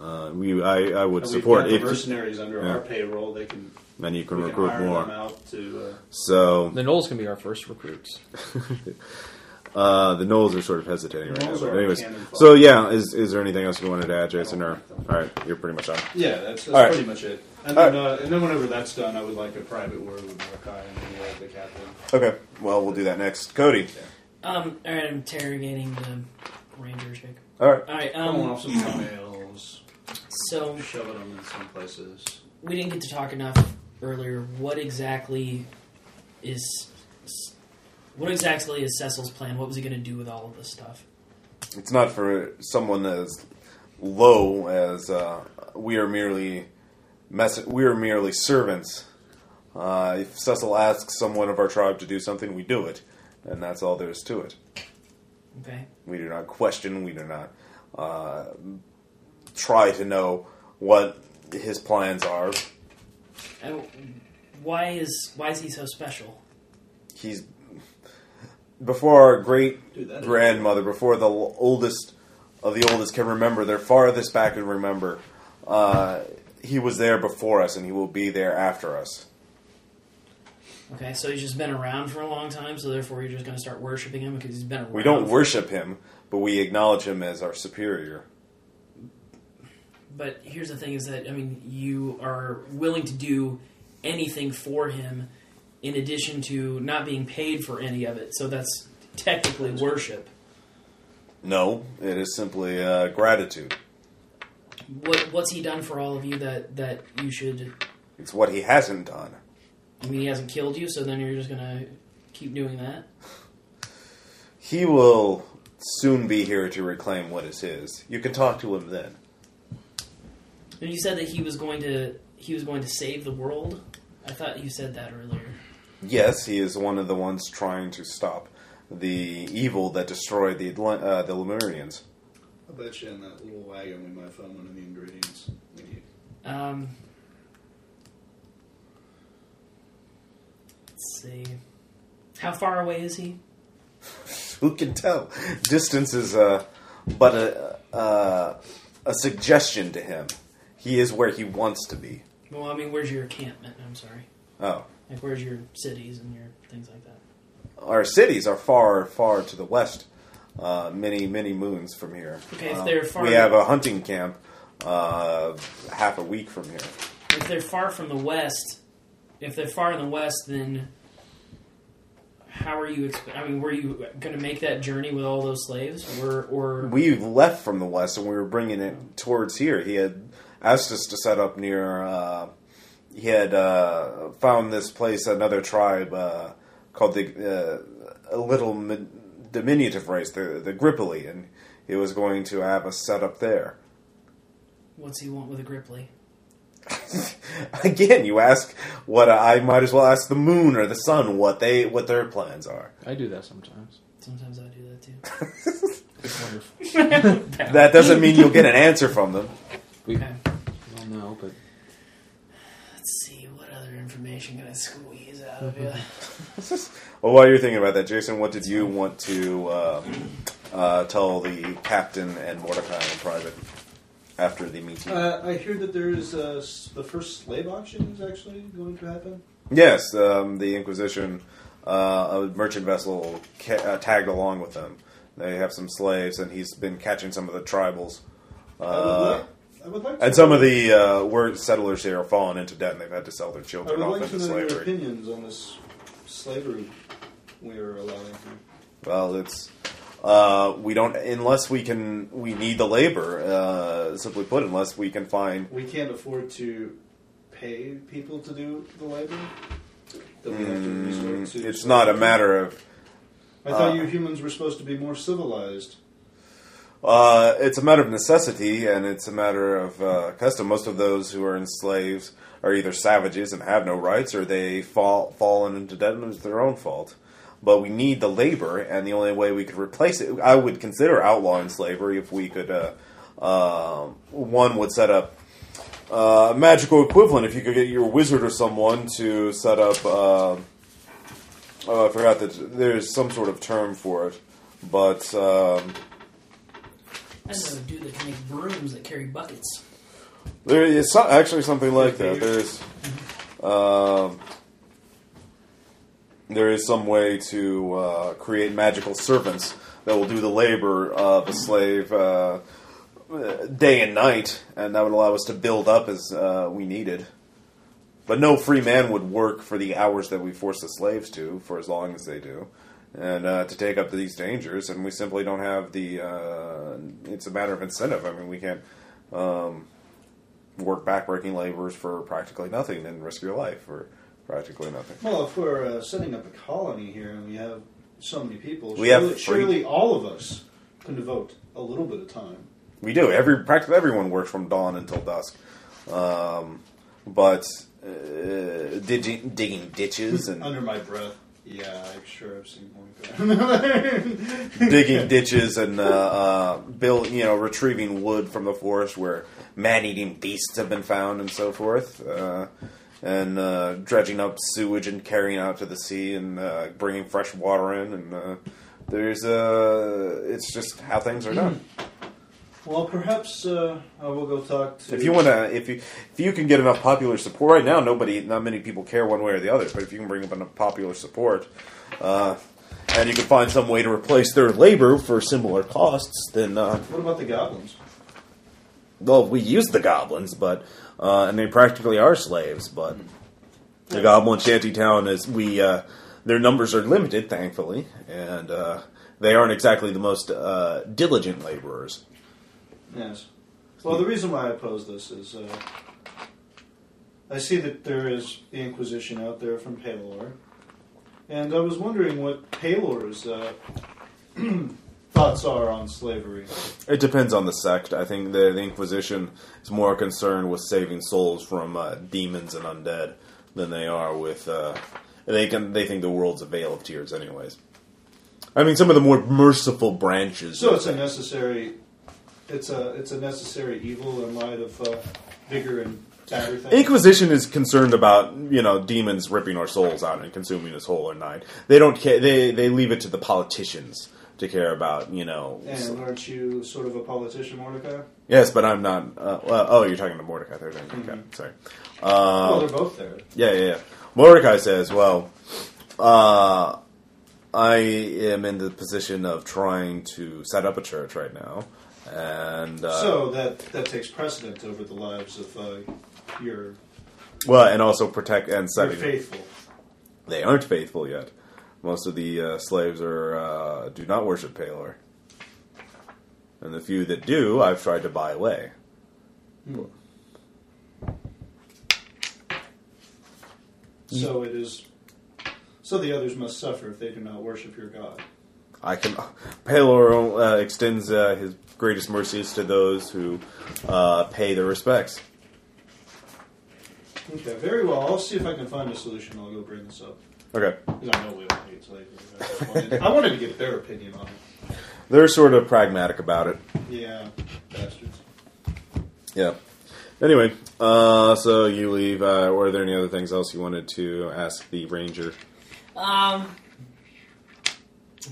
Speaker 1: uh, we, I, I would
Speaker 2: And
Speaker 1: support
Speaker 2: we've got
Speaker 1: if,
Speaker 2: the mercenaries under
Speaker 1: yeah.
Speaker 2: our payroll. They can,
Speaker 1: and you can
Speaker 2: we can
Speaker 1: recruit
Speaker 2: hire them
Speaker 1: more.
Speaker 2: out to. Uh,
Speaker 1: So
Speaker 3: The Knolls can be our first recruits.
Speaker 1: uh, the Knolls are sort of hesitating right
Speaker 2: Knolls
Speaker 1: now.
Speaker 2: are
Speaker 1: But anyways,
Speaker 2: cannon fodder.
Speaker 1: so yeah, is is there anything else you wanted to add, Jason? Or all right, you're pretty much on.
Speaker 2: yeah, that's, that's
Speaker 1: All right.
Speaker 2: pretty much it. And
Speaker 1: All
Speaker 2: then, uh, and then whenever that's done, I would like a private word with Marakai and the, uh, the captain.
Speaker 1: Okay, well we'll do that next, Cody.
Speaker 4: Um, all right, I'm interrogating the ranger chick.
Speaker 1: All right,
Speaker 4: All right,
Speaker 2: Pulling
Speaker 4: um,
Speaker 2: off some toenails,
Speaker 4: so
Speaker 2: shoving them in some places.
Speaker 4: we didn't get to talk enough earlier. What exactly is what exactly is Cecil's plan? What was he going to do with all of this stuff?
Speaker 1: it's not for someone as low as uh, we are merely mess- we are merely servants. Uh, if Cecil asks someone of our tribe to do something, we do it, and that's all there is to it.
Speaker 4: Okay,
Speaker 1: We do not question. We do not uh, try to know what his plans are.
Speaker 4: and Uh, why is why is he so special?
Speaker 1: He's before our great
Speaker 2: Dude, that
Speaker 1: grandmother, before the l- oldest of the oldest can remember, their farthest back can remember. Uh, he was there before us, and he will be there after us.
Speaker 4: Okay, so he's just been around for a long time, so therefore you're just going to start worshiping him because he's been around.
Speaker 1: We don't worship him, but we acknowledge him as our superior.
Speaker 4: But here's the thing: is that I mean, you are willing to do anything for him, in addition to not being paid for any of it. So that's technically worship.
Speaker 1: No, it is simply uh, gratitude.
Speaker 4: What what's he done for all of you that that you should?
Speaker 1: It's what he hasn't done.
Speaker 4: I mean, he hasn't killed you, so then you're just gonna keep doing that.
Speaker 1: He will soon be here to reclaim what is his. You can talk to him then.
Speaker 4: And you said that he was going to he was going to save the world. I thought you said that earlier.
Speaker 1: Yes, he is one of the ones trying to stop the evil that destroyed the Atl- uh, the Lemurians.
Speaker 2: I bet you in that little wagon we might find one of the ingredients we need.
Speaker 4: Um, let's see. How far away is he?
Speaker 1: Who can tell? Distance is uh, but a, uh, a suggestion to him. He is where he wants to be.
Speaker 4: Well, I mean, where's your encampment? I'm sorry.
Speaker 1: Oh,
Speaker 4: Like, where's your cities and your things like that?
Speaker 1: our cities are far, far to the west. Uh, many, many moons from here.
Speaker 4: Okay, if
Speaker 1: Uh,
Speaker 4: they're far-
Speaker 1: we have a hunting camp uh, half a week from here.
Speaker 4: If they're far from the west, if they're far in the west, then how are you? Exp- I mean, were you going to make that journey with all those slaves, or or
Speaker 1: we left from the west and we were bringing it towards here. He had asked us to set up near. Uh, he had uh, found this place, another tribe uh, called the uh, a little mi- diminutive race, the the Grippoli, and he was going to have us set up there.
Speaker 4: what's he want with a Gripley?
Speaker 1: Again, you ask what I might as well ask the moon or the sun what they what their plans are.
Speaker 3: I do that sometimes.
Speaker 4: Sometimes I do that too.
Speaker 3: It's wonderful.
Speaker 1: That doesn't mean you'll get an answer from them.
Speaker 3: We
Speaker 4: Okay.
Speaker 3: all know, but
Speaker 4: Let's see what other information can I squeeze out of you.
Speaker 1: Well, while you're thinking about that, Jason, what did you want to uh, uh, tell the captain and Mordecai in private after the meeting?
Speaker 2: Uh, I hear that there is uh, s- the first slave auction is actually going to happen.
Speaker 1: yes, um, the Inquisition, uh, a merchant vessel ca- uh, tagged along with them. They have some slaves, and he's been catching some of the tribals.
Speaker 2: I, would
Speaker 1: Uh,
Speaker 2: like, I would like to
Speaker 1: and some of the uh, word settlers here are falling into debt, and they've had to sell their
Speaker 2: I would
Speaker 1: children off
Speaker 2: like to
Speaker 1: into
Speaker 2: know your
Speaker 1: slavery.
Speaker 2: opinions on this slavery we are allowing. here.
Speaker 1: Well, it's uh, we don't unless we can. We need the labor. Uh, simply put, unless we can find
Speaker 2: We can't afford to pay people to do the labor. That we have to resort to
Speaker 1: Mm, It's not a
Speaker 2: slavery.
Speaker 1: matter of.
Speaker 2: I thought
Speaker 1: uh,
Speaker 2: you humans were supposed to be more civilized.
Speaker 1: Uh, it's a matter of necessity, and it's a matter of uh, custom. Most of those who are enslaved are either savages and have no rights, or they fall fallen into debt, and it's their own fault. But we need the labor, and the only way we could replace it, I would consider outlawing slavery if we could. Uh, um one would set up uh, magical equivalent if you could get your wizard or someone to set up. Uh, oh, I forgot that there's some sort of term for it, but um,
Speaker 4: I know a dude that can make brooms that carry buckets.
Speaker 1: there is so- actually something like that. There's um, there is some way to uh, create magical servants that will do the labor of a slave. Uh, day and night, and that would allow us to build up as uh, we needed. But no free man would work for the hours that we force the slaves to, for as long as they do, and uh, to take up these dangers. And we simply don't have the. Uh, it's a matter of incentive. I mean, we can't um, work backbreaking laborers for practically nothing and risk your life for practically nothing.
Speaker 2: Well, if we're uh, setting up a colony here and we have so many people,
Speaker 1: We have
Speaker 2: surely,
Speaker 1: free-
Speaker 2: surely all of us can devote a little bit of time.
Speaker 1: We do. Every practically everyone works from dawn until dusk, um, but uh, digging, digging ditches and
Speaker 2: Under my breath. Yeah, I'm sure I've seen one.
Speaker 1: digging ditches and uh, uh, build, you know, retrieving wood from the forest where man-eating beasts have been found and so forth, uh, and uh, dredging up sewage and carrying out to the sea and uh, bringing fresh water in. And uh, there's uh, it's just how things are done.
Speaker 2: well, perhaps uh, I will go talk to.
Speaker 1: If you want to, if you if you can get enough popular support right now, nobody, not many people care one way or the other. But if you can bring up enough popular support, uh, and you can find some way to replace their labor for similar costs, then. Uh,
Speaker 2: What about the goblins?
Speaker 1: well, we use the goblins, but uh, and they practically are slaves. But the goblin shanty town is we uh, their numbers are limited, thankfully, and uh, they aren't exactly the most uh, diligent laborers.
Speaker 2: Yes. Well, the reason why I oppose this is uh, I see that there is the Inquisition out there from Palor, and I was wondering what Palor's uh, thoughts are on slavery.
Speaker 1: It depends on the sect. I think the, the Inquisition is more concerned with saving souls from uh, demons and undead than they are with. Uh, they can. They think the world's a veil of tears, anyways. I mean, some of the more merciful branches.
Speaker 2: So it's a necessary, it's a it's a necessary evil in light of uh, bigger and badder things.
Speaker 1: Inquisition is concerned about you know demons ripping our souls out and consuming us whole or night. They don't care. They they leave it to the politicians to care about you know.
Speaker 2: and aren't you sort of a politician, Mordecai?
Speaker 1: yes, but I'm not. Uh, well, oh, you're talking to Mordecai there. Okay,
Speaker 2: Mm-hmm.
Speaker 1: sorry. Uh,
Speaker 2: well, they're both there.
Speaker 1: yeah, yeah, yeah. Mordecai says, "Well, uh, I am in the position of trying to set up a church right now, and uh,
Speaker 2: so that that takes precedent over the lives of uh, your
Speaker 1: well, and also protect and
Speaker 2: your
Speaker 1: setting it
Speaker 2: faithful.
Speaker 1: They aren't faithful yet. Most of the uh, slaves are uh, do not worship Palor, and the few that do, I've tried to buy away. Mm-hmm.
Speaker 2: So it is. So the others must suffer if they do not worship your God.
Speaker 1: I can Palor uh, extends uh, his greatest mercies to those who uh, pay their respects.
Speaker 2: Okay, very well. I'll see if I can find a solution. I'll go bring this up
Speaker 1: Okay,
Speaker 2: 'Cause I know we all hate slavery. I just wanted- I wanted to get their opinion on it.
Speaker 1: they're sort of pragmatic about it.
Speaker 2: Yeah, bastards.
Speaker 1: Yeah. Anyway, uh, so you leave. Uh, were there any other things else you wanted to ask the ranger?
Speaker 4: Um,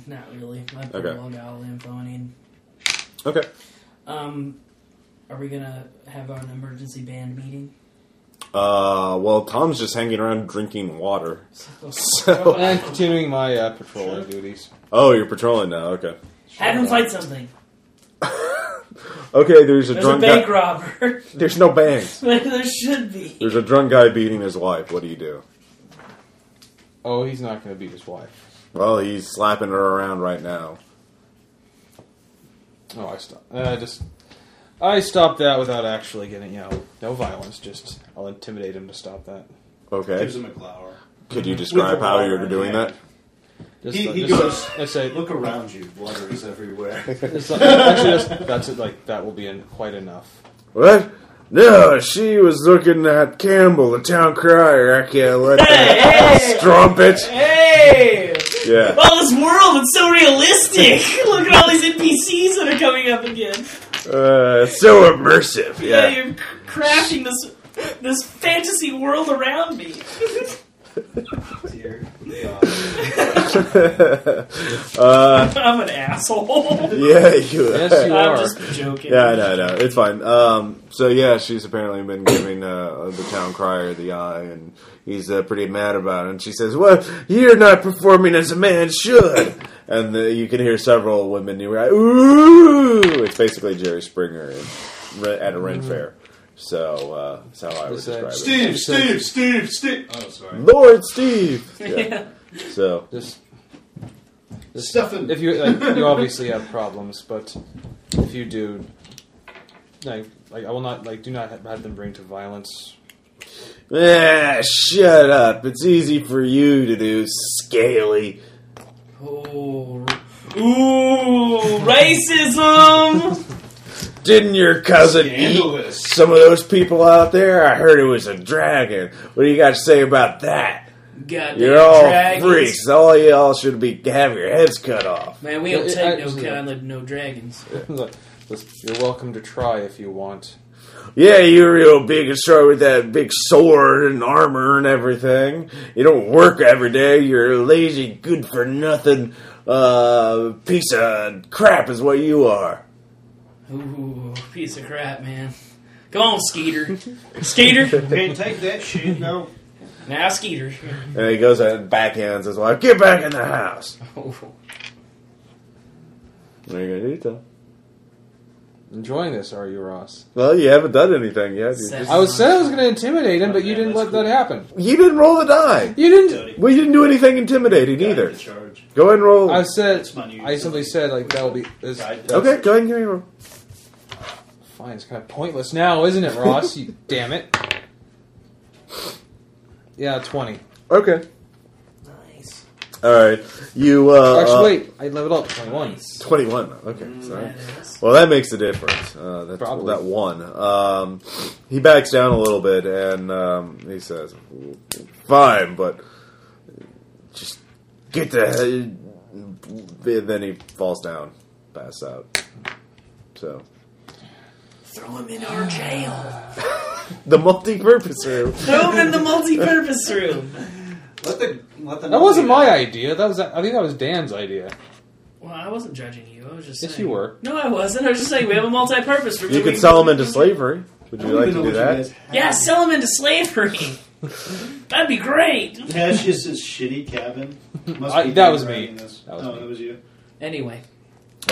Speaker 4: not really. I put
Speaker 1: Okay.
Speaker 4: all got all the info I need.
Speaker 1: Okay.
Speaker 4: Um, are we gonna have an emergency band meeting?
Speaker 1: Uh, well, Tom's just hanging around drinking water. So,
Speaker 3: And continuing my uh, patrolling duties.
Speaker 1: oh, you're patrolling now. Okay.
Speaker 4: Have
Speaker 1: uh,
Speaker 4: him fight something.
Speaker 1: Okay, there's a
Speaker 4: There's a
Speaker 1: drunk
Speaker 4: bank
Speaker 1: guy.
Speaker 4: robber.
Speaker 1: There's no bangs.
Speaker 4: like there should be.
Speaker 1: There's a drunk guy beating his wife. What do you do?
Speaker 3: Oh, he's not going to beat his wife.
Speaker 1: Well, he's slapping her around right now.
Speaker 3: Oh, I stopped. I just. I stopped that without actually getting, you know, no violence. Just, I'll intimidate him to stop that.
Speaker 1: Okay.
Speaker 2: Gives him a glower.
Speaker 1: Could you describe
Speaker 2: With a
Speaker 1: how
Speaker 2: wire
Speaker 1: you're
Speaker 2: in
Speaker 1: doing
Speaker 2: hand.
Speaker 1: that?
Speaker 3: Just,
Speaker 2: He- he
Speaker 3: just-
Speaker 2: goes-
Speaker 3: I say,
Speaker 2: Look around you. Water is everywhere.
Speaker 3: It's like, actually, that's, that's it. Like that will be en- quite enough.
Speaker 1: What? No, she was looking at Campbell, the town crier. I can't let that strumpet.
Speaker 4: Hey!
Speaker 1: Yeah.
Speaker 4: All this world, it's so realistic! Look at all these NPCs that are coming up again.
Speaker 1: Uh, so immersive.
Speaker 4: Yeah,
Speaker 1: Yeah.
Speaker 4: you're c- crafting this this fantasy world around me.
Speaker 11: Dear.
Speaker 1: uh,
Speaker 4: I'm an asshole.
Speaker 1: yeah, you.
Speaker 3: Yes, you
Speaker 4: I'm
Speaker 3: are.
Speaker 4: just joking.
Speaker 1: Yeah, I know, I know. It's fine. Um, so yeah, she's apparently been giving uh, the town crier the eye, and he's uh, pretty mad about it. And she says, "Well, you're not performing as a man should." And the, you can hear several women. You were like, "Ooh!" It's basically Jerry Springer in, re- at a Ren fair. So uh, that's how I would
Speaker 3: Is that-
Speaker 1: describe it.
Speaker 2: Steve, Steve, Steve, Steve.
Speaker 11: Oh, sorry.
Speaker 1: Lord Steve. Yeah. So
Speaker 3: Just
Speaker 2: Stefan.
Speaker 3: if you like, you obviously have problems, but if you do, like, like I will not like do not have, have them bring to violence.
Speaker 1: eh, shut up. It's easy for you to do, scaly.
Speaker 4: Oh. Ooh, racism!
Speaker 1: Didn't your cousin eat
Speaker 11: Scandalous.
Speaker 1: some of those people out there? I heard it was a dragon. What do you got to say about that?
Speaker 4: Goddamn
Speaker 1: You're all
Speaker 4: dragons.
Speaker 1: freaks. All y'all should be have your heads cut off.
Speaker 4: Man, we don't
Speaker 3: Yeah,
Speaker 4: take
Speaker 3: I-
Speaker 4: no
Speaker 3: yeah.
Speaker 4: kindly to no dragons.
Speaker 3: You're welcome to try if you want.
Speaker 1: Yeah, you're real big and strong with that big sword and armor and everything. You don't work every day. You're a lazy, good for nothing uh, piece of crap, is what you are.
Speaker 4: Ooh, piece of crap, man. Come on, Skeeter. Skeeter?
Speaker 2: Can't take that shit. No.
Speaker 4: Now, Skeeter.
Speaker 1: And he goes and backhands his wife. Get back in the house.
Speaker 4: Oh.
Speaker 1: What are you gonna do, Tom?
Speaker 3: Enjoying this, are you, Ross?
Speaker 1: Well, you haven't done anything yet. You,
Speaker 4: Seven.
Speaker 1: just-
Speaker 3: I was said I was going to intimidate him, but you didn't let that happen.
Speaker 1: you didn't roll the die.
Speaker 3: You didn't.
Speaker 2: Jody.
Speaker 1: Well, you didn't do anything intimidating either.
Speaker 2: Guided Charge.
Speaker 1: Go ahead and roll.
Speaker 3: I said.
Speaker 2: my new-
Speaker 3: I simply said like that'll be. This,
Speaker 2: Guided
Speaker 1: okay, go ahead and give me a roll.
Speaker 3: Fine, it's kind of pointless now, isn't it, Ross? you damn it. Yeah, twenty.
Speaker 1: Okay.
Speaker 4: Nice.
Speaker 1: All right. You uh,
Speaker 3: Actually,
Speaker 1: uh,
Speaker 3: wait, I leveled up twenty-one.
Speaker 1: Twenty-one. Okay. Sorry.
Speaker 4: Badass.
Speaker 1: Well, that makes a difference. Uh, that's
Speaker 3: Probably.
Speaker 1: that one. Um, he backs down a little bit and um, he says, "Fine, but just get the." And then he falls down, pass out. So
Speaker 4: Throw him in our jail.
Speaker 1: the multi-purpose room.
Speaker 4: Throw him in the multi-purpose room.
Speaker 2: Let the, let the
Speaker 3: That wasn't my idea. That was I think that was Dan's idea.
Speaker 4: Well, I wasn't judging you. I was just
Speaker 3: Yes,
Speaker 4: saying.
Speaker 3: you were.
Speaker 4: No, I wasn't. I was just saying we have a multi-purpose room.
Speaker 1: You
Speaker 4: that
Speaker 1: could
Speaker 4: we-
Speaker 1: sell him into slavery. Would you like to do that?
Speaker 4: Yeah, sell him into slavery. That'd be great.
Speaker 2: Cassius's shitty cabin. Must
Speaker 3: I-
Speaker 2: be
Speaker 3: that
Speaker 2: you
Speaker 3: was me.
Speaker 2: writing this.
Speaker 3: That was
Speaker 2: oh,
Speaker 3: me.
Speaker 2: that was you.
Speaker 4: Anyway,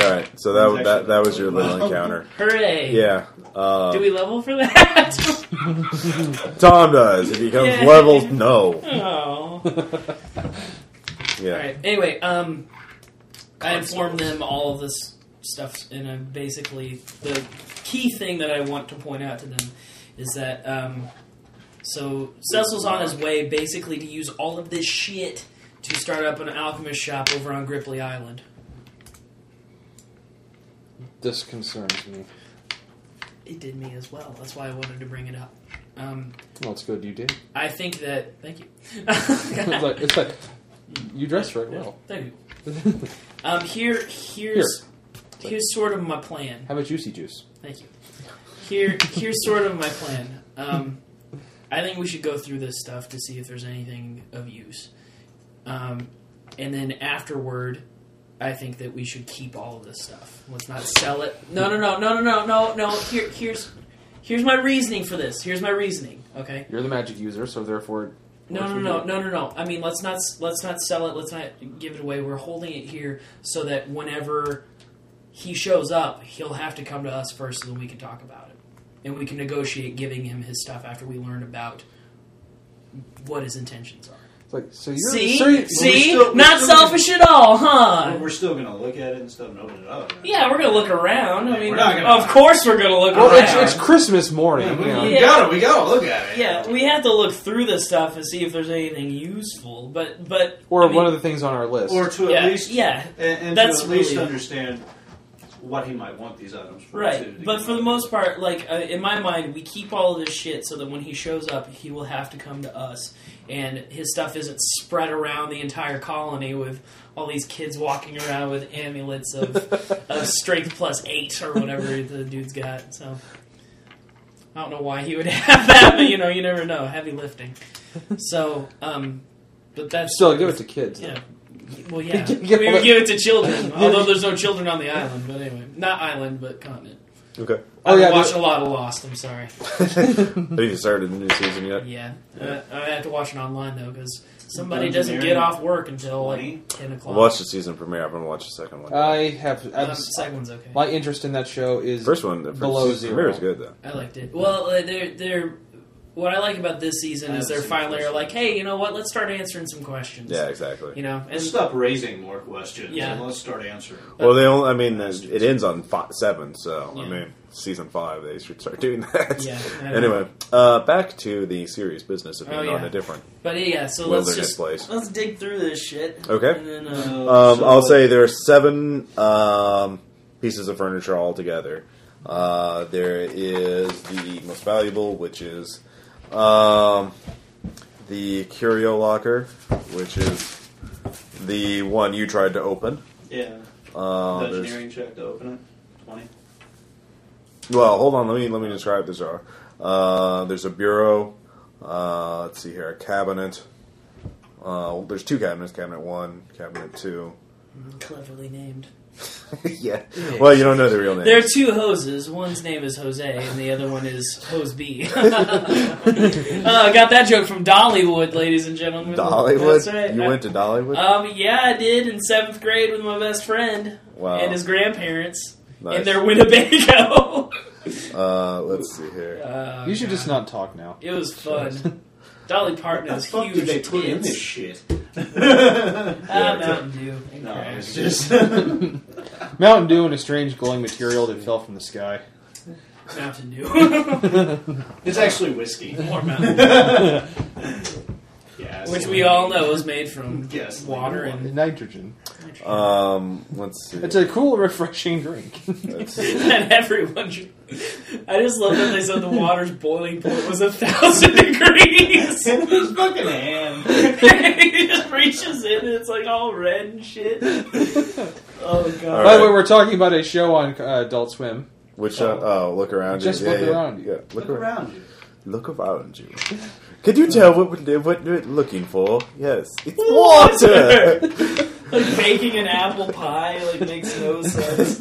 Speaker 1: All right. So that that that was your little encounter.
Speaker 4: hooray!
Speaker 1: Yeah. Uh,
Speaker 4: Do we level for that?
Speaker 1: Tom does. If he comes
Speaker 4: Yeah.
Speaker 1: leveled, no.
Speaker 4: oh.
Speaker 1: Yeah.
Speaker 4: All right. Anyway, um, I informed them all of this stuff, and I basically the key thing that I want to point out to them is that um, so Cecil's on his way basically to use all of this shit to start up an alchemist shop over on Gripley Island.
Speaker 3: This concerns me.
Speaker 4: It did me as well. That's why I wanted to bring it up. Um,
Speaker 3: Well, it's good you did.
Speaker 4: I think that. Thank you.
Speaker 3: it's like it's like you dress very well.
Speaker 4: Thank you. Um, here, here's here's sort of my plan.
Speaker 3: Have a juicy juice.
Speaker 4: Thank you. Here, here's sort of my plan. Um, I think we should go through this stuff to see if there's anything of use, um, and then afterward, I think that we should keep all of this stuff. Let's not sell it. No, no, no, no, no, no, no, no. Here, here's here's my reasoning for this. Here's my reasoning. Okay.
Speaker 3: You're the magic user, so therefore,
Speaker 4: No, no, no, no, no, no. I mean, let's not let's not sell it. Let's not give it away. We're holding it here so that whenever he shows up, he'll have to come to us first, and then we can talk about it, and we can negotiate giving him his stuff after we learn about what his intentions are.
Speaker 3: It's like so you're
Speaker 4: See,
Speaker 3: so you-
Speaker 4: see,
Speaker 2: still- we're
Speaker 4: not
Speaker 2: still-
Speaker 4: selfish at all,
Speaker 2: But
Speaker 4: huh?
Speaker 2: we're still going to look at it and stuff and open it up.
Speaker 4: Uh, Yeah, we're gonna look around. I mean,
Speaker 2: We're not gonna-
Speaker 4: of course we're gonna look
Speaker 3: Well,
Speaker 4: around.
Speaker 3: it's, it's Christmas morning. you know.
Speaker 4: Yeah.
Speaker 11: We got it. We got to look at it.
Speaker 4: yeah, we have to look through this stuff and see if there's anything useful. But, but
Speaker 3: Or
Speaker 4: I mean,
Speaker 3: one of the things on our list.
Speaker 2: Or to
Speaker 4: yeah,
Speaker 2: at least
Speaker 4: yeah,
Speaker 2: and, and
Speaker 4: That's
Speaker 2: to at least
Speaker 4: really-
Speaker 2: understand what he might want these items for. too, to
Speaker 4: Right, but
Speaker 2: get
Speaker 4: for the
Speaker 2: them.
Speaker 4: most part, like uh, in my mind, we keep all of this shit so that when he shows up, he will have to come to us, and his stuff isn't spread around the entire colony with all these kids walking around with amulets of, of strength plus eight or whatever the dude's got. So I don't know why he would have that, but you know, you never know. Heavy lifting. So, um, but that's
Speaker 3: Still, give it to kids.
Speaker 4: yeah. Well, yeah.
Speaker 3: Give-
Speaker 4: we
Speaker 3: give all
Speaker 4: would
Speaker 3: the-
Speaker 4: give it to children, although there's no children on the island. But anyway, not island, but continent.
Speaker 1: Okay.
Speaker 3: Oh,
Speaker 4: I've
Speaker 3: yeah,
Speaker 4: watched
Speaker 3: there-
Speaker 4: a lot of Lost. I'm sorry.
Speaker 1: Have you started the new season yet?
Speaker 4: Yeah, Uh, I, I have to watch it online though because somebody
Speaker 2: Dungeoneering.
Speaker 4: doesn't get off work until
Speaker 2: Twenty.
Speaker 4: like ten
Speaker 1: I
Speaker 4: o'clock.
Speaker 1: watched the season premiere. I'm gonna watch the second one.
Speaker 3: I have.
Speaker 4: Um, the
Speaker 3: abs-
Speaker 4: second one's okay.
Speaker 3: my interest in that show is
Speaker 1: first one, the first
Speaker 3: Below
Speaker 1: season
Speaker 3: zero.
Speaker 1: premiere is good though.
Speaker 4: I liked it. Well, uh, they're they're. What I like about this season
Speaker 2: I
Speaker 4: is
Speaker 2: haven't
Speaker 4: they're
Speaker 2: seen
Speaker 4: finally
Speaker 2: this.
Speaker 4: are like, hey, you know what? Let's start answering some questions.
Speaker 1: Yeah, exactly.
Speaker 4: You know, and
Speaker 2: Let's stop raising more questions
Speaker 4: Yeah.
Speaker 2: and let's start answering. them.
Speaker 1: Well, they only. I mean, there's- it ends on fi seven, so I
Speaker 4: Yeah.
Speaker 1: mean, season five they should start doing that.
Speaker 4: Yeah, I know.
Speaker 1: anyway, uh, back to the serious business of
Speaker 4: Oh,
Speaker 1: being on
Speaker 4: yeah.
Speaker 1: a different
Speaker 4: but yeah, so let's
Speaker 1: wilderness
Speaker 4: just
Speaker 1: place.
Speaker 4: let's dig through this shit.
Speaker 1: Okay.
Speaker 4: And then, uh,
Speaker 1: Um,
Speaker 2: so,
Speaker 1: I'll say there are seven um, pieces of furniture altogether. Uh, there is the most valuable, which is um, the curio locker, which is the one you tried to open.
Speaker 2: Yeah.
Speaker 1: Uh, there's-
Speaker 2: Engineering check to open it. Twenty.
Speaker 1: well, hold on. Let me let me describe this. Are uh, there's a bureau. Uh, let's see here, a cabinet. Uh, there's two cabinets. Cabinet one, cabinet two.
Speaker 4: cleverly named.
Speaker 1: yeah. Well, you don't know the real name.
Speaker 4: There are two hoses. One's name is Jose, and the other one is Hose B. uh, got that joke from Dollywood, ladies and gentlemen.
Speaker 1: Dollywood?
Speaker 4: That's right.
Speaker 1: You
Speaker 4: I-
Speaker 1: went to Dollywood?
Speaker 4: Um, yeah, I did in seventh grade with my best friend
Speaker 1: wow.
Speaker 4: and his grandparents
Speaker 1: Oh. nice.
Speaker 4: in their Winnebago.
Speaker 1: uh, let's see here.
Speaker 4: Uh,
Speaker 3: You should just not talk now.
Speaker 4: It was fun. Dolly Parton
Speaker 2: What the
Speaker 4: has
Speaker 2: fuck
Speaker 4: huge
Speaker 2: did they put in
Speaker 4: tits.
Speaker 2: this shit?
Speaker 4: Ah,
Speaker 2: no,
Speaker 4: Mountain Dew. and crack.
Speaker 2: it's just
Speaker 3: Mountain Dew and a strange glowing material that fell from the sky.
Speaker 4: Mountain Dew.
Speaker 2: it's actually whiskey.
Speaker 4: More Mountain
Speaker 2: Yeah,
Speaker 4: Dew. Which we all know is made from
Speaker 2: Yes,
Speaker 4: water and
Speaker 3: Nitrogen.
Speaker 1: Um, let's see.
Speaker 3: It's a cool, refreshing drink.
Speaker 1: Let's see.
Speaker 4: and everyone. dr- I just love that they said the water's boiling point was a thousand degrees.
Speaker 2: In his fucking hand.
Speaker 4: he just reaches in and it's like all red and shit. Oh god.
Speaker 1: All
Speaker 3: By the way,
Speaker 1: right.
Speaker 3: we're talking about a show on uh, Adult Swim.
Speaker 1: Which, uh, oh, look around
Speaker 3: Just
Speaker 1: you. Yeah,
Speaker 3: look
Speaker 1: yeah,
Speaker 3: around.
Speaker 1: Yeah, look,
Speaker 2: Look
Speaker 1: around.
Speaker 2: around you.
Speaker 1: Look around you. Could you tell what we're, what we're looking for? Yes. It's
Speaker 4: Water!
Speaker 1: water!
Speaker 4: Like baking an apple pie like makes no sense.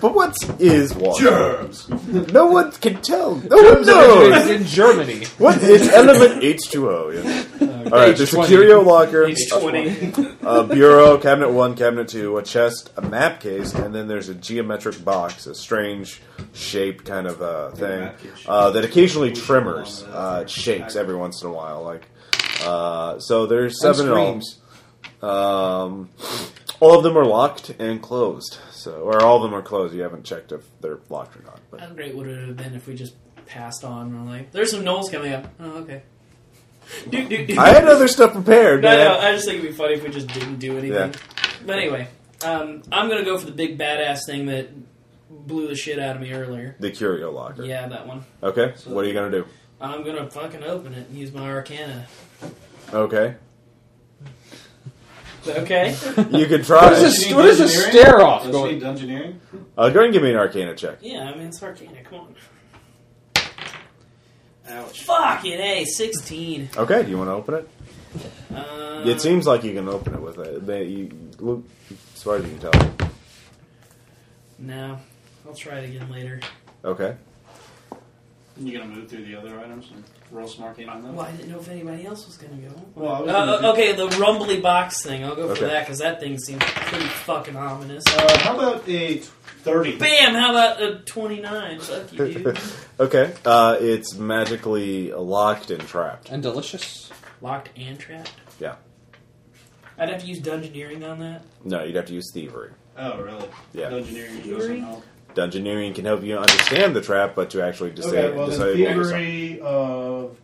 Speaker 1: but what is water?
Speaker 2: Germs.
Speaker 1: No one can tell. No one
Speaker 3: It's
Speaker 1: knows.
Speaker 3: in Germany.
Speaker 1: what is element H2O? Yeah. All right, there's a
Speaker 3: H20.
Speaker 1: curio locker.
Speaker 4: Page twenty.
Speaker 1: a bureau, cabinet one, cabinet two, a chest, a map case, and then there's a geometric box, a strange shaped kind of uh, thing uh, that occasionally tremors. Uh, it shakes every once in a while. Like uh, so, there's seven in all.
Speaker 3: screams.
Speaker 1: Um, all of them are locked and closed. So, or all of them are closed. You haven't checked if they're locked or not. But
Speaker 4: How great would it have been if we just passed on and were like, there's some Knowles coming up. Oh, okay. Do, do, do.
Speaker 1: I had other stuff prepared.
Speaker 4: No,
Speaker 1: man.
Speaker 4: no, I just think it'd be funny if we just didn't do anything. But anyway, um, I'm gonna go for the big badass thing that blew the shit out of me earlier.
Speaker 1: The curio locker.
Speaker 4: Yeah, that one.
Speaker 1: Okay. what are you gonna do?
Speaker 4: I'm gonna fucking open it and use my Arcana.
Speaker 1: Okay.
Speaker 4: Okay.
Speaker 1: You can
Speaker 3: What
Speaker 1: try.
Speaker 3: is
Speaker 1: it.
Speaker 3: this, what is this stare off
Speaker 2: Does she
Speaker 3: going?
Speaker 2: need engineering?
Speaker 1: Uh, go ahead and give me an Arcana check.
Speaker 4: Yeah, I mean it's Arcana. Come on.
Speaker 2: Ouch.
Speaker 4: Fucking a sixteen.
Speaker 1: Okay. Do you want to open it?
Speaker 4: Uh,
Speaker 1: It seems like you can open it with it. They, you, look, as far as you can tell.
Speaker 4: No, I'll try it again later.
Speaker 1: Okay.
Speaker 2: You gonna move through the other items and roll smart game on them?
Speaker 4: Well, I didn't know if anybody else was gonna go.
Speaker 2: Well, I was
Speaker 4: Uh,
Speaker 2: gonna
Speaker 4: uh, okay, the rumbly box thing. I'll go for
Speaker 1: Okay.
Speaker 4: that because that thing seems pretty fucking ominous.
Speaker 2: do- Uh, how about a thirty?
Speaker 4: Bam! How about a twenty-nine? Fuck you, dude.
Speaker 1: Okay. Uh, it's magically locked and trapped.
Speaker 3: And delicious.
Speaker 4: Locked and trapped.
Speaker 1: Yeah.
Speaker 4: I'd have to use dungeoneering on that.
Speaker 1: No, you'd have to use thievery.
Speaker 2: Oh, really?
Speaker 1: Yeah.
Speaker 2: Engineering
Speaker 4: Theory?
Speaker 2: doesn't help.
Speaker 1: Dungeoneering can help you understand the trap, but to actually disa-
Speaker 2: Okay, well then
Speaker 1: disable yourself.
Speaker 2: thievery of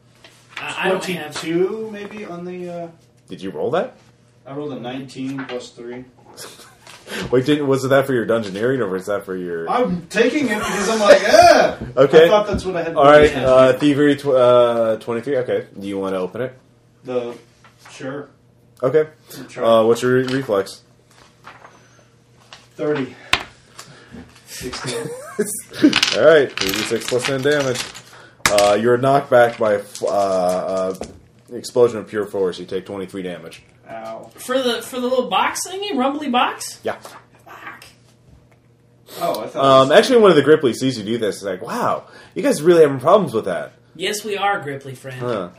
Speaker 4: I, I don't have.
Speaker 2: twenty-two, maybe on the. Uh,
Speaker 1: Did you roll that?
Speaker 2: I rolled a nineteen plus three.
Speaker 1: Wait, didn't was that for your dungeoneering or was that for your?
Speaker 2: I'm taking it because I'm like, yeah. I
Speaker 1: Okay.
Speaker 2: thought that's what I had.
Speaker 1: uh, All right. Uh, thievery tw- uh, twenty three. Okay. Do you want to open it?
Speaker 2: The sure
Speaker 1: Okay. Uh, what's your re- reflex?
Speaker 2: thirty. Sixteen.
Speaker 1: All right, 86 plus 10 damage. Uh, you're knocked back by uh, uh, explosion of pure force. You take 23 damage.
Speaker 2: Ow.
Speaker 4: For the for the little box thingy, rumbly box?
Speaker 1: Yeah.
Speaker 4: Fuck.
Speaker 2: Oh, I thought.
Speaker 1: Um, actually, one of the Gripley sees you do this. Is like, wow, you guys really having problems with that.
Speaker 4: Yes, we are, Gripply friend.
Speaker 1: Huh.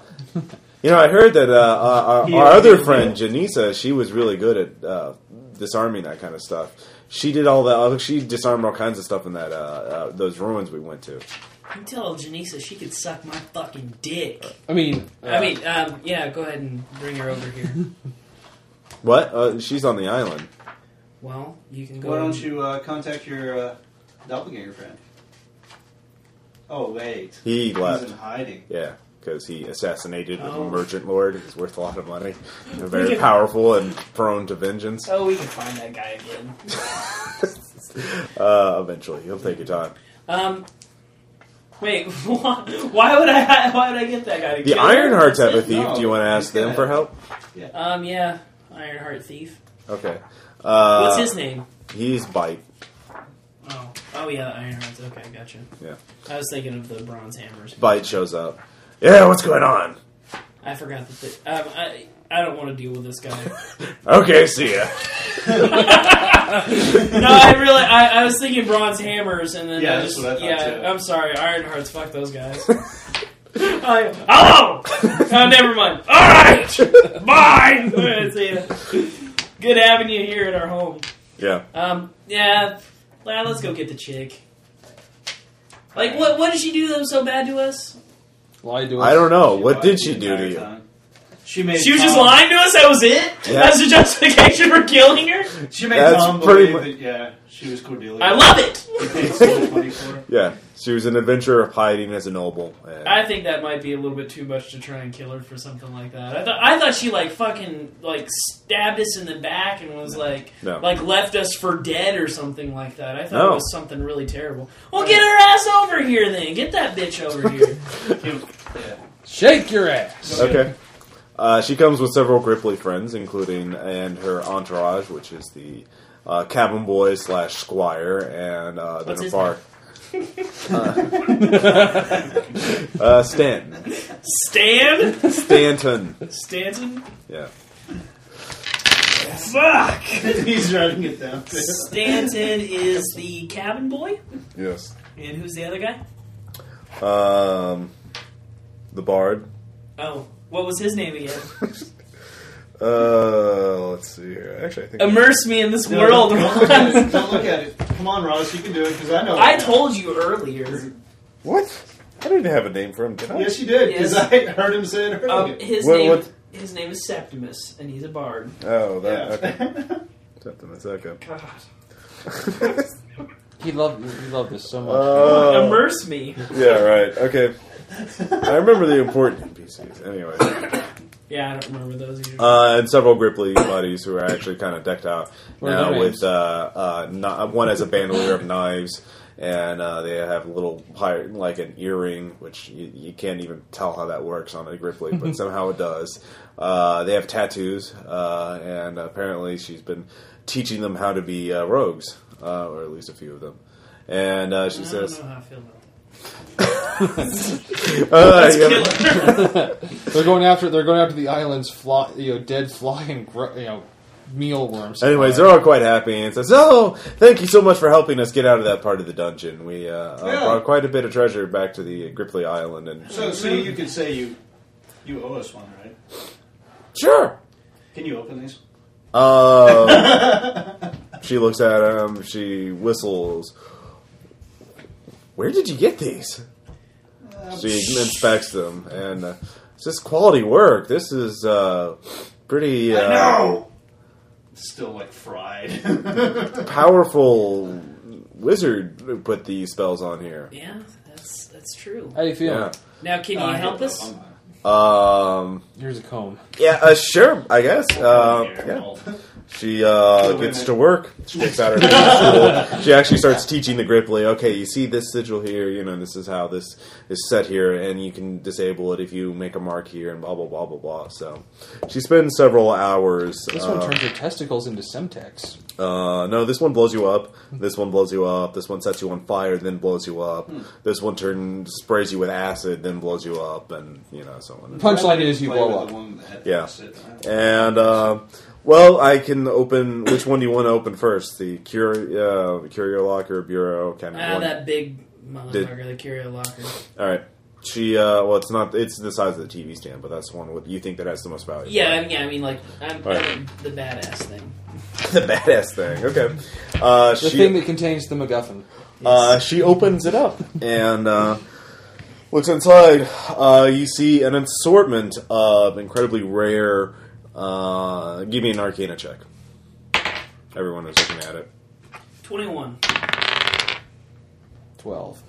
Speaker 1: You know, I heard that uh, uh, our,
Speaker 2: He-
Speaker 1: our other
Speaker 2: he-
Speaker 1: friend Janisa, she was really good at uh, disarming that kind of stuff. She did all that. She disarmed all kinds of stuff in that uh, uh, those ruins we went to.
Speaker 4: You tell Janisa she could suck my fucking dick.
Speaker 5: I mean,
Speaker 1: Uh,
Speaker 4: I mean, um, yeah, go ahead and bring her over here.
Speaker 1: What? Uh, she's on the island.
Speaker 4: well, you can go.
Speaker 2: Why don't
Speaker 4: and-
Speaker 2: you uh, contact your uh, doppelganger friend? Oh wait,
Speaker 1: He
Speaker 2: he's
Speaker 1: left.
Speaker 2: in hiding.
Speaker 1: Yeah, because he assassinated
Speaker 4: Oh.
Speaker 1: a merchant lord who's worth a lot of money, and
Speaker 4: We
Speaker 1: very
Speaker 4: can-
Speaker 1: powerful and prone to vengeance.
Speaker 4: Oh, we can find that guy again.
Speaker 1: Uh, eventually, he'll take your time.
Speaker 4: Um, wait, why, why would I? Why would I get that guy? To
Speaker 1: The
Speaker 4: kill her?
Speaker 1: Ironhearts have a
Speaker 4: That's it?
Speaker 1: thief. Do you want to
Speaker 2: No,
Speaker 1: ask
Speaker 2: he's gonna-
Speaker 1: them for help?
Speaker 4: Um, yeah, Ironheart thief.
Speaker 1: Okay. Uh,
Speaker 4: What's his name?
Speaker 1: He's bite.
Speaker 4: Oh, oh yeah, Ironhearts. Okay, gotcha.
Speaker 1: Yeah.
Speaker 4: I was thinking of the bronze hammers.
Speaker 1: Bite shows up. Yeah, what's going on?
Speaker 4: I forgot that. The, um, I I don't want to deal with this guy.
Speaker 1: Okay, see ya.
Speaker 4: no, I really I, I was thinking bronze hammers, and then
Speaker 2: Yeah,
Speaker 4: I
Speaker 2: that's
Speaker 4: just,
Speaker 2: what I thought,
Speaker 4: yeah.
Speaker 2: too.
Speaker 4: I'm sorry, Ironhearts. Fuck those guys. I, hello. oh, never mind. All right, bye. Alright, see ya. Good having you here at our home.
Speaker 1: Yeah.
Speaker 4: Um, yeah, well, let's go get the chick. Like, what? What did she do that was so bad to us?
Speaker 3: Lied to us.
Speaker 1: I don't know. Oh, What
Speaker 2: lied
Speaker 1: did
Speaker 2: the
Speaker 1: she do
Speaker 2: entire
Speaker 1: to you?
Speaker 2: time. She made.
Speaker 4: She was just
Speaker 2: Tom-
Speaker 4: lying to us. That was it.
Speaker 1: Yeah.
Speaker 4: That's the justification for killing her.
Speaker 2: She made
Speaker 1: That's
Speaker 2: Tom
Speaker 1: pretty
Speaker 2: believe
Speaker 1: mu-
Speaker 2: that. Yeah, she was Cordelia.
Speaker 4: I love it.
Speaker 2: He paid so much money for her.
Speaker 1: Yeah. She was an adventurer of hiding as a noble. And
Speaker 4: I think that might be a little bit too much to try and kill her for something like that. I thought I thought she like fucking like stabbed us in the back and was like
Speaker 1: No.
Speaker 4: like left us for dead or something like that. I thought
Speaker 1: No.
Speaker 4: it was something really terrible. Well, get her ass over here then. Get that bitch over here.
Speaker 3: Shake your ass.
Speaker 1: Okay. Uh, she comes with several Gripley friends, including and her entourage, which is the uh, cabin boy slash squire and uh, the
Speaker 4: What's his
Speaker 1: Nafar. uh, uh, Stanton.
Speaker 4: Stan
Speaker 1: Stanton.
Speaker 4: Stanton.
Speaker 1: Yeah.
Speaker 4: Fuck.
Speaker 2: He's writing it down.
Speaker 4: Stanton is the cabin boy,
Speaker 1: Yes.
Speaker 4: and who's the other guy?
Speaker 1: Um, the bard.
Speaker 4: Oh, what was his name again?
Speaker 1: Uh, let's see here. Actually, I think.
Speaker 4: Immerse me in this
Speaker 2: No,
Speaker 4: world.
Speaker 2: Don't look at it.
Speaker 4: Ross.
Speaker 2: Don't look at it. Come on, Ross. You can do it because I know.
Speaker 4: I
Speaker 2: it.
Speaker 4: told you earlier.
Speaker 1: what? I didn't have a name for him, did I?
Speaker 2: Yes, you did because
Speaker 4: Yes.
Speaker 2: I heard him say it earlier.
Speaker 4: Um, his
Speaker 1: What-
Speaker 4: name.
Speaker 1: what-
Speaker 4: His name is Septimus, and he's a bard.
Speaker 1: Oh, that.
Speaker 2: yeah.
Speaker 1: Okay. Septimus, okay.
Speaker 4: God.
Speaker 3: He loved. He loved this so much.
Speaker 1: Oh.
Speaker 4: Immerse me.
Speaker 1: Yeah, right. Okay. I remember the important NPCs. Anyway.
Speaker 4: Yeah, I don't remember those either.
Speaker 1: Uh, and several Gripley buddies who are actually kind of decked out
Speaker 3: What are
Speaker 1: now
Speaker 3: their
Speaker 1: with
Speaker 3: names?
Speaker 1: uh, uh, kn- one has a bandolier of knives, and uh, they have a little, pi- like an earring, which you, you can't even tell how that works on a Gripley, but somehow it does. Uh, they have tattoos, uh, and apparently she's been teaching them how to be uh, rogues, uh, or at least a few of them. And uh, she
Speaker 4: I don't
Speaker 1: says,
Speaker 4: know how I feel about that.
Speaker 1: uh, you have-
Speaker 4: Let's kill her.
Speaker 3: They're going after. They're going after the island's fly, you know, dead fly and gro- you know, mealworms.
Speaker 1: Anyways, they're all quite happy and says, "Oh, thank you so much for helping us get out of that part of the dungeon. We uh, uh,
Speaker 2: Yeah.
Speaker 1: brought quite a bit of treasure back to the Gripley Island." And
Speaker 2: So, so you could say you you owe us one, right?
Speaker 1: sure,
Speaker 2: Can you open these?
Speaker 1: um, she looks at him. She whistles. Where did you get these?
Speaker 2: Uh,
Speaker 1: She inspects them and uh, it's just quality work. This is uh, pretty uh,
Speaker 2: Still like fried.
Speaker 1: powerful wizard who put these spells on here.
Speaker 4: yeah, that's that's true. Uh,
Speaker 3: How you feeling?
Speaker 1: Yeah.
Speaker 4: Now, can you help us?
Speaker 1: Um,
Speaker 3: Here's a comb.
Speaker 1: yeah, uh, sure, I guess. Uh, yeah. She uh, gets to work. She takes out her school. She actually starts teaching the Gripply. Okay, you see this sigil here. You know this is how this is set here, and you can disable it if you make a mark here, and blah blah blah blah blah. So, she spends several hours.
Speaker 3: This
Speaker 1: uh,
Speaker 3: one turns your testicles into Semtex.
Speaker 1: uh, no, this one blows you up. This one blows you up. This one sets you on fire, then blows you up.
Speaker 3: Hmm.
Speaker 1: This one turns sprays you with acid, then blows you up, and you know so on.
Speaker 3: Punchline is you
Speaker 11: Play with
Speaker 3: blow
Speaker 11: the
Speaker 3: up.
Speaker 11: one with the head
Speaker 1: Yeah.
Speaker 11: acid.
Speaker 1: And uh, well, I can open. Which one do you want to open first? The Curio, uh, Curio Locker Bureau kind of
Speaker 4: Ah,
Speaker 1: one.
Speaker 4: that big motherfucker, the curio locker.
Speaker 1: All right. She. Uh, well, it's not. It's the size of the TV stand, but that's the one with you think that has the most value.
Speaker 4: Yeah, I mean, yeah, I mean, like I'm,
Speaker 1: All right.
Speaker 4: I'm the badass thing.
Speaker 1: the badass thing. Okay. Uh,
Speaker 3: The
Speaker 1: she.
Speaker 3: thing that contains the MacGuffin.
Speaker 1: Uh, she opens it up and uh, looks inside. Uh, you see an assortment of incredibly rare. Uh, give me an Arcana check. Everyone is looking at it.
Speaker 4: Twenty-one.
Speaker 3: Twelve.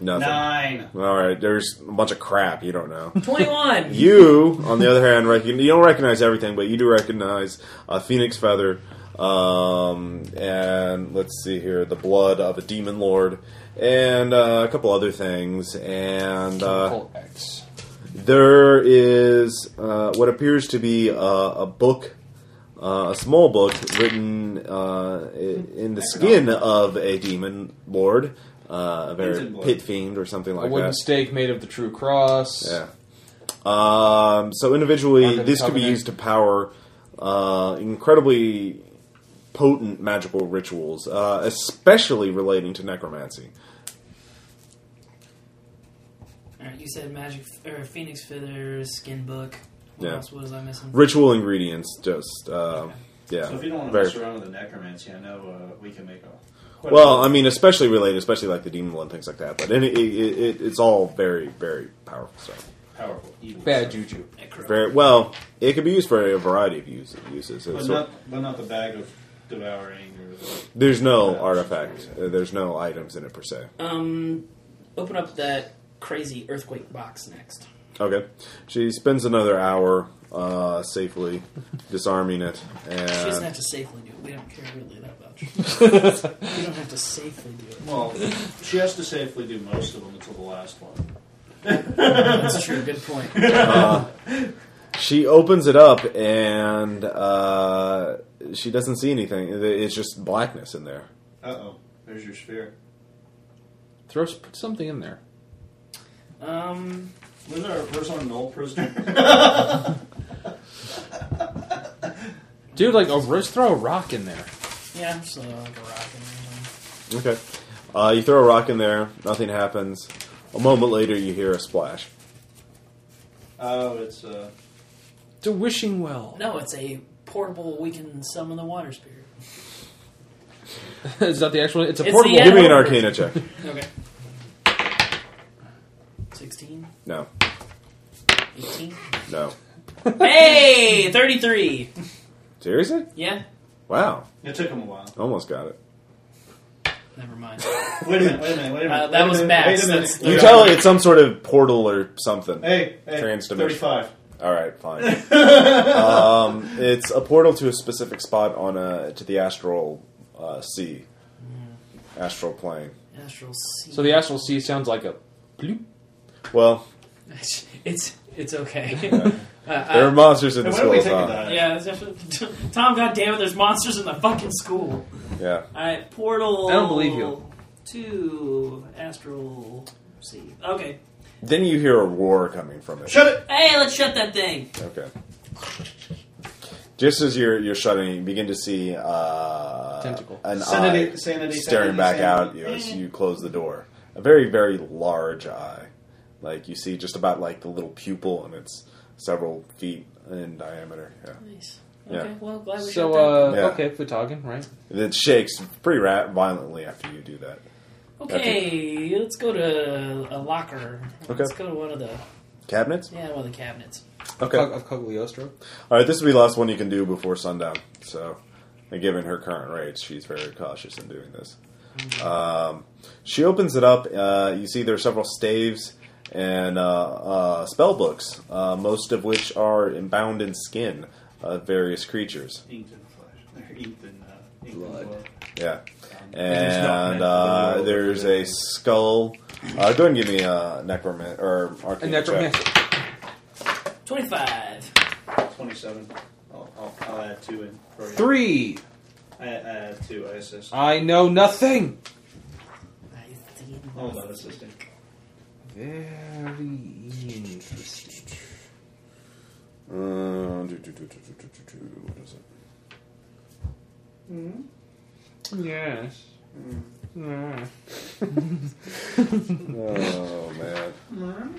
Speaker 1: Nothing.
Speaker 11: Nine.
Speaker 1: All right, there's a bunch of crap you don't know.
Speaker 4: Twenty-one.
Speaker 1: You, on the other hand, recognize, you don't recognize everything, but you do recognize a phoenix feather, um, and let's see here, the blood of a demon lord, and uh, a couple other things, and uh,
Speaker 3: Chemical X.
Speaker 1: there is uh, what appears to be a, a book. Uh, a small book written uh, i- in the skin of a demon lord, uh, a very
Speaker 11: Demon lord.
Speaker 1: pit fiend or something
Speaker 3: A
Speaker 1: like
Speaker 3: wooden
Speaker 1: that.
Speaker 3: stake made of the true cross.
Speaker 1: Yeah. Um, so individually,
Speaker 3: Ark of
Speaker 1: this
Speaker 3: the
Speaker 1: could be
Speaker 3: Covenant.
Speaker 1: used to power uh, incredibly potent magical rituals, uh, especially relating to necromancy.
Speaker 4: All right, you said magic f- or phoenix feathers, skin book. What
Speaker 1: Yeah.
Speaker 4: else was I missing?
Speaker 1: Ritual ingredients, just uh, yeah.
Speaker 11: So if you don't want to
Speaker 1: very-
Speaker 11: mess around with the necromancy, I know uh, we can make a. quite a
Speaker 1: well, I mean, especially related, especially like the demon blood and things like that. But any, it, it, it, it's all very, very powerful stuff.
Speaker 11: powerful evil.
Speaker 3: Bad juju.
Speaker 4: Necro.
Speaker 1: Very well. It could be used for a variety of use- uses.
Speaker 11: but
Speaker 1: So-
Speaker 11: not, but not the bag of devouring or the
Speaker 1: there's no artifact. Uh, There's no items in it per se.
Speaker 4: Um, open up that crazy earthquake box next.
Speaker 1: Okay. She spends another hour uh, safely disarming it.
Speaker 4: She doesn't
Speaker 3: Uh,
Speaker 1: And
Speaker 4: have to safely do it. We don't care really that much. you don't have to safely do it.
Speaker 11: Well, she has to safely do most of them until the last one.
Speaker 4: That's true. Good point.
Speaker 1: she opens it up and uh, she doesn't see anything. It- It's just blackness in there.
Speaker 11: Uh oh, there's your sphere.
Speaker 3: Throw s- put something in there.
Speaker 4: Um,
Speaker 11: Was there a person on null prisoner?
Speaker 3: Dude, like, a, just throw a rock in there.
Speaker 4: yeah, I'm just uh, like a rock. in there.
Speaker 1: Okay. Uh, you throw a rock in there, nothing happens. A moment later, you hear a splash.
Speaker 11: oh, it's uh,
Speaker 3: It's a wishing well.
Speaker 4: No, it's a portable. We can summon the water spirit.
Speaker 3: it's not the actual. It's a
Speaker 4: It's
Speaker 3: portable.
Speaker 4: the
Speaker 1: Give me an
Speaker 4: Yeah.
Speaker 1: arcana check.
Speaker 4: Okay. 16,
Speaker 1: No,
Speaker 4: 18.
Speaker 1: no.
Speaker 4: hey, 33.
Speaker 1: Seriously?
Speaker 4: Yeah,
Speaker 1: Wow.
Speaker 11: it took him a while.
Speaker 1: Almost got it.
Speaker 4: never mind.
Speaker 11: Wait a minute, wait a minute, wait a minute.
Speaker 4: Uh, that
Speaker 11: wait a
Speaker 4: was
Speaker 11: minute,
Speaker 4: Max,
Speaker 11: Wait a minute.
Speaker 4: that's the-
Speaker 1: You tell it's some sort of portal or something.
Speaker 11: Hey, hey,
Speaker 1: Transdimension.
Speaker 11: thirty-five.
Speaker 1: All right, fine. um, it's a portal to a specific spot on a to the astral uh, sea, astral plane.
Speaker 4: Astral sea.
Speaker 3: So the astral sea sounds like a. bloop.
Speaker 1: Well,
Speaker 4: it's it's okay. Uh,
Speaker 1: there are
Speaker 4: I-
Speaker 1: monsters in
Speaker 11: Hey,
Speaker 1: this
Speaker 11: why don't we
Speaker 1: world.
Speaker 11: take a
Speaker 1: Tom.
Speaker 11: dive?
Speaker 4: yeah, that's actually- Tom. God damn it! There's monsters in the fucking school.
Speaker 1: Yeah,
Speaker 4: All right, portal.
Speaker 3: I don't believe you.
Speaker 4: To astral sea. Okay.
Speaker 1: then you hear a roar coming from it.
Speaker 11: Shut it.
Speaker 4: Hey, let's shut that thing.
Speaker 1: Okay. Just as you're you're shutting, you begin to see uh,
Speaker 3: Tentacle.
Speaker 1: an
Speaker 11: Sanity,
Speaker 1: eye
Speaker 11: sanity, sanity,
Speaker 1: staring
Speaker 11: Eh.
Speaker 1: back out at
Speaker 11: sanity.
Speaker 1: you as you close the door. A very very large eye, like you see just about like the little pupil, and it's several feet in diameter. Yeah.
Speaker 4: Nice.
Speaker 1: Yeah.
Speaker 4: Okay. Well, glad we
Speaker 3: So,
Speaker 4: shut that.
Speaker 3: uh,
Speaker 1: Yeah.
Speaker 3: okay, Futagen, right?
Speaker 1: It shakes pretty ra- violently after you do that.
Speaker 4: Okay, let's go to a locker.
Speaker 1: Okay.
Speaker 4: Let's go to one of the
Speaker 1: Cabinets?
Speaker 4: yeah one of the cabinets.
Speaker 1: Okay.
Speaker 3: Cog- Of Cogliostro.
Speaker 1: All right, this will be the last one you can do before sundown. So, and given her current rates, she's very cautious in doing this. Um, she opens it up. Uh, you see there are several staves and uh, uh, spell books, uh, most of which are bound in skin of various creators.
Speaker 11: Inked in flesh. Or inked in, uh, inked in Um,
Speaker 3: Blood.
Speaker 11: blood.
Speaker 1: Yeah.
Speaker 3: It's not
Speaker 1: And
Speaker 3: meant
Speaker 1: uh,
Speaker 3: for the
Speaker 1: there's a skull. Uh, go ahead and give me a necroman or
Speaker 3: A
Speaker 1: arcane check.
Speaker 3: necromancer.
Speaker 4: 25.
Speaker 11: 27. I'll, I'll, I'll add two in. For you.
Speaker 3: Three.
Speaker 11: I, I add two. I assist.
Speaker 3: I know nothing.
Speaker 11: All about assisting.
Speaker 3: Very interesting.
Speaker 1: Uh, do, do, do, do, do, do, do, do. What is it?
Speaker 3: Yes. Yeah.
Speaker 1: Oh man.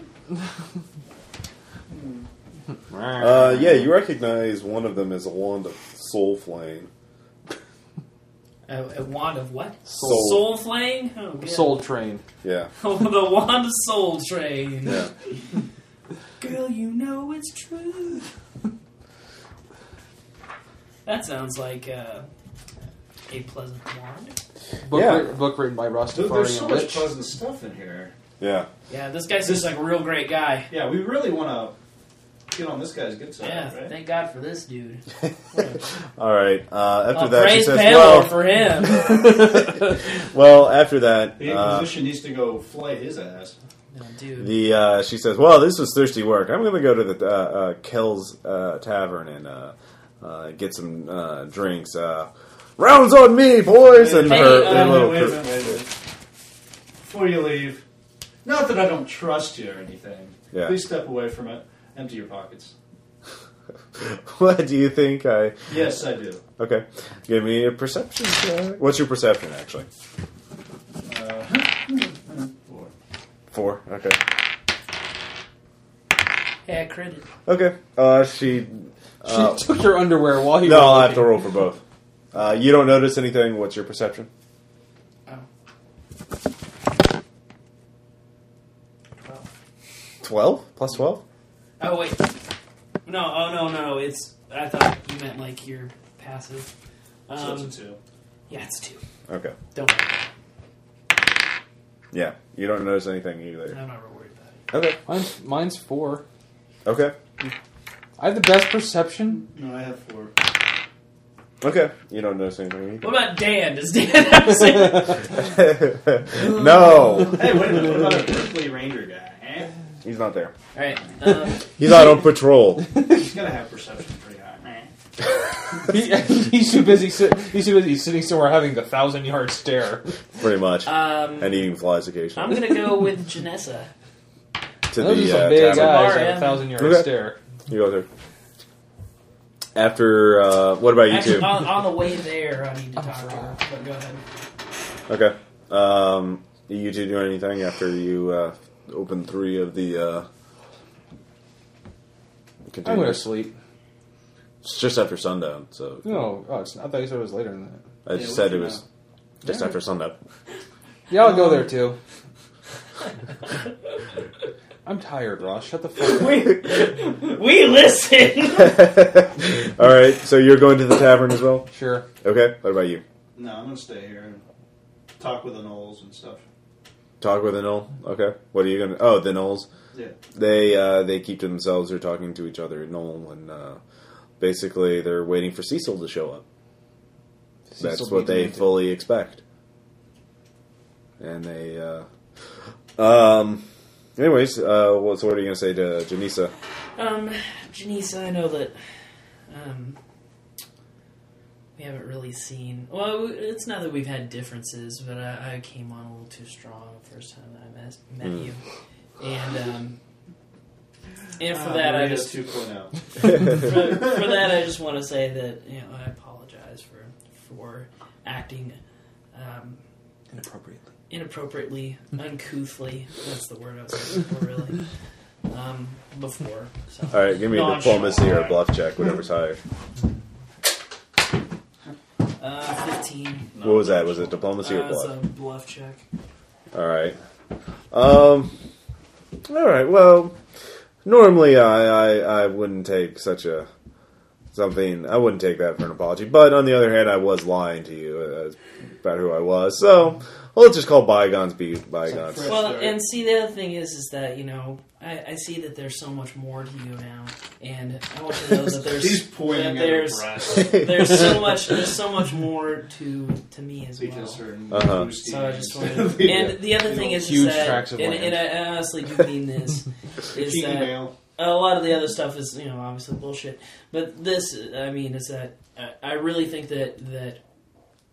Speaker 1: Uh, yeah, you recognize one of them as a wand of soul flame.
Speaker 4: A, a wand of what?
Speaker 1: Soul.
Speaker 4: Soul flame? Oh, good.
Speaker 3: Soul Train.
Speaker 1: Yeah,
Speaker 4: Oh, the wand of soul train.
Speaker 1: yeah.
Speaker 4: Girl, you know it's true. that sounds like uh, a pleasant wand.
Speaker 3: Book,
Speaker 1: Yeah.
Speaker 3: writ- book written by
Speaker 11: Dude,
Speaker 3: Rastafarian
Speaker 11: there's so much
Speaker 3: Witch.
Speaker 11: pleasant stuff in here.
Speaker 1: yeah.
Speaker 4: Yeah, this guy seems like a real great guy.
Speaker 11: Yeah, we really want to get on this guy's good side,
Speaker 4: yeah,
Speaker 11: right?
Speaker 4: thank God for this dude.
Speaker 1: All right. Uh, after
Speaker 4: Oh,
Speaker 1: that, she
Speaker 4: praise
Speaker 1: says,
Speaker 4: Baylor
Speaker 1: "Well,
Speaker 4: for him.
Speaker 1: well." After that,
Speaker 11: The
Speaker 1: uh,
Speaker 11: Inquisition needs to go flay his ass.
Speaker 4: Oh, dude.
Speaker 1: the uh, she says, "Well, this was thirsty work. I'm going to go to the uh, uh, Kell's uh, Tavern and uh, uh, get some uh, drinks. Uh, rounds on me, boys!" And
Speaker 4: Hey,
Speaker 1: her,
Speaker 4: uh,
Speaker 1: her little
Speaker 11: wait a
Speaker 1: cr-
Speaker 11: minute, wait a minute. Before you leave, not that I don't trust you or anything.
Speaker 1: Yeah.
Speaker 11: Please step away from it. Empty your pockets.
Speaker 1: what do you think? I
Speaker 11: Yes, I do.
Speaker 1: okay. Give me a perception check. What's your perception actually?
Speaker 11: Uh, four.
Speaker 1: Four. Okay.
Speaker 4: Hey, I critted.
Speaker 1: Okay. Uh, she. Uh,
Speaker 3: she took your underwear while you
Speaker 1: no,
Speaker 3: were
Speaker 1: I'll have to
Speaker 3: looking.
Speaker 1: roll for both. Uh, you don't notice anything. What's your perception?
Speaker 4: Oh.
Speaker 1: Twelve plus twelve.
Speaker 4: Oh wait. No, oh no, no, it's I thought you meant like your passive.
Speaker 11: So
Speaker 4: Um,
Speaker 11: it's a two.
Speaker 4: yeah, it's two.
Speaker 1: Okay.
Speaker 4: Don't worry.
Speaker 1: Yeah, you don't notice anything either.
Speaker 4: I'm not real worried about it.
Speaker 1: Okay.
Speaker 3: Mine's, mine's four.
Speaker 1: Okay.
Speaker 3: I have the best perception.
Speaker 11: No, I have four.
Speaker 1: Okay. You don't notice anything
Speaker 4: What about Dan? Does Dan have a
Speaker 1: either. no,
Speaker 11: Hey, wait a minute. What about a prickly ranger guy? Eh?
Speaker 1: he's not there.
Speaker 4: Alright. Um,
Speaker 1: He's out on patrol.
Speaker 11: He's gonna have perception pretty high. Eh?
Speaker 3: He- he's too busy. Sit, he's too busy sitting somewhere having the thousand yard stare.
Speaker 1: Pretty much.
Speaker 4: um
Speaker 1: and eating flies
Speaker 4: I'm
Speaker 1: occasionally.
Speaker 4: gonna go with Janessa.
Speaker 1: To
Speaker 3: Those are
Speaker 1: the
Speaker 3: some
Speaker 1: uh,
Speaker 3: big
Speaker 1: tavern.
Speaker 3: eyes.
Speaker 4: Bar,
Speaker 3: have
Speaker 4: yeah.
Speaker 3: a thousand yard
Speaker 1: Okay.
Speaker 3: stare.
Speaker 1: You go there. After uh, what about you
Speaker 4: Actually
Speaker 1: two?
Speaker 4: on, on the way there I need to talk to her. But go ahead.
Speaker 1: Okay. Um, you two do anything after you uh, open three of the? Uh,
Speaker 3: I'm gonna
Speaker 1: containers?
Speaker 3: sleep.
Speaker 1: It's just after sundown, so
Speaker 3: No, oh, it's, I thought you said it was later than that.
Speaker 1: I just
Speaker 11: Yeah,
Speaker 1: said it
Speaker 11: we'll
Speaker 1: was just
Speaker 3: Yeah.
Speaker 1: after sundown.
Speaker 3: Yeah, I'll go there too. I'm tired, Ross. Shut the fuck up.
Speaker 4: We listen.
Speaker 1: All right, so you're going to the tavern as well.
Speaker 3: Sure.
Speaker 1: Okay. What about you?
Speaker 11: No, I'm gonna stay here and talk with the Knowles and stuff.
Speaker 1: Talk with the knoll. Okay. What are you gonna? Oh, the knolls.
Speaker 11: Yeah.
Speaker 1: They uh, they keep to themselves. They're talking to each other. Knoll and uh, basically they're waiting for Cecil to show up. That's
Speaker 3: Cecil
Speaker 1: what
Speaker 3: B.
Speaker 1: they
Speaker 3: Demented.
Speaker 1: fully expect. And they, uh, um, anyways, uh, what, so what are you gonna say to Janissa?
Speaker 4: Um, Janice, I know that um, we haven't really seen. Well, it's not that we've had differences, but I, I came on a little too strong the first time that I mes- met
Speaker 1: Mm.
Speaker 4: you, and um, and for
Speaker 11: Uh,
Speaker 4: that I
Speaker 11: Maria oh.
Speaker 4: just
Speaker 11: 2.0.
Speaker 4: for, for that I just want to say that you know I apologize for for acting. Um,
Speaker 3: Inappropriately.
Speaker 4: inappropriately, uncouthly. That's the word I was looking for, really. Um, before. So.
Speaker 1: All right, give me a
Speaker 4: Nonchalant.
Speaker 1: diplomacy or a bluff check, whatever's higher.
Speaker 4: Uh, 15.
Speaker 1: What was that? Was it diplomacy or
Speaker 4: Uh, it's a
Speaker 1: bluff?
Speaker 4: bluff check.
Speaker 1: All right. Um. All right. Well, normally I I, I wouldn't take such a something. I wouldn't take that for an apology. But on the other hand, I was lying to you uh, about who I was. So well, let's just call bygones be bygones.
Speaker 2: It's like
Speaker 4: Well,
Speaker 2: Sure.
Speaker 4: and see, the other thing is, is that you know, I, I see that there's so much more to you now, and I want to know that there's
Speaker 2: He's pointing at
Speaker 4: that
Speaker 2: her
Speaker 4: there's
Speaker 2: breast
Speaker 4: there's so much there's so much more to to me as well.
Speaker 2: because her
Speaker 1: Uh-huh.
Speaker 2: boosty
Speaker 4: So I just
Speaker 2: is-
Speaker 4: wanted,
Speaker 2: the
Speaker 4: and the other thing is, is
Speaker 3: Huge
Speaker 4: that,
Speaker 3: tracts of
Speaker 4: and,
Speaker 3: land.
Speaker 4: and I honestly do mean this, is
Speaker 2: cheeky
Speaker 4: that
Speaker 2: male.
Speaker 4: a lot of the other stuff is you know obviously bullshit but this i mean is that I- i really think that that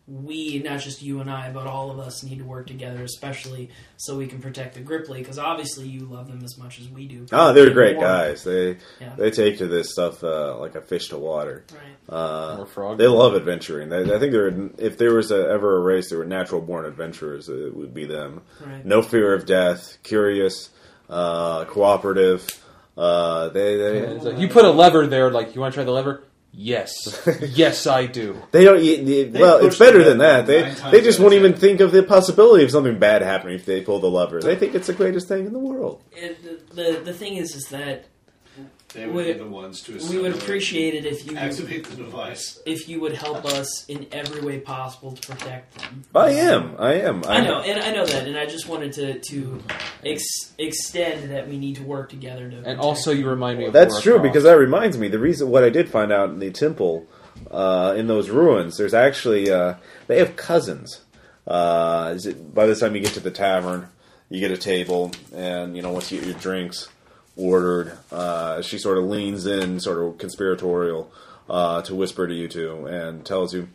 Speaker 4: we not just you and i but all of us need to work together especially so we can protect the gripply because obviously you love them as much as we do
Speaker 1: Oh, they're
Speaker 4: Even
Speaker 1: great
Speaker 4: more.
Speaker 1: guys. They
Speaker 4: Yeah.
Speaker 1: they take to this stuff uh, like a fish to water.
Speaker 4: right
Speaker 1: Uh,
Speaker 3: Or frog.
Speaker 1: They love adventuring. They, I think there, were, if there was a, ever a race that were natural born adventurers, it would be them.
Speaker 4: right
Speaker 1: No fear of death, curious, uh, cooperative. Uh, they they,
Speaker 3: It's like, you put a lever there. Like you want to try the lever? Yes, yes, I do.
Speaker 1: they don't. eat- They, well, it's
Speaker 2: push
Speaker 1: better
Speaker 2: the
Speaker 1: than that. They
Speaker 2: nine times
Speaker 1: they just
Speaker 2: out of
Speaker 1: won't
Speaker 2: ten.
Speaker 1: even think of the possibility of something bad happening if they pull the lever. They think it's the greatest thing in the world.
Speaker 4: It- the, the thing is is that
Speaker 2: They would
Speaker 4: We-
Speaker 2: be the ones to
Speaker 4: we would
Speaker 2: assimilate.
Speaker 4: appreciate it if you
Speaker 2: activate the device.
Speaker 4: if you would help us in every way possible to protect them
Speaker 1: I am. I am.
Speaker 4: I know, and I know that, and I just wanted to to ex- extend that we need to work together to.
Speaker 3: And also, you remind me. of
Speaker 1: That's
Speaker 3: Lara
Speaker 1: true
Speaker 3: Croft.
Speaker 1: because that reminds me the reason what I did find out in the temple uh, in those ruins. There's actually uh, they have cousins. Uh, is it, by the time you get to the tavern, you get a table, and you know once you get your drinks ordered, uh, she sort of leans in, sort of conspiratorial, uh, to whisper to you two and tells you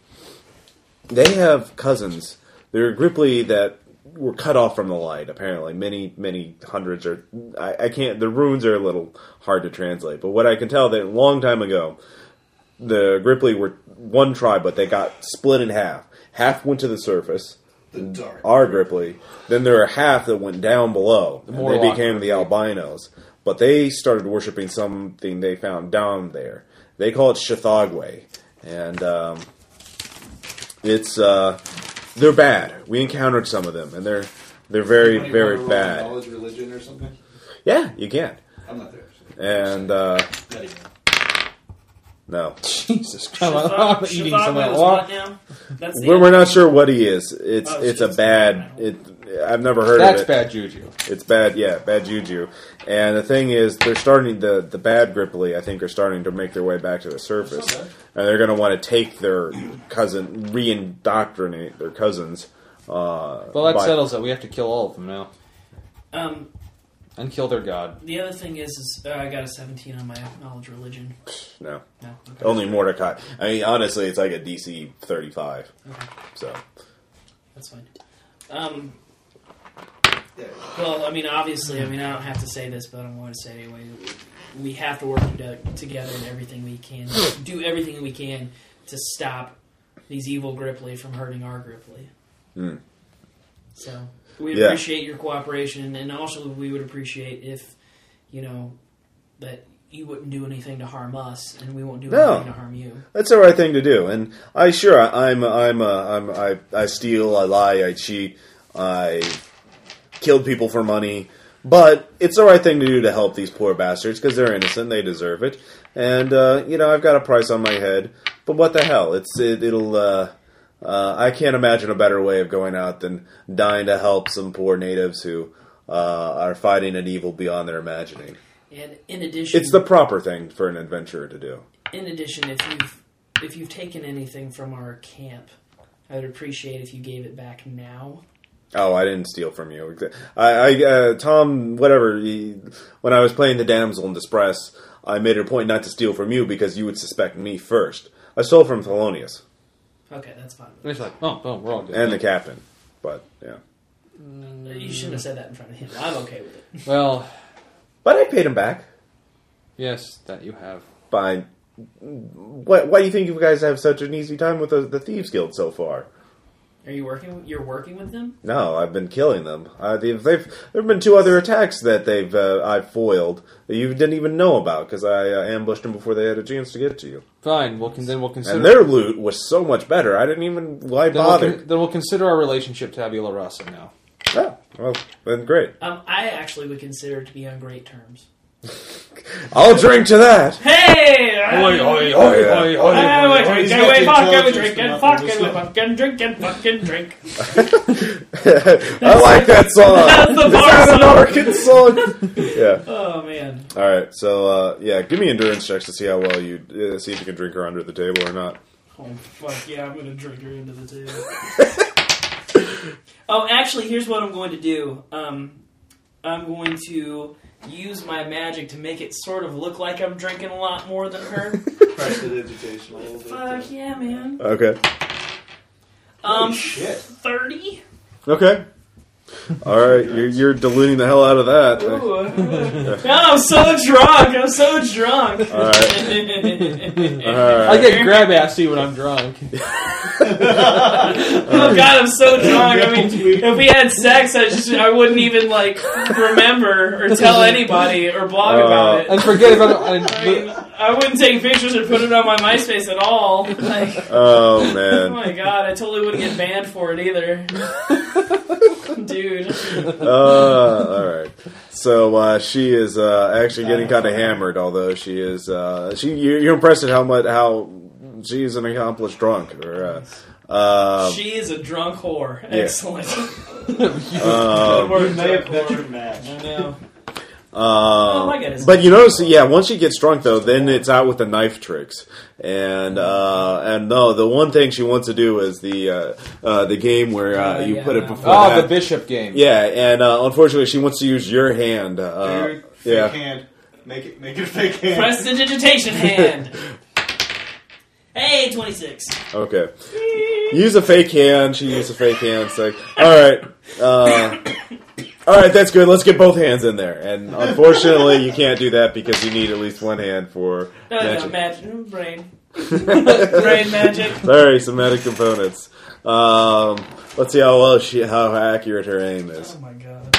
Speaker 1: they have cousins. They're Gripply that were cut off from the light. Apparently, many many hundreds or I, I can't. The runes are a little hard to translate, but what I can tell that a long time ago, the Gripply were one tribe, but they got split in half. Half went to the surface.
Speaker 2: The dark.
Speaker 1: Our Gripply. Then there are half that went down below. and they
Speaker 3: Morlock
Speaker 1: became the albinos. But they started worshiping something they found down there. They call it Shathagwe. And um, it's uh, they're bad. We encountered some of them and they're they're very,
Speaker 2: Anybody
Speaker 1: very
Speaker 2: wanna roll
Speaker 1: bad.
Speaker 2: Knowledge, religion, or something.
Speaker 1: Yeah, you can.
Speaker 2: I'm not there. so-
Speaker 1: And uh,
Speaker 2: Not even.
Speaker 1: no.
Speaker 3: Jesus Christ,
Speaker 4: Shafak-
Speaker 3: I'm eating
Speaker 4: Shafak
Speaker 3: some of that.
Speaker 4: was
Speaker 3: Lara-
Speaker 4: what now? That's the
Speaker 1: We're, we're not sure what he is. It's
Speaker 4: Oh,
Speaker 1: it's
Speaker 4: so
Speaker 1: a
Speaker 4: it's-
Speaker 1: bad it I've never heard of
Speaker 3: That's
Speaker 1: it.
Speaker 3: bad juju.
Speaker 1: It's bad, yeah, bad juju. And the thing is, they're starting the the bad Gripply. I think are starting to make their way back to the surface, and they're going to want to take their cousin, reindoctrinate their cousins. Uh,
Speaker 3: Well, that
Speaker 1: by-
Speaker 3: settles it. We have to kill all of them now
Speaker 4: Um,
Speaker 3: and kill their god.
Speaker 4: the other thing is, is uh, I got a 17 on my knowledge religion.
Speaker 1: No,
Speaker 4: No, okay.
Speaker 1: only Mordecai. I mean, honestly, it's like a DC thirty five.
Speaker 4: Okay,
Speaker 1: So
Speaker 4: that's fine. Um,
Speaker 2: Yeah.
Speaker 4: well, I mean, obviously, I mean, I don't have to say this, but I'm going to say it anyway. We have to work to- together in everything we can, do everything we can to stop these evil Gripply from hurting our Gripply.
Speaker 1: Hmm.
Speaker 4: So we
Speaker 1: Yeah.
Speaker 4: appreciate your cooperation, and also we would appreciate if you know that you wouldn't do anything to harm us, and we won't do
Speaker 1: No.
Speaker 4: anything to harm you.
Speaker 1: that's the right thing to do. And I sure, I, I'm, I'm, uh, I'm, I, I steal, I lie, I cheat, I killed people for money. But it's the right thing to do to help these poor bastards because they're innocent, they deserve it. And uh, you know, I've got a price on my head. But what the hell? It's it, it'll. Uh, uh, I can't imagine a better way of going out than dying to help some poor natives who uh, are fighting an evil beyond their imagining.
Speaker 4: And in addition,
Speaker 1: It's the proper thing for an adventurer to do.
Speaker 4: in addition, if you've if you've taken anything from our camp, I would appreciate if you gave it back now.
Speaker 1: Oh, I didn't steal from you. I, I uh, Tom, whatever. He, when I was playing the damsel in distress, I made it a point not to steal from you because you would suspect me first. I stole from Thelonious
Speaker 4: Okay, that's fine.
Speaker 3: And it's like, oh, oh, we're all good.
Speaker 1: and the captain, but yeah.
Speaker 4: You shouldn't have said that in front of him. I'm okay with it.
Speaker 3: well,
Speaker 1: But I paid him back
Speaker 3: yes, that you have.
Speaker 1: by. Why, why do you think you guys have such an easy time with the, the thieves guild so far?
Speaker 4: Are you working? You're working with them?
Speaker 1: No, I've been killing them. Uh, they've, they've there've been two other attacks that they've uh, I've foiled that you didn't even know about because I uh, ambushed them before they had a chance to get to you.
Speaker 3: Fine. We'll con- then we'll consider.
Speaker 1: And their loot was so much better. I didn't even why
Speaker 3: then, we'll
Speaker 1: bother.
Speaker 3: con- then we'll consider our relationship tabula rasa now.
Speaker 1: Oh, well, then great.
Speaker 4: Um, I actually would consider it to be on great terms.
Speaker 1: I'll drink to that.
Speaker 4: Hey! I-
Speaker 3: Oi, oi, oi, oi, oi,
Speaker 4: I
Speaker 3: oi,
Speaker 4: would
Speaker 3: oi.
Speaker 4: drink,
Speaker 2: he's
Speaker 4: I
Speaker 2: got
Speaker 4: would
Speaker 2: the
Speaker 4: fuck, I
Speaker 2: intelligence
Speaker 4: would drink,
Speaker 2: to
Speaker 4: and
Speaker 2: not
Speaker 4: fuck,
Speaker 2: lose
Speaker 4: I would
Speaker 2: that.
Speaker 4: fucking drink, and fucking drink.
Speaker 1: I like that song.
Speaker 4: That's the
Speaker 1: Is
Speaker 4: bar
Speaker 1: that an
Speaker 4: song.
Speaker 1: Arkansas song? yeah.
Speaker 4: Oh man.
Speaker 1: All right. So uh, yeah, give me endurance checks to see how well you uh, see if you can drink her under the table or not.
Speaker 4: Oh fuck yeah, I'm gonna drink her into the table. oh, actually, here's what I'm going to do. Um, I'm going to use my magic to make it sort of look like I'm drinking a lot more than her.
Speaker 2: Press it education a little bit.
Speaker 4: fuck yeah, man.
Speaker 1: Okay.
Speaker 4: Um,
Speaker 2: Shit.
Speaker 4: thirty.
Speaker 1: Okay. All right. You're you're diluting the hell out of that.
Speaker 4: Ooh, uh, no, I'm so drunk. I'm so drunk.
Speaker 1: All right. All
Speaker 3: I
Speaker 1: right.
Speaker 3: get grab assy when I'm drunk.
Speaker 4: Oh god, I'm so drunk. I mean, if we had sex, I just I wouldn't even like remember or tell anybody or blog
Speaker 1: Uh,
Speaker 4: about it.
Speaker 3: And forget about it.
Speaker 4: I mean, I wouldn't take pictures or put it on my MySpace at all. Like,
Speaker 1: Oh
Speaker 4: oh
Speaker 1: man.
Speaker 4: my god, I totally wouldn't get banned for it either. Dude.
Speaker 1: Uh, all right. So uh, she is uh, actually getting kind of hammered, although she is. Uh, she you're, you're impressed at how much how she's an accomplished drunk. Or, uh, um,
Speaker 4: she is a drunk whore.
Speaker 1: yeah.
Speaker 4: Excellent.
Speaker 1: um,
Speaker 4: Good word,
Speaker 2: You may
Speaker 4: drunk
Speaker 2: have bet
Speaker 4: whore.
Speaker 2: your match.
Speaker 4: I know.
Speaker 1: Um,
Speaker 4: Oh, I get it.
Speaker 1: But you notice, yeah, once she gets drunk though, then it's out with the knife tricks, and uh, and no, the one thing she wants to do is the uh, uh, the game where uh,
Speaker 4: Oh,
Speaker 1: you
Speaker 4: yeah,
Speaker 1: put it
Speaker 4: no.
Speaker 1: before
Speaker 3: Oh,
Speaker 1: that.
Speaker 3: the bishop game.
Speaker 1: yeah, and uh, unfortunately, she wants to use your hand. Uh,
Speaker 2: Dude, fake
Speaker 1: yeah,
Speaker 2: hand. Make it, make it a fake hand.
Speaker 4: Press the digitation hand. Hey, 26.
Speaker 1: okay. Use a fake hand. She used a fake hand. It's like, all right, uh, all right, that's good. Let's get both hands in there. And unfortunately, you can't do that because you need at least one hand for
Speaker 4: No,
Speaker 1: magic.
Speaker 4: no, magic. Brain. Brain magic.
Speaker 1: Sorry, somatic components. Um, let's see how well she, how accurate her aim is.
Speaker 4: Oh my god.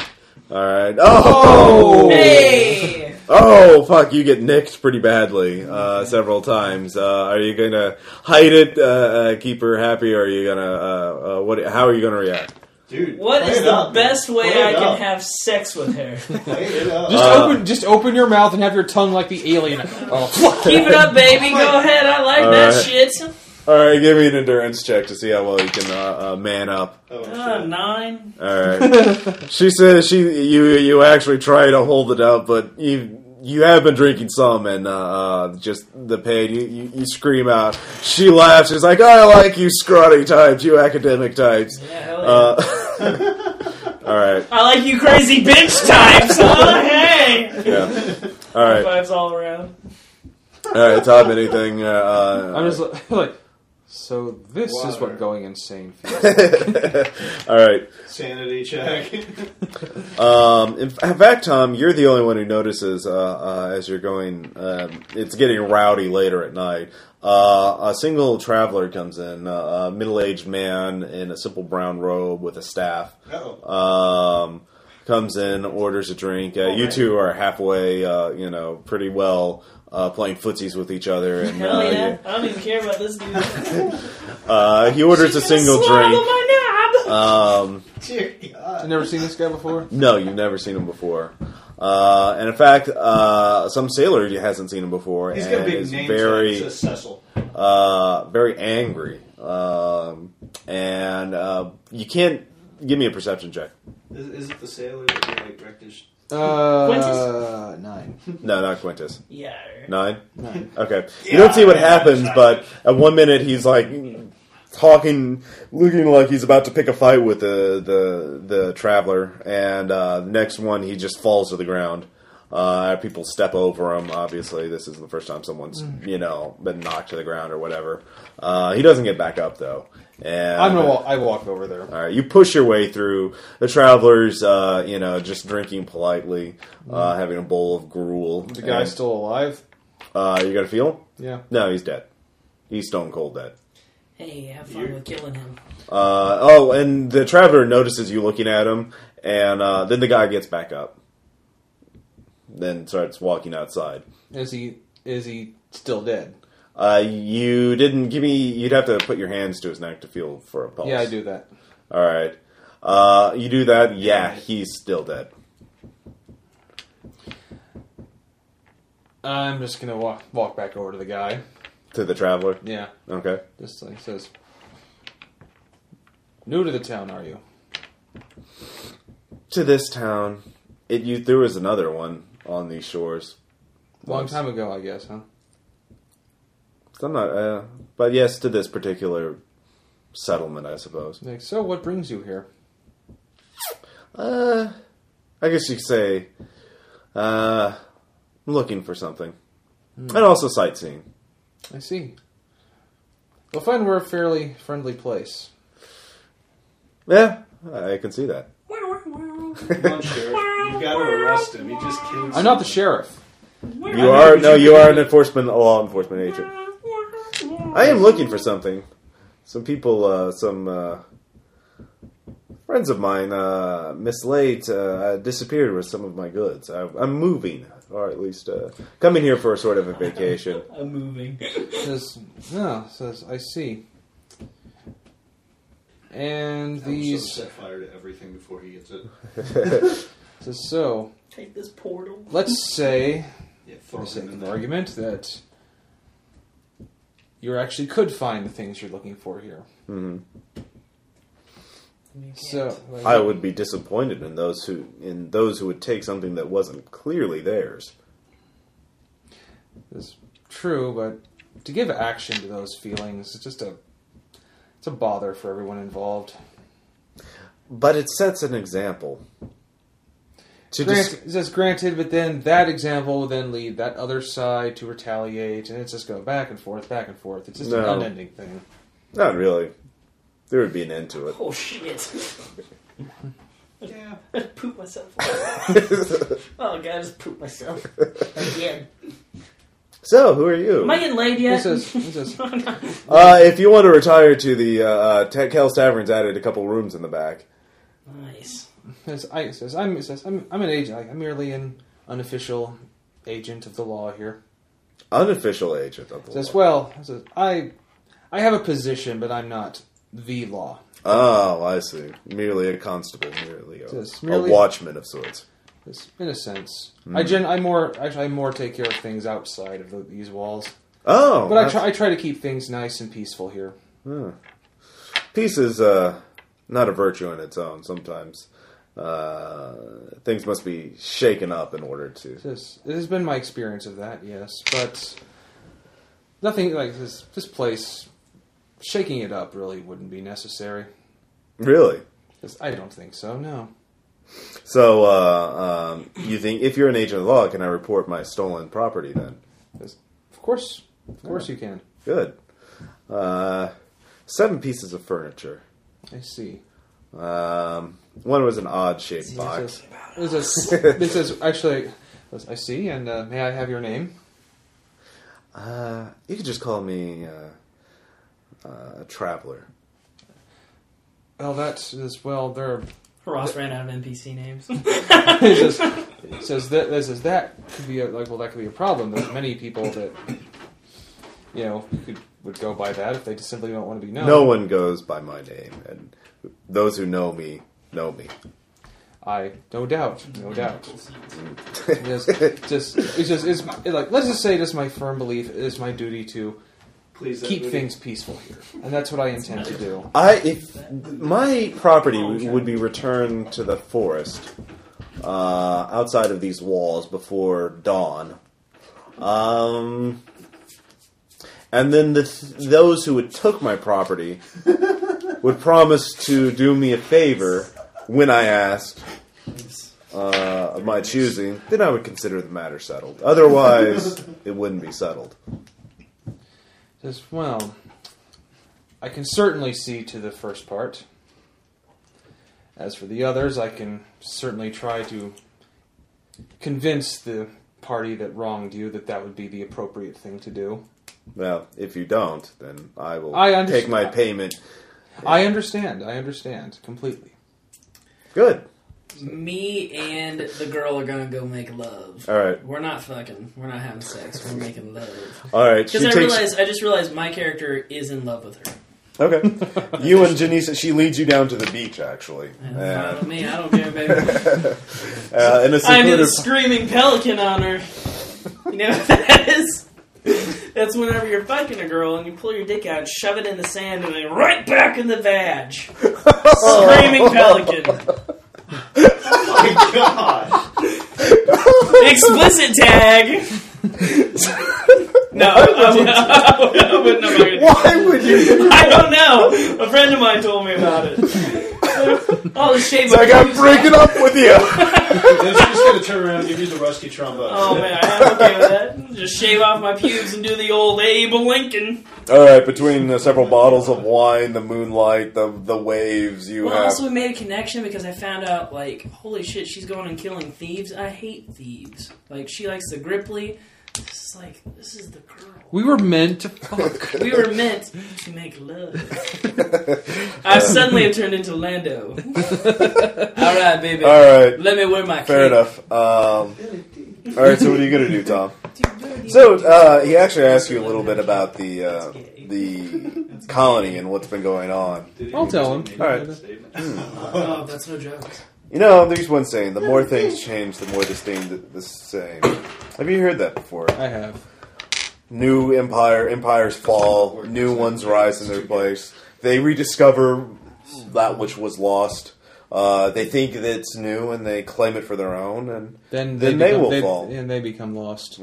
Speaker 1: All right. Oh,
Speaker 4: Hey!
Speaker 1: oh, fuck! You get nicked pretty badly uh, several times. Uh, are you gonna hide it, uh, uh, keep her happy, or are you gonna uh, uh, what? How are you gonna react?
Speaker 2: Dude,
Speaker 4: What
Speaker 2: play
Speaker 4: is
Speaker 2: it
Speaker 4: the
Speaker 2: up.
Speaker 4: best way
Speaker 2: Play
Speaker 4: I
Speaker 2: it
Speaker 4: can
Speaker 2: up.
Speaker 4: have sex with her?
Speaker 2: Play it up.
Speaker 3: Just
Speaker 1: Uh,
Speaker 3: open, just open your mouth and have your tongue like the alien. Oh,
Speaker 4: Keep it up, baby. Go ahead. I like
Speaker 1: All
Speaker 4: that
Speaker 1: right.
Speaker 4: shit.
Speaker 1: All right, give me an endurance check to see how well you can uh, uh, man up.
Speaker 2: oh, shit.
Speaker 4: Uh, nine.
Speaker 1: All right. she says she you you actually try to hold it out, but you you have been drinking some, and uh, uh, just the pain. You, you you scream out. She laughs. She's like, "I like you, scrawny types, you academic types."
Speaker 4: Yeah, hell yeah.
Speaker 1: Uh, all right.
Speaker 4: I like you crazy bitch types. huh? hey!
Speaker 1: Yeah. All right.
Speaker 4: Vibes all around.
Speaker 1: All right. Top anything. Uh, uh,
Speaker 3: I'm just like, like, so this is
Speaker 2: Water.
Speaker 3: what going insane feels.
Speaker 1: all right.
Speaker 2: Sanity check.
Speaker 1: Um, in f- in fact, Tom, you're the only one who notices uh, uh, as you're going. Um, it's getting rowdy later at night. Uh, a single traveler comes in, uh, a middle-aged man in a simple brown robe with a staff.
Speaker 2: Uh-oh.
Speaker 1: Um, comes in, orders a drink. Uh, you two are halfway, uh, you know, pretty well uh, playing footsies with each other. And
Speaker 4: Hell
Speaker 1: uh,
Speaker 4: yeah.
Speaker 1: yeah.
Speaker 4: I don't even care about this dude.
Speaker 1: uh, he orders a single
Speaker 4: Swallow
Speaker 1: drink.
Speaker 4: my knob.
Speaker 1: Um,
Speaker 2: Dear God.
Speaker 3: I've never seen this guy before.
Speaker 1: No, you've never seen him before. Uh, and in fact, uh, some sailor hasn't seen him before,
Speaker 2: He's got a
Speaker 1: and
Speaker 2: big
Speaker 1: is
Speaker 2: name
Speaker 1: very,
Speaker 2: tag. It says Cecil.
Speaker 1: uh, very angry. Um, and uh, you can't give me a perception check.
Speaker 2: Is, is it the sailor that you like wrecked his...
Speaker 3: Uh, nine.
Speaker 1: No, not Quintus.
Speaker 4: yeah.
Speaker 1: Nine.
Speaker 3: Nine.
Speaker 1: Okay. You don't see what happens, but at one minute he's like talking, looking like he's about to pick a fight with the the, the traveler, and uh, the next one he just falls to the ground. Uh, people step over him. Obviously, this isn't the first time someone's
Speaker 3: Mm.
Speaker 1: you know been knocked to the ground or whatever. Uh, he doesn't get back up though. And
Speaker 3: I'm gonna walk, I walk over there.
Speaker 1: all right, you push your way through the travelers. Uh, you know, just drinking politely, uh, having a bowl of gruel.
Speaker 3: Mm. The guy's
Speaker 1: And,
Speaker 3: still alive.
Speaker 1: uh, you got a feel?
Speaker 3: Yeah.
Speaker 1: No, he's dead. He's stone cold dead.
Speaker 4: Hey, have fun with killing him.
Speaker 1: Uh, oh, and the traveler notices you looking at him, and uh, then the guy gets back up, then starts walking outside.
Speaker 3: Is he? Is he still dead?
Speaker 1: Uh, you didn't give me. You'd have to put your hands to his neck to feel for a pulse.
Speaker 3: Yeah, I do that.
Speaker 1: All right. Uh, you do that. Yeah, he's still dead.
Speaker 3: I'm just gonna walk walk back over to the guy.
Speaker 1: To the traveler.
Speaker 3: Yeah,
Speaker 1: Okay.
Speaker 3: just like says, new to the town, are you?
Speaker 1: To this town. It you there was another one on these shores.
Speaker 3: Long time ago, I guess, huh?
Speaker 1: So I'm not uh, but yes, to this particular settlement, I suppose.
Speaker 3: Like, so what brings you here?
Speaker 1: Uh I guess you could say uh I'm looking for something. And also sightseeing.
Speaker 3: I see. You'll find we're a fairly friendly place.
Speaker 1: Yeah, I can see that.
Speaker 2: Come on, Sheriff. You gotta arrest him. He just killed
Speaker 3: I'm not the sheriff.
Speaker 1: You are no, you are an enforcement a law enforcement agent. I am looking for something. Some people, uh, some uh, friends of mine, uh, mislaid, uh, disappeared with some of my goods. I, I'm moving, or at least uh, coming here for a sort of a vacation.
Speaker 4: I'm moving.
Speaker 3: Says no. Says I see. And these
Speaker 2: set fire to everything before he gets it.
Speaker 3: says so.
Speaker 4: Take this portal.
Speaker 3: Let's say,
Speaker 2: Yeah,
Speaker 3: for
Speaker 2: throw
Speaker 3: the sake
Speaker 2: him
Speaker 3: of
Speaker 2: in
Speaker 3: the
Speaker 2: there.
Speaker 3: argument, that you actually could find the things you're looking for here.
Speaker 1: hmm
Speaker 3: So
Speaker 1: I would be disappointed in those who in those who would take something that wasn't clearly theirs.
Speaker 3: It's true, but to give action to those feelings is just a it's a bother for everyone involved.
Speaker 1: But it sets an example. To
Speaker 3: Grant,
Speaker 1: dis-
Speaker 3: it says granted, but then that example will then lead that other side to retaliate, and it's just go back and forth, back and forth. It's just
Speaker 1: No.
Speaker 3: an unending thing.
Speaker 1: not really. There would be an end to it.
Speaker 4: Oh shit!
Speaker 2: Yeah.
Speaker 4: I poop myself. oh god, I just pooped myself again.
Speaker 1: so, who are you?
Speaker 4: Am I getting laid
Speaker 3: It
Speaker 4: yet?
Speaker 3: says, it says
Speaker 1: Uh, if you want to retire to the uh, uh, Ta- Kells Tavern's added a couple rooms in the back.
Speaker 4: nice.
Speaker 3: Says, I, it says, I'm, it says, I'm, I'm an agent. Like, I'm merely an unofficial agent of the law here.
Speaker 1: Unofficial agent of the
Speaker 3: It says,
Speaker 1: law.
Speaker 3: well, it says, I, I have a position, but I'm not the law.
Speaker 1: Oh, I see. Merely a constable, merely a,
Speaker 3: Just merely-
Speaker 1: a watchman of sorts.
Speaker 3: It says, in a sense, I gen, I more actually I more take care of things outside of the, these walls,
Speaker 1: Oh,
Speaker 3: but I
Speaker 1: that's-
Speaker 3: try, I try to keep things nice and peaceful here.
Speaker 1: peace is uh, not a virtue in its own. Sometimes uh, things must be shaken up in order to.
Speaker 3: It says, it has been my experience of that, yes, but nothing like this. This place, shaking it up really wouldn't be necessary.
Speaker 1: Really.
Speaker 3: It says, I don't think so. No.
Speaker 1: So, uh, um, you think if you're an agent of the law, can I report my stolen property then?
Speaker 3: Says, Of course, of course you can.
Speaker 1: Good. Uh, seven pieces of furniture.
Speaker 3: I see.
Speaker 1: Um, one was an odd shaped
Speaker 3: It
Speaker 1: box.
Speaker 3: says, it says, it says actually, it says, I see, and uh, may I have your name?
Speaker 1: Uh, you could just call me uh, uh, Traveler.
Speaker 3: Well, that is well. There
Speaker 4: Ross ran out of NPC names.
Speaker 3: it says, it says that it says that could be a, like well that could be a problem. There's many people that you know could, would go by that if they just simply don't want to be known.
Speaker 1: No one goes by my name, and those who know me know me.
Speaker 3: I no doubt, no doubt. Just, just it's just it's my, like let's just say it is my firm belief. It is my duty to
Speaker 2: Please
Speaker 3: keep
Speaker 2: everybody.
Speaker 3: things peaceful here, and that's what I intend to do.
Speaker 1: I if my property would be returned to the forest uh, outside of these walls before dawn, um, and then the th- those who had took my property would promise to do me a favor when I asked uh, of my choosing. Then I would consider the matter settled. Otherwise, it wouldn't be settled.
Speaker 3: Just well, I can certainly see to the first part. As for the others, I can certainly try to convince the party that wronged you that that would be the appropriate thing to do.
Speaker 1: Well, if you don't, then I will
Speaker 3: I
Speaker 1: take my
Speaker 3: understand.
Speaker 1: payment.
Speaker 3: I understand. I understand completely.
Speaker 1: Good.
Speaker 4: Me and the girl are gonna go make love.
Speaker 1: All right.
Speaker 4: We're not fucking. We're not having sex. We're making love.
Speaker 1: All right.
Speaker 4: Because I realized, I just realized my character is in love with her.
Speaker 1: Okay. you and Janice, she leads you down to the beach, actually.
Speaker 4: And
Speaker 1: And,
Speaker 4: fine with me, I don't care, baby.
Speaker 1: uh, in a
Speaker 4: I'm
Speaker 1: secluded,
Speaker 4: the screaming pelican on her. You know what that is? That's whenever you're fucking a girl and you pull your dick out, shove it in the sand, and then right back in the vag. Screaming pelican.
Speaker 2: My God.
Speaker 4: Explicit tag. No, I wouldn't. I wouldn't. I'm not gonna-
Speaker 1: Why would you?
Speaker 4: I don't know. A friend of mine told me about it. oh, the shade.
Speaker 1: Like I'm breaking up with you.
Speaker 2: Then she's just gonna turn around and give you the rusty trombone.
Speaker 4: Oh man, I'm okay with that. Just shave off my pubes and do the old Abe Lincoln.
Speaker 1: All right, between the several bottles of wine, the moonlight, the the waves, you
Speaker 4: Well,
Speaker 1: have.
Speaker 4: also we made a connection because I found out like, holy shit, she's going and killing thieves. I hate thieves. Like she likes the Gripply. This is like this is the girl.
Speaker 3: We were meant to fuck.
Speaker 4: We were meant to make love. I Uh, suddenly have turned into Lando. All right, baby.
Speaker 1: All right,
Speaker 4: Let me wear my
Speaker 1: fair
Speaker 4: cape.
Speaker 1: enough. Um, all right, so what are you gonna do, Tom? So uh, he actually asked you a little bit about the uh, the colony and what's been going on.
Speaker 2: Did he
Speaker 3: I'll
Speaker 2: just
Speaker 3: tell him. Hmm.
Speaker 2: make
Speaker 1: All right.
Speaker 2: that statement?
Speaker 6: Oh, that's no joke.
Speaker 1: You know, there's one saying: the more things change, the more they stay the same. Have you heard that before?
Speaker 3: I have.
Speaker 1: New empire, empires fall, new ones rise in their place. They rediscover that which was lost. Uh, they think that it's new and they claim it for their own. And
Speaker 3: Then they,
Speaker 1: Then they
Speaker 3: become,
Speaker 1: will fall. Hmm.
Speaker 3: And they become lost.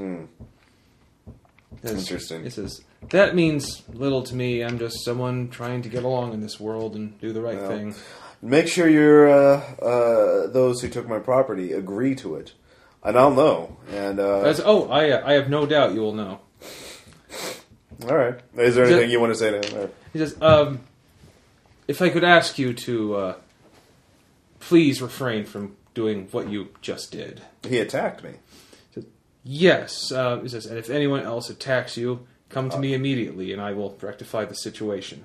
Speaker 3: That's-
Speaker 1: Interesting.
Speaker 3: It says that means little to me. I'm just someone trying to get along in this world and do the right
Speaker 1: Well,
Speaker 3: thing.
Speaker 1: make sure you're uh, uh, those who took my property agree to it, and I'll know. And uh,
Speaker 3: That's, oh, I uh, I have no doubt you will know.
Speaker 1: all right, is there
Speaker 3: Ju-
Speaker 1: anything you want to say to him? Or-
Speaker 3: He says, um, if I could ask you to uh, please refrain from doing what you just did.
Speaker 1: He attacked me.
Speaker 3: Yes, uh, he says, and if anyone else attacks you, come
Speaker 1: Uh,
Speaker 3: to me immediately, and I will rectify the situation.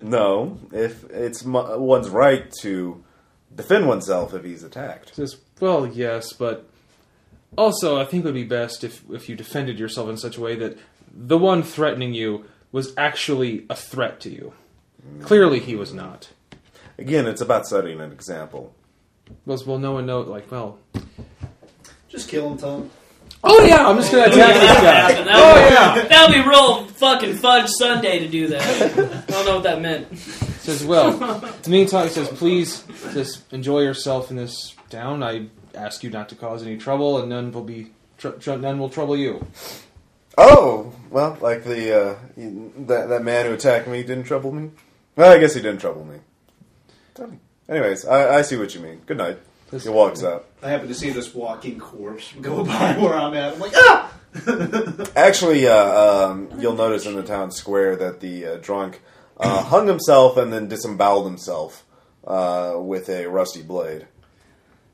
Speaker 1: No, if it's mo- one's right to defend oneself if he's attacked.
Speaker 3: He says, well, yes, but also I think it would be best if if you defended yourself in such a way that the one threatening you was actually a threat to you. Clearly, he was not.
Speaker 1: Again, it's about setting an example.
Speaker 3: Was well, no one knows. Like, well,
Speaker 2: Just kill him, Tom.
Speaker 3: oh yeah, I'm just gonna attack this guy. Oh,
Speaker 4: That'll, be, that'll be real fucking fudge Sunday to do that. I don't know what that meant.
Speaker 3: says, "Well, in the meantime, says, please just enjoy yourself in this town. I ask you not to cause any trouble, and none will be tr- tr- none will trouble you."
Speaker 1: Oh well, like the uh, that that man who attacked me didn't trouble me. Well, I guess he didn't trouble me. Anyways, I, I see what you mean. Good night.
Speaker 3: This-
Speaker 1: He walks out.
Speaker 2: I happen to see this walking corpse go by where I'm at. I'm like, ah!
Speaker 1: Actually, uh, um, you'll notice in the town square that the uh, drunk uh, hung himself and then disemboweled himself uh, with a rusty blade.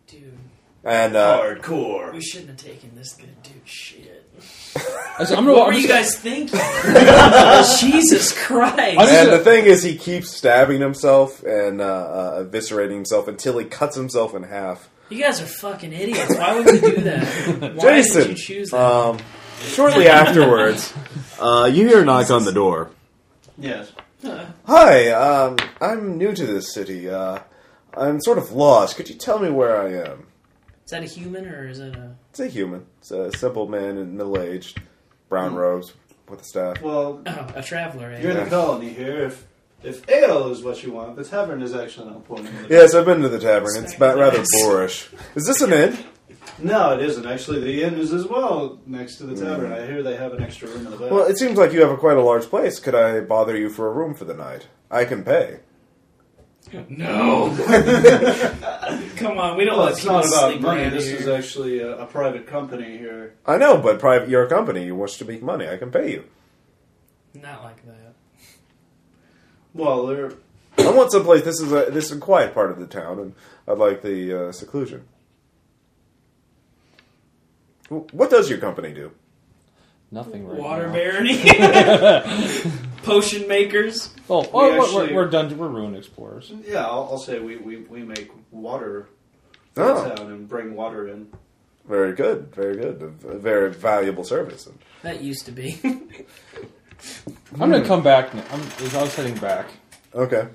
Speaker 4: Dude,
Speaker 1: And uh,
Speaker 2: Hardcore.
Speaker 4: we shouldn't have taken this good dude shit.
Speaker 3: I said, I'm
Speaker 4: What
Speaker 3: I'm
Speaker 4: were you
Speaker 3: just-
Speaker 4: guys thinking? Jesus Christ.
Speaker 3: I'm just-
Speaker 1: and the thing is, he keeps stabbing himself and uh, uh, eviscerating himself until he cuts himself in half.
Speaker 4: You guys are fucking idiots. Why would you do that? Why
Speaker 1: Jason,
Speaker 4: did you choose that?
Speaker 1: Um, shortly afterwards, uh, you hear a knock on the door.
Speaker 2: Yes.
Speaker 1: Hi, um, I'm new to this city. Uh, I'm sort of lost. Could you tell me where I am?
Speaker 4: is that a human or is it a.
Speaker 1: It's a human. It's a simple man in middle aged, brown robes with a staff.
Speaker 2: Well,
Speaker 4: Oh, a traveler, eh?
Speaker 2: you're in the colony here. If if ale is what you want, the tavern is actually not pouring. liquor.
Speaker 1: Yes, I've been to the tavern. It's about rather boorish. Is this an inn?
Speaker 2: No, it isn't. Actually, the inn is as well next to the tavern. I hear they have an extra room in the back.
Speaker 1: Mm. Well, it seems like you have a quite a large place. Could I bother you for a room for the night? I can pay.
Speaker 4: No. Come on, we don't
Speaker 2: Well,
Speaker 4: let
Speaker 2: it's
Speaker 4: people
Speaker 2: not about
Speaker 4: sleep
Speaker 2: money.
Speaker 4: around
Speaker 2: This
Speaker 4: here.
Speaker 2: is actually a, a private company here.
Speaker 1: I know, but private, you're a company. You wish to make money. I can pay you.
Speaker 4: Not like that.
Speaker 2: Well, they're
Speaker 1: I want someplace. This is a this is a quiet part of the town, and I like the uh, seclusion. Wh- What does your company do?
Speaker 3: nothing right
Speaker 4: Water
Speaker 3: now.
Speaker 4: barony. Potion makers.
Speaker 3: Oh, oh,
Speaker 2: We
Speaker 3: we're,
Speaker 2: actually-
Speaker 3: we're, we're done. We're ruin explorers.
Speaker 2: yeah. I'll, I'll say we, we, we make water for the
Speaker 1: Oh,
Speaker 2: town and bring water in.
Speaker 1: very good, very good, a a very valuable service.
Speaker 4: That used to be.
Speaker 3: Hmm. I'm gonna come back. n- I'm, I was heading back.
Speaker 1: Okay.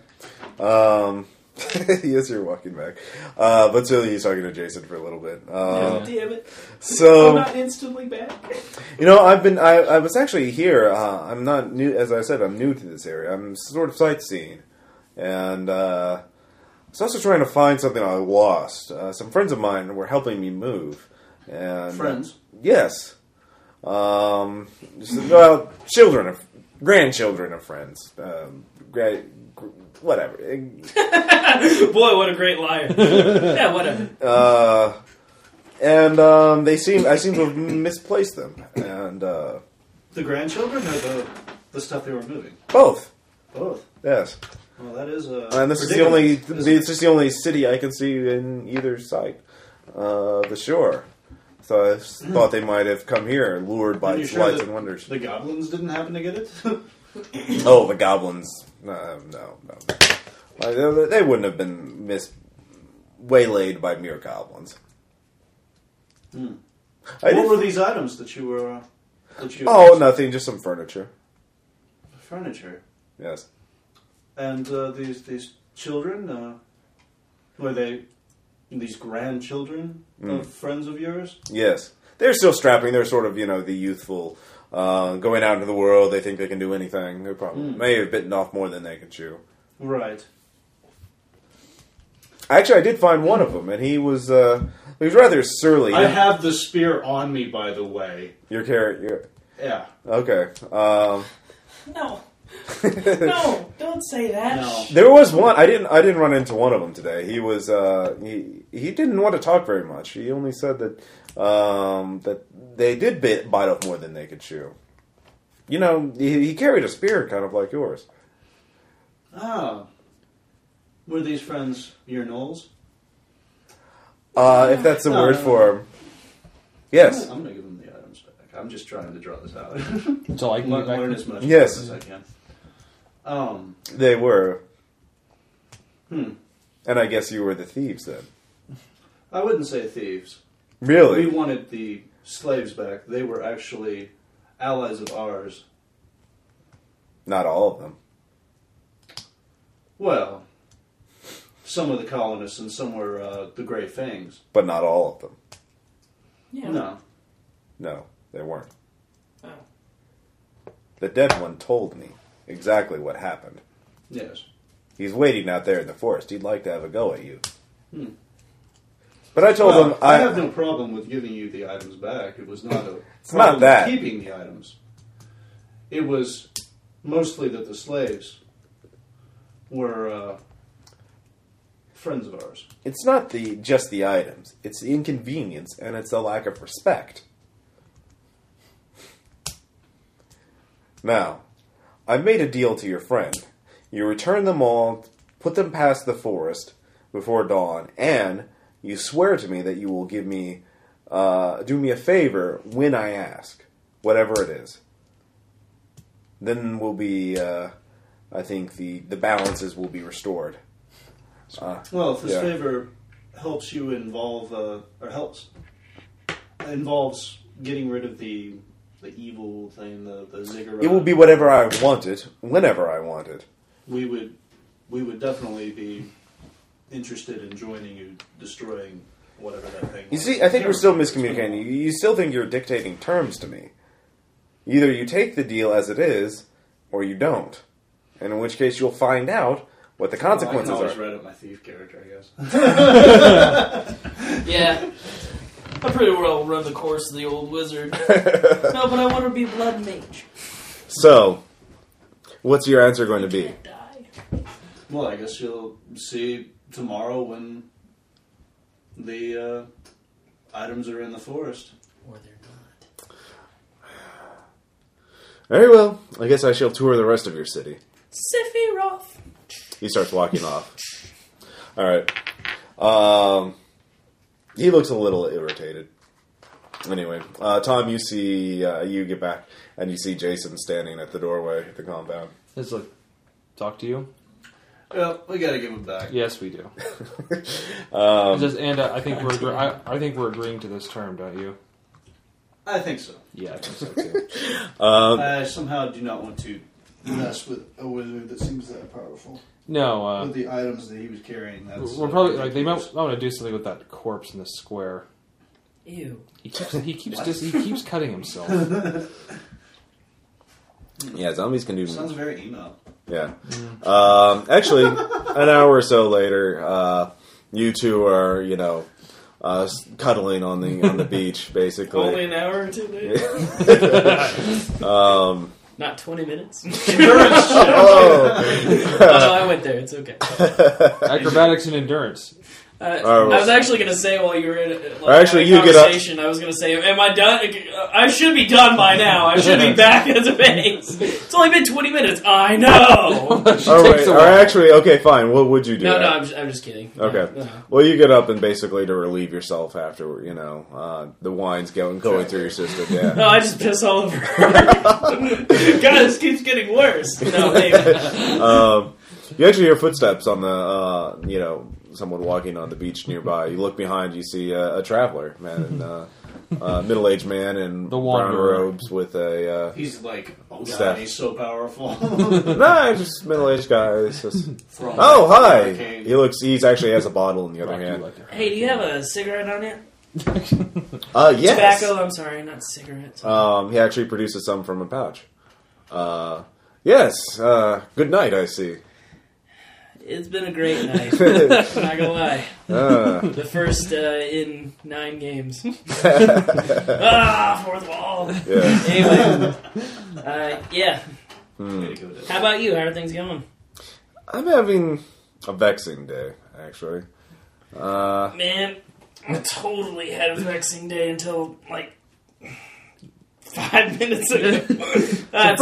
Speaker 1: Um, yes, you're walking back. Uh, but so he's talking to Jason for a little bit. Uh,
Speaker 4: Damn it.
Speaker 1: So
Speaker 4: I'm not instantly back.
Speaker 1: You know, I've been. I, I was actually here. Uh, I'm not new, as I said. I'm new to this area. I'm sort of sightseeing, and uh, I was also trying to find something I lost. Uh, some friends of mine were helping me move, and uh,
Speaker 2: Friends?
Speaker 1: yes, um, just, well, children, of, grandchildren of friends, um, gra- gr- whatever.
Speaker 4: Boy, what a great liar. yeah, whatever.
Speaker 1: Uh, and um, they seem. I seem to have misplaced them, and uh,
Speaker 2: The grandchildren or the, the stuff they were moving?
Speaker 1: both.
Speaker 2: Both.
Speaker 1: Yes.
Speaker 2: Well, that is uh
Speaker 1: And this is the
Speaker 2: ridiculous,
Speaker 1: only
Speaker 2: isn't it?
Speaker 1: this is the only city I can see in either side uh, of the shore. So I s- thought they might have come here, lured by
Speaker 2: Are you
Speaker 1: its
Speaker 2: sure
Speaker 1: lights
Speaker 2: that-
Speaker 1: and wonders.
Speaker 2: The goblins didn't happen to get it?
Speaker 1: Oh, the goblins! No, no, no. Like, they- they wouldn't have been mis waylaid by mere goblins.
Speaker 2: Hmm.
Speaker 1: I
Speaker 2: what
Speaker 1: did-
Speaker 2: were these items that you were. Uh, that you
Speaker 1: oh, nothing. Just some furniture.
Speaker 2: Furniture.
Speaker 1: Yes.
Speaker 2: And uh, these, these children, uh, were they. These grandchildren
Speaker 1: Hmm.
Speaker 2: of friends of yours?
Speaker 1: Yes. They're still strapping. They're sort of, you know, the youthful, uh, going out into the world. They think they can do anything. They probably
Speaker 2: Mm.
Speaker 1: may have bitten off more than they can chew.
Speaker 2: Right.
Speaker 1: Actually, I did find one of them, and he was uh, he was rather surly.
Speaker 11: I have the spear on me, by the way.
Speaker 1: your character,
Speaker 11: Yeah.
Speaker 1: okay. Um,
Speaker 4: No.
Speaker 8: Oh,
Speaker 4: No, don't say that.
Speaker 11: No.
Speaker 1: there was one. I didn't. I didn't run into one of them today. He was. Uh, he he didn't want to talk very much. He only said that um, that they did bit, bite off more than they could chew. You know, he, he carried a spear, kind of like yours.
Speaker 2: Ah. Were these friends your gnolls?
Speaker 1: Uh, if that's the
Speaker 2: No,
Speaker 1: word
Speaker 2: no, no.
Speaker 1: for him. Yes.
Speaker 2: I'm going to give them the items back. I'm just trying to draw this out.
Speaker 5: So I can
Speaker 2: Le-
Speaker 5: get back.
Speaker 2: learn as much
Speaker 1: Mm-hmm. Yes.
Speaker 2: as I can. Um,
Speaker 1: They were.
Speaker 2: Hmm.
Speaker 1: And I guess you were the thieves then.
Speaker 2: I wouldn't say thieves.
Speaker 1: Really?
Speaker 2: We wanted the slaves back. They were actually allies of ours.
Speaker 1: Not all of them.
Speaker 2: Well, some of the colonists and some were uh, the Grey Fangs.
Speaker 1: But not all of them.
Speaker 4: Yeah.
Speaker 2: No.
Speaker 1: No, they weren't.
Speaker 4: Oh.
Speaker 1: The dead one told me exactly what happened.
Speaker 2: Yes.
Speaker 1: He's waiting out there in the forest. He'd like to have a go at you.
Speaker 2: Hmm.
Speaker 1: But I told
Speaker 2: Well,
Speaker 1: him
Speaker 2: I,
Speaker 1: I,
Speaker 2: have no problem with giving you the items back. It was not a
Speaker 1: It's not
Speaker 2: problem
Speaker 1: that.
Speaker 2: keeping the items. It was mostly that the slaves were uh, friends of ours.
Speaker 1: It's not the just the items. It's the inconvenience and it's the lack of respect. Now, I made a deal to your friend. You return them all, put them past the forest before dawn, and you swear to me that you will give me, uh, do me a favor when I ask, whatever it is. Then will be, uh, I think the the balances will be restored.
Speaker 2: Well, if this
Speaker 1: Yeah.
Speaker 2: favor helps you involve, uh, or helps, involves getting rid of the the evil thing, the, the ziggurat.
Speaker 1: It will be whatever I want it, whenever I want it.
Speaker 2: We would, we would definitely be interested in joining you, destroying whatever that thing.
Speaker 1: You
Speaker 2: was.
Speaker 1: see, I think we're still miscommunicating. You, you still think you're dictating terms to me. Either you take the deal as it is, or you don't. And in which case, you'll find out what the
Speaker 2: Well, I can
Speaker 1: consequences
Speaker 2: always
Speaker 1: are.
Speaker 2: write up my thief character, I guess.
Speaker 4: Yeah. I pretty well run the course of the old wizard.
Speaker 8: No, but I want to be blood mage.
Speaker 1: So, what's your answer going to be?
Speaker 8: Can't die.
Speaker 2: Well, I guess you'll see tomorrow when the uh, items are in the forest.
Speaker 6: Or they're not.
Speaker 1: Very well. I guess I shall tour the rest of your city.
Speaker 4: Sephiroth.
Speaker 1: He starts walking off. All right. Um, he looks a little irritated. Anyway, uh, Tom, you see, uh, you get back, and you see Jason standing at the doorway at the compound.
Speaker 3: Let's look. Talk to you.
Speaker 2: Well, we gotta give them back.
Speaker 3: Yes, we do.
Speaker 1: Um,
Speaker 3: It says, and uh, I think we're agree- I, I think we're agreeing to this term, don't you?
Speaker 2: I think so.
Speaker 3: Yeah, I think so too.
Speaker 1: Uh, um,
Speaker 11: Uh,
Speaker 2: I somehow do not want to mess with a wizard that seems that powerful.
Speaker 3: No, uh,
Speaker 2: with the items that he was carrying, that's
Speaker 3: we're
Speaker 2: uh,
Speaker 3: probably like they might
Speaker 2: ridiculous.
Speaker 3: want to do something with that corpse in the square.
Speaker 4: Ew.
Speaker 3: He keeps he keeps dis, he keeps cutting himself.
Speaker 1: Yeah, zombies can do.
Speaker 2: Sounds very emo.
Speaker 1: Yeah. Um, actually, an hour or so later, uh, you two are, you know, uh, s- cuddling on the on the beach,
Speaker 4: Only
Speaker 1: basically.
Speaker 4: an hour or two later.
Speaker 1: um,
Speaker 4: Not 20 minutes.
Speaker 1: oh,
Speaker 4: oh, no, I went there. It's okay.
Speaker 3: Acrobatics and endurance.
Speaker 4: Uh,
Speaker 1: All right.
Speaker 4: I was actually going to say while you were in uh,
Speaker 1: Or
Speaker 4: like,
Speaker 1: actually,
Speaker 4: having a
Speaker 1: you get up.
Speaker 4: conversation, I was going to say, am I done? I should be done by now. I should be back at the base. It's only been 20 minutes. I know.
Speaker 3: She
Speaker 1: all
Speaker 3: takes
Speaker 1: right.
Speaker 3: a
Speaker 1: Or
Speaker 3: while.
Speaker 1: actually, okay, fine. What would you do?
Speaker 4: No, no, I'm just, I'm just kidding. Uh,
Speaker 1: Okay.
Speaker 4: No, no.
Speaker 1: Well, you get up and basically to relieve yourself after you know uh, the wine's going going through your system. Yeah.
Speaker 4: No, I just piss all over her. God, this keeps getting worse. No, maybe.
Speaker 1: um, you actually hear footsteps on the, uh, you know, someone walking on the beach nearby. You look behind, you see a, a traveler, man, and, uh, uh, middle-aged man in
Speaker 3: The
Speaker 1: brown
Speaker 3: wanderer.
Speaker 1: robes with a. Uh,
Speaker 11: He's like, oh god,
Speaker 1: Steph.
Speaker 11: he's so powerful.
Speaker 1: no, it's just middle-aged guy. It's just,
Speaker 11: From
Speaker 1: oh, hi.
Speaker 11: Hurricane.
Speaker 1: He looks. He's actually has a bottle in the other
Speaker 3: Rocky
Speaker 1: hand.
Speaker 3: like
Speaker 4: Hey, do you have a cigarette on you?
Speaker 1: Uh, yes.
Speaker 4: Tobacco, I'm sorry, not cigarettes.
Speaker 1: Um, he actually produces some from a pouch. Uh, yes. Uh, good night. I see.
Speaker 4: it's been a great night. I'm not gonna lie.
Speaker 1: Uh,
Speaker 4: The first uh, in nine games. ah, fourth wall.
Speaker 1: yeah.
Speaker 4: Anyway, uh, yeah.
Speaker 1: Hmm.
Speaker 4: How about you? How are things going?
Speaker 1: I'm having a vexing day, actually. Uh,
Speaker 4: Man, I totally had a vexing day until like five minutes ago. That's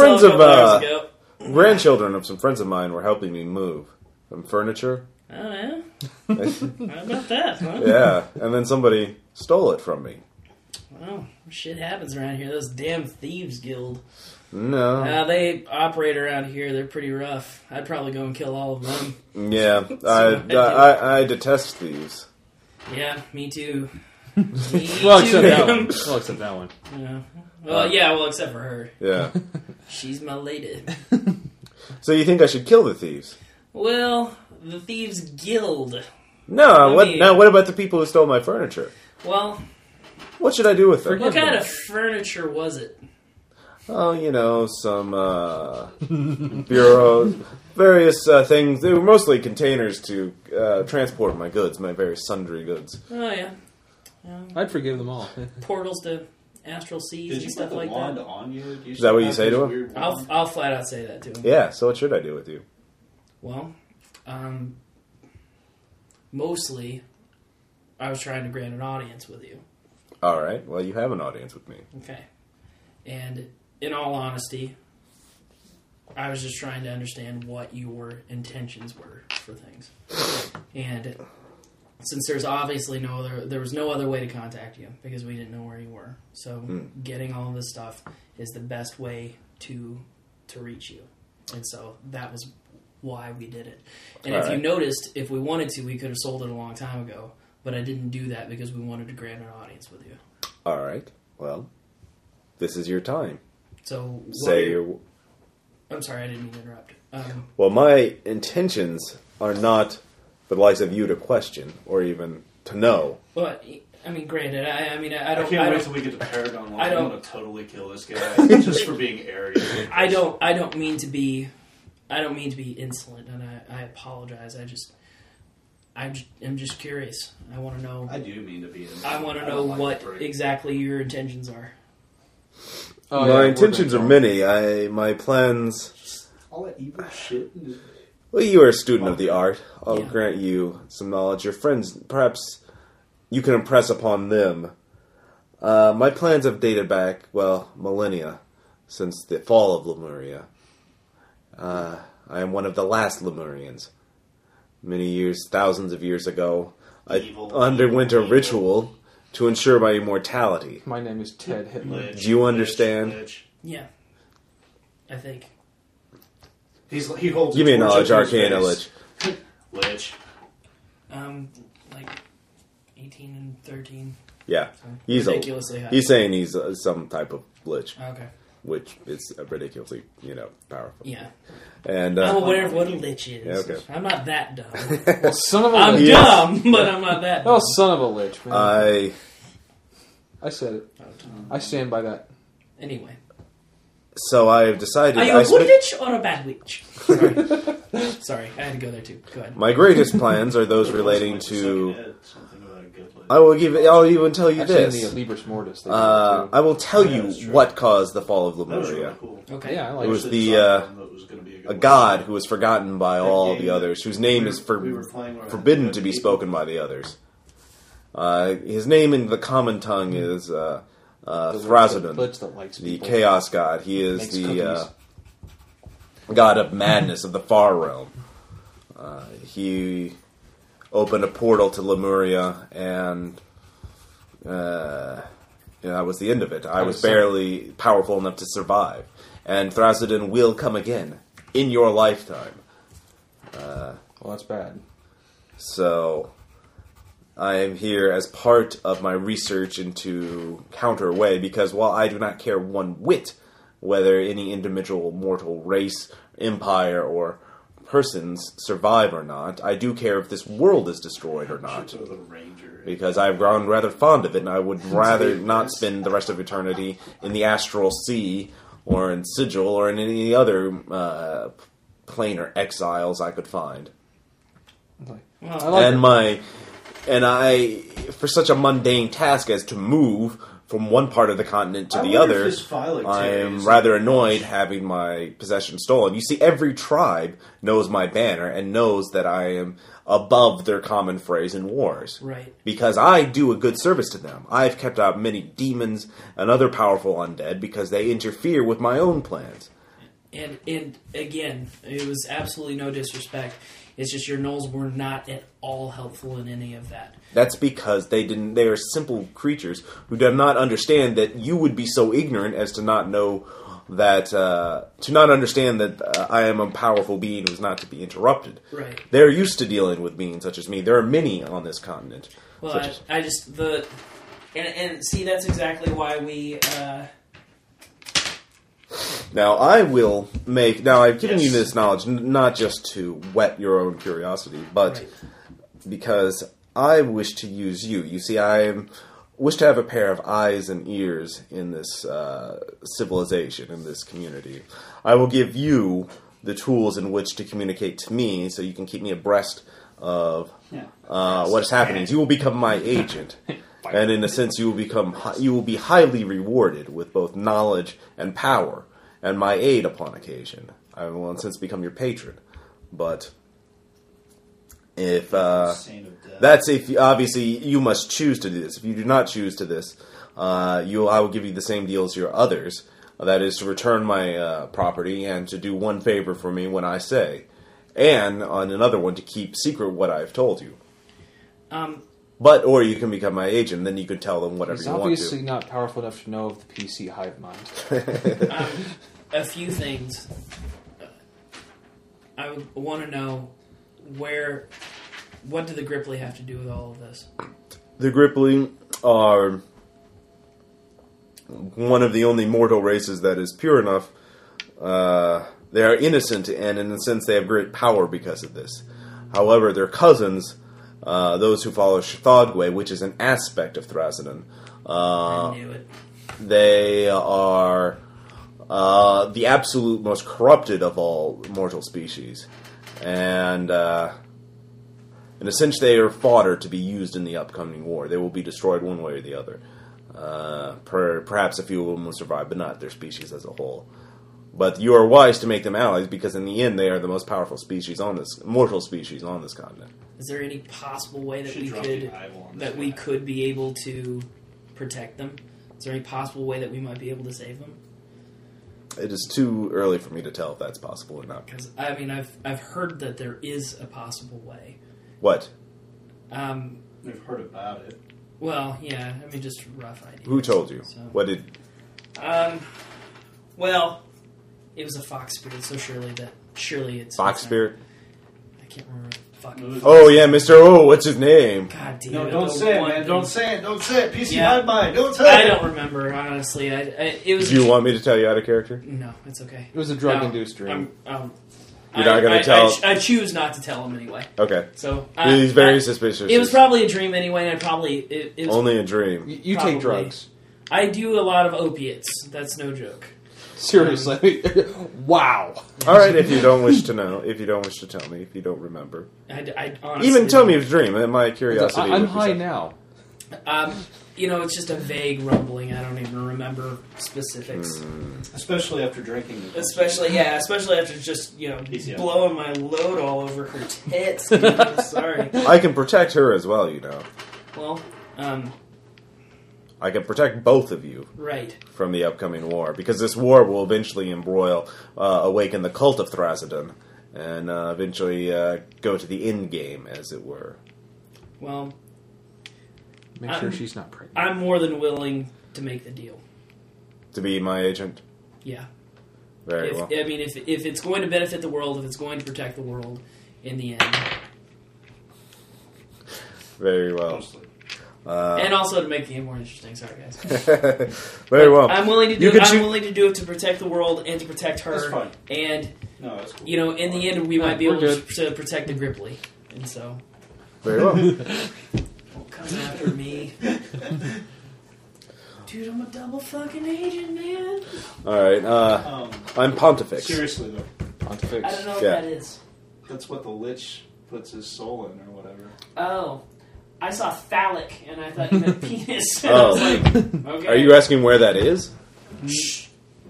Speaker 1: friends
Speaker 4: all a
Speaker 1: of,
Speaker 4: couple hours
Speaker 1: uh,
Speaker 4: ago.
Speaker 1: grandchildren of some friends of mine were helping me move some furniture.
Speaker 4: Oh yeah.
Speaker 1: yeah,
Speaker 4: How about that? Huh?
Speaker 1: and then somebody stole it from me.
Speaker 4: Well, shit happens around here. Those damn thieves guild.
Speaker 1: No,
Speaker 4: Uh, they operate around here. They're pretty rough. I'd probably go and kill all of them.
Speaker 1: yeah, I,
Speaker 4: what I do.
Speaker 1: I, I, I detest thieves.
Speaker 4: Yeah, me too. Me
Speaker 3: Well,
Speaker 4: too.
Speaker 3: except that one. Well, except that one.
Speaker 4: Yeah. Well, yeah. Well, except for her.
Speaker 1: Yeah,
Speaker 4: She's my lady.
Speaker 1: so you think I should kill the thieves?
Speaker 4: Well, the thieves guild.
Speaker 1: No,
Speaker 4: I
Speaker 1: what?
Speaker 4: mean-
Speaker 1: now what about the people who stole my furniture?
Speaker 4: Well,
Speaker 1: What should I do with them?
Speaker 4: what kind of furniture was it?
Speaker 1: Oh, you know, some uh, bureaus, various uh, things. They were mostly containers to uh, transport my goods, my various sundry goods.
Speaker 4: Oh yeah,
Speaker 3: I'd forgive them all.
Speaker 4: portals to astral seas
Speaker 11: Did
Speaker 4: and
Speaker 11: you put
Speaker 4: stuff
Speaker 11: the
Speaker 4: like
Speaker 11: wand
Speaker 4: that.
Speaker 11: on you? Do you
Speaker 1: Is that
Speaker 11: still
Speaker 1: what you
Speaker 11: have
Speaker 1: say
Speaker 11: this
Speaker 1: to him?
Speaker 11: weird
Speaker 4: I'll
Speaker 11: wand?
Speaker 4: I'll flat out say that to him.
Speaker 1: Yeah, so what should I do with you?
Speaker 4: Well, um, mostly, I was trying to grant an audience with you.
Speaker 1: All right, well, you have an audience with me.
Speaker 4: Okay. And in all honesty, I was just trying to understand what your intentions were for things. And since there's obviously no other, there was no other way to contact you because we didn't know where you were. So getting all of this stuff is the best way to to reach you. And so that was why we did it. And if
Speaker 1: Alright.
Speaker 4: you noticed, if we wanted to, we could have sold it a long time ago. But I didn't do that because we wanted to grant an audience with you.
Speaker 1: All right, well, this is your time.
Speaker 4: So what
Speaker 1: Say your.
Speaker 4: I'm sorry, I didn't mean to interrupt. Um,
Speaker 1: Well, my intentions are not for the likes of you to question or even to know.
Speaker 4: but I mean, granted, I, I mean, I, I
Speaker 11: I
Speaker 4: don't,
Speaker 11: can't
Speaker 4: I
Speaker 11: wait
Speaker 4: don't,
Speaker 11: till we get to Paragon One. I
Speaker 4: I don't-
Speaker 11: am going to totally kill this guy just for being arrogant.
Speaker 4: I don't, I don't mean to be, I don't mean to be insolent, and I, I apologize. I just, I j- am just curious. I want to know.
Speaker 11: I do mean to be. Innocent.
Speaker 4: I want to
Speaker 11: don't
Speaker 4: know
Speaker 11: like
Speaker 4: what
Speaker 11: the break.
Speaker 4: exactly your intentions are.
Speaker 3: Oh, yeah,
Speaker 1: my
Speaker 3: we're
Speaker 1: intentions are
Speaker 3: gonna-
Speaker 1: many. I my plans.
Speaker 11: all that evil shit. and-
Speaker 1: Well, you are a student of the art. I'll
Speaker 4: Yeah.
Speaker 1: grant you some knowledge. Your friends, perhaps you can impress upon them. Uh, my plans have dated back, well, millennia, since the fall of Lemuria. Uh, I am one of the last Lemurians. Many years, thousands of years ago, I
Speaker 11: Evil,
Speaker 1: underwent a
Speaker 11: evil, evil.
Speaker 1: ritual to ensure my immortality.
Speaker 3: My name is Ted Hitler.
Speaker 11: Lich,
Speaker 1: Do you
Speaker 11: lich,
Speaker 1: understand?
Speaker 11: lich.
Speaker 4: Yeah, I think.
Speaker 11: He's he holds.
Speaker 1: Give
Speaker 11: a
Speaker 1: me a
Speaker 11: torch
Speaker 1: knowledge
Speaker 11: up to his
Speaker 1: arcana,
Speaker 11: face.
Speaker 1: Lich.
Speaker 11: Lich.
Speaker 4: Um, like eighteen and thirteen.
Speaker 1: Yeah,
Speaker 4: So
Speaker 1: he's a,
Speaker 4: ridiculously high.
Speaker 1: he's saying he's uh, some type of lich.
Speaker 4: okay.
Speaker 1: which is ridiculously, you know, powerful.
Speaker 4: Yeah.
Speaker 1: And
Speaker 4: I'm
Speaker 1: uh,
Speaker 4: aware of what a lich is.
Speaker 1: Yeah, okay.
Speaker 4: I'm not that dumb.
Speaker 3: Son of a
Speaker 4: I'm
Speaker 3: lich.
Speaker 1: Yes.
Speaker 4: dumb, but I'm not that
Speaker 3: Oh,
Speaker 4: dumb.
Speaker 3: son of a lich, man.
Speaker 1: I
Speaker 3: I said it. I stand by that.
Speaker 4: Anyway.
Speaker 1: so I have decided.
Speaker 4: Are you
Speaker 1: I
Speaker 4: a good
Speaker 1: spent-
Speaker 4: witch or a bad witch? Sorry. Sorry, I had to go there too. Go ahead.
Speaker 1: my greatest plans are those relating to. Oh,
Speaker 2: Second hit, something about a good lady.
Speaker 1: I will give. I'll even tell you
Speaker 3: Actually, in
Speaker 1: this.
Speaker 3: the Libris Mortis. They
Speaker 1: Uh,
Speaker 3: do that
Speaker 1: I will tell
Speaker 2: Yeah, that's
Speaker 1: you
Speaker 2: true.
Speaker 1: what caused the fall of
Speaker 2: That was really
Speaker 1: Lemuria.
Speaker 2: cool.
Speaker 3: too.
Speaker 4: Okay.
Speaker 3: yeah, I
Speaker 1: It
Speaker 3: like
Speaker 1: was
Speaker 3: it.
Speaker 1: the,
Speaker 2: Actually,
Speaker 1: uh,
Speaker 2: something that was gonna be
Speaker 1: A
Speaker 2: good
Speaker 1: god
Speaker 2: one.
Speaker 1: who was forgotten by
Speaker 2: That
Speaker 1: all
Speaker 2: game
Speaker 1: the others, whose name is for,
Speaker 2: we were playing where I
Speaker 1: forbidden
Speaker 2: had
Speaker 1: to be
Speaker 2: people.
Speaker 1: spoken by the others. Uh, his name in the common tongue
Speaker 2: Hmm.
Speaker 1: is uh, uh,
Speaker 3: The lich that-
Speaker 1: Thrasadon,
Speaker 3: lich that likes
Speaker 1: the
Speaker 3: people.
Speaker 1: chaos god. He is
Speaker 3: Makes
Speaker 1: the uh,
Speaker 3: cookies.
Speaker 1: god of madness of the far realm. Uh, he opened a portal to Lemuria, and uh, yeah, that was the end of it. I was
Speaker 3: was sad.
Speaker 1: barely powerful enough to survive. And Thrasadon will come again in your lifetime.
Speaker 3: Well, that's bad.
Speaker 1: So I am here as part of my research into counterway because while I do not care one whit whether any individual mortal race, empire, or persons survive or not, I do care if this world is destroyed or not.
Speaker 2: Shoot with a ranger.
Speaker 1: Because I've grown rather fond of it, and I would rather not spend the rest of eternity in the astral sea, or in sigil, or in any other uh, plane or exiles I could find
Speaker 3: I like
Speaker 1: and my and I for such a mundane task as to move from one part of the continent to
Speaker 2: I
Speaker 1: the
Speaker 2: wonder
Speaker 1: other.
Speaker 2: if his file
Speaker 1: I
Speaker 2: activity
Speaker 1: am
Speaker 2: is-
Speaker 1: rather annoyed having my possession stolen. You see, every tribe knows my banner and knows that I am above their common phrase in wars.
Speaker 4: Right.
Speaker 1: Because I do a good service to them. I've kept out many demons and other powerful undead because they interfere with my own plans.
Speaker 4: And and again, it was absolutely no disrespect. It's just your gnolls were not at all helpful in any of that.
Speaker 1: That's because they didn't. They are simple creatures who do not understand that you would be so ignorant as to not know that uh, to not understand that uh, I am a powerful being who's not to be interrupted.
Speaker 4: Right.
Speaker 1: They're used to dealing with beings such as me. There are many on this continent.
Speaker 4: Well,
Speaker 1: such
Speaker 4: I,
Speaker 1: as-
Speaker 4: I just the and and see that's exactly why we uh,
Speaker 1: now I will make. Now I've given
Speaker 4: Yes.
Speaker 1: you this knowledge n- not just to whet your own curiosity, but
Speaker 4: Right.
Speaker 1: because I wish to use you. You see, I am- wish to have a pair of eyes and ears in this uh, civilization, in this community. I will give you the tools in which to communicate to me so you can keep me abreast of uh, what is happening. You will become my agent. And in a sense, you will become hi- you will be highly rewarded with both knowledge and power, and my aid upon occasion. I will, in a sense, become your patron. But if uh,
Speaker 2: Saint of death.
Speaker 1: that's if obviously you must choose to do this. If you do not choose to this, uh, you I will give you the same deal as your others. That is to return my uh, property and to do one favor for me when I say, and on another one to keep secret what I have told you.
Speaker 4: um
Speaker 1: But or you can become my agent, then you can tell them whatever
Speaker 3: He's
Speaker 1: you want
Speaker 3: obviously
Speaker 1: to.
Speaker 3: not powerful enough to know of the PC hive mind.
Speaker 4: um, a few things. I would want to know where what do the Gripply have to do with all of this?
Speaker 1: The Gripling are one of the only mortal races that is pure enough. Uh, they are innocent, and in a sense, they have great power because of this. However, their cousins, uh, those who follow Shthogwe, which is an aspect of Thrasadon, uh,
Speaker 4: I knew it.
Speaker 1: they are uh, the absolute most corrupted of all mortal species, and uh, in a sense, they are fodder to be used in the upcoming war. They will be destroyed one way or the other. Uh, per, perhaps a few of them will survive, but not their species as a whole. But you are wise to make them allies because, in the end, they are the most powerful species on this mortal species on this continent.
Speaker 4: Is there any possible way that
Speaker 11: Should
Speaker 4: we
Speaker 11: drop
Speaker 4: could
Speaker 11: the eyeball on this
Speaker 4: that we
Speaker 11: guy.
Speaker 4: could be able to protect them? Is there any possible way that we might be able to save them?
Speaker 1: It is too early for me to tell if that's possible or not.
Speaker 4: Because I mean, I've I've heard that there is a possible way.
Speaker 1: What?
Speaker 4: Um,
Speaker 2: We've heard about it.
Speaker 4: well, yeah, I mean, just rough idea.
Speaker 1: Who told you?
Speaker 4: So-
Speaker 1: What did
Speaker 4: Um, well, it was a fox spirit, so surely that surely it's
Speaker 1: Fox
Speaker 4: it's not-
Speaker 1: Spirit?
Speaker 4: I can't remember. fucking.
Speaker 1: Oh yeah, Mister. Oh, what's his name?
Speaker 4: God damn
Speaker 11: No,
Speaker 4: it,
Speaker 11: don't
Speaker 4: the
Speaker 11: say it,
Speaker 4: one-
Speaker 11: man. Don't say it. Don't say it. Peace
Speaker 4: Yeah.
Speaker 11: of my mind. Don't say
Speaker 4: I
Speaker 11: it.
Speaker 4: don't remember honestly. I, I it was.
Speaker 1: Do you want me to tell you out of character?
Speaker 4: No, it's okay.
Speaker 3: It was a drug-induced
Speaker 4: No,
Speaker 3: dream.
Speaker 4: I'm, um,
Speaker 1: You're
Speaker 4: I,
Speaker 1: not gonna
Speaker 4: I- I
Speaker 1: tell-
Speaker 4: ch- I, choose not to tell him anyway.
Speaker 1: Okay.
Speaker 4: So I,
Speaker 1: He's very
Speaker 4: I-
Speaker 1: suspicious.
Speaker 4: Uh, It was probably a dream anyway, and I probably it, it was,
Speaker 1: only a dream.
Speaker 3: You, you
Speaker 4: Probably.
Speaker 3: take drugs.
Speaker 4: I do a lot of opiates. That's no joke.
Speaker 3: Seriously. wow.
Speaker 1: All right, if you don't wish to know, if you don't wish to tell me, if you don't remember,
Speaker 4: I, I honestly
Speaker 1: even tell me
Speaker 4: don't.
Speaker 1: if it's a dream. My curiosity.
Speaker 3: I, am
Speaker 1: would be satisfied.
Speaker 3: high now.
Speaker 4: Um, you know, it's just a vague rumbling. I don't even remember specifics.
Speaker 2: Especially after drinking.
Speaker 4: Especially, yeah, especially after just you know
Speaker 11: Easy up.
Speaker 4: blowing my load all over her tits. dude. I'm sorry.
Speaker 1: I can protect her as well. You know,
Speaker 4: Well, um,
Speaker 1: I can protect both of you
Speaker 4: right.
Speaker 1: from the upcoming war because this war will eventually embroil, uh, awaken the cult of Thrasidon, and uh, eventually uh, go to the end game, as it were.
Speaker 4: Well,
Speaker 3: Make
Speaker 4: I'm-
Speaker 3: sure she's not pregnant.
Speaker 4: I'm more than willing to make the deal.
Speaker 1: To be my agent,
Speaker 4: Yeah.
Speaker 1: very
Speaker 4: If,
Speaker 1: well.
Speaker 4: I mean, if if it's going to benefit the world, if it's going to protect the world, in the end,
Speaker 1: Very well.
Speaker 11: Mostly.
Speaker 1: Uh,
Speaker 4: and also to make the game more interesting. Sorry, guys.
Speaker 1: very well.
Speaker 4: I'm willing to
Speaker 1: You
Speaker 4: do.
Speaker 1: can
Speaker 4: It, I'm
Speaker 1: choo-
Speaker 4: willing to do it to protect the world and to protect her.
Speaker 11: That's fine.
Speaker 4: And
Speaker 11: No, that's cool.
Speaker 4: you know, in the end, we
Speaker 3: No,
Speaker 4: might be
Speaker 3: we're
Speaker 4: able to, to protect the Gripply. And so,
Speaker 1: Very well.
Speaker 4: don't come after me, dude. I'm a double fucking agent, man.
Speaker 1: All right. Uh,
Speaker 2: Um,
Speaker 1: I'm Pontifex.
Speaker 2: seriously though,
Speaker 4: I don't
Speaker 3: Pontifex.
Speaker 4: know what
Speaker 1: Yeah.
Speaker 4: that is.
Speaker 2: that's what the lich puts his soul in, or whatever.
Speaker 4: Oh, I saw phallic, and I thought you meant penis. And I
Speaker 1: Oh.
Speaker 4: was like, okay.
Speaker 1: Are you asking where that is?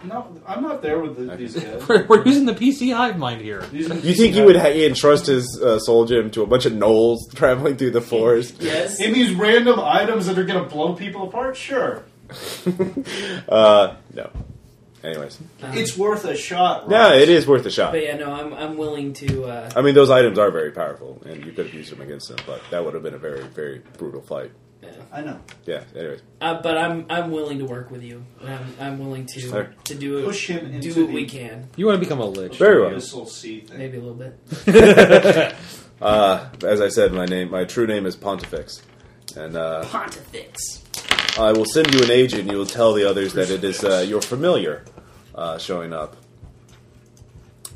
Speaker 2: No, I'm not there with the,
Speaker 1: Okay.
Speaker 2: these guys.
Speaker 3: We're, we're using the PC hive mind here.
Speaker 2: These
Speaker 1: You think he would ha- entrust his uh, soul gem to a bunch of gnolls traveling through the forest?
Speaker 4: Yes. Um,
Speaker 2: in these random items that are going to blow people apart? Sure,
Speaker 1: uh, no. Anyways,
Speaker 4: Um,
Speaker 2: it's worth a shot.
Speaker 1: yeah,
Speaker 2: Ross.
Speaker 1: it is worth a shot.
Speaker 4: Uh, But yeah, no, I'm I'm willing to. Uh,
Speaker 1: I mean, those items are very powerful, and you could have used them against them, but that would have been a very, very brutal fight.
Speaker 2: I know.
Speaker 1: Yeah. Anyways,
Speaker 4: uh, but I'm I'm willing to work with you. And I'm I'm willing to
Speaker 1: Sure.
Speaker 4: to do it.
Speaker 2: Push him into
Speaker 4: do what
Speaker 2: the
Speaker 4: we can,
Speaker 3: You want to become a lich.
Speaker 1: Very well.
Speaker 2: missile sea thing.
Speaker 4: maybe a little bit.
Speaker 1: uh, as I said, my name, my true name is Pontifex, and uh,
Speaker 4: Pontifex.
Speaker 1: I will send you an agent. and You will tell the others that it is uh, your familiar uh, showing up,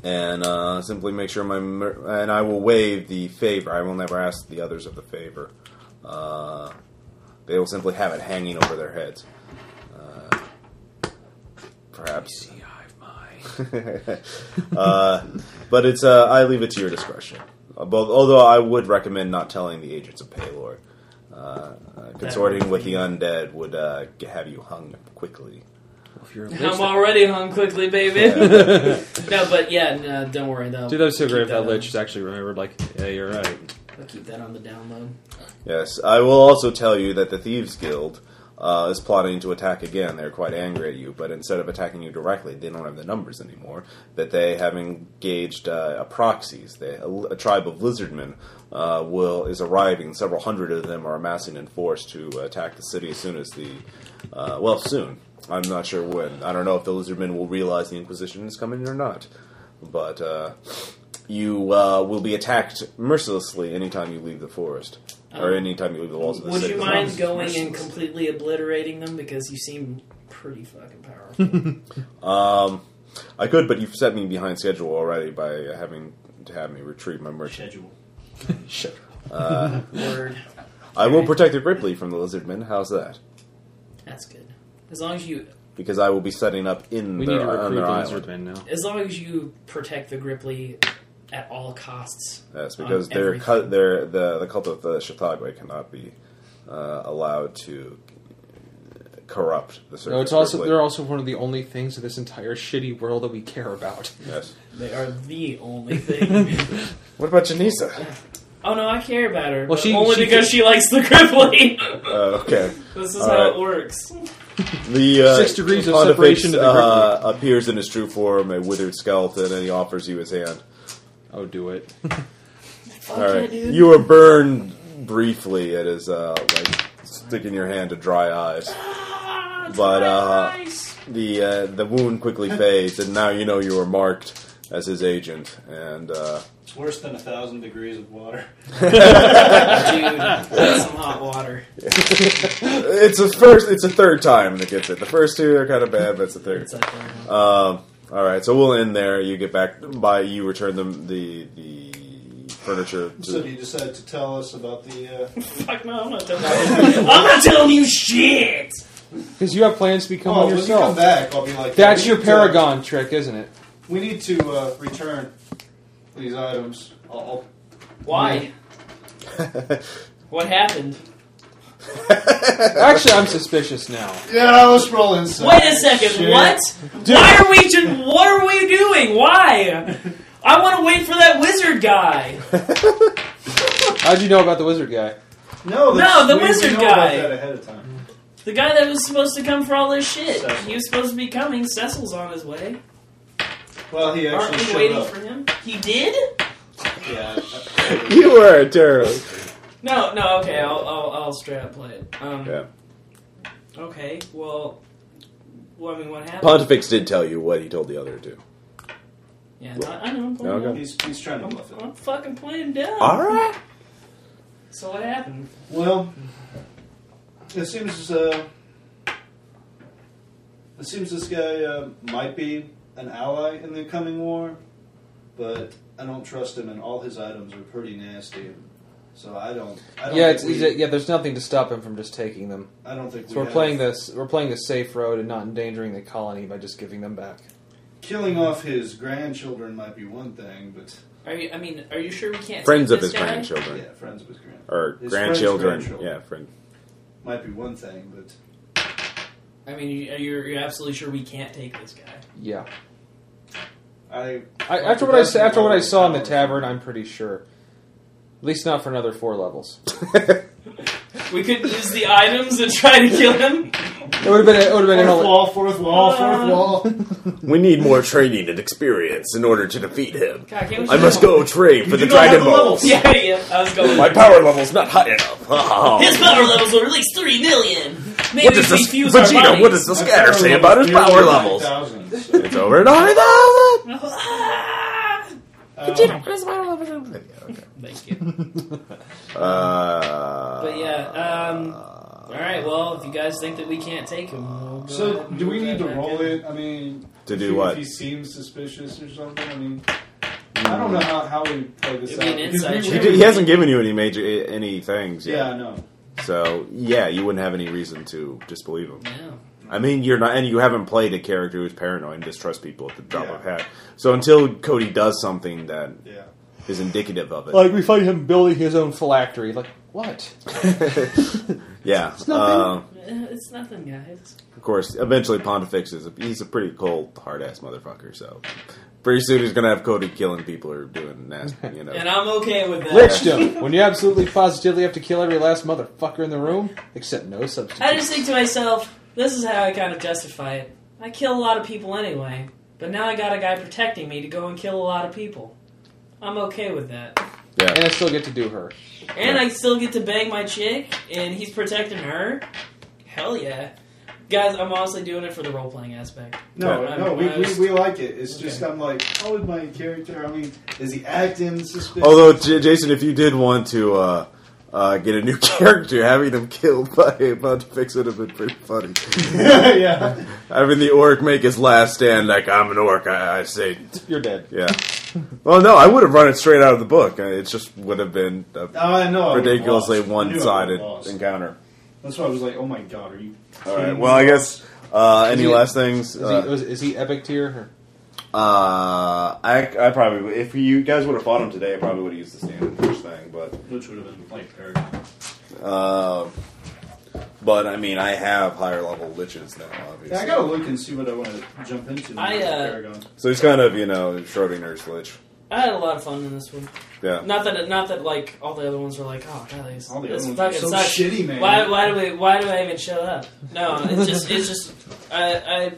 Speaker 1: and uh, simply make sure my mer- and I will waive the favor. I will never ask the others of the favor. Uh, they will simply have it hanging over their heads. Uh, perhaps.
Speaker 3: PC hive mind.
Speaker 1: uh, but it's uh, I leave it to your discretion. Uh, both, although I would recommend not telling the agents of Paylor. Uh, Uh, consorting with the undead would uh, g- have you hung quickly.
Speaker 3: Well, if you're a
Speaker 4: I'm
Speaker 3: lich,
Speaker 4: already hung quickly, baby. no, but yeah, no, don't worry though.
Speaker 5: Dude, that was so
Speaker 4: Keep
Speaker 5: great if that
Speaker 4: on-
Speaker 5: lich just actually remembered, like, yeah, you're right.
Speaker 4: I'll keep that on the download.
Speaker 1: Yes, I will also tell you that the Thieves Guild uh, is plotting to attack again. They're quite angry at you, but instead of attacking you directly, they don't have the numbers anymore. That they have engaged uh, a proxies. They, a, a tribe of lizardmen uh, will is arriving. Several hundred of them are amassing in force to attack the city as soon as the uh, well soon. I'm not sure when. I don't know if the lizardmen will realize the Inquisition is coming or not, but. Uh, you uh, will be attacked mercilessly anytime you leave the forest or
Speaker 4: Um,
Speaker 1: anytime you leave the walls of the
Speaker 4: Would
Speaker 1: city.
Speaker 4: you
Speaker 1: It's
Speaker 4: mind
Speaker 1: not-
Speaker 4: going and completely obliterating them because you seem pretty fucking powerful?
Speaker 1: Um, I could, but you've set me behind schedule already by having to have me retrieve my merchant.
Speaker 11: schedule.
Speaker 1: Uh,
Speaker 4: Word.
Speaker 1: I will protect the Ripley from the Lizardmen. How's that?
Speaker 4: That's good. As long as you,
Speaker 1: Because I will be setting up in
Speaker 3: we need
Speaker 1: their,
Speaker 3: to
Speaker 1: on
Speaker 3: recruit the
Speaker 1: their island.
Speaker 3: lizardmen now.
Speaker 4: as long as you protect the Gripply at all costs.
Speaker 1: Yes,
Speaker 4: on
Speaker 1: because their cu-
Speaker 4: everything.
Speaker 1: their the the cult of the Chautauqua cannot be uh, allowed to corrupt the.
Speaker 3: No, it's also they're also one of the only things in this entire shitty world that we care about.
Speaker 1: Yes.
Speaker 4: They are the only thing.
Speaker 1: What about Janisa?
Speaker 4: oh no, I care about her.
Speaker 3: Well,
Speaker 4: but
Speaker 3: she-
Speaker 4: only
Speaker 3: she
Speaker 4: because she likes the Gripply.
Speaker 1: Uh, okay.
Speaker 4: this is
Speaker 1: All
Speaker 4: how
Speaker 1: right.
Speaker 4: it works.
Speaker 1: The uh,
Speaker 3: Six degrees of
Speaker 1: Pontifex,
Speaker 3: separation to the
Speaker 1: uh, appears in his true form, a withered skeleton, and he offers you his hand.
Speaker 3: Oh, do it.
Speaker 1: All right, you were burned briefly. It is uh, like sticking your hand to dry eyes. But uh, the uh, the wound quickly fades, and now you know you were marked as his agent, and uh,
Speaker 2: It's worse than a thousand degrees of water.
Speaker 6: Dude, that's some hot water.
Speaker 1: it's a first. It's a third time that gets it. The first two are kind of bad, but it's the third.
Speaker 6: It's like, uh,
Speaker 1: Um, all right, so we'll end there. You get back by you return them the the furniture. To,
Speaker 2: So do you decide to tell us about the? Uh,
Speaker 4: Fuck no, I'm not telling you. I'm not telling you shit.
Speaker 3: Because you have plans to become
Speaker 2: oh,
Speaker 3: one
Speaker 2: when you come
Speaker 3: yourself.
Speaker 2: back, I'll be like.
Speaker 3: That's
Speaker 2: "We
Speaker 3: your
Speaker 2: need to-
Speaker 3: paragon trick, isn't it?
Speaker 2: We need to uh, return these items. I'll, I'll
Speaker 4: Why? What happened?
Speaker 3: Actually, I'm suspicious now.
Speaker 2: Yeah, let's roll inside.
Speaker 4: Wait a second.
Speaker 2: Shit.
Speaker 4: What? Why are we? Just, what are we doing? Why? I want to wait for that wizard guy.
Speaker 3: How'd you know about the wizard guy?
Speaker 2: No,
Speaker 4: No,
Speaker 2: that's-
Speaker 4: the
Speaker 2: we- we
Speaker 4: wizard
Speaker 2: know about
Speaker 4: guy.
Speaker 2: that ahead of time.
Speaker 4: The guy that was supposed to come for all this shit.
Speaker 2: Cecil.
Speaker 4: He was supposed to be coming. Cecil's on his way.
Speaker 2: Well, he
Speaker 4: Aren't
Speaker 2: actually
Speaker 4: we
Speaker 2: showed
Speaker 4: waiting
Speaker 2: up.
Speaker 4: for him? He did?
Speaker 2: Yeah.
Speaker 1: you are terrible.
Speaker 4: No, no. Okay, I'll, I'll, I'll straight up play it. Um,
Speaker 1: Yeah.
Speaker 4: Okay. Well, well, I mean, what happened?
Speaker 1: Pontifex did tell you what he told the other two.
Speaker 4: yeah, I, I know. I'm, playing
Speaker 1: Okay.
Speaker 2: He's, he's trying to bluff
Speaker 4: dumb.
Speaker 2: it.
Speaker 4: I'm fucking playing dumb.
Speaker 1: All right.
Speaker 4: So what happened?
Speaker 2: Well, it seems uh, it seems this guy uh, might be an ally in the coming war, but I don't trust him, and all his items are pretty nasty. So I don't. I don't
Speaker 3: Yeah,
Speaker 2: think
Speaker 3: it's,
Speaker 2: we,
Speaker 3: yeah. There's nothing to stop him from just taking them.
Speaker 2: I don't think
Speaker 3: So
Speaker 2: we
Speaker 3: we're
Speaker 2: have-
Speaker 3: playing this. We're playing the safe road and not endangering the colony by just giving them back.
Speaker 2: Killing off his grandchildren might be one thing, but
Speaker 4: Are you? I mean, are you sure we can't?
Speaker 1: Friends
Speaker 4: take
Speaker 1: of
Speaker 4: this
Speaker 1: his
Speaker 4: guy?
Speaker 1: grandchildren
Speaker 2: yeah, friends of his grand
Speaker 1: or
Speaker 2: His
Speaker 1: grandchildren.
Speaker 2: friend's grandchildren.
Speaker 1: Yeah, friend.
Speaker 2: might be one thing, but
Speaker 4: I mean, you- are you, are you absolutely sure we can't take this guy?
Speaker 3: Yeah.
Speaker 2: I
Speaker 3: I, after what I sa- after what I saw in the tavern, I'm pretty sure. At least not for another four levels.
Speaker 4: We could use the items and try to kill him.
Speaker 3: It would have been. It would have been.
Speaker 2: fourth
Speaker 3: hell-
Speaker 2: wall, fourth wall,
Speaker 4: Um,
Speaker 2: fourth wall.
Speaker 1: we need more training and experience in order to defeat him.
Speaker 4: God, can't we
Speaker 1: I must go train for
Speaker 2: You
Speaker 1: the
Speaker 2: do not have
Speaker 1: Dragon
Speaker 2: the
Speaker 1: Balls.
Speaker 4: Yeah, yeah. I was going.
Speaker 1: My power level's not high enough. Oh.
Speaker 4: His power levels were at least three million. Maybe
Speaker 1: what does
Speaker 4: if we
Speaker 1: this
Speaker 4: fuse
Speaker 1: Vegeta?
Speaker 4: our bodies.
Speaker 1: What does the scatter say about his
Speaker 2: Nearly
Speaker 1: power levels?
Speaker 2: 9,000, so,
Speaker 1: It's over nine thousand.
Speaker 4: Ah!
Speaker 2: um,
Speaker 4: Thank you.
Speaker 1: Uh,
Speaker 4: But yeah, um, all right. Well, if you guys think that we can't take him, we'll go
Speaker 2: So,
Speaker 4: ahead and
Speaker 2: do we
Speaker 4: move
Speaker 2: need
Speaker 4: that
Speaker 2: to
Speaker 4: back
Speaker 2: roll
Speaker 4: in.
Speaker 2: it? I mean,
Speaker 1: To
Speaker 2: if
Speaker 1: do
Speaker 2: he-
Speaker 1: what?
Speaker 2: If he seems suspicious or something. I mean, I don't know how, how we play this
Speaker 4: It'd
Speaker 2: out.
Speaker 4: be an
Speaker 2: because
Speaker 4: inside
Speaker 2: we-
Speaker 4: check.
Speaker 1: Hmm. He, did, he hasn't given you any major any things yet,
Speaker 2: Yeah, I know.
Speaker 1: so yeah, you wouldn't have any reason to disbelieve him.
Speaker 4: Yeah.
Speaker 1: I mean, you're not, and you haven't played a character who's paranoid and distrusts people at the drop
Speaker 2: Yeah.
Speaker 1: of a hat. So until Cody does something that
Speaker 2: Yeah.
Speaker 1: is indicative of it,
Speaker 3: Like we find him building his own phylactery. Like what?
Speaker 1: yeah. Uh,
Speaker 3: nothing.
Speaker 4: Uh, It's nothing, guys.
Speaker 1: of course, eventually Pontifex is a, he's a pretty cold, hard ass motherfucker. So pretty soon he's gonna have Cody killing people or doing nasty, you know.
Speaker 4: And I'm okay with that.
Speaker 3: Richdom. when you absolutely positively have to kill every last motherfucker in the room, except no substitute.
Speaker 4: I just think to myself, this is how I kind of justify it. I kill a lot of people anyway, but now I got a guy protecting me to go and kill a lot of people. I'm okay with that.
Speaker 1: yeah,
Speaker 3: and I still get to do her.
Speaker 4: And I still get to bang my chick, and he's protecting her. Hell yeah. Guys, I'm honestly doing it for the role playing aspect.
Speaker 2: No,
Speaker 4: Yeah.
Speaker 2: no, we, we, we like it. It's just
Speaker 4: Okay.
Speaker 2: I'm like, how is my character? I mean, is he acting suspicious?
Speaker 1: Although, J- Jason, if you did want to uh, uh, get a new character, having him killed by Pontifex would have been pretty funny.
Speaker 2: yeah.
Speaker 1: having the orc make his last stand, like, I'm an orc, I, I say,
Speaker 3: You're dead.
Speaker 1: yeah. well, no, I would have run it straight out of the book. Uh, It just would have been a
Speaker 2: Oh, I know. I would've
Speaker 1: ridiculously
Speaker 2: lost. I knew I would've
Speaker 1: one sided
Speaker 2: lost.
Speaker 1: encounter.
Speaker 2: That's why I was like, oh my god, are you?
Speaker 1: All right, well, I guess. Uh, any
Speaker 3: Is he-
Speaker 1: last things?
Speaker 3: Is, he,
Speaker 1: Uh,
Speaker 3: was, is he epic tier? Or?
Speaker 1: uh, I, I probably, if you guys would have fought him today, I probably would have used the standard first thing, but
Speaker 2: Which would have been like paragon.
Speaker 1: Um, but I mean, I have higher level liches now, obviously.
Speaker 2: Yeah, I gotta look and see what I want to jump into.
Speaker 4: I,
Speaker 2: with
Speaker 4: uh,
Speaker 2: paragon.
Speaker 1: so he's kind of you know Schrodinger's lich.
Speaker 4: I had a lot of fun in this one.
Speaker 1: Yeah.
Speaker 4: Not that, not that, like all the other ones were like, oh god, these
Speaker 2: All the other
Speaker 4: this
Speaker 2: ones are so
Speaker 4: fucking sucks.
Speaker 2: shitty, man.
Speaker 4: Why, why do we? Why do I even show up? No, it's just, it's just, I, I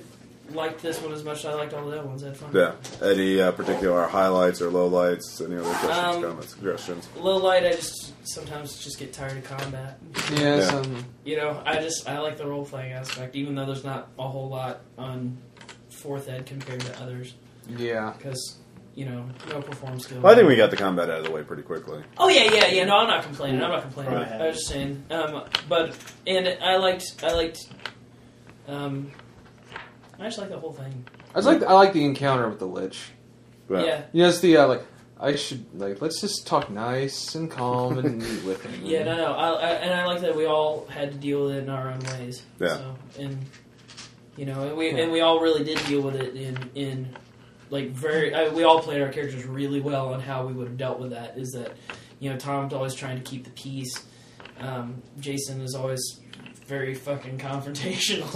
Speaker 4: liked this one as much as I liked all the other ones. I had fun.
Speaker 1: Yeah. Any uh, particular highlights or lowlights? Any other questions,
Speaker 4: Um,
Speaker 1: comments, suggestions?
Speaker 4: Low light, I just sometimes just get tired of combat.
Speaker 3: Yeah.
Speaker 1: Yeah.
Speaker 3: some-
Speaker 4: You know, I just I like the role playing aspect, even though there's not a whole lot on fourth ed compared to others.
Speaker 3: yeah.
Speaker 4: Because you know, no perform skill.
Speaker 1: Well, I think we got the combat out of the way pretty quickly.
Speaker 4: Oh yeah, yeah, yeah. No, I'm not complaining. I'm not complaining.
Speaker 2: Right.
Speaker 4: I was just saying. Um, but and I liked, I liked. Um, I just like the whole thing.
Speaker 3: I was like I like the encounter with the lich.
Speaker 1: But
Speaker 4: Yeah,
Speaker 3: You know, it's the uh, like I should like let's just talk nice and calm and neat with him.
Speaker 4: yeah. No, no. I, I, and I like that we all had to deal with it in our own ways.
Speaker 1: Yeah.
Speaker 4: So, and you know, and we
Speaker 3: Yeah.
Speaker 4: and we all really did deal with it in in like very. I, we all played our characters really well on how we would have dealt with that. Is that you know Tom's always trying to keep the peace. Um, Jason is always very fucking confrontational.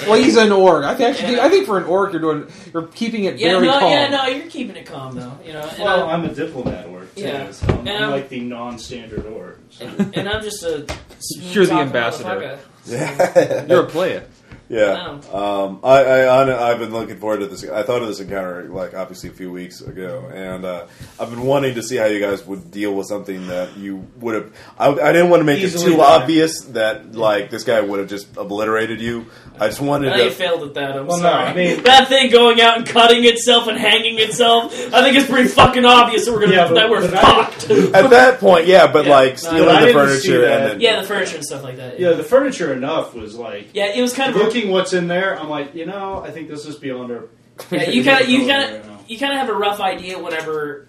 Speaker 3: Well, he's an orc. I think actually, I think for an orc, you're doing you're keeping it
Speaker 4: Yeah,
Speaker 3: very
Speaker 4: no,
Speaker 3: calm.
Speaker 4: yeah, no, you're keeping it calm though, you know. And,
Speaker 2: Well,
Speaker 4: I,
Speaker 2: I'm a diplomat orc too,
Speaker 4: Yeah.
Speaker 2: so I'm,
Speaker 4: And
Speaker 2: I'm
Speaker 4: I'm-
Speaker 2: like the non-standard orc. So.
Speaker 4: and, and I'm just a.
Speaker 5: You're the
Speaker 4: smooth-talking
Speaker 5: ambassador.
Speaker 4: motherfucker.
Speaker 5: You're a player.
Speaker 2: Oh.
Speaker 1: Yeah. Um, I, I, hon- I've been looking forward to this. I thought of this encounter, like, obviously a few weeks ago, and uh, I've been wanting to see how you guys would deal with something that you would have. I, I didn't want to make it
Speaker 2: Easily
Speaker 1: too
Speaker 2: done.
Speaker 1: obvious that, like, this guy would have just obliterated you. I just wanted
Speaker 4: I think you
Speaker 1: to.
Speaker 4: failed at that. I'm
Speaker 2: Well, no,
Speaker 4: sorry.
Speaker 2: I mean-
Speaker 4: that thing going out and cutting itself and hanging itself. I think it's pretty fucking obvious that we're gonna
Speaker 2: Yeah, but-
Speaker 4: that we're
Speaker 2: but I-
Speaker 4: fucked.
Speaker 1: At that point, yeah, but,
Speaker 4: Yeah.
Speaker 1: like,
Speaker 4: No,
Speaker 1: stealing
Speaker 4: but I
Speaker 1: the
Speaker 2: didn't see
Speaker 1: furniture
Speaker 2: that.
Speaker 1: and then.
Speaker 4: yeah, the furniture and stuff like that.
Speaker 2: Yeah,
Speaker 4: Yeah,
Speaker 2: the furniture enough was like
Speaker 4: yeah, it was kind of
Speaker 2: looking what's in there. I'm like, you know, I think this is beyond our.
Speaker 4: Yeah, you kind of you
Speaker 2: control
Speaker 4: kind
Speaker 2: right
Speaker 4: of
Speaker 2: now.
Speaker 4: you kind of have a rough idea whenever.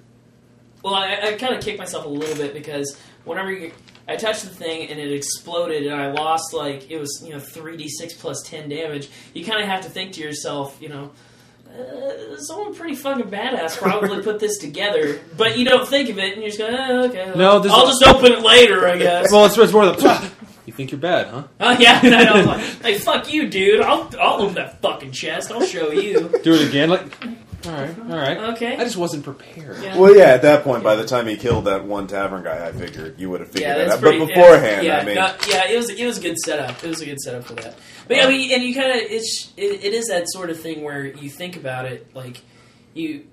Speaker 4: Well, I, I kind of kicked myself a little bit because whenever you, I touched the thing and it exploded and I lost like it was you know three d six plus ten damage, you kind of have to think to yourself, you know. Uh, someone pretty fucking badass probably put this together, but you don't think of it, and you're just going, oh, okay. well,
Speaker 5: No, this
Speaker 4: I'll
Speaker 5: is-
Speaker 4: just open it later, I guess.
Speaker 5: Well, it's, it's more of the. You think you're bad, huh?
Speaker 4: Oh yeah, and I know, I'm like, hey, fuck you, dude. I'll I'll open that fucking chest. I'll show you.
Speaker 5: Do it again. Like, all right, all right. I
Speaker 4: Okay.
Speaker 5: just wasn't prepared.
Speaker 4: Yeah.
Speaker 1: Well, yeah, at that point, by the time he killed that one tavern guy, I figured you would have figured
Speaker 4: Yeah,
Speaker 1: that
Speaker 4: that's
Speaker 1: out.
Speaker 4: pretty.
Speaker 1: but beforehand,
Speaker 4: yeah,
Speaker 1: I mean.
Speaker 4: no, yeah, it was it was a good setup. It was a good setup for that. But yeah,
Speaker 1: Uh,
Speaker 4: I mean, and you kind of it's it, it is that sort of thing where you think about it like you.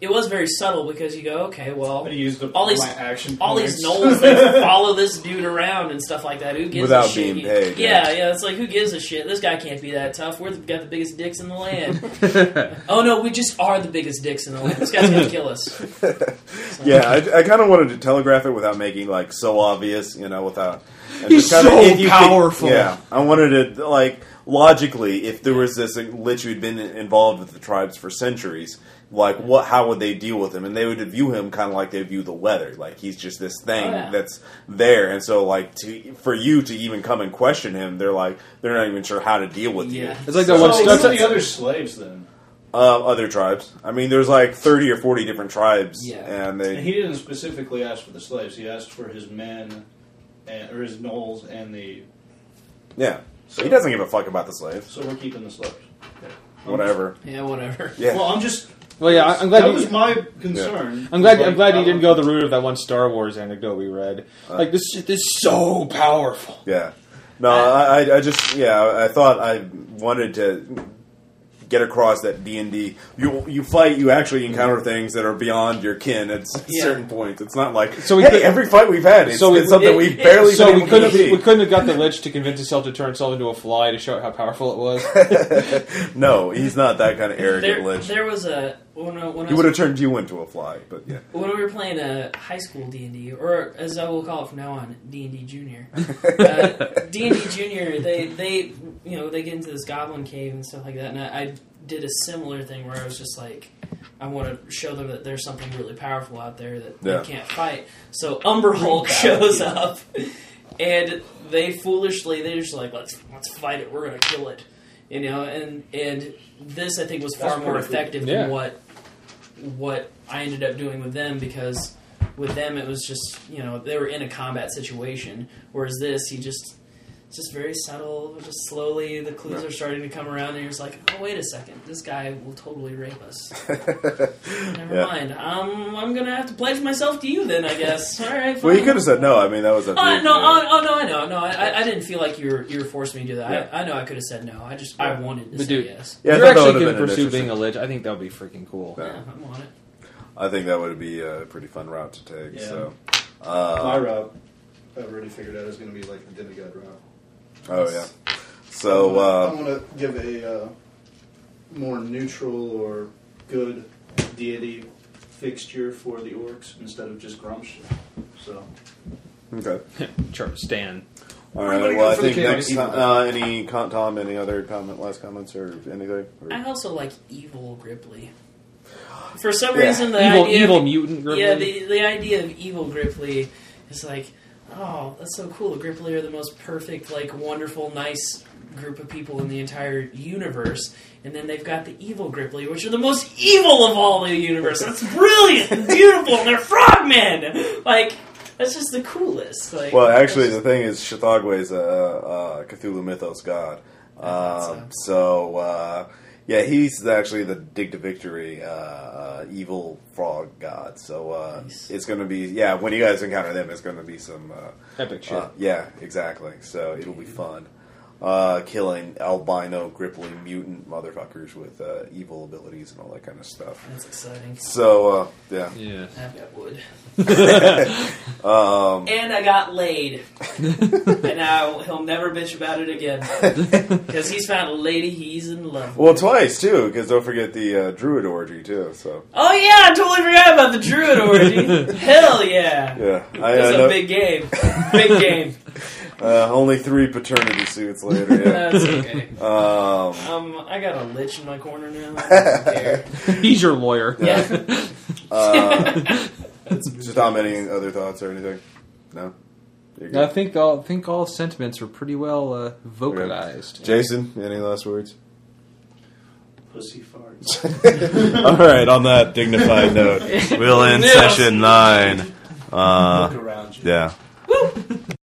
Speaker 4: It was very subtle because you go, okay, well,
Speaker 2: I used up
Speaker 4: All
Speaker 2: all
Speaker 4: these-
Speaker 2: these my action.
Speaker 4: all these
Speaker 2: points.
Speaker 4: gnolls they follow this dude around and stuff like that. Who gives
Speaker 1: Without
Speaker 4: a shit?
Speaker 1: being
Speaker 4: You-
Speaker 1: paid,
Speaker 4: Yeah,
Speaker 1: yeah.
Speaker 4: yeah, It's like who gives a shit? This guy can't be that tough. We're the, got the biggest dicks in the land. oh no, we just are the biggest dicks in the land. This guy's gonna kill us.
Speaker 1: yeah, I, I kind of wanted to telegraph it without making like so obvious, you know, without. and
Speaker 3: He's
Speaker 1: just kinda-
Speaker 3: so
Speaker 1: if you think-
Speaker 3: powerful.
Speaker 1: yeah, I wanted to like logically, if there was this like, lich who'd been involved with the tribes for centuries, like what? How would they deal with him? And they would view him kind of like they view the weather, like he's just this thing
Speaker 4: Oh, yeah.
Speaker 1: that's there. And so, like to for you to even come and question him, they're like they're not even sure how to deal with you.
Speaker 4: Yeah.
Speaker 3: It's like that
Speaker 2: So
Speaker 3: one.
Speaker 2: what
Speaker 3: That's
Speaker 2: are the other slaves then?
Speaker 1: Uh, other tribes. I mean, there's like thirty or forty different tribes,
Speaker 4: Yeah.
Speaker 1: and they
Speaker 2: And he didn't specifically ask for the slaves. He asked for his men, and, or his gnolls and the.
Speaker 1: yeah.
Speaker 2: So,
Speaker 1: he doesn't give a fuck about the slaves.
Speaker 2: So we're keeping the slaves.
Speaker 1: Whatever.
Speaker 4: Yeah, whatever.
Speaker 1: Yeah.
Speaker 2: Well, I'm just.
Speaker 3: well, yeah, I- I'm glad.
Speaker 2: that
Speaker 3: you,
Speaker 2: was my concern.
Speaker 3: I'm glad.
Speaker 2: Like,
Speaker 3: I'm glad
Speaker 2: I
Speaker 3: you didn't go
Speaker 2: don't-
Speaker 3: the route of that one Star Wars anecdote we read.
Speaker 5: Uh,
Speaker 3: like this, shit is so powerful.
Speaker 1: yeah. No, I, I- I just yeah, I thought I wanted to get across that D and D. You you fight, you actually encounter things that are beyond your kin at s-
Speaker 4: Yeah.
Speaker 1: certain points. It's not like
Speaker 3: So
Speaker 1: so
Speaker 3: we
Speaker 1: we hey,
Speaker 3: could-
Speaker 1: every fight we've had, it's,
Speaker 3: so we-
Speaker 1: it's something
Speaker 4: it-
Speaker 1: we've
Speaker 4: it-
Speaker 1: barely
Speaker 3: So
Speaker 1: been
Speaker 3: we
Speaker 1: able
Speaker 3: couldn't.
Speaker 1: to
Speaker 3: We
Speaker 1: see.
Speaker 3: couldn't have got the lich to convince himself to turn himself into a fly to show how powerful it was.
Speaker 1: no, he's not that kind of arrogant
Speaker 4: There,
Speaker 1: lich.
Speaker 4: there was a when I, when I
Speaker 1: He
Speaker 4: was
Speaker 1: would have turned you into a fly, but yeah.
Speaker 4: when we were playing a high school D and D, or as I will call it from now on, D and D Junior, Uh, D and D Junior, they they you know they get into this goblin cave and stuff like that, and I, I did a similar thing where I was just like, I want to show them that there's something really powerful out there that
Speaker 1: Yeah.
Speaker 4: they can't fight. So Umber Hulk shows up, and they foolishly they're just like, let's let's fight it, we're gonna kill it, you know, and and this I think was far
Speaker 2: That's
Speaker 4: more
Speaker 2: pretty cool.
Speaker 4: effective
Speaker 3: Yeah.
Speaker 4: than what what I ended up doing with them because with them it was just you know they were in a combat situation, whereas this you just it's just very subtle, just slowly the clues are starting to come around, and you're just like, oh wait a second, this guy will totally rape us. Never
Speaker 1: Yeah.
Speaker 4: mind. Um, I'm gonna have to pledge myself to you then, I guess. All right.
Speaker 1: Well, he
Speaker 4: fine.
Speaker 1: could have said no. I mean, that was a
Speaker 4: Oh, no, oh, oh, no, I know, no, I, I- I didn't feel like you were you were forcing me to do that.
Speaker 1: Yeah.
Speaker 4: I, I know I could have said no. I just I wanted to
Speaker 5: But
Speaker 4: say
Speaker 5: dude-
Speaker 4: yes.
Speaker 1: yeah, I
Speaker 3: You're
Speaker 1: thought that
Speaker 3: actually
Speaker 1: would've
Speaker 3: going to
Speaker 1: been an
Speaker 3: pursue
Speaker 1: interesting-
Speaker 3: being a lich. I think that would be freaking cool.
Speaker 1: Yeah.
Speaker 4: Yeah, I'm on it.
Speaker 1: I think that would be a pretty fun route to take.
Speaker 2: Yeah.
Speaker 1: So,
Speaker 2: My
Speaker 1: uh,
Speaker 2: route, I already figured out, is going to be like the demigod route.
Speaker 1: oh yeah. So
Speaker 2: I
Speaker 1: uh,
Speaker 2: want to give a uh, more neutral or good deity fixture for the orcs instead of just Grumsh. So
Speaker 1: Okay.
Speaker 5: Char- Stan.
Speaker 1: All
Speaker 3: We're gonna
Speaker 1: right.
Speaker 3: go
Speaker 1: Well, I
Speaker 3: for the E?
Speaker 1: think
Speaker 3: chaos.
Speaker 1: next time, uh, any con- Tom, any other comment, last comments, or anything? Or-
Speaker 4: I also like evil Gripply. For some
Speaker 1: Yeah.
Speaker 4: reason, the
Speaker 5: evil,
Speaker 4: idea
Speaker 5: evil
Speaker 4: of,
Speaker 5: mutant. Gribbly.
Speaker 4: yeah, the, the idea of evil Gripply is like, oh, that's so cool. Gripply are the most perfect, like wonderful, nice group of people in the entire universe, and then they've got the evil Gripply, which are the most evil of all the universe. That's brilliant, and beautiful, and they're frogmen. Like that's just the coolest. Like,
Speaker 1: Well, actually,
Speaker 4: that's
Speaker 1: the thing is, Shathagwe is a, uh Cthulhu Mythos god.
Speaker 4: thought
Speaker 1: Um, so, uh, yeah, he's actually the Dig to Victory uh, uh, evil frog god. So uh,
Speaker 4: Nice.
Speaker 1: it's going to be, yeah, when you guys encounter them, it's going to be some. Uh,
Speaker 5: Epic shit.
Speaker 1: uh, yeah, exactly. So it'll be fun. Uh, killing albino, grippling, mutant motherfuckers with uh, evil abilities and all that kind of stuff.
Speaker 4: That's exciting.
Speaker 1: So, uh, yeah.
Speaker 5: yeah.
Speaker 4: I've got wood.
Speaker 1: Um,
Speaker 4: And I got laid. and now he'll never bitch about it again. Because he's found a lady he's in love with.
Speaker 1: well, twice, too, because don't forget the uh, druid orgy, too. So,
Speaker 4: Oh, yeah, I totally forgot about the druid orgy. Hell yeah.
Speaker 1: yeah. I, I
Speaker 4: That's a
Speaker 1: know-
Speaker 4: big game. Big game.
Speaker 1: Uh, only three paternity suits later.
Speaker 4: That's okay.
Speaker 1: Yeah. um,
Speaker 4: Um, I got a lich in my corner now. I don't care.
Speaker 5: He's your lawyer.
Speaker 4: Yeah.
Speaker 1: uh, so Tom, any other thoughts or anything? No. You're
Speaker 5: I
Speaker 1: good.
Speaker 5: think all think all sentiments are pretty well uh, vocalized.
Speaker 1: Jason, any last words?
Speaker 2: pussy farts.
Speaker 1: All right. On that dignified note, we'll end
Speaker 4: Yes.
Speaker 1: session nine. Uh,
Speaker 2: Look around you.
Speaker 1: yeah.